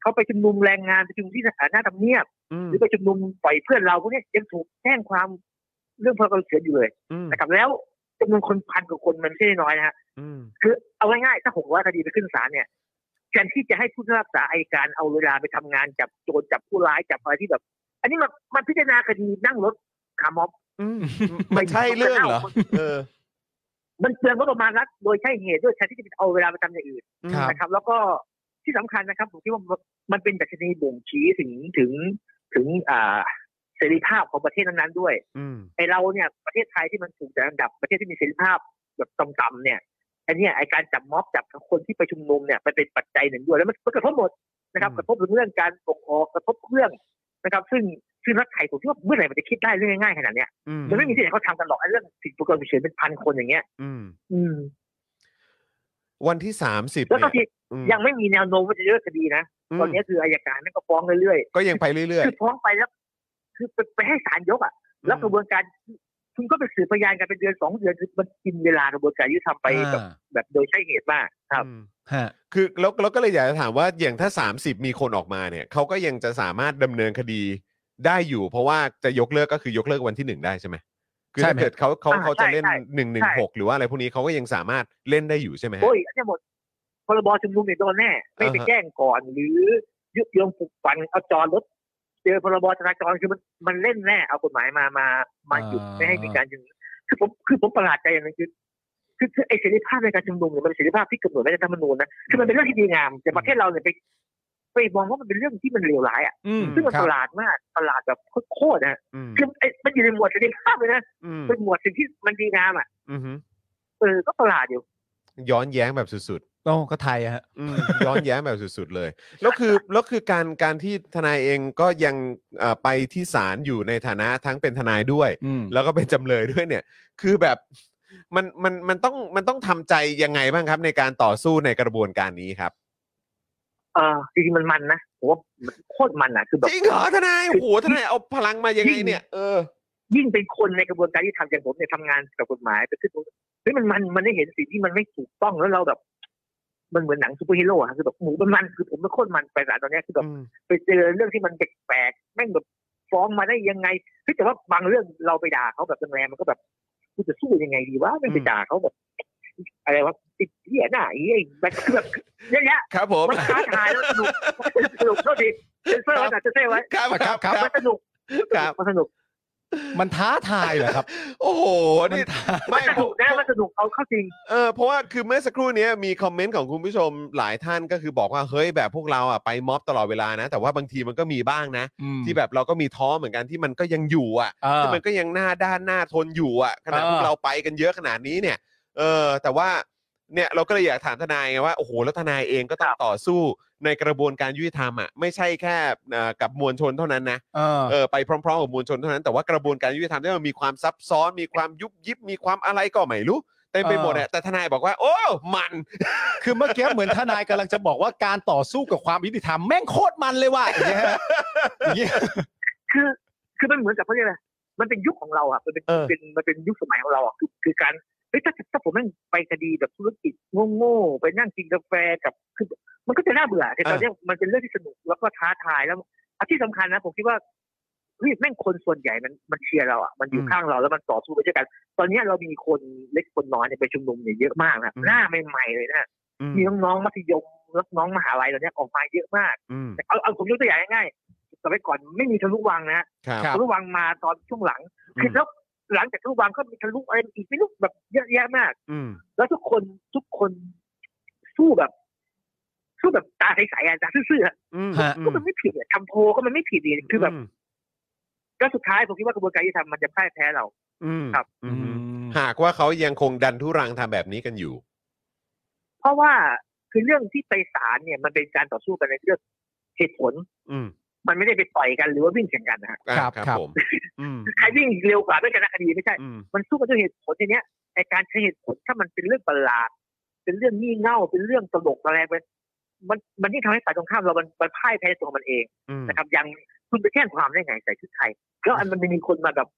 G: เขาไปชุมนุมแรงงานไปชุมนุมที่สถานหน้าทำเนียบ
B: อืม
G: หรือไปชุมนุมปล่อยเพื่อนเราพวกเนี้ยยังถูกแจ้งความเรื่องพรกฉุกเฉินอยู่เลย
B: อืม
G: นะครับแล้วจำนวนคนพันกว่าคนมันไม่ใช่น้อยนะฮะ
B: อืม
G: คือเอาง่ายๆถ้าหกร้อยคดีไปขึ้นศาลเนี่ยแทนที่จะให้ผู้พิพากษาอัยการเอาเวลาไปทำงานจับโจรจับผู้ร้ายจับอะไรที่แบบ อันนี้มันมันพิจารณาคดีนั่งรถคาร์ม็อบ
B: มันใช่เรื่องเหรอ เออ
G: มันเปลืองงบประมาณรัฐโดยใช่เหตุด้วยแทนที่จะไปเอาเวลาไปทำอย่างอื่น
C: ครับ
G: นะครับ แล้วก็ที่สำคัญนะครับผมคิดว่ามันเป็นดัชนีบ่งชี้ถึงถึงถึงอ่าเสรีภาพของประเทศนั้นๆด้วย
B: อืม
G: ไอเราเนี่ยประเทศไทยที่มันถูกจัดอันดับประเทศที่มีเสรีภาพแบบต่ำๆเนี่ยไอเนี่ยไอการจับม็อบจับคนที่ไปชุมนุมเนี่ยมันเป็นปัจจัยหนึ่งด้วยแล้วมันมันกระทบหมดนะครับ
B: อืม
G: กระทบถึงเรื่องการปกครองกระทบเรื่องนะครับ ซึ่งซึ่งรัฐไทยผมคิดว่าเมื่อไหร่มันจะคิดได้เรื่องง่ายๆขนาดเนี้ย
B: อืม
G: มันไม่มีที่ไหนเขาทำกันหรอกไอเรื่องสิทธิประกันฉุกเฉินเป็นพันคนอย่างเงี้ย
B: อืม
G: อืม
B: วันที่สามสิบ
G: แล้วก็ที่
B: อืม
G: ยังไม่มีแนวโน้มว่าจะเลิกคดีนะ
B: อืม
G: ตอนนี้คืออายการนั่นก็ฟ้องเรื่อย
B: ก็ยังไปเรื่อ
G: ๆ
B: ย
G: คือฟ้องไปแล้ว คือไปไปให้ศาลยกอ่ะ
B: ๆ
G: แล้วกระบวนการคุณก็ไปสืบพยานกันเป็นเดือนสองเดือนคือมันกินเวลากระบวนการยุติธรรมไปแบบ
C: อ่า
G: แบบโดยใช่เหตุมากครับ
B: อืม
C: ฮะ
B: คือแล้วเราก็เลยอยากจะถามว่าอย่างถ้า 30 มีคนออกมาเนี่ยเขาก็ยังจะสามารถดำเนินคดีได้อยู่ เพราะว่าจะยกเลิกก็คือยกเลิกวันที่หนึ่งได้ใช่ไหมคือ
C: ใช่
B: ถ้า
C: ไหม
B: เกิดเขาเขา
G: อ่า
B: เขาจะเล่น
G: ใช่
B: หนึ่งหนึ่
G: ใช่
B: งหกหรือว่าอะไรพวกนี้เขาก็ยังสามารถเล่นได้อยู่ใช่ไหมฮะ
G: โอ้ยอันนี้หมดพรบชุมนุมเนี่ยโดนแน่ ไม่ไป
B: อ่าฮะ
G: แจ้งก่อน หรือยุยงปลุกปั่นเอาจอรถ เจอพรบจราจรคือมันมันเล่นแน่เอากฎหมายมามามาหยุด
C: อ่า
G: ไม่ให้มีการชุมนุมคือผมคือผมประหลาดใจอย่างหนึงคือคือคือไอ้เสรีภาพในการชุมนุมเนี่ยมันเป็นเสรีภาพที่กำหนดไว้ในรัฐธรรมนูญนะคือมันเป็นเรื่องที่ดีงามแต่ประเทศเราเนี่ยไปไปมองว่ามันเป็นเรื่องที่มันเลวร้ายอ่ะ
B: อืม
G: ซึ่งมัน
C: ครับ
G: ประหลาดมากประหลาดแบบโคตรๆนะ
B: อืม
G: คือไอ้มันอยู่ในหมวดเสรีภาพเลยนะ
B: อืม
G: เป็นหมวดสิ่งที่มันดีงามอ่ะ
B: อืม
G: เออก็ประหลาดอยู่
B: ย้อนแย้งแบบสุดๆ
C: โอ้ก็ไทยอะฮะ
B: อืมย้อนแย้งแบบสุด ๆเลย แล้วคือแล้วคือการการที่ทนายเองก็ยังเอ่อไปที่ศาลอยู่ในฐานะทั้งเป็นทนายด้วย
C: อืม
B: แล้วก็เป็นจำเลยด้วยเนี่ย คือแบบมันมันมันต้องมันต้องทำใจยังไงบ้างครับ ในการต่อสู้ในกระบวนการนี้ครับ
G: เออจริงๆมันมันนะผมว่ามันโคตรมันอ่ะคือแบบ
B: จริงเหรอทนายโอ้โหทนายเอาพลังมายังไงเนี่ย เออ
G: ยิ่งเป็นคนในกระบวนการที่ทำอย่างผมเนี่ยทำงานกับกฎหมายไปขึ้นเฮ้ยมันมันมันได้เห็นสิ่งที่มันไม่ถูกต้องแล้วเราแบบ มันเหมือนหนังซูเปอร์ฮีโร่อะครับคือแบบหมูมันมันคือผมเป็นคนมันไปสารตอนเนี้ยคือแบบไปเจอเรื่องที่มันแปลกๆแม่งแบบฟ้องมาได้ยังไงเฮ้ยแต่ว่าบางเรื่องเราไปด่าเขาแบบแรงๆมันก็แบบกูจะสู้ยังไงดีวะไม่งไป
B: อืม
G: ด่าเขาแบบอะไรวะติดเหี้ยหน้าไอ้เหี้ยแบบคือแบบเยอะแยะ
B: ครับผม
G: มันท้าทายแล้วสนุก สนุกเท่าดีเซนเซอร์ไว้หนะเซนเซอร์ไว้
B: ครับครับครับ
G: มันสนุก
B: ครับ
G: มันสนุก
C: มันท้าทายเหรอครับ
B: โอ้โห
C: มัน
B: นี่
C: ท้า
G: มั
B: ไม่
G: นส
B: ผ
G: นุ
B: ม
G: กนะมันสนุกเอาเข้าจริง
B: เออเพราะว่าคือเมื่อสักครู่เนี้ยมีคอมเมนต์ของคุณผู้ชมหลายท่านก็คือบอกว่าเฮ้ยแบบพวกเราอ่ะไปม็อบตลอดเวลานะ แต่ว่าบางทีมันก็มีบ้างนะ ที่แบบเราก็มีท้อเหมือนกันที่มันก็ยังอยู่อ่ะ
C: อ่า
B: ที่มันก็ยังหน้าด้านหน้าทนอยู่อ่ะขนาด
C: เออ
B: พวกเราไปกันเยอะขนาดนี้เนี่ย เออ แต่ว่าเนี่ยเราก็เลยอยากถามทนายไงว่าโอ้โหแล้วทนายเองก็ต้องต่อสู้ในกระบวนการยุติธรรมอ่ะไม่ใช่แค่เอ่อกับมวลชนเท่านั้นนะ
C: เออ
B: เออไปพร้อมๆกับมวลชนเท่านั้นแต่ว่ากระบวนการยุติธรรมเนี่ยมันมีความซับซ้อนมีความยุบยิบมีความอะไรก็ไม่รู้เต็มไปหมดอะแต่ทนายบอกว่า โอ้ มัน
C: คือเมื่อกี้เหมือนทนายกำลังจะบอกว่าการต่อสู้กับความยุติธรรมแม่งโคตรมันเลยว่ะอย่างเงี้ยฮะอย่างเงี้ย
G: คือคือมันเหมือนกับเขาเรียกอะไรมันเป็นยุคของเราอ่ะมันเป็น
B: เออ
G: เป็นมันเป็นยุคสมัยของเราอ่ะคือคือการเฮ้ยถ้าถ้าผมแม่งไปคดีแบบธุรกิจโง่ๆไปนั่งกินกาแฟกับคือมันก็จะน่าเบื่อแต่ตอนเนี้ยมันเป็นเรื่องที่สนุกแล้วก็ท้าทายแล้วอันที่สำคัญนะผมคิดว่าเฮ้ยแม่งคนส่วนใหญ่มันมันเชียร์เราอ่ะมันอยู่ข้างเราแล้วมันต่อสู้ไปด้วยกัน ตอนเนี้ยเรามีคนเล็กคนน้อยเนี่ยไปชุมนุมเนี่ยเยอะมากนะหน้าใหม่ๆเลยนะ มีน้องๆมัธยมแล้วน้องมหาลัยตอนเนี้ยออกมาเยอะมาก
B: อืม
G: เอาเอาผมยกตัวอย่างง่ายๆสมัยก่อนไม่มีทะลุวังนะฮะ
B: ครับ
C: ค รับ
G: ทะลุวังมาตอนช่วงหลัง
B: อืม
G: คือแล้วหลังจากทะลุวังก็มีทะลุอะไรอีกไม่รู้แบบเยอะแยะมาก
B: อืม
G: แล้วทุกคนทุกคนสู้แบบ สู้แบบตาใสๆอ่ะตาซื่อๆอะ
B: อืม
C: ฮะ
B: อื
G: ก็มันไม่ผิดอะทำโพลก็มันไม่ผิดดีคือแบบ
B: ม
G: ก็สุดท้ายผมคิดว่ากระบวนการยุติธรรมมันจะพ่ายแพ้เรา
B: อืม
G: ครับ
B: อืมหากว่าเขายังคงดันทุรังทำแบบนี้กันอยู่
G: เพราะว่าคือเรื่องที่ไปศาลเนี่ย มันเป็นการต่อสู้กันในเรื่องเหตุผล
B: อืม
G: มันไม่ได้ไปต่อยกันหรือว่าวิ่งแข่งกันนะฮะ
B: อ่ะ
C: ครับ
B: ครับ
C: ครับ
B: ผมอืม
G: ใครวิ่งเร็วกว่าไม่ชนะคดีไม่ใช่
B: อืม
G: มันสู้กันด้วยเหตุผลทีเนี้ยไอการใช้เหตุผลถ้ามันเป็นเรื่องประหลาด เป็นเรื่องงี่เง่าเป็นเรื่องตลกอะไรไปมันมันยิ่งทำให้ฝ่ายตรงข้ามเรามันมันพ่ายแพ้ตัวมันเอง
B: อืม
G: นะครับยังคุณไปแจ้งความได้ไงใส่ชุดไทยแล้วอันมันมีคนมาแบบ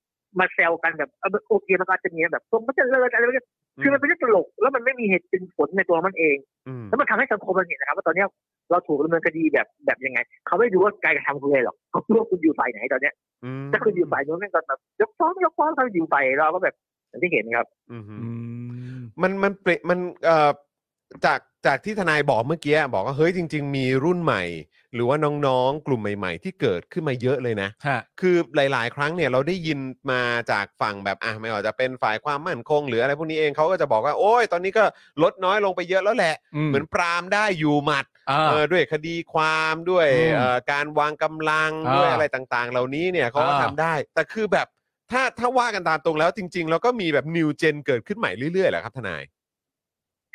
G: มาแซวกันแบบเออโอเคมันก็อาจจะมีแบบตรงมันจะเลิศอะไรแบบนี้คือมันเป็นเรื่องตลก แล้วมันไม่มีเหตุเป็นผลในตัวมันเอง
B: อืม
G: แล้วมันทำให้สังคมมันเห็นนะครับ ว่าตอนเนี้ยเราถูกดำเนินคดีแบบแบบยังไง เขาไม่ดูว่าการกระทำคุณเลยหรอก เขาดูว่าคุณอยู่ฝ่ายไหนตอนเนี้ย
B: อืม
G: ถ้าคุณอยู่ฝ่ายนู้นแม่งก็แบบยกฟ้องยกฟ้องเขาอยู่ฝ่ายเราก็แบบอย่างที่เห็นครับ
B: อืม
C: อืม
B: มันมันเปลี่ยนมันเอ่อจากจากที่ทนายบอกเมื่อกี้บอกว่าเฮ้ยจริง ๆ มีรุ่นใหม่ หรือว่าน้องๆ กลุ่มใหม่ ๆ ที่เกิดขึ้นมาเยอะเลยนะ
C: ฮะ
B: คือหลายๆ ครั้งเนี่ยเราได้ยินมาจากฝั่งแบบอ่ะไม่ว่าจะเป็นฝ่ายความมั่นคง หรืออะไรพวกนี้เองเขาก็จะบอกว่าโอ้ยตอนนี้ก็ลดน้อยลงไปเยอะแล้วแหละ
C: อืม
B: เหมือนปรามได้อยู่หมัด
C: อ่า
B: เออด้วยคดีความด้วย
C: อืม
B: เอ่อการวางกำลัง
C: อ่า
B: ด้วยอะไรต่างๆ เหล่านี้เนี่ยเขาก็
C: อ่า
B: ทำได้ แต่คือแบบถ้าถ้าว่ากันตามตรงแล้วจริง ๆ แล้วก็มีแบบนิวเจนเกิดขึ้นใหม่เรื่อยๆแหละครับทนาย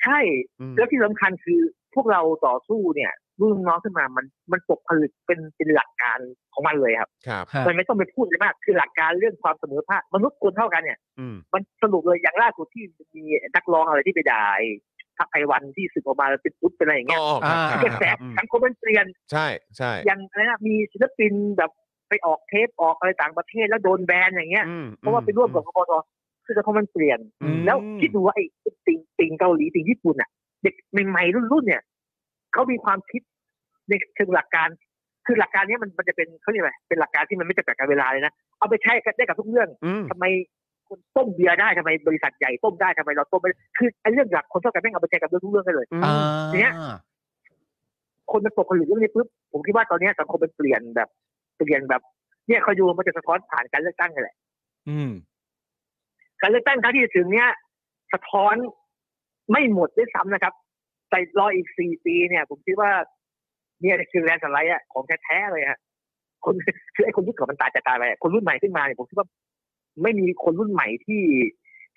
G: ใช่
B: อืม
G: แล้วที่สำคัญคือพวกเราต่อสู้เนี่ยรุ่นน้องขึ้นมามันมันตกผลึกเป็นเป็นหลักการของมันเลยครับ
B: ครับ
C: ฮะ
G: มันไม่ต้องไปพูดเลยมากคือหลักการเรื่องความเสมอภาคมนุษย์ควรเท่ากันเนี่ย
B: อืม
G: มันสรุปเลยอย่างล่าสุดที่มีนักร้องอะไรที่ไปด่าไอ้ทักไอวันที่สึกออกมาเป็นตุ๊ดเป็นอะไรอย่างเงี้ย
B: อ๋อครับ
C: อ่า
B: ครับ
G: กระแส
B: ครับอืม
G: สังคมมันเปลี่ยน
B: ใช่ใช่
G: อย่างอะไรนะมีศิลปินแบบไปออกเทปออกอะไรต่างประเทศแล้วโดนแบนอย่างเงี้ย
B: อืม
G: เพราะว่าไปร่วมกับกบฏคือสังคมมันเปลี่ยน
C: อืม
G: แล้วคิดดูว่าไอ้ติ่งติ่งเกาหลีติ่งญี่ปุ่นอ่ะ เด็กใหม่ๆรุ่นรุ่นๆเนี่ยเขามีความคิดในเชิงหลักการ คือหลักการเนี้ยมันมันจะเป็นเขาเรียกอะไรเป็นหลักการที่มันไม่จำกัดการเวลาเลยนะเอาไปใช้กันได้กับทุกเรื่อง
B: อืม
G: ทำไมคนต้มเบียร์ได้ทำไมบริษัทใหญ่ต้มได้ทำไมเราต้มไม่ได้คือไอ้เรื่องหลักคนเท่ากันแม่งเอาไปใช้กับเรื่องทุกเรื่องได้เลย
C: อ่า
G: เนี่ย คนมันตกผลึกเรื่องนี้ปุ๊บผมคิดว่าตอนเนี้ยสังคมมันเปลี่ยนแบบ เปลี่ยนแบบเนี่ยคอยดูมันจะสะท้อนผ่านการเลือกตั้งนี่แหละ
H: อืม
G: การเลือกตั้งครั้งที่จะถึงเนี้ยสะท้อนไม่หมดด้วยซ้ำนะครับ แต่รออีกสี่ปีเนี่ย ผมคิดว่าเนี่ยคือแลนด์สไลด์อะของแท้ๆเลยฮะคนคือไอ้คนรุ่นเก่ามันตายจะตายไปอะคนรุ่นใหม่ขึ้นมาเนี่ยผมคิดว่าไม่มีคนรุ่นใหม่ที่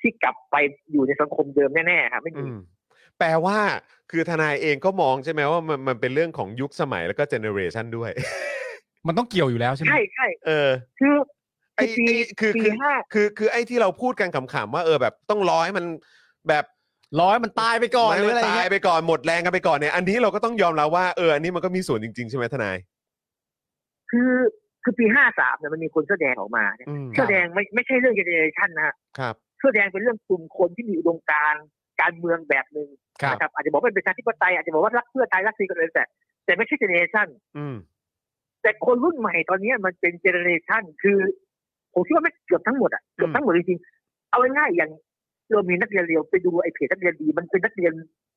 G: ที่กลับไปอยู่ในสังคมเดิมแน่ๆครับไม่
B: อื
G: มี
B: มแปลว่าคือทนายเองก็มองใช่ไหมว่ามันมันเป็นเรื่องของยุคสมัยแล้วก็เจเนอเรชันด้วย
H: มันต้องเกี่ยวอยู่แล้วใช่ไหม
G: ใช่ใช่
B: เออ
G: คือ
B: ไอ้
G: คือปี
B: ไอ้คือ
G: ปี
B: คือ
G: ห้า
B: คือคือไอ้ที่เราพูดกันขำๆว่าเออแบบต้องร้อยมันแบบ
C: ร้อยมันตายไปก่อนหรือ
B: มั
C: อะไร
B: ตาย
C: เงี้ย
B: ไปก่อนหมดแรงกันไปก่อนเนี่ยอันนี้เราก็ต้องยอมรับว่าเอออันนี้มันก็มีส่วนจริง ๆ ใช่ไหมทนาย
G: คือคือปีห้าสามเนี่ยมันมีคนเสื้อแดงออกมาเนี่ย
B: อืม
G: เสื้อแดงไม่ไม่ใช่เรื่องเจเนเรชันนะฮะ
B: ครับ
G: เสื้อแดงเป็นเรื่องกลุ่มคนที่มีอุดมการณ์การเมืองแบบหนึ่ง
B: ครับ
G: นะครับอาจจะบอกว่าเป็นประชาธิปไตยอาจจะบอกว่ารักเพื่อไทยรักซีกันเลยแต่แต่ไม่ใช่เจเนเรชัน
B: อืม
G: แต่คนรุ่นใหม่ตอนเนี้ยมันเป็นเจเนเรชันคือผมคิดว่าไม่เกือบทั้งหมดอ่ะเกือบทั้งหมดจริงๆเอาง่ายๆอย่างเรามีนักเรียนเรียวไปดูไอ้เพจนักเรียนดีมันเป็นนักเรียน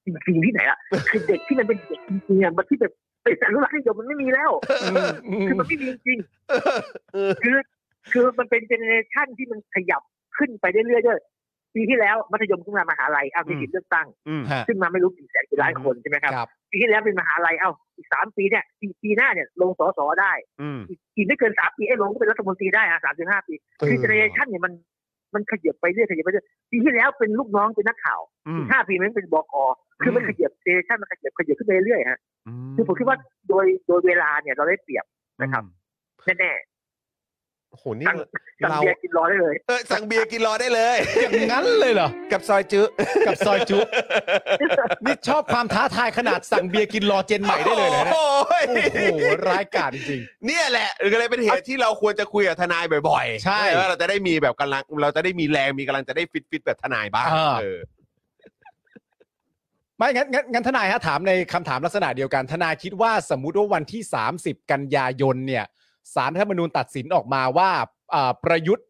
G: จริงๆที่ไหน อ่ะ คือเด็กที่มันเป็นเด็กจริงๆอ่ะมันที่แบบเป็นอนุรักษ์นิยมมันไม่มีแล้ว คือมันไม่มีจริง คือคือมันเป็นเจเนเรชันที่มันขยับขึ้นไปเรื่อยๆด้วยปีที่แล้วมัธยมขึ้นมามหาลัยเอามีสิทธิ์เลือกตั้ง
B: อืม
H: ฮะ
G: ขึ้นมาไม่รู้กี่แสนกี่ล้านคนใช่ไหมครับ
C: ครับ
G: ปีที่แล้วเป็นมหาลัยเอ้าอีกสามปีเนี่ยปีปีหน้าเนี่ยลงสสได้
B: อืม
G: อีกอีกไม่เกินสามปีไอ้ยลงก็เป็นรัฐมนตรีได้อ่ะสามถึงห้าปีคือเจเนเรชันเนี่ยมันมันขยับไปเรื่อยขยับไปเรื่อยปีที่แล้วเป็นลูกน้องเป็นนักข่าว
B: อืม
G: อีกห้าปีมันเป็นบกคือมันขยับเจเนเรชันมันขยับขยับขึ้นไปเรื่อยๆฮะคือผมคิดว่าโดยโดยเวลาเนี่ยเราได้เปรียบนะครับแน่
B: โอ้โหนี่
G: ๆสั่งสั่ง
B: เรา
G: เบียร์กินรอได้เลย
B: เออสั่งเบียร์กินรอได้เลย
H: อย่างนั้นเลยเหรอ
B: กับซอย จื้อ
H: กับซอยจุ นี่ชอบความท้าทายขนาดสั่งเบียร์กินรอเจนใหม่ได้เลยนะ
B: โอ้โห
H: โอ้โห ร้ายกาจจริง
B: เนี่ยแหละก็เลยเป็นเหตุที่เราควรจะคุยกับทนายบ่อยๆ
H: ใช่
B: ว่าเราจะได้มีแบบกำลังเราจะได้มีแรงมีกำลังจะได้ฟิตๆแบบทนายบ้าง
H: อ่า
B: เออ
C: ไม่งั้นงั้นงั้นทนายฮะถามในคำถามลักษณะเดียวกัน ทนายคิดว่าสมมุติว่าวันที่ 30 กันยายนเนี่ยสารรัฐธรรมนูญตัดสินออกมาว่าเอ่อประยุทธ์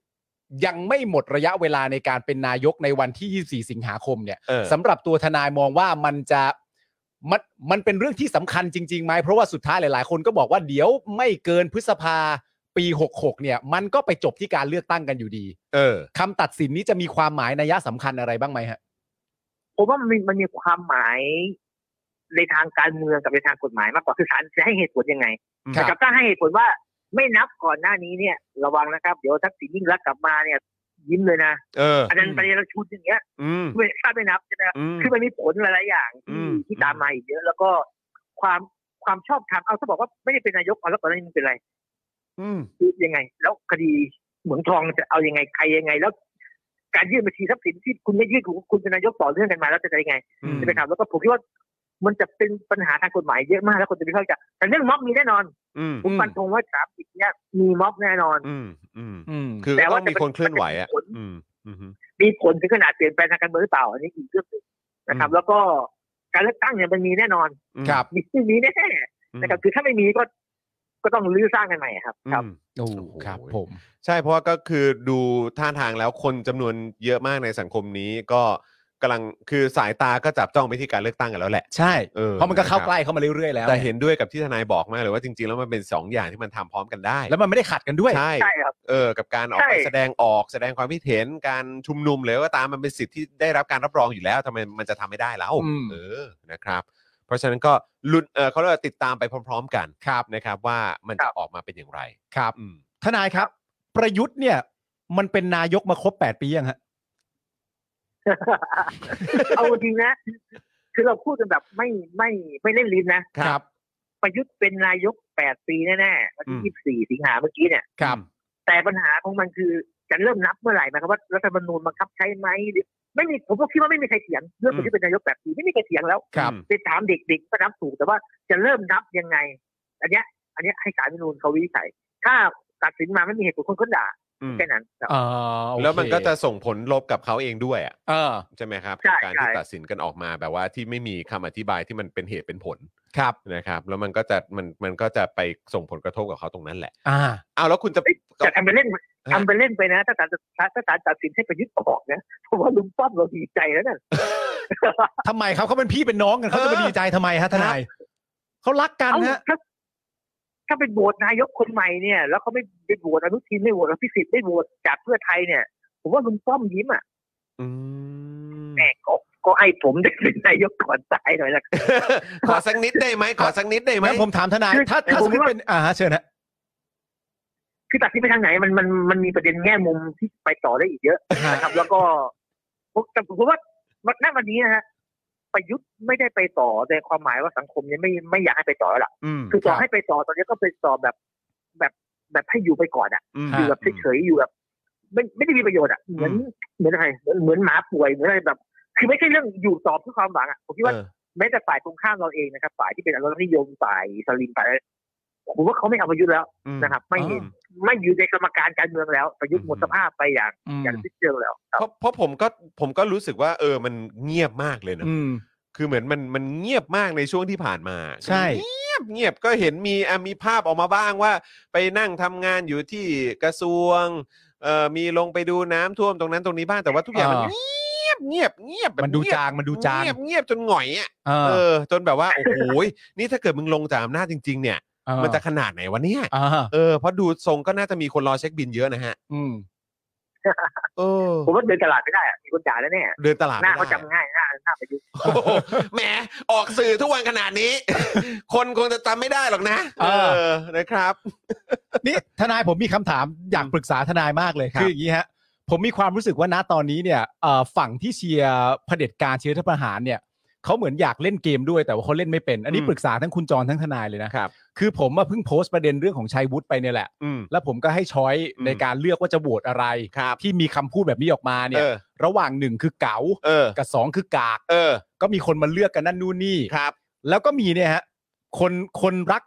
C: ยังไม่หมดระยะเวลาในการเป็นนายกในวันที่ 24 สิงหาคมเนี่ย
B: เออ
C: สำหรับตัวทนายมองว่ามันจะมันมันเป็นเรื่องที่สำคัญจริงๆไหมเพราะว่าสุดท้ายหลายๆ คนก็บอกว่าเดี๋ยวไม่เกินพฤษภาปี 66 เนี่ย มันก็ไปจบที่การเลือกตั้งกันอยู่ดี
B: เออ
C: คำตัดสินนี้จะมีความหมายนัยสำคัญอะไรบ้างไหมฮะ
G: ผมว่ามันมีมันมีความหมายในทางการเมืองกับในทางกฎหมายมากกว่าคือศาลจะให้เหตุผลยังไง
C: ครับ
G: กับถ้าให้เหตุผลว่าไม่นับก่อนหน้านี้เนี่ย ระวังนะครับ เดี๋ยวทักษิณยิ่งรักษณ์กลับมาเนี่ย ยิ้มเลยนะ
B: เออ
G: อันนั้นประเด็นชุดอย่างเงี้ย
B: อืม
G: ไม่ถ้าไม่นับใช่ไหมครับ
B: อืม
G: คือมันมีผลหลายๆอย่าง
B: อื
G: ที่
B: ม
G: ที่ตามมาอีกเยอะ แล้วก็ความความชอบธรรมเอาถ้าบอกว่าไม่ได้เป็นนายกเอาแล้วก่อนหน้านี้มันเป็นอะไร
B: อืม
G: คือยังไง แล้วคดีเหมืองทองจะเอายังไงใครยังไง แล้ว การยื่นบัญชีทรัพย์สินที่คุณไม่ยื่นคุณคุณเป็นนายกต่อเนื่องกันมาแล้วจะได้ยังไง
B: อืม
G: ใช่ไหมครับแล้วก็ผมคิดว่ามันจะเป็นปัญหาทางกฎหมายเยอะมากแล้วคนจะไม่เข้าใจแต่เรื่องม็อบมีแน่นอน
B: อืม
G: ผมฟันธงว่าสามสิบเนี่ยมีม็อบแน่นอน
B: อืมอืม
H: ๆ อืม
B: คือก็ต้องมีคนเคลื่อนไหวอ่ะ
G: แต่ว่าจะเป็น
B: อืมอืม
G: มีผลถึงขนาดเปลี่ยนแปลงทางการเมืองหรือเปล่าอันนี้อีกเรื่องหนึงนะครับ แล้วก็การเลือกตั้งเนี่ยมันมีแน่นอน
B: อืม
C: ครับ
G: มีมีแน่ๆนะครับคือถ้าไม่มีก็ก็ต้องรื้อสร้างกันใหม่ครับครับ
B: อืม
C: โอ้ครับ ผม
B: ใช่เพราะว่าก็คือดูท่าทางแล้วคนจำนวนเยอะมากในสังคมนี้ก็กำลังคือสายตาก็จับจ้องไปที่การเลือกตั้งกันแล้วแหละ
C: ใช่
B: เออ
C: เพราะมันก็เข้า
B: นะครับ
C: ใกล้เข้ามาเรื่อยๆแล้ว
B: แต่เห็นด้วยกับที่ทนายบอกมากเลยว่าจริงๆ แล้วมันเป็น 2 อย่างที่มันทำพร้อมกันได้
C: แล้วมันไม่ได้ขัดกันด้วย
B: ใช่
G: ใช่ครับ
B: เออกับการออก
G: ใช่
B: ไปแสดงออกแสดงความคิดเห็นการชุมนุมหรือว่าตามมันเป็นสิทธิ์ที่ได้รับการรับรองอยู่แล้วทำไมมันจะทำไม่ได้แล้ว
C: อืม
B: เออนะครับ เพราะฉะนั้นก็ลุ้นเออเขาเรียกว่าติดตามไปพร้อม ๆ กัน
C: ครับ
B: นะครับว่ามันจะออกมาเป็นอย่างไร
C: ครับ
B: อืม
C: ทนายครับ ประยุทธ์เนี่ย มันเป็นนายกมาครบ 8 ปียังฮะ
G: เอาจริงนะ คือเราพูดกันแบบไม่ไม่ไม่เล่นลิ้นนะ
C: ครับ
G: ประยุทธ์เป็นนายก 8 ปีแน่ๆวันที่ 24 สิงหาเมื่อกี้เนี่ย
C: ครับ
G: แต่ปัญหาของมันคือจะเริ่มนับเมื่อไหร่หมายความว่ารัฐธรรมนูญบังคับใช้ไหมหรือไม่มีผมก็คิดว่าไม่มีใครเถียงเรื่องประยุทธ์เป็นนายก 8 ปีไม่มีใครเถียงแล้ว
C: ครับ
G: ไปถามเด็กๆก็นับถูกแต่ว่าจะเริ่มนับยังไง อันเนี้ย อันเนี้ยให้ศาลรัฐธรรมนูญเขาวินิจฉัยถ้าตัดสินมาไม่มีเหตุผลคนก็ด่า
B: อืม
G: แค่นั้นครับ
C: อ่า
B: แล้วมันก็จะส่งผลลบกับเขาเองด้วยอะ
C: เออ
B: ใช่ไหมครับ
G: ใช่
B: กับการที่
G: ใช่
B: ตัดสินกันออกมาแบบว่าที่ไม่มีคำอธิบายที่มันเป็นเหตุเป็นผล
C: ครับ
B: นะครับ แล้วมันก็จะมันมันก็จะไปส่งผลกระทบกับเขาตรงนั้นแหละ
C: อ่า
B: อ้าวแล้วคุณจะ
G: แต่ทำไปนเล่นทำไปนเล่นไปนะ ถ้าศาลถ้าศาลตัดสินให้ประยุทธ์ออกนะเพราะว่าลุงป้อมเราดีใจแล้วนะ
C: ทำไมครับเขาเป็นพี่เป็นน้องกันเขาจะมา
B: เออ
C: ดีใจทำไมฮะทนาย เขารักกัน
G: เอา
C: ฮะ
G: ถ้า ถ้าเป็นโหวตนายกคนใหม่เนี่ย แล้วเขาไม่ไปโหวตอนุทินไม่โหวตอภิสิทธิ์ไม่โหวตจากเพื่อไทยเนี่ย ผมว่าลุงป้อมยิ้มอ่ะ
B: อืม
G: แต่ก็ก็ไอ้ผมได้เป็นนายกก่อนตายหน่อยละกัน
B: ขอสักนิดได้ไหมขอสักนิดได้ไหม
C: งั้นผมถามทนาย
G: คือ
C: ถ้าถ้า
G: ผ
C: ส
G: ม
C: มมติ
G: ว่า
C: เป็นอ่าฮะเชิญฮะ
G: คือตัดที่ไปทางไหนมันมันมันมีประเด็นแง่มุมที่ไปต่อได้อีกเยอะนะครับ แล้วก็ผมแต่ผมว่าวันณวันนี้นะฮะประยุทธ์ไม่ได้ไปต่อในความหมายว่าสังคมยังไม่ไม่อยากให้ไปต่อแล้วล่ะ
B: อืม
G: คือต่อให้ไปต่อตอนนี้ก็ไปต่อแบบแบบแบบให้อยู่ไปก่อนอ่ะ
B: อืม
G: อยู่แบบเฉยๆอยู่แบบไม่ไม่ได้มีประโยชน์อ่ะเหมือนเหมือนอะไรเหมือนเหมือนหมาป่วยเหมือนอะไรแบบ คือไม่ใช่เรื่องอยู่ต่อเพื่อความหวังอ่ะผมคิดว่า
B: เออ
G: แม้แต่ฝ่ายตรงข้ามเราเองนะครับฝ่ายที่เป็นอนุรักษ์นิยมฝ่ายสลิมฝ่ายอะไรผมว่าเขาไม่เอาประยุทธ์แล้ว
B: อืม
G: นะครับ ไม่เห็นไม่อยู่ในกรรมการการเมืองแล้ว ประยุทธ์หมดสภาพไปอย่างอย่างสิ้นเชิงแล้วค
B: เพ
G: รับ
B: ราะเพราะผมก็ผมก็รู้สึกว่า เออมันเงียบมากเลยนะ
C: อืม
B: คือเหมือนมันมันเงียบมากในช่วงที่ผ่านมา
C: ใช่
B: เงียบเงียบก็เห็นมีอ่ะมีภาพออกมาบ้างว่า ไปนั่งทำงานอยู่ที่กระทรวงเอ่อมีลงไปดูน้ำท่วมตรงนั้นตรงนี้บ้างแต่ว่าทุกอย่างมัน
C: อ่า
B: เงียบเงียบเงียบแบบ
C: มันดู
B: เงียบ
C: จางมันดูจาง
B: เงียบเงียบจนหงอยอ่ะ
C: เอ
B: เอ
C: อ
B: อ จนแบบว่า โอ้โหนี่ถ้าเกิดมึงลงจากอำนาจจริง ๆ เนี่ย
C: เออ
B: มันจะขนาดไหนวะเนี่ย
C: อ่า
B: เออเพราะดูทรงก็น่าจะมีคนรอเช็คบินเยอะนะฮะ
C: อืม
B: เออ
G: ผมว่าเดินตลาดไม่ได้อะมีคนด่าแล้วแน่
B: เดินตลาด
G: หน้า
B: ไม่
G: เขา
B: ได้
G: จำง่ายหน้าหน้าประยุทธ์
B: โอ้โหแหมออกสื่อทุกวันขนาดนี้ คนคงจะจำไม่ได้หรอกนะ
C: เออ
B: นะครับ
C: นี่ทนายผมมีคำถามอยากปรึกษาทนายมากเลย
B: ครับ
C: คืออย่างนี้ฮะผมมีความรู้สึกว่าณตอนนี้เนี่ยเอ่อฝั่งที่เชียร์เผด็จการเชียร์รัฐประหารเนี่ยเขาเหมือนอยากเล่นเกมด้วยแต่ว่าเขาเล่นไม่เป็นอันนี้ปรึกษาทั้งคุณจรทั้งทนายเลยนะครับ คือผมมาเพิ่งโพสต์ประเด็นเรื่องของชัยวุฒิไปเนี่ยแหละ
B: อืม
C: แล้วผมก็ให้ช้อย
B: อืม
C: ในการเลือกว่าจะโหวตอะไร
B: ครับ
C: ที่มีคำพูดแบบนี้ออกมาเนี่
B: เอย อ
C: ระหว่างหนึ่งคือเก๋า
B: เออ
C: กับสองคือกาก
B: เออ
C: ก็มีคนมาเลือกกันนั่นนู่นนี่
B: ครับ
C: แล้วก็มีเนี่ยฮะคนคนรัก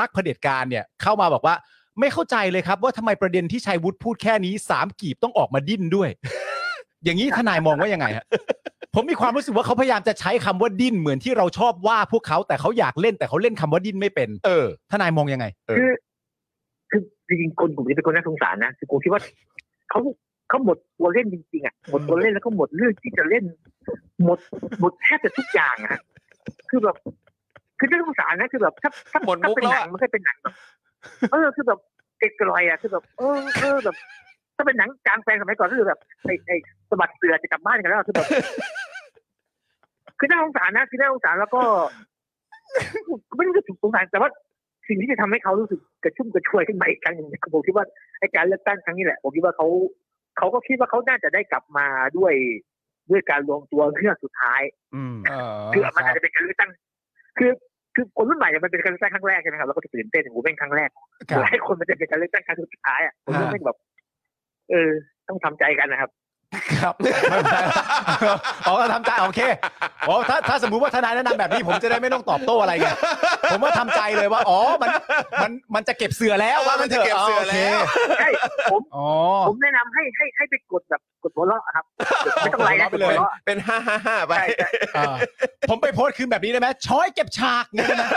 C: รักเผด็จการเนี่ยเข้ามาบอกว่า ไม่เข้าใจเลยครับ ว่าทำไมประเด็นที่ชัยวุฒิพูดแค่นี้สามกีบต้องออกมาดิ้นด้วย อย่างนี้ทนายมองว่ายังไงฮะ ผมมีความรู้สึกว่าเขาพยายามจะใช้คำว่าดิ้นเหมือนที่เราชอบว่าพวกเขาแต่เขาอยากเล่นแต่เขาเล่นคำว่าดิ้นไม่เป็น
B: เออ
C: ทนายมองยังไง
B: เออ
G: คือคือจริงๆคนกลุ่มนี้เป็นคนน่าสงสารนะคือผมคิดว่าเขาเขาหมดตัวเล่นจริงๆอ่ะหมดตัวเล่นแล้วก็หมดเรื่องที่จะเล่น หมดหมดแทบจะทุกอย่างอะฮะคือแบบคือน่าสงสารนะคือแบบถ้าถ้า
B: หมด
G: ถ้า
B: มุก
G: เป็น
B: แล้ว
G: ห
B: อะ
G: นังมันก็เป็นหนังแบบเออคือแบบเด็กกลอยอ่ะคือแบบเออเออแบบ ถ้าเป็นหนังกลางแปลงสมัยก่อนก็คือแบบไอ้ไอ้สะบัดเสือจะกลับบ้านกันแล้วคือแบบ คือน่าสงสารนะคือน่าสงสารแล้วก็ ไม่รู้จะถูกสงสารแต่ว่าสิ่งที่จะทำให้เขารู้สึกกระชุ่มกระชวยขึ้นมาอีกครั้งหนึ่งเนี่ยผมคิดว่าไอ้การเลือกตั้งครั้งนี้แหละผมคิดว่าเขาเขาก็คิดว่าเขาน่าจะได้กลับมาด้วยด้วยการรวมตัวเครื่องสุดท้าย
B: อืม
G: คือมันอาจจะเป็นการเลือกตั้ง คือคือคนรุ่นใหม่เนี่ยมันเป็นการเลือกตั้งครั้งแรกใช่ไหมครับแล้วก็ตื่นเต้นโอ้โหเป็นครั้งแรก
C: ครับ
G: หลายคนมันจะเป็นการเลือกตั้งครั้งสุดท้ายอ่ะผมว่าเป็นแบบ เออ ต้องทำใจกันนะครับ
C: ครับ ไม่เป็นไรอ๋อทำใจโอเคอ๋อถ้าถ้าสมมุติว่าทนายแนะนำแบบนี้ผมจะได้ไม่ต้องตอบโต้อะไรไงผมว่าทำใจเลยว่าอ๋อมันมันมันจะเก็บเสือแล้วว่ามันถ
B: มันจะเก็บเสือแล้ว
C: โเค
G: ใช่ผม
C: อ๋อ
G: ผมแนะนำให้ให้ให้ไปกดแบบกดหัวเราะอะครับกดไม่ต้องไลน์นะกดหัวเราะ
B: เป็น ห้าห้าห้าไป
G: ใช่ใช่
C: เออผมไปโพสต์คืนแบบนี้ได้ไหมช้อยเก็บฉาก เนี่ยนะ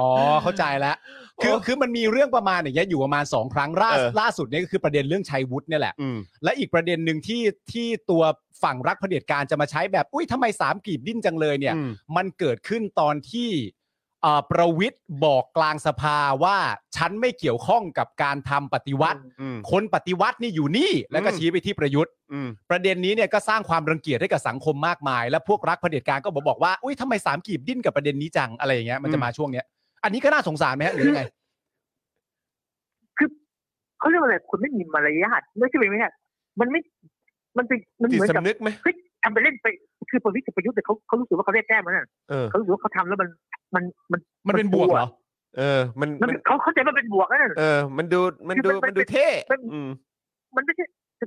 C: อ๋อเข้าใจแล้วคือ
B: โอ้
C: คือมันมีเรื่องประมาณอย่างเงี้ยอยู่ประมาณสองครั้งล่า
B: เออ
C: ล่าสุดเนี่ยก็คือประเด็นเรื่องชัยวุฒิเนี่ยแหละ
B: อืม
C: และอีกประเด็นหนึ่งที่ที่ตัวฝั่งรักเผด็จการจะมาใช้แบบอุ้ยทำไมสามกีบดิ้นจังเลยเนี่ย
B: อืม
C: มันเกิดขึ้นตอนที่เอ่อประวิทย์บอกกลางสภาว่าฉันไม่เกี่ยวข้องกับการทำปฏิวัติ
B: อืม
C: คนปฏิวัตินี่อยู่นี่แล้วก็
B: อืม
C: ชี้ไปที่ประยุทธ์
B: อืม
C: ประเด็นนี้เนี่ยก็สร้างความรังเกียจให้กับสังคมมากมาย และพวกรักเผด็จการก็บอกบอกว่าอุ้ยทำไมสามกีบดิ้นกับประเด็นนี้จังอะไรอย่างเงี้ยมันจะมาช่วงเนี้ยอันนี้ก็น่าสงสารไหมฮะหรือยังไง
G: เขาเรียกว่าอะไรคุณไม่มีมารยาทไม่ใช่เป็นไม่ใช่มันไม่ มันเป็นมัน
B: จิต
G: เหมือนกับ
B: สำนึกไหม
G: เฮ้ยทำไปเล่นไป คือประวิทย์กับประยุทธ์เนี่ยเขาเขารู้สึกว่าเขาได้แต้มแล้วนะ
B: เออ
G: เขารู้สึกว่าเขาทำแล้วมันมันมัน
C: มันเป็นบวกเหรอ
B: เออ มัน
G: มัน
B: มัน
G: เขาเข้าใจว่าเป็นบวกนั่น
B: เออ มันดู มันดู
G: คือมัน
B: มันดูเท่
G: มัน
B: อืม
G: มันไม่ใช่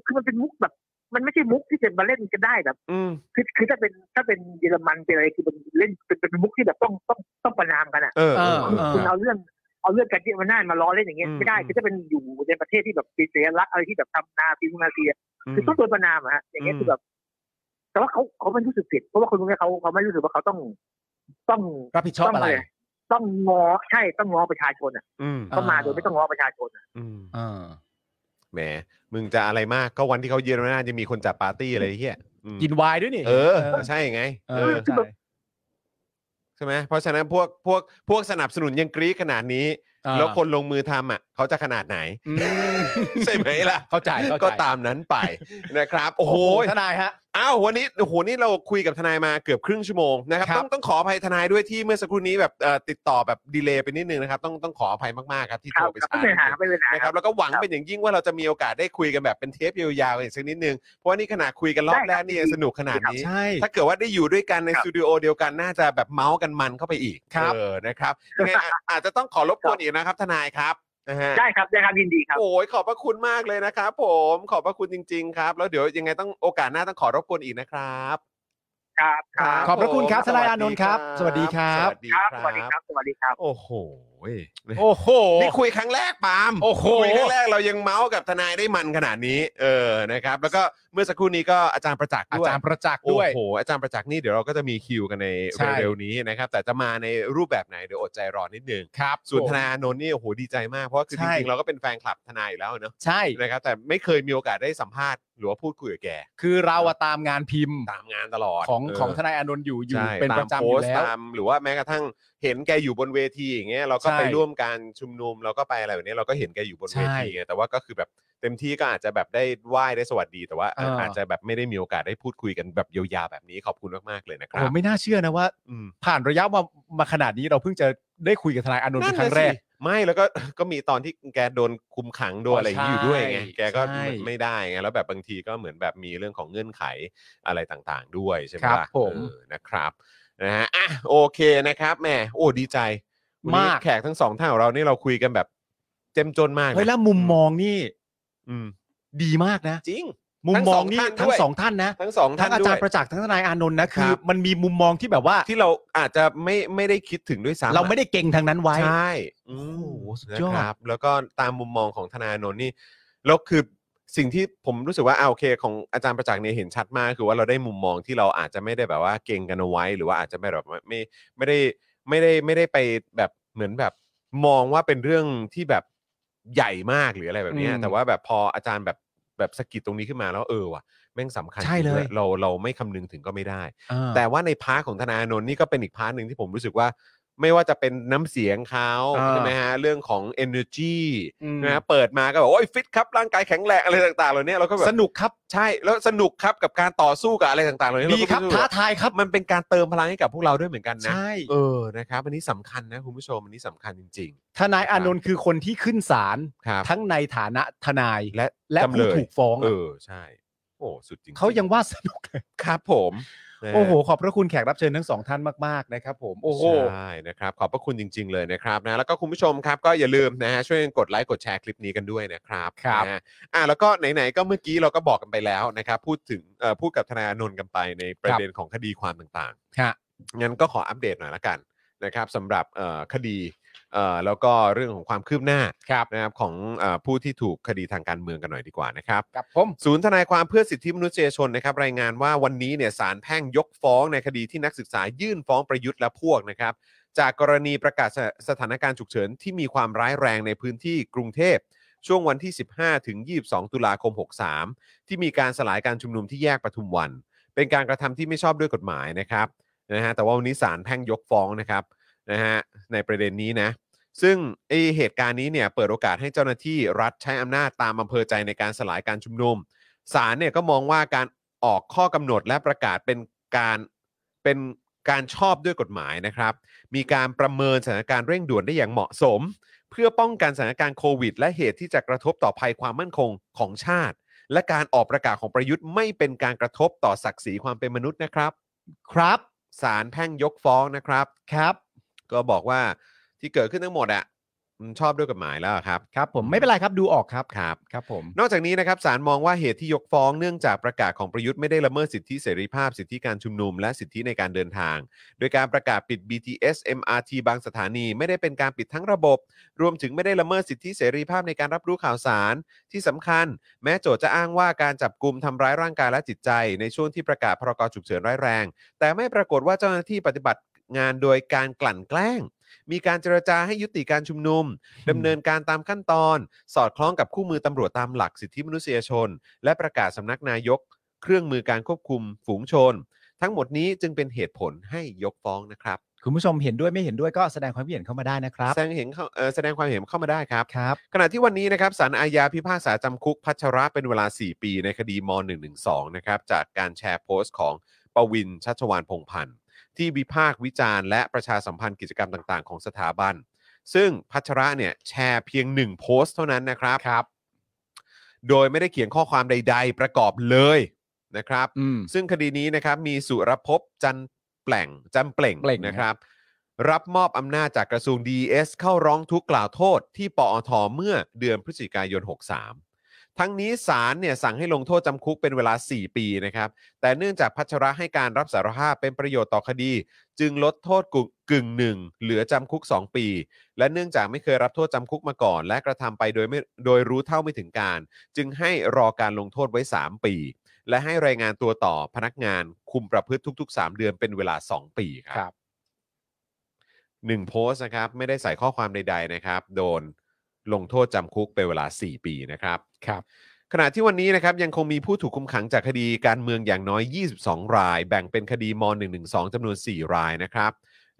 G: คือมันเป็นมุกแบบ มันไม่ใช่มุกที่จะมาเล่นกันได้แบบ
B: อืม
G: คือคือถ้าเป็นถ้าเป็นเยอรมันเป็นอะไรคือมันเล่นเป็นเป็นมุกที่แบบต้องต้องต้องประนามกันอ่ะ
B: เออเออ
C: เอ
G: คุณ
C: อ
G: คุณเอาเรื่องเอาเรื่องการเยอรมันน่ามาล้อเล่นอย่างเงี้ย
B: อืม
G: ไม่ได้
B: อืม
G: คือถ้าเป็นอยู่ในประเทศที่แบบเป็นสัญลักษณ์อะไรที่แบบทำนาฟิวนาเซีย
B: อืม
G: คือต้องโดนประนามอะฮะอย่างเงี้ย
B: อืม
G: คือแบบ แต่ว่าเขาเขาไม่รู้สึกผิดเพราะว่าคนพวกนี้เขาเขาไม่รู้สึกว่าเขาต้อง ต้อง
C: รับผิดชอบ
G: ต้ง
C: อะไร
G: ต้องงอใช่ต้องงอประชาชนอ่ะ
B: อืม
G: ต้องมา
C: อ่า
G: โดยไม่ต้องงอประชาชนอะ
B: อืม
C: อ่า
B: แหม มึงจะอะไรมากก็วันที่เขาเยือนหน้าจะมีคนจัดปาร์ตี้อะไรเฮียอืม
C: กินไวน์ด้วยนี่
B: เออ ใช่ไง
C: เอ
B: เอ
C: อ
B: อ
C: ใช่
B: ใช่ไหมเพราะฉะนั้นพวกพวกพวกสนับสนุนยังกรี๊ดขนาดนี้
H: อ่า
B: แล้วคนลงมือทำอ่ะเขาจะขนาด ไหน
H: อืม
B: ใช่ไหมล่ะ
H: เข้าใจเข้าใจ
B: ก็ตามนั้นไปนะครับ โอ้โห
H: ทนายฮะ
B: อ้าววันนี้โอ้โหนี่เราคุยกับทนายมาเกือบครึ่งชั่วโมงนะครับ
H: ครับ
B: ต้องต้องขออภัยทนายด้วยที่เมื่อสักครู่นี้แบบเอ่อติดต่อแบบดีเลย์ไปนิดนึงนะครับต้องต้องขออภัยมากๆครับที่
G: ค
B: โท
G: รับ
B: รไป
G: ครับ
B: ช้า
G: ไม่เป็นไรครับไม่เป็นไร
B: นะค
G: ค
B: รั
G: รั
B: บบ แล้วก็หวังเป็นอย่างยิ่งว่าเราจะมีโอกาสได้คุยกันแบบเป็นเทปยาวๆอีกสักนิดนึงเพราะว่านี่ขนาดคุยกันรอบแรกนี่ยังสนุกขนาดนี้
H: ใช่
B: ถ้าเกิดว่าได้อยู่ด้วยกันใน
G: ครั
B: ส
G: บ
B: ตูดิโอเดียวกันน่าจะแบบเมาส์กันมันเข้าไปอีก
H: ครับ
B: เออนะครับยังไงอ่ะอาจจะต้องขอรบกวนอีกนะครับ ทนายครับนะฮะ
G: ได้ครับได้ครับยินดีครับ
B: โอ้ยขอบพระคุณมากเลยนะครับผมขอบพระคุณจริง ๆ ครับ แล้วเดี๋ยวยังไงต้องโอกาสหน้าต้องขอรบกวนอีกนะครับ
G: ครับครับ
H: ขอบพระคุณครับ
B: ผม
H: ทนายอานนท์ครับสวัสดีครับ
B: สวัสดี
G: ค
B: ค
G: รั
B: รั
G: บบ สวัสดีครับสวัสดีครับ
B: โอ้โห
H: โอ้โห
B: นี่คุยครั้งแรกปาล์ม
H: โอ้โห
B: คุยครั้งแรกเรายังเมาส์กับทนายได้มันขนาดนี้ เออนะครับ แล้วก็เมื่อสักครู่นี้ก็อาจารย์ประจักษ์
H: อา
B: ด้วย
H: จารย์ประจักษ์
B: โอ้
H: ด้วย
B: โหอาจารย์ประจักษ์นี่เดี๋ยวเราก็จะมีคิวกันใน
H: ใช่
B: เร็วๆนี้นะครับแต่จะมาในรูปแบบไหนเดี๋ยวอดใจรอนิดนึง
H: ครับ
B: ส่วน
H: ผม
B: ทนายอานนท์นี่โอ้โหดีใจมากเพราะว่าคือ
H: ใช่
B: จริงๆเราก็เป็นแฟนคลับทนายอยู่แล้วเนอะ
H: ใช่
B: นะครับแต่ไม่เคยมีโอกาสได้สัมภาษณ์หรือว่าพูดคุยกับแก
H: คือเราอะตามงานพิมพ์
B: ตามงานตลอด
H: ของ
B: เ
H: ของทนายอานนท์อยู่อยู่
B: ใช่
H: เป็นประ
B: ตาม
H: จำอ
B: โพ
H: ยู่
B: สต์
H: แล้ว
B: ตามหรือว่าแม้กระทั่งเห็นแกอยู่บนเวทีอย่างเงี้ยเราก็
H: ใช่
B: ไปร่วมการชุมนุมเราก็ไปอะไรแบบนี้เราก็เห็นแกอยู่บนเวทีไงแต่ว่าก็คือแบบเต็มที่ก็อาจจะแบบได้ไหว้ได้สวัสดี แต่ว่า
H: อ่า
B: อาจจะแบบไม่ได้มีโอกาสได้พูดคุยกันแบบยาวๆแบบนี้ขอบคุณมากๆเลยนะค
H: โอ้
B: รั
H: โห
B: บ
H: ไม่น่าเชื่อนะว่า
B: อืม
H: ผ่านระยะมามาขนาดนี้เราเพิ่งจะได้คุยกับทนายอานนท์เป็นครั้งแรก
B: นั่นน่ะสิไม่แล้วก็ ก็มีตอนที่แกโดนคุมขังโดนอะไรอย่างนี้อยู่ด้วยไง
H: ใช่
B: แกก็
H: ใช่
B: ไม่ได้ไงแล้วแบบบางทีก็เหมือนแบบมีเรื่องของเงื่อนไข อะไรต่างๆด้วยใช่ไหม
H: ครับ
B: ล่ะ
H: ผม
B: เออนะครับนะฮะอ่ะโอเคนะครับแหมโอ้ดีใจวันนี้
H: มาก
B: แขกทั้งสองท่านของเรานี่เราคุยกันแบบ เจ้มจนมากนะ
H: เฮ้ยแล้วมุมมองนี่
B: อืม
H: ดีมากนะ
B: จริง
H: มุมมองนี่
B: ทั้
H: ทั้
B: ง
H: ง
B: ส
H: ส
B: อ
H: อง ง
B: ท่า
H: ท่าน น
B: ด้ว
H: นะ
B: ทั้งสอง
H: ทั้
B: ท่าน
H: งอา
B: ด้
H: จาว ร
B: ย
H: ย์ประจักษ์ทั้งทนายอานนท์นะ
B: ครั
H: คือบ มันมีมุมมองที่แบบว่า
B: ที่เราอาจจะไม่ไม่ได้คิดถึงด้วยซ้ำอะ
H: เราไม่ได้เก่งทางนั้นไว้
B: ใช่อืม
H: โอ้โหสุด
B: นะ
H: ยอด
B: ครับ แล้วก็ตามมุมมองของธนาโนนท์นี่แล้วคือสิ่งที่ผมรู้สึกว่าอ่าโอเค ของอาจารย์ประจักษ์เนี่ยเห็นชัดมากคือว่าเราได้มุมมองที่เราอาจจะไม่ได้แบบว่าเก่งกันเอาไว้ หรือว่าอาจจะไม่แบบไม่ ไม่ได้ไม่ได้ไม่ได้ไปแบบเหมือนแบบมองว่าเป็นเรื่องที่แบบใหญ่มากหรืออะไรแบบเนี้ย
H: อืม
B: แต่ว่าแบบพออาจารย์แบบแบบสะกิดตรงนี้ขึ้นมาแล้วเออว่ะแม่งสำคัญ
H: ใช่เลย
B: เราเราไม่คำนึงถึงก็ไม่ได้
H: อ่า
B: แต่ว่าในพาร์ทของธนาโนนท์นี่ก็เป็นอีกพาร์ทหนึ่งที่ผมรู้สึกว่า ไม่ว่าจะเป็นน้ำเสียงเขา
H: อ่า
B: ใช่ไหมฮะเรื่องของ energy
H: อืม
B: นะฮะเปิดมาก็บอกว่าโอ้ยฟิตครับร่างกายแข็งแรงอะไรต่างๆเหล่านี้เราก็แบบ
H: สนุกครับ
B: ใช่แล้วสนุกครับกับการต่อสู้กับอะไรต่างๆเหล่านี้
H: ดีครับ
B: เก็สึก
H: ท้า
B: ว่า
H: ทายครับ
B: มันเป็นการเติมพลังให้กับพวกเราด้วยเหมือนกันนะ
H: ใช่
B: เออ นะครับ อันนี้สำคัญนะคุณผู้ชม อันนี้สำคัญจริง
H: ทนายอานนท์คือคนที่ขึ้นศาล
B: ๆ ครับ
H: ทั้งในฐานะทนาย
B: และ
H: และ
B: จำเล
H: ผู้
B: ย
H: ถูกฟ้อง
B: เอ
H: อะ
B: อ ใช่ โอ้ สุดจริงๆ
H: เขายังว่าสนุกเลย
B: ครับผมนะฮะ
H: โอ้โห ขอบพระคุณแขกรับเชิญทั้งสองท่านมากๆนะครับผมโอ้โห
B: ใช่นะครับขอบพระคุณจริง ๆ เลยนะครับนะแล้วก็คุณผู้ชมครับก็อย่าลืมนะฮะช่วยกดไลค์กดแชร์คลิปนี้กันด้วยนะครับ
H: ครับ
B: นะฮะอ่ะแล้วก็ไหนๆก็เมื่อกี้เราก็บอกกันไปแล้วนะครับพูดถึงเอ่อพูดกับทนายอานนท์กันไปในประเด็นของคดีความต่าง
H: ฮะ
B: ๆงั้นก็ขออัปเดตหน่อยละกันนะครับสำหรับเอ่อคดีเอ่อแล้วก็เรื่องของความคืบหน้า
H: ครับ
B: นะครับของเอ่อผู้ที่ถูกคดีทางการเมืองกันหน่อยดีกว่านะครับ
H: กับผม
B: ศูนย์ทนายความเพื่อสิทธิมนุษยชนนะครับรายงานว่าวันนี้เนี่ยศาลแพ่งยกฟ้องในคดีที่นักศึกษายื่นฟ้องประยุทธ์และพวกนะครับ จากกรณีประกาศสสถานการณ์ฉุกเฉินที่มีความร้ายแรงในพื้นที่กรุงเทพ ช่วงวันที่ 15 ถึง 22 ตุลาคม 63 ที่มีการสลายการชุมนุมที่แยกปทุมวัน เป็นการกระทำที่ไม่ชอบด้วยกฎหมายนะครับนะฮะแต่ว่าวันนี้ศาลแพ่งยกฟ้องนะครับนะฮะในประเด็นนี้นะ ซึ่งไอเหตุการณ์นี้เนี่ยเปิดโอกาสให้เจ้าหน้าที่รัฐใช้อำนาจตามอำเภอใจในการสลายการชุมนุม ศาลเนี่ยก็มองว่าการออกข้อกำหนดและประกาศเป็นการเป็นการชอบด้วยกฎหมายนะครับ มีการประเมินสถานการณ์เร่งด่วนได้อย่างเหมาะสม เพื่อป้องกันสถานการณ์โควิด และเหตุที่จะกระทบต่อภัยความมั่นคงของชาติ และการออกประกาศของประยุทธ์ไม่เป็นการกระทบต่อศักดิ์ศรีความเป็นมนุษย์นะครับ
H: ครับ
B: ศาลแพ่งยกฟ้องนะครับ
H: ครับ
B: ก็บอกว่าที่เกิดขึ้นทั้งหมดอะมันชอบด้วยกฎหมายแล้วอะครับ
H: ครับ ผมไม่เป็นไรครับดูออกครับ
B: ครับ
H: ครับผม
B: นอกจากนี้นะครับศาลมองว่าเหตุที่ยกฟ้องเนื่องจากประกาศของประยุทธ์ไม่ได้ละเมิดสิทธิเสรีภาพสิทธิการชุมนุมและสิทธิในการเดินทาง โดยการประกาศปิด BTS MRT บางสถานีไม่ได้เป็นการปิดทั้งระบบ รวมถึงไม่ได้ละเมิดสิทธิเสรีภาพในการรับรู้ข่าวสาร ที่สำคัญ แม้โจทย์จะอ้างว่าการจับกลุ่มทำร้ายร่างกายและจิตใจ ในช่วงที่ประกาศพรกฉุกเฉินร้ายแรง แต่ไม่ปรากฏว่าเจ้าหน้าที่ปฏิบัติงานโดยการกลั่นแกล้ง มีการเจรจาให้ยุติการชุมนุม ดำเนินการตามขั้นตอน สอดคล้องกับคู่มือตำรวจตามหลักสิทธิมนุษยชน และประกาศสำนักนายก เครื่องมือการควบคุมฝูงชน ทั้งหมดนี้จึงเป็นเหตุผลให้ยกฟ้องนะครับ
C: คุณผู้ชมเห็นด้วยไม่เห็นด้วยก็แสดงความคิดเห็นเข้ามาได้นะครับ
B: แสดงเห็นเข้าเอ่อแสดงความเห็นเข้ามาได้ครับ
C: ครับ
B: ขณะที่วันนี้นะครับศาลอาญาพิพากษาจำคุกพัชระเป็นเวลา 4 ปีในคดีม .112 นะครับจากการแชร์โพสต์ของปวินชัชวานพงษ์พันธ์ ที่วิพากษ์วิจารณ์และประชาสัมพันธ์กิจกรรมต่างๆ ของสถาบัน ซึ่งพัชระเนี่ยแชร์เพียง 1 โพสต์เท่านั้นนะครับครับ โดยไม่ได้เขียนข้อความใด ๆ ประกอบเลยนะครับ
C: อืม
B: ซึ่งคดีนี้นะครับมีสุรภพจันแปล่งจันเปล่ง
C: เปล่งนะ
B: นะครับ รับมอบอำนาจจากกระทรวง DES เข้าร้องทุกข์กล่าวโทษที่ปอทเมื่อเดือนพฤศจิกายน 63 ทั้งนี้ศาลเนี่ยสั่งให้ลงโทษจำคุกเป็นเวลา 4 ปีนะครับ แต่เนื่องจากพัชระให้การรับสารภาพเป็นประโยชน์ต่อคดี จึงลดโทษกึ่งกึ่งหนึ่งเหลือจำคุก 2 ปี และเนื่องจากไม่เคยรับโทษจำคุกมาก่อน และกระทำไปโดยไม่โดยรู้เท่าไม่ถึงการ จึงให้รอการลงโทษไว้ 3 ปี และให้รายงานตัวต่อพนักงานคุมประพฤติทุก ๆ 3 เดือนเป็นเวลา 2 ปีค
I: ครั
B: รับ หนึ่งโพสต์นะครับ ไม่ได้ใส่ข้อความใด ๆ นะครับ โดนลงโทษจำคุกเป็นเวลา 4 ปีนะครับ
I: ครับ
B: ขณะที่วันนี้นะครับยังคงมีผู้ถูกคุมขังจากคดีการเมืองอย่างน้อย 22 ราย แบ่งเป็นคดีม .112 จำนวน 4 รายนะครับ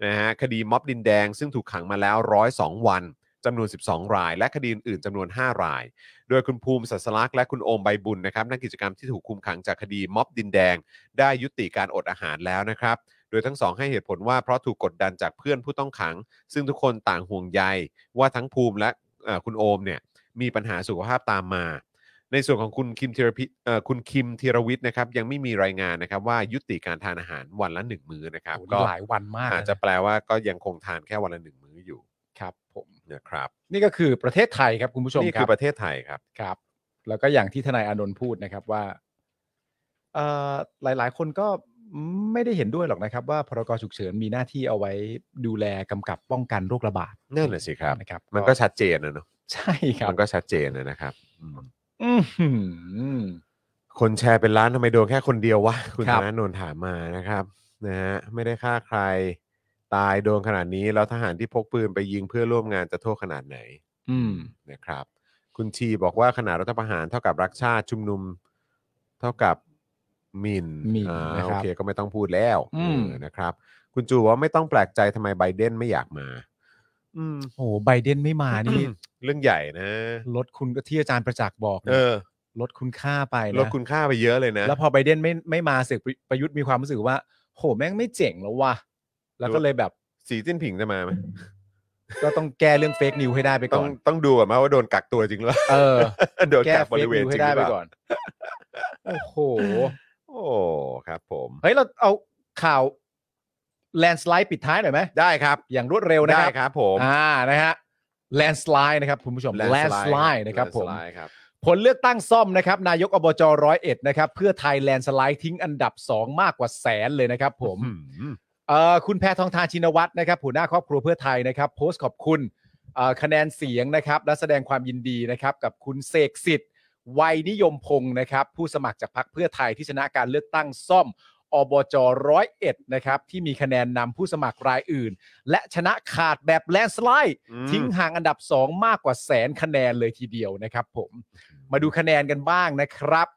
B: นะฮะคดีม็อบดินแดงซึ่งถูกขังมาแล้ว 102 วันจำนวน 12 ราย และคดีอื่นๆจำนวน 5 ราย โดยคุณภูมิศัสลักษณ์และคุณโอมใบบุญนะครับนักกิจกรรมที่ถูกคุมขังจากคดีม็อบดินแดง ได้ยุติการอดอาหารแล้วนะครับ โดยทั้งสองให้เหตุผลว่าเพราะถูกกดดันจากเพื่อนผู้ต้องขัง ซึ่งทุกคนต่างห่วงใยว่าทั้งภูมิและเอ่อคุณโอมเนี่ยมีปัญหาสุขภาพตามมา ในส่วนของคุณคิมธีรพิเอ่อคุณคิมธีรวิทย์นะครับยังไม่มีรายงานนะครับว่ายุติการทานอาหารวันละหนึ่งมื้อนะครับ
I: โอ้โห
B: ก็
I: หลายวันมาก
B: อาจจะ
I: เลยนะ
B: แปลว่าก็ยังคงทานแค่วันละหนึ่งมื้ออยู่
I: ครับผม
B: นะครับ
I: นี่ก็คือประเทศไทยครับคุณผู้ชม
B: นี่
I: ค
B: คื
I: รั
B: อประเทศไทยครับ
I: ครับ แล้วก็อย่างที่ทนายอานนท์พูดนะครับว่าเอ่อหลาย ๆ คนก็ไม่ได้เห็นด้วยหรอกนะครับ ว่าพรกฉุกเฉินมีหน้าที่เอาไว้ดูแลกำกับป้องกันโรคระบาด
B: นั่นแหละสิครับ
I: นะครับ
B: มันก็ชัดเจนนะเนอะ
I: ใช่ครับ
B: มันก็ชัดเจนนะนะครับอืม
I: อื้อหือ
B: คนแชร์เป็นล้านทำไมโดนแค่คนเดียววะคุณ
I: ครั
B: ธ
I: บ
B: นาโนนถามมานะครับนะฮะไม่ได้ฆ่าใครตายโดนขนาดนี้แล้วทหารที่พกปืนไปยิงเพื่อนร่วมงานจะโทษขนาดไหน
I: อืม
B: นะครับคุณทีบอกว่าขนาดรัฐประหารเท่ากับรักชาติชุมนุมเท่ากับหมิน
I: หมิ่น
B: อ่า
I: นะครับ
B: โอเคก็ไม่ต้องพูดแล้ว
I: อืม
B: เออนะครับ คุณจูบอกว่าไม่ต้องแปลกใจทำไมไบเดนไม่อยากมา อืม
C: โอ้โหไบเดนไม่มานี่
B: เรื่องใหญ่นะ
C: ลดคุณก็ที่อาจารย์ประจักษ์บอก
B: เอ
C: เนี่ย
B: อ
C: ลดคุณค่าไปนะ
B: ลดคุณค่าไปเยอะเลยนะ
C: แล้วพอไบเดนไม่ไม่มาเสอกประประยุทธ์มีความรู้สึกว่า โหแม่งไม่เจ๋งแล้วว่ะแล้วก็เลยแบบ
B: สีจิ้นผิงจะมาไหม
C: ก็ต้องแก้เรื่องเฟกนิวให้ได้ไป
B: ต้
C: ก่
B: อ
C: อง น
B: ต้องดูก่อนไหมว่าโดนกักตัวจริงหรือเปล่า
C: เออ
B: โดน
C: แก้
B: กัก
C: เฟ
B: บ
C: ก
B: ริเวณ
C: นิว
B: จ
C: ให้
B: ริงห
C: ได้
B: รือ
C: ไป
B: เป
C: ก่อ
B: ล่าน
C: โอ้โห
B: โอ้ครับ ผม
C: เฮ้ย เราเอาข่าวแลนสไลด์ปิดท้ายหน่อยไหม
B: ได้ครับ
C: อย่างรวดเร็วนะค
B: ได้
C: รับ
B: ครับผม
C: อ่านะฮะแลนสไลด์นะครับคุณผู้ชม
B: landslide
C: แลนสไลด์นะครับผม
B: landslide ครับ
C: ผลเลือกตั้งซ่อมนะครับนายกอบจร้อยเอ็ดนะครับ เพื่อไทยแลนสไลด์ทิ้งอันดับ 2 มากกว่าแสนเลยนะครับผม
B: อืม
C: เอ่อคุณแพทองทานชินวัตรนะครับหัวหน้าครอบครัวเพื่อไทยนะครับ โพสต์ขอบคุณเอ่อคะแนนเสียงนะครับ และแสดงความยินดีนะครับ กับคุณเสกสิทธิ์วัยนิยมพงศ์นะครับ ผู้สมัครจากพรรคเพื่อไทยที่ชนะการเลือกตั้งซ่อมอบจร้อยเอ็ดนะครับที่มีคะแนนนำผู้สมัครรายอื่น และชนะขาดแบบแลนสไลด์
B: อืม
C: ทิ้งห่างอันดับ 2 มากกว่าแสนคะแนนเลยทีเดียวนะครับผม มาดูคะแนนกันบ้างนะครับ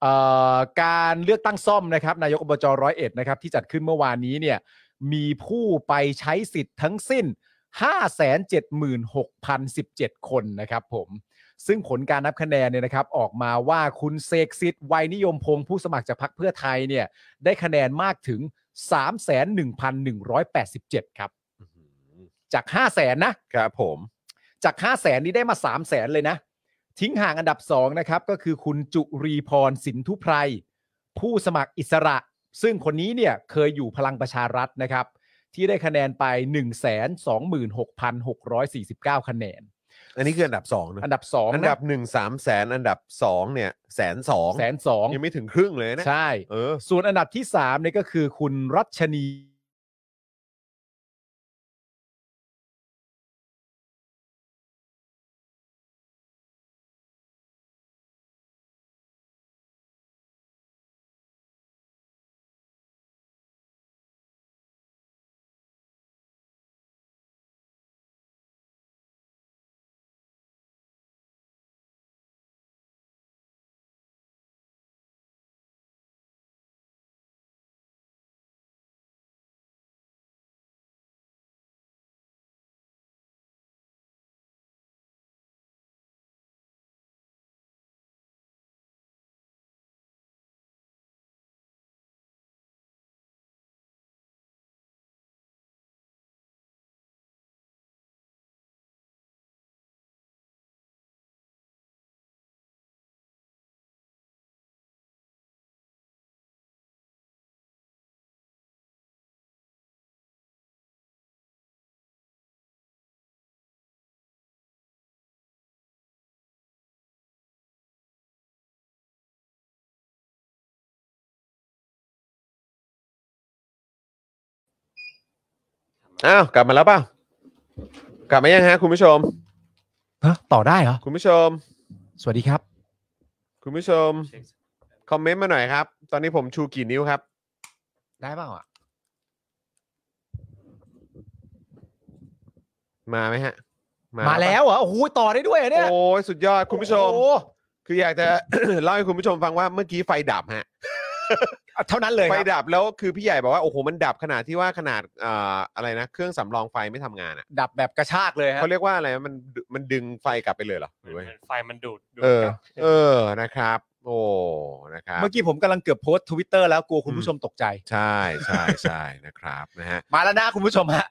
C: เอ่อการเลือกตั้งซ่อมนะครับ นายกอบจร้อยเอ็ดนะครับ ที่จัดขึ้นเมื่อวานนี้เนี่ย มีผู้ไปใช้สิทธิ์ทั้งสิ้น 576,017 คนนะครับผม ซึ่งผลการนับคะแนนเนี่ยนะครับ ออกมาว่าคุณเสกสิทธิ์วัยนิยมพงศ์ผู้สมัครจากพรรคเพื่อไทยเนี่ย ได้คะแนนมากถึง 301,187 ครับ จาก 500,000 นะ
B: ครับผม
C: จาก 5 0 0แสนนี้ได้มา 3 0 0แสนเลยนะ ทิ้งห่างอันดับ 2 นะครับ ก็คือคุณจุรีพรสินทุไพรผู้สมัครอิสระ ซึ่งคนนี้เนี่ยเคยอยู่พลังประชารัฐนะครับ ที่ได้คะแนนไป 1 2 6 6 4 9 คะแนน
B: อันนี้คืออันดับสองนะ
C: อันดับ 2
B: อันดับหนึ่งสามแสนอันดับสองเนี่ยแสนสอง
C: แสนสอง
B: ยังไม่ถึงครึ่งเลยนะ
C: ใช่
B: เออ
C: ส่วนอันดับที่3เนี่ยก็คือคุณรัชนี
B: อ้าวกลับมาแล้วเปล่ากลับมายังฮะคุณผู้ชม
C: ฮะต่อได้เหรอ
B: คุณผู้ชม
C: สวัสดีครับ
B: คุณผู้ชม คอมเมนต์มาหน่อยครับ ตอนนี้ผมชูกี่นิ้วครับ
C: ได้เปล่าอ่ะ
B: มาไหมฮะ
C: มาแล้วเหรอโอ้โหต่อได้ด้วยเหรอเนี่ย
B: โอ้ยสุดยอดคุณผู้ชม
C: โอ้โห
B: คืออยากจะ เล่าให้คุณผู้ชมฟังว่าเมื่อกี้ไฟดับฮะ
C: เท่านั้นเลยค
B: ไฟ
C: รับ
B: ดับแล้วคือพี่ใหญ่บอกว่าโอ้โหมันดับขนาดที่ว่าขนาดเอ่ออะไรนะ เครื่องสำรองไฟไม่ทำงานอ่ะ
C: ดับแบบกระชากเลยฮะ
B: เขาเรียกว่าอะไรมันมันดึงไฟกลับไปเลยเหรอหรือว่า
D: ไฟมันดูดดูด
B: เออ
D: กลับ
B: เออนะครับ โอ้นะครับ
C: เมื่อกี้ผมกำลังเกือบโพสทวิตเตอร์ Twitter แล้วกลัวคุณผู้ชมตกใจ
B: ใช่ใช่ใช่นะครับนะฮะ
C: มาแล้วนะคุณผู้ชมฮะ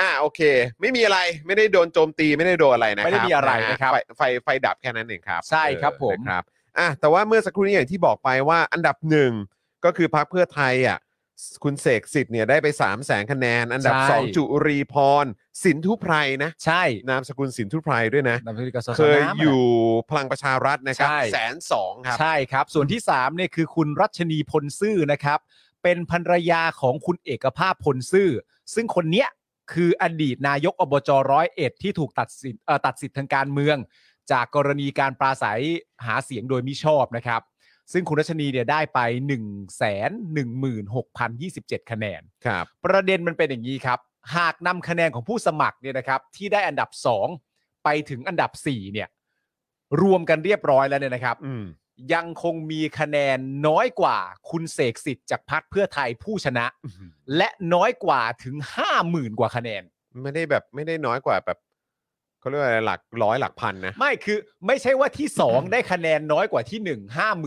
B: อ่าโอเค ไม่มีอะไรไม่ได้โดนโจมตีไม่ได้โดนอะไรนะครับ
C: ไม่ได้มีอะไรนะครับ
B: ไฟไฟไฟดับแค่นั้นเองครับ
C: ใช่ครับ
B: เออ
C: ผม
B: นะครับอ่ะแต่ว่าเมื่อสักครู่นี้อย่างที่บอกไปว่าอันดับหนึ่งก็คือพรรคเพื่อไทยอ่ะคุณเสกสิทธิ์เนี่ยได้ไป3 0 0แสนคะแนน อันดับ
C: ใช่
B: 2 จุรีพร สินทุไพรนะ
C: ใช่
B: นามสกุลสินทุไพรด้วยนะ
C: นามสกุลกสส
B: เคย
C: น้ำะ
B: อยู่พลังประชารัฐนะครับ
C: ใช่
B: แสนสองครับ
C: ใช่ครับ ส่วนที่3เนี่ยคือคุณรัชนีพลซื่อนะครับ เป็นภรรยาของคุณเอกภาพพลซื่อ ซึ่งคนเนี้ยคืออดีตนายกอบจร้อยเอ็ดที่ถูกตัดสินเอ่อตัดสิทธิ์ทางการเมือง จากกรณีการปราศัยหาเสียงโดยมิชอบนะครับ ซึ่งคุณรัชนีเนี่ยได้ไป 1 1 6 0 2 7 คะแนน
B: ครับ
C: ประเด็นมันเป็นอย่างนี้ครับ หากนำคะแนนของผู้สมัครเนี่ยนะครับ ที่ได้อันดับ 2 ไปถึงอันดับ 4 เนี่ย รวมกันเรียบร้อยแล้วเนี่ยนะครับ
B: อืม
C: ยังคงมีคะแนนน้อยกว่าคุณเสกสิทธิ์จากพรรคเพื่อไทยผู้ชนะ และน้อยกว่าถึง 50,000 กว่าคะแนน
B: ไม่ได้แบบไม่ได้น้อยกว่าแบบเขาเรียกว่าอะไรหลักร้อยหลักพันนะ
C: ไม่คือไม่ใช่ว่าที่ 2 ได้คะแนนน้อยกว่าที่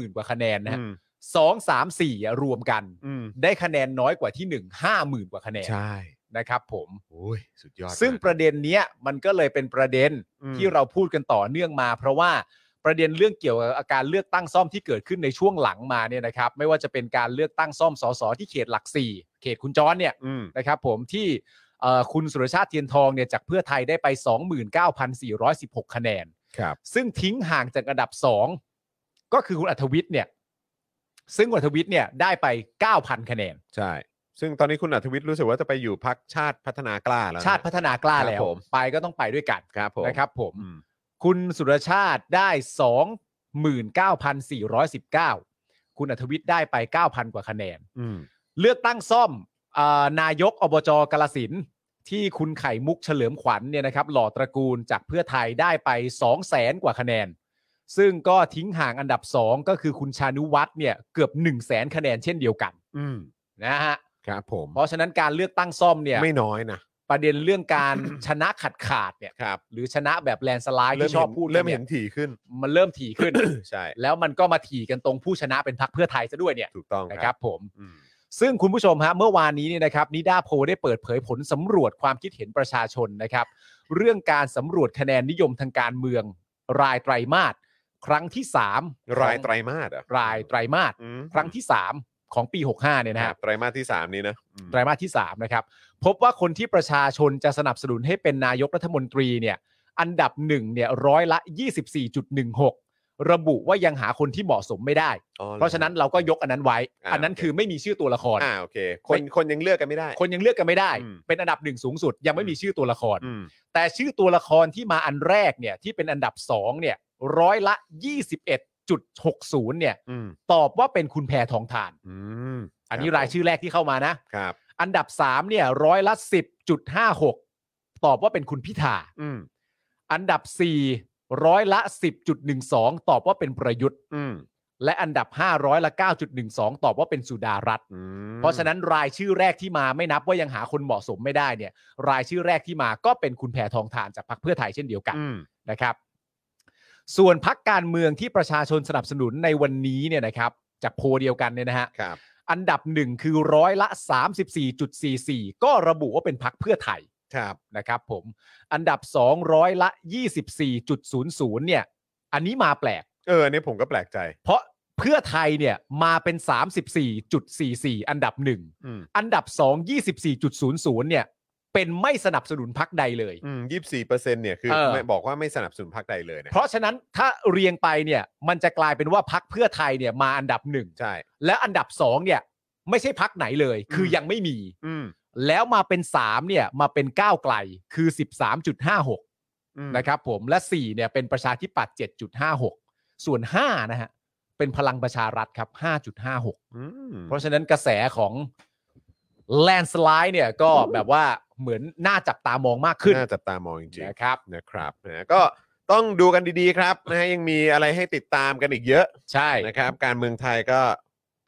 C: 1 50,000 กว่าคะแนนนะฮะ
B: อืม
C: สองสามสี่อะรวมกัน
B: อืม
C: ได้คะแนนน้อยกว่าที่ 1 50,000 กว่าคะแนน
B: ใช่
C: นะครับผม
B: โอ้ยสุดยอด
C: ซึ่ง
B: มาก
C: ประเด็นเนี้ยมันก็เลยเป็นประเด็น
B: อืม
C: ที่เราพูดกันต่อเนื่องมา เพราะว่าประเด็นเรื่องเกี่ยวกับอาการเลือกตั้งซ่อมที่เกิดขึ้นในช่วงหลังมาเนี่ยนะครับ ไม่ว่าจะเป็นการเลือกตั้งซ่อมสสที่เขตหลักสี่เขตคุณจรเนี่ย
B: อืม
C: นะครับผมที่เอ่อคุณสุรชาติเทียนทองเนี่ยจากเพื่อไทยได้ไป 29,416 คะแนน
B: ครับ
C: ซึ่งทิ้งห่างจากอันดับ 2 ก็คือคุณอัธวิทย์เนี่ย ซึ่งคุณอัธวิทย์เนี่ยได้ไป 9,000 คะแนน
B: ใช่ ซึ่งตอนนี้คุณอัธวิทย์รู้สึกว่าจะไปอยู่พักชาติพัฒนากล้าแล้วนะ
C: ชาติพัฒนากล้า
B: ครับ
C: แล้ว
B: ผม
C: ไปก็ต้องไปด้วยกัน
B: ครับผม
C: นะครับผม
B: อืม
C: คุณสุรชาติได้ 29,419 คุณอัธวิทย์ได้ไป 9,000 กว่าคะแนน
B: อืม
C: เลือกตั้งซ่อมเออนายกอบจกาลสินธุ์ที่คุณไข่มุกเฉลิมขวัญเนี่ยนะครับ หล่อตระกูลจากเพื่อไทยได้ไป 2 0 0แสนกว่าคะแนน ซึ่งก็ทิ้งห่างอันดับ 2 ก็คือคุณชานุวัฒน์เนี่ยเกือบ 1 0 0 0 0แสนคะแนนเช่นเดียวกัน
B: อืม
C: นะฮะ
B: ครับผม
C: เพราะฉะนั้นการเลือกตั้งซ่อมเนี่ย
B: ไม่น้อยนะ
C: ประเด็นเรื่องการ ชนะขาดขาดเนี่ย
B: ครับ
C: หรือชนะแบบแลนสไลด์
B: เริ่ม
C: ที่ชอบพูดกั
B: เริ่ม
C: ย
B: เห็นถี่ขึ้น
C: มันเริ่มถี่ขึ้น
B: ใช่
C: แล้วมันก็มาถี่กันตรงผู้ชนะเป็นพรรคเพื่อไทยซะด้วยเนี่ย
B: ถูกต้อง
C: นะครับผม
B: อืม
C: ซึ่งคุณผู้ชมฮะเมื่อวานนี้เนี่ยนะครับนิดาโพลได้เปิดเผยผลสำรวจความคิดเห็นประชาชนนะครับ เรื่องการสำรวจคะแนนนิยมทางการเมือง รายไตรมาสครั้งที่ 3
B: รายไตรมาสเหรอ่ะ
C: รายไตรมาสครั้งที่ 3 ของปี 65เนี่ยนะ
B: ครั
C: ฮะ
B: บไตรมาสที่สามนี้นะอืม
C: ไตรมาสที่ 3 นะครับ พบว่าคนที่ประชาชนจะสนับสนุนให้เป็นนายกรัฐมนตรีเนี่ยอันดับหนึ่งเนี่ยร้อยละ 24.16 ระบุว่ายังหาคนที่เหมาะสมไม่ได้
B: อ๋อหอ
C: เพราะฉะนั้นเราก็ยกอันนั้นไว้
B: อ่า
C: อันนั้นคือไม่มีชื่อตัวละคร
B: อ่าโอเค คนคนยังเลือกกันไม่ได้
C: คนยังเลือกกันไม่ได้
B: อืม
C: เป็นอันดับหนึ่งสูงสุด ยังไม่มีชื่อตัวละคร
B: อืม
C: แต่ชื่อตัวละครที่มาอันแรกเนี่ยที่เป็นอันดับ2เนี่ยร้อยละ 21.60เนี่ย
B: อืม
C: ตอบว่าเป็นคุณแพทองทาน
B: อืม
C: อันนี้รายชื่อแรกที่เข้ามานะ
B: ครับ
C: อันดับ3เนี่ยร้อยละ 10.56 ตอบว่าเป็นคุณพิธา
B: อืม
C: อันดับ4ร้อยละ 10.12 ตอบว่าเป็นประยุทธ์
B: อืม
C: และอันดับ5ร้อยละ9.12 ตอบว่าเป็นสุดารัตน์
B: อืม
C: เพราะฉะนั้นรายชื่อแรกที่มาไม่นับว่ายังหาคนเหมาะสมไม่ได้เนี่ย รายชื่อแรกที่มาก็เป็นคุณแพทองทานจากพรรคเพื่อไทยเช่นเดียวกัน
B: อืม
C: นะครับ ส่วนพักการเมืองที่ประชาชนสนับสนุนในวันนี้เนี่ยนะครับจากโพลเดียวกันเนี่ยนะฮะ
B: ครับ
C: อันดับหนึ่งคือร้อยละ 34.44 ก็ระบุว่าเป็นพักเพื่อไทย
B: ครับ
C: นะครับผมอันดับ2ร้อยละ 24.00 เนี่ย อันนี้มาแปลก
B: เออเนี่ยผมก็แปลกใจ
C: เพราะเพื่อไทยเนี่ยมาเป็น 34.44 อันดับหนึ่ง
B: อืม
C: อันดับ 2 24.00 เนี่ย เป็นไม่สนับสนุนพักใดเลย
B: อืมยี่สิบสี่เปอร์เซ็นต์เนี่ยคือ
C: เออ
B: ไม่บอกว่าไม่สนับสนุนพรรคใดเลยนะ
C: เพราะฉะนั้นถ้าเรียงไปเนี่ย มันจะกลายเป็นว่าพักเพื่อไทยเนี่ยมาอันดับหนึ่ง
B: ใช่
C: และอันดับสองเนี่ย ไม่ใช่พักไหนเลย คือยังไม่มี
B: อืม
C: แล้วมาเป็น 3 เนี่ย มาเป็นก้าวไกลคือ
B: อืม
C: 13.56 นะครับผมและ 4 เนี่ยเป็นประชาธิปัตย์7.56 ส่วน 5 นะฮะ เป็นพลังประชารัฐครับ 5.56
B: อืม
C: เพราะฉะนั้นกระแสของแลนสไลด์เนี่ย ก็แบบว่าเหมือนน่าจับตามองมากขึ้น
B: น่าจับตามองจริง
C: นะครับ
B: ๆนะครับนะก็ต้องดูกันดีๆครับนะฮะยังมีอะไรให้ติดตามกันอีกเยอะ
C: ใช่
B: นะครับ การเมืองไทยก็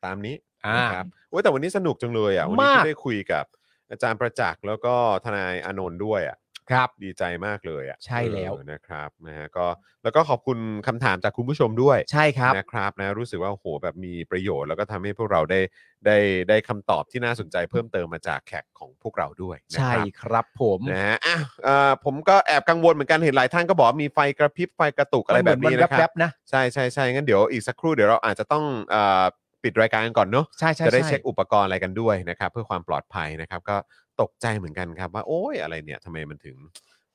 B: ตามนี้
C: อ่า
B: ครับโอ้ยแต่วันนี้สนุกจังเลยอ่ะวันนี้
C: มาก
B: ที่ได้คุยกับอาจารย์ประจักษ์แล้วก็ทนายอานนท์ด้วยอ่ะ
C: ครับ
B: ดีใจมากเลยอ่ะ
C: ใช่แล้ว
B: เออนะครับนะฮะก็แล้วก็ขอบคุณคำถามจากคุณผู้ชมด้วย
C: ใช่ครับ
B: นะครับนะรู้สึกว่าโอ้โหแบบมีประโยชน์แล้วก็ทำให้พวกเราได้ได้ได้คำตอบที่น่าสนใจเพิ่มเติมมาจากแขกของพวกเราด้วยนะ
C: ใช่
B: ครับ
C: ครับผม
B: นะฮะอ่ะเอ่อผมก็แอบกังวลเหมือนกันเห็นหลายท่านก็บอกว่ามีไฟกระพริบไฟกระตุกอะไรแบบนี้นะครับ
C: มัเหมือวัแป๊บๆนะ
B: ใช่ใช่ใช่งั้นเดี๋ยวอีกสักครู่เดี๋ยวเราอาจจะต้องเอ่อปิดรายการกันก่อนเนาะ
C: ใช่ใช่
B: จะได้
C: ใช่
B: เช็คอุปกรณ์อะไรกันด้วยนะครับ เพื่อความปลอดภัยนะครับ ก็ตกใจเหมือนกันครับว่าโอ้ยอะไรเนี่ยทำไมมันถึง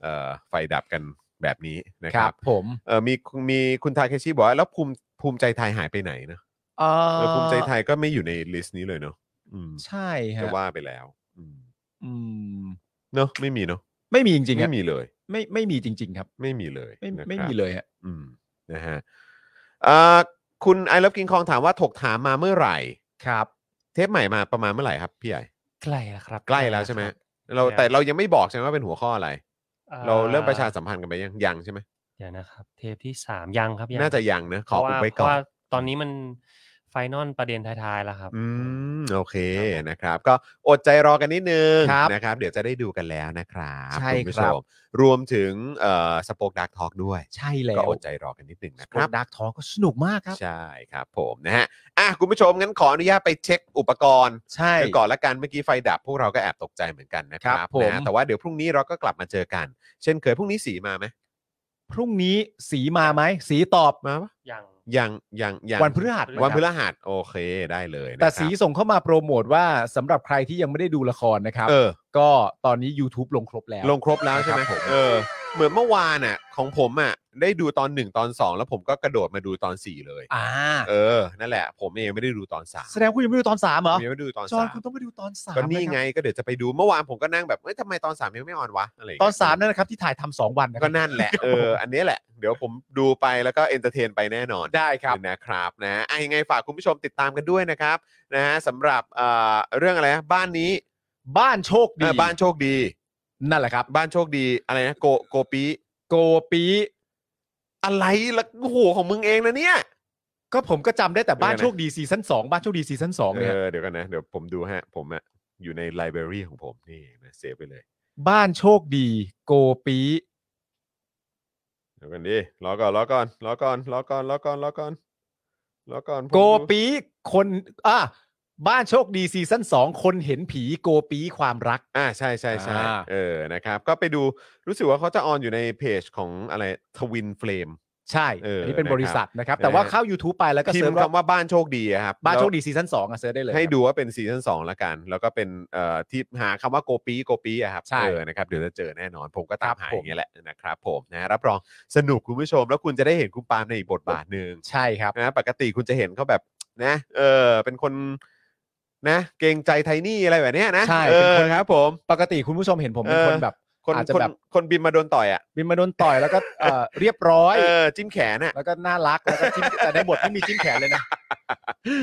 B: เอ่อไฟดับกันแบบนี้นะ
C: ค
B: ค
C: รั
B: รั
C: บบ ผม
B: เอ่อมีมีคุณทาเคชิบอกว่าแล้วภูมิภูมิใจไทยหายไปไหนนะ
C: เอ
B: เออภูมิใจไทยก็ไม่อยู่ในลิสต์นี้เลยเนาะอืม
C: ใช่ฮะ
B: จะว่าไปแล้วอืม
C: อืม
B: เนาะไม่มีเนาะ
C: ไม่มีจริงๆ
B: ไม่
C: อะ
B: มีเลย
C: ไม่ไม่มีจริง ๆ ครับ
B: ไม่มีเลย
C: ไม่
B: นะครับ
C: ไม่มีเลยฮะ
B: อืมนะฮะเอ่อคุณไอรับกินคองถามว่าถกถามมาเมื่อไหร่
C: ครับ
B: เทปใหม่มาประมาณเมื่อไหร่ครับพี่ใหญ่
D: ใกล้แล้วครับ
B: ใกล้แล้วใช่ไหม
D: ครับ
B: เรา
D: ใกล้แล้ว
B: แต่เรายังไม่บอกใช่ไหมว่าเป็นหัวข้ออะไร
D: อ่อ
B: เราเริ่มประชาสัมพันธ์กันไปยังยังใช่ไหม
D: เดี๋ยวนะครับ เทปที่สามยังครับยัง
B: น่าจะยังนะข
D: เพ
B: อ
D: ราะ
B: อุ
D: ว่า
B: บไว้
D: เพ
B: ก่อ
D: ราะว่าน ตอนนี้มันไฟนอลประเด็นท้ายๆแล้วครับ
B: อืมโอเคนะครับ ก็อดใจรอกันนิดนึง
C: ครับ
B: นะครับ เดี๋ยวจะได้ดูกันแล้วนะครับ
C: ใช่
B: คุณผู้
C: ค
B: ช
C: รับ
B: มรวมถึงเอ่อสปอคดักทอกด้วย
C: ใช่แล้
B: ก็
C: ว
B: อดใจรอกันนิดนึงนะครับ
C: ดักทอก็สนุกมากครับ
B: ใช่ครับผมนะฮะอ่ะคุณผู้ชมงั้นขออนุญาตไปเช็คอุปกรณ์
C: ใช่
B: กันก่อนละกันเมื่อกี้ไฟดับพวกเราก็แอบตกใจเหมือนกันนะครั
C: ครับ บผม
B: นะฮะแต่ว่าเดี๋ยวพรุ่งนี้เราก็กลับมาเจอกัน เช่นเคยพรุ่งนี้สีมาไหม
C: พรุ่งนี้สีมาไหมสีตอบ
B: มาปะ
D: ยัง
B: ยังยังยัง
C: วันพฤหัส
B: วันพฤหัสโอเคได้เลยนะครับ
C: แต่สีส่งเข้ามาโปรโมทว่าสำหรับใครที่ยังไม่ได้ดูละครนะครับ
B: เออ
C: ก็ตอนนี้ YouTube ลงครบแล้ว
B: ลงครบแล้วใช่ไหม
C: ครับผม
B: เออ เหมือนเมื่อวานอ่ะ ของผมอ่ะ ได้ดูตอน 1 ตอน 2 แล้วผมก็กระโดดมาดูตอน 4 เลย
C: อ่า
B: เออ นั่นแหละ ผมเองไม่ได้ดูตอน3
C: แสดงคุณยังไม่ดูตอนสามเหรอ
B: ยังไม่ได้ดูตอน
C: จอห์น
B: สาม
C: คุณต้องไปดูตอนสาม
B: ก็นี่ไง
C: ะค
B: ก็เดี๋ยวจะไปดูเมื่อวานผมก็นั่งแบบเอ้ยทำไมตอน 3 ยังไม่ออนวะอะไร
C: รับ
B: ย่ง
C: ต
B: เงี้ย
C: อนสามนั่นนะครับที่ถ่ายทำสองวันนะค
B: ก็
C: รับ
B: นั่นแหละเอออันนี้แหละ เดี๋ยวผมดูไปแล้วก็เอนเตอร์เทนไปแน่นอน
C: ได้ครับ
B: นะครับนะอ่ะยังไงฝากคุณผู้ชมติดตามกันด้วยนะครับนะฮะสำหรับเอ่อเรื่องอะไรนะบ้านนี้
C: บ้านโชคดี
B: เอ่อบ้านโชคดี
C: นั่นแหละครับ
B: บ้านโชคดีอะไรนะโกโกปี
C: โกปี
B: อะไรละโอ้โหของมึงเองนะเนี่ย
C: ก็ผมก็จำได้แต่บ้าน
B: เดี๋ยวนะ
C: โชคดีซีซั่นสองบ้านโชคดีซีซั่นสอง
B: เอ
C: เนี่ย
B: อเดี๋ยวกันนะ เดี๋ยวผมดูฮะ ผมอะอยู่ในไลบรารีของผมนี่นะเซฟไปเลย
C: บ้านโชคดีโกปี
B: เดี๋ยวกันดิรอก่อนรอก่อนรอก่อนรอก่อนรอก่อนรอก่อนรอก่อนผม
C: โก
B: ดู
C: ปีคนอ่ะบ้านโชคดีซีซั่นสองคนเห็นผีโกปีความรัก
B: อ่าใช่ใช่ใช่
C: อ่า
B: เออนะครับ ก็ไปดูรู้สึกว่าเขาจะออนอยู่ในเพจของอะไรทวินเฟลม
C: ใช่
B: เออ
C: น
B: อั
C: นี้เป็นบริษัทนะครับ
B: นะครับ
C: แต่ว่าเข้า YouTube ไปแล้วก็
B: พิม
C: เซิร์ช
B: พ์
C: ว่า
B: คำว่าบ้านโชคดีอะครับ
C: บ้านโชค
B: แล้ว
C: ดีซีซั่นสองอ่ะเซิร์ชได้เลย
B: ให้ดูว่าเป็นซีซั่นสองละกัน แล้วก็เป็นเอ่อที่หาคำว่าโกปีโกปีอะครับ
C: ใช่
B: เออนะครับเดี๋ยวจะเจอแน่นอน ผมก็
C: ค
B: ตา
C: รั
B: ม
C: บ
B: หา
C: ผ
B: อ
C: ม
B: ย่างเงี้ยแหละนะครับผมนะรับรองสนุกคุณผู้ชม แล้วคุณจะได้เห็นคุณปาล์มในอีกบทบาทหนึ่ง
C: ใช่ครับ
B: นะปกติคุณจะเห็นเขาแบบนะ เออ เป็นคนนะ เกรงใจไทนี่อะไรแบบเนี้ยนะ
C: ใช่
B: เอ
C: เป็นค
B: อ
C: น
B: ครับผม
C: ปกติคุณผู้ชมเห็นผมเป็น
B: เออ
C: คนแบบ
B: คน
C: อาจจะ
B: คน
C: แบบ
B: คนบินมาโดนต่อยอ่ะ
C: บินมาโดนต่อยแล้วก็เอ่อเรียบร้อย
B: เออจิ้มแขนอ่ะ
C: แล้วก็น่ารักแล้วก็จิ้มแต่ในบทไม่มีจิ้มแขนเลยนะ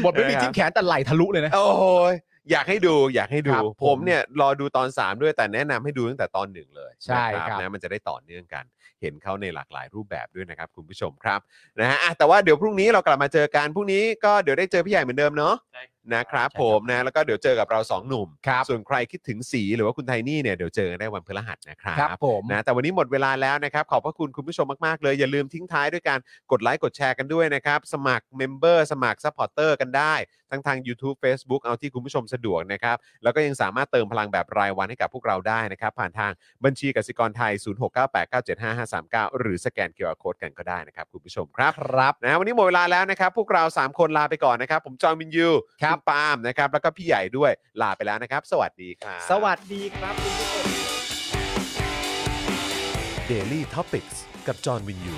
C: บทไม่มีจิ้มแขนแต่ไหลทะลุเลยนะ
B: โอ้โหยอยากให้ดูอยากให้ดู
C: ครับ
B: ผมเนี่ยรอดูตอน 3 ด้วยแต่แนะนำให้ดูตั้งแต่ตอนหนึ่งเลย
C: ใช่
B: นะครับ นะมันจะได้ต่อเนื่องกัน เห็นเขาในหลากหลายรูปแบบด้วยนะครับ คุณผู้ชมครับนะฮะอ่ะแต่ว่าเดี๋ยวพรุ่งนี้เรากลับมาเจอกันพรุ่งนี้ก็เดี๋ยวได้เจอพี่ใหญ่เหมือนเดิมเนาะ
D: ใช่
B: นะครับ
D: ใช่
B: ผมนะแล้วก็เดี๋ยวเจอกับเรา 2 หนุ่ม
C: ครับ
B: ส่วนใครคิดถึงสีหรือว่าคุณไทนี่เนี่ยเดี๋ยวเจอกันได้วันพฤหัสนะครับ
C: ครับผม
B: นะแต่วันนี้หมดเวลาแล้วนะครับ ขอบพระคุณคุณผู้ชมมาก ๆ เลย อย่าลืมทิ้งท้ายด้วยการกดไลค์กดแชร์กันด้วยนะครับ สมัครเมมเบอร์สมัครซัพพอร์เตอร์กันได้ ทั้งทาง YouTube Facebook เอาที่คุณผู้ชมสะดวกนะครับ แล้วก็ยังสามารถเติมพลังแบบรายวันให้กับพวกเราได้นะครับ ผ่านทางบัญชีกสิกรไทย 0698975539 หรือสแกน QR Code กันก็ได้นะครับคุณผู้ชมครับ
C: ครับ
B: นะวันนี้หมดเวลาแล้วนะครับ พวกเรา 3 คนลาไปก่อนนะครับ ผมจอห์นวินยู
C: ครับ
B: ณปาล์มนะครับ แล้วก็พี่ใหญ่ด้วยลาไปแล้วนะครับ สวัสดีครับ
C: สวัสดีครับ
A: Daily Topics กับจอห์นวินยู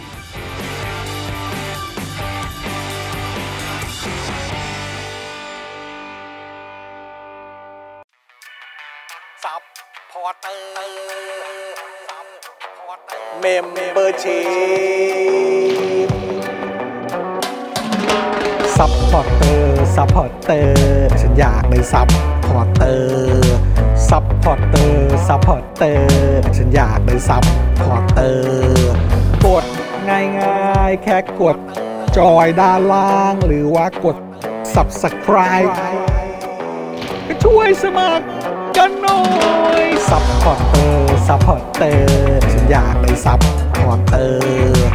J: สาม
K: เมมเบอร์ชีพซัพพอร์เตอร์ซัพพอร์เตอร์ฉันอยากเป็นซัพพอร์เตอร์ซัพพอร์เตอร์ซัพพอร์เตอร์ฉันอยากเป็นซัพพอร์เตอร์กดง่ายๆ แค่กดจอยด้านล่าง หรือว่ากด subscribe ก็ช่วยสมัคร กันหน่อยซัพพอร์เตอร์ซัพพอร์เตอร์ฉันอยากเป็นซัพพอร์เตอร์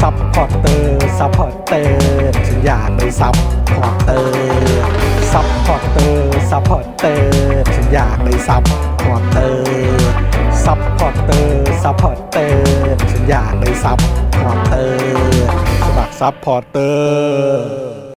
K: ซัพพอร์เตอร์ซัพพอร์เตอร์ฉันอยากเป็นซัพพอร์เตอร์ซัพพอร์เตอร์ซัพพอร์เตอร์ฉันอยากเป็นซัพพอร์เตอร์ซัพพอร์เตอร์ซัพพอร์เตอร์ฉันอยากเป็นซัพพอร์เตอร์สมัครซัพพอร์เตอร์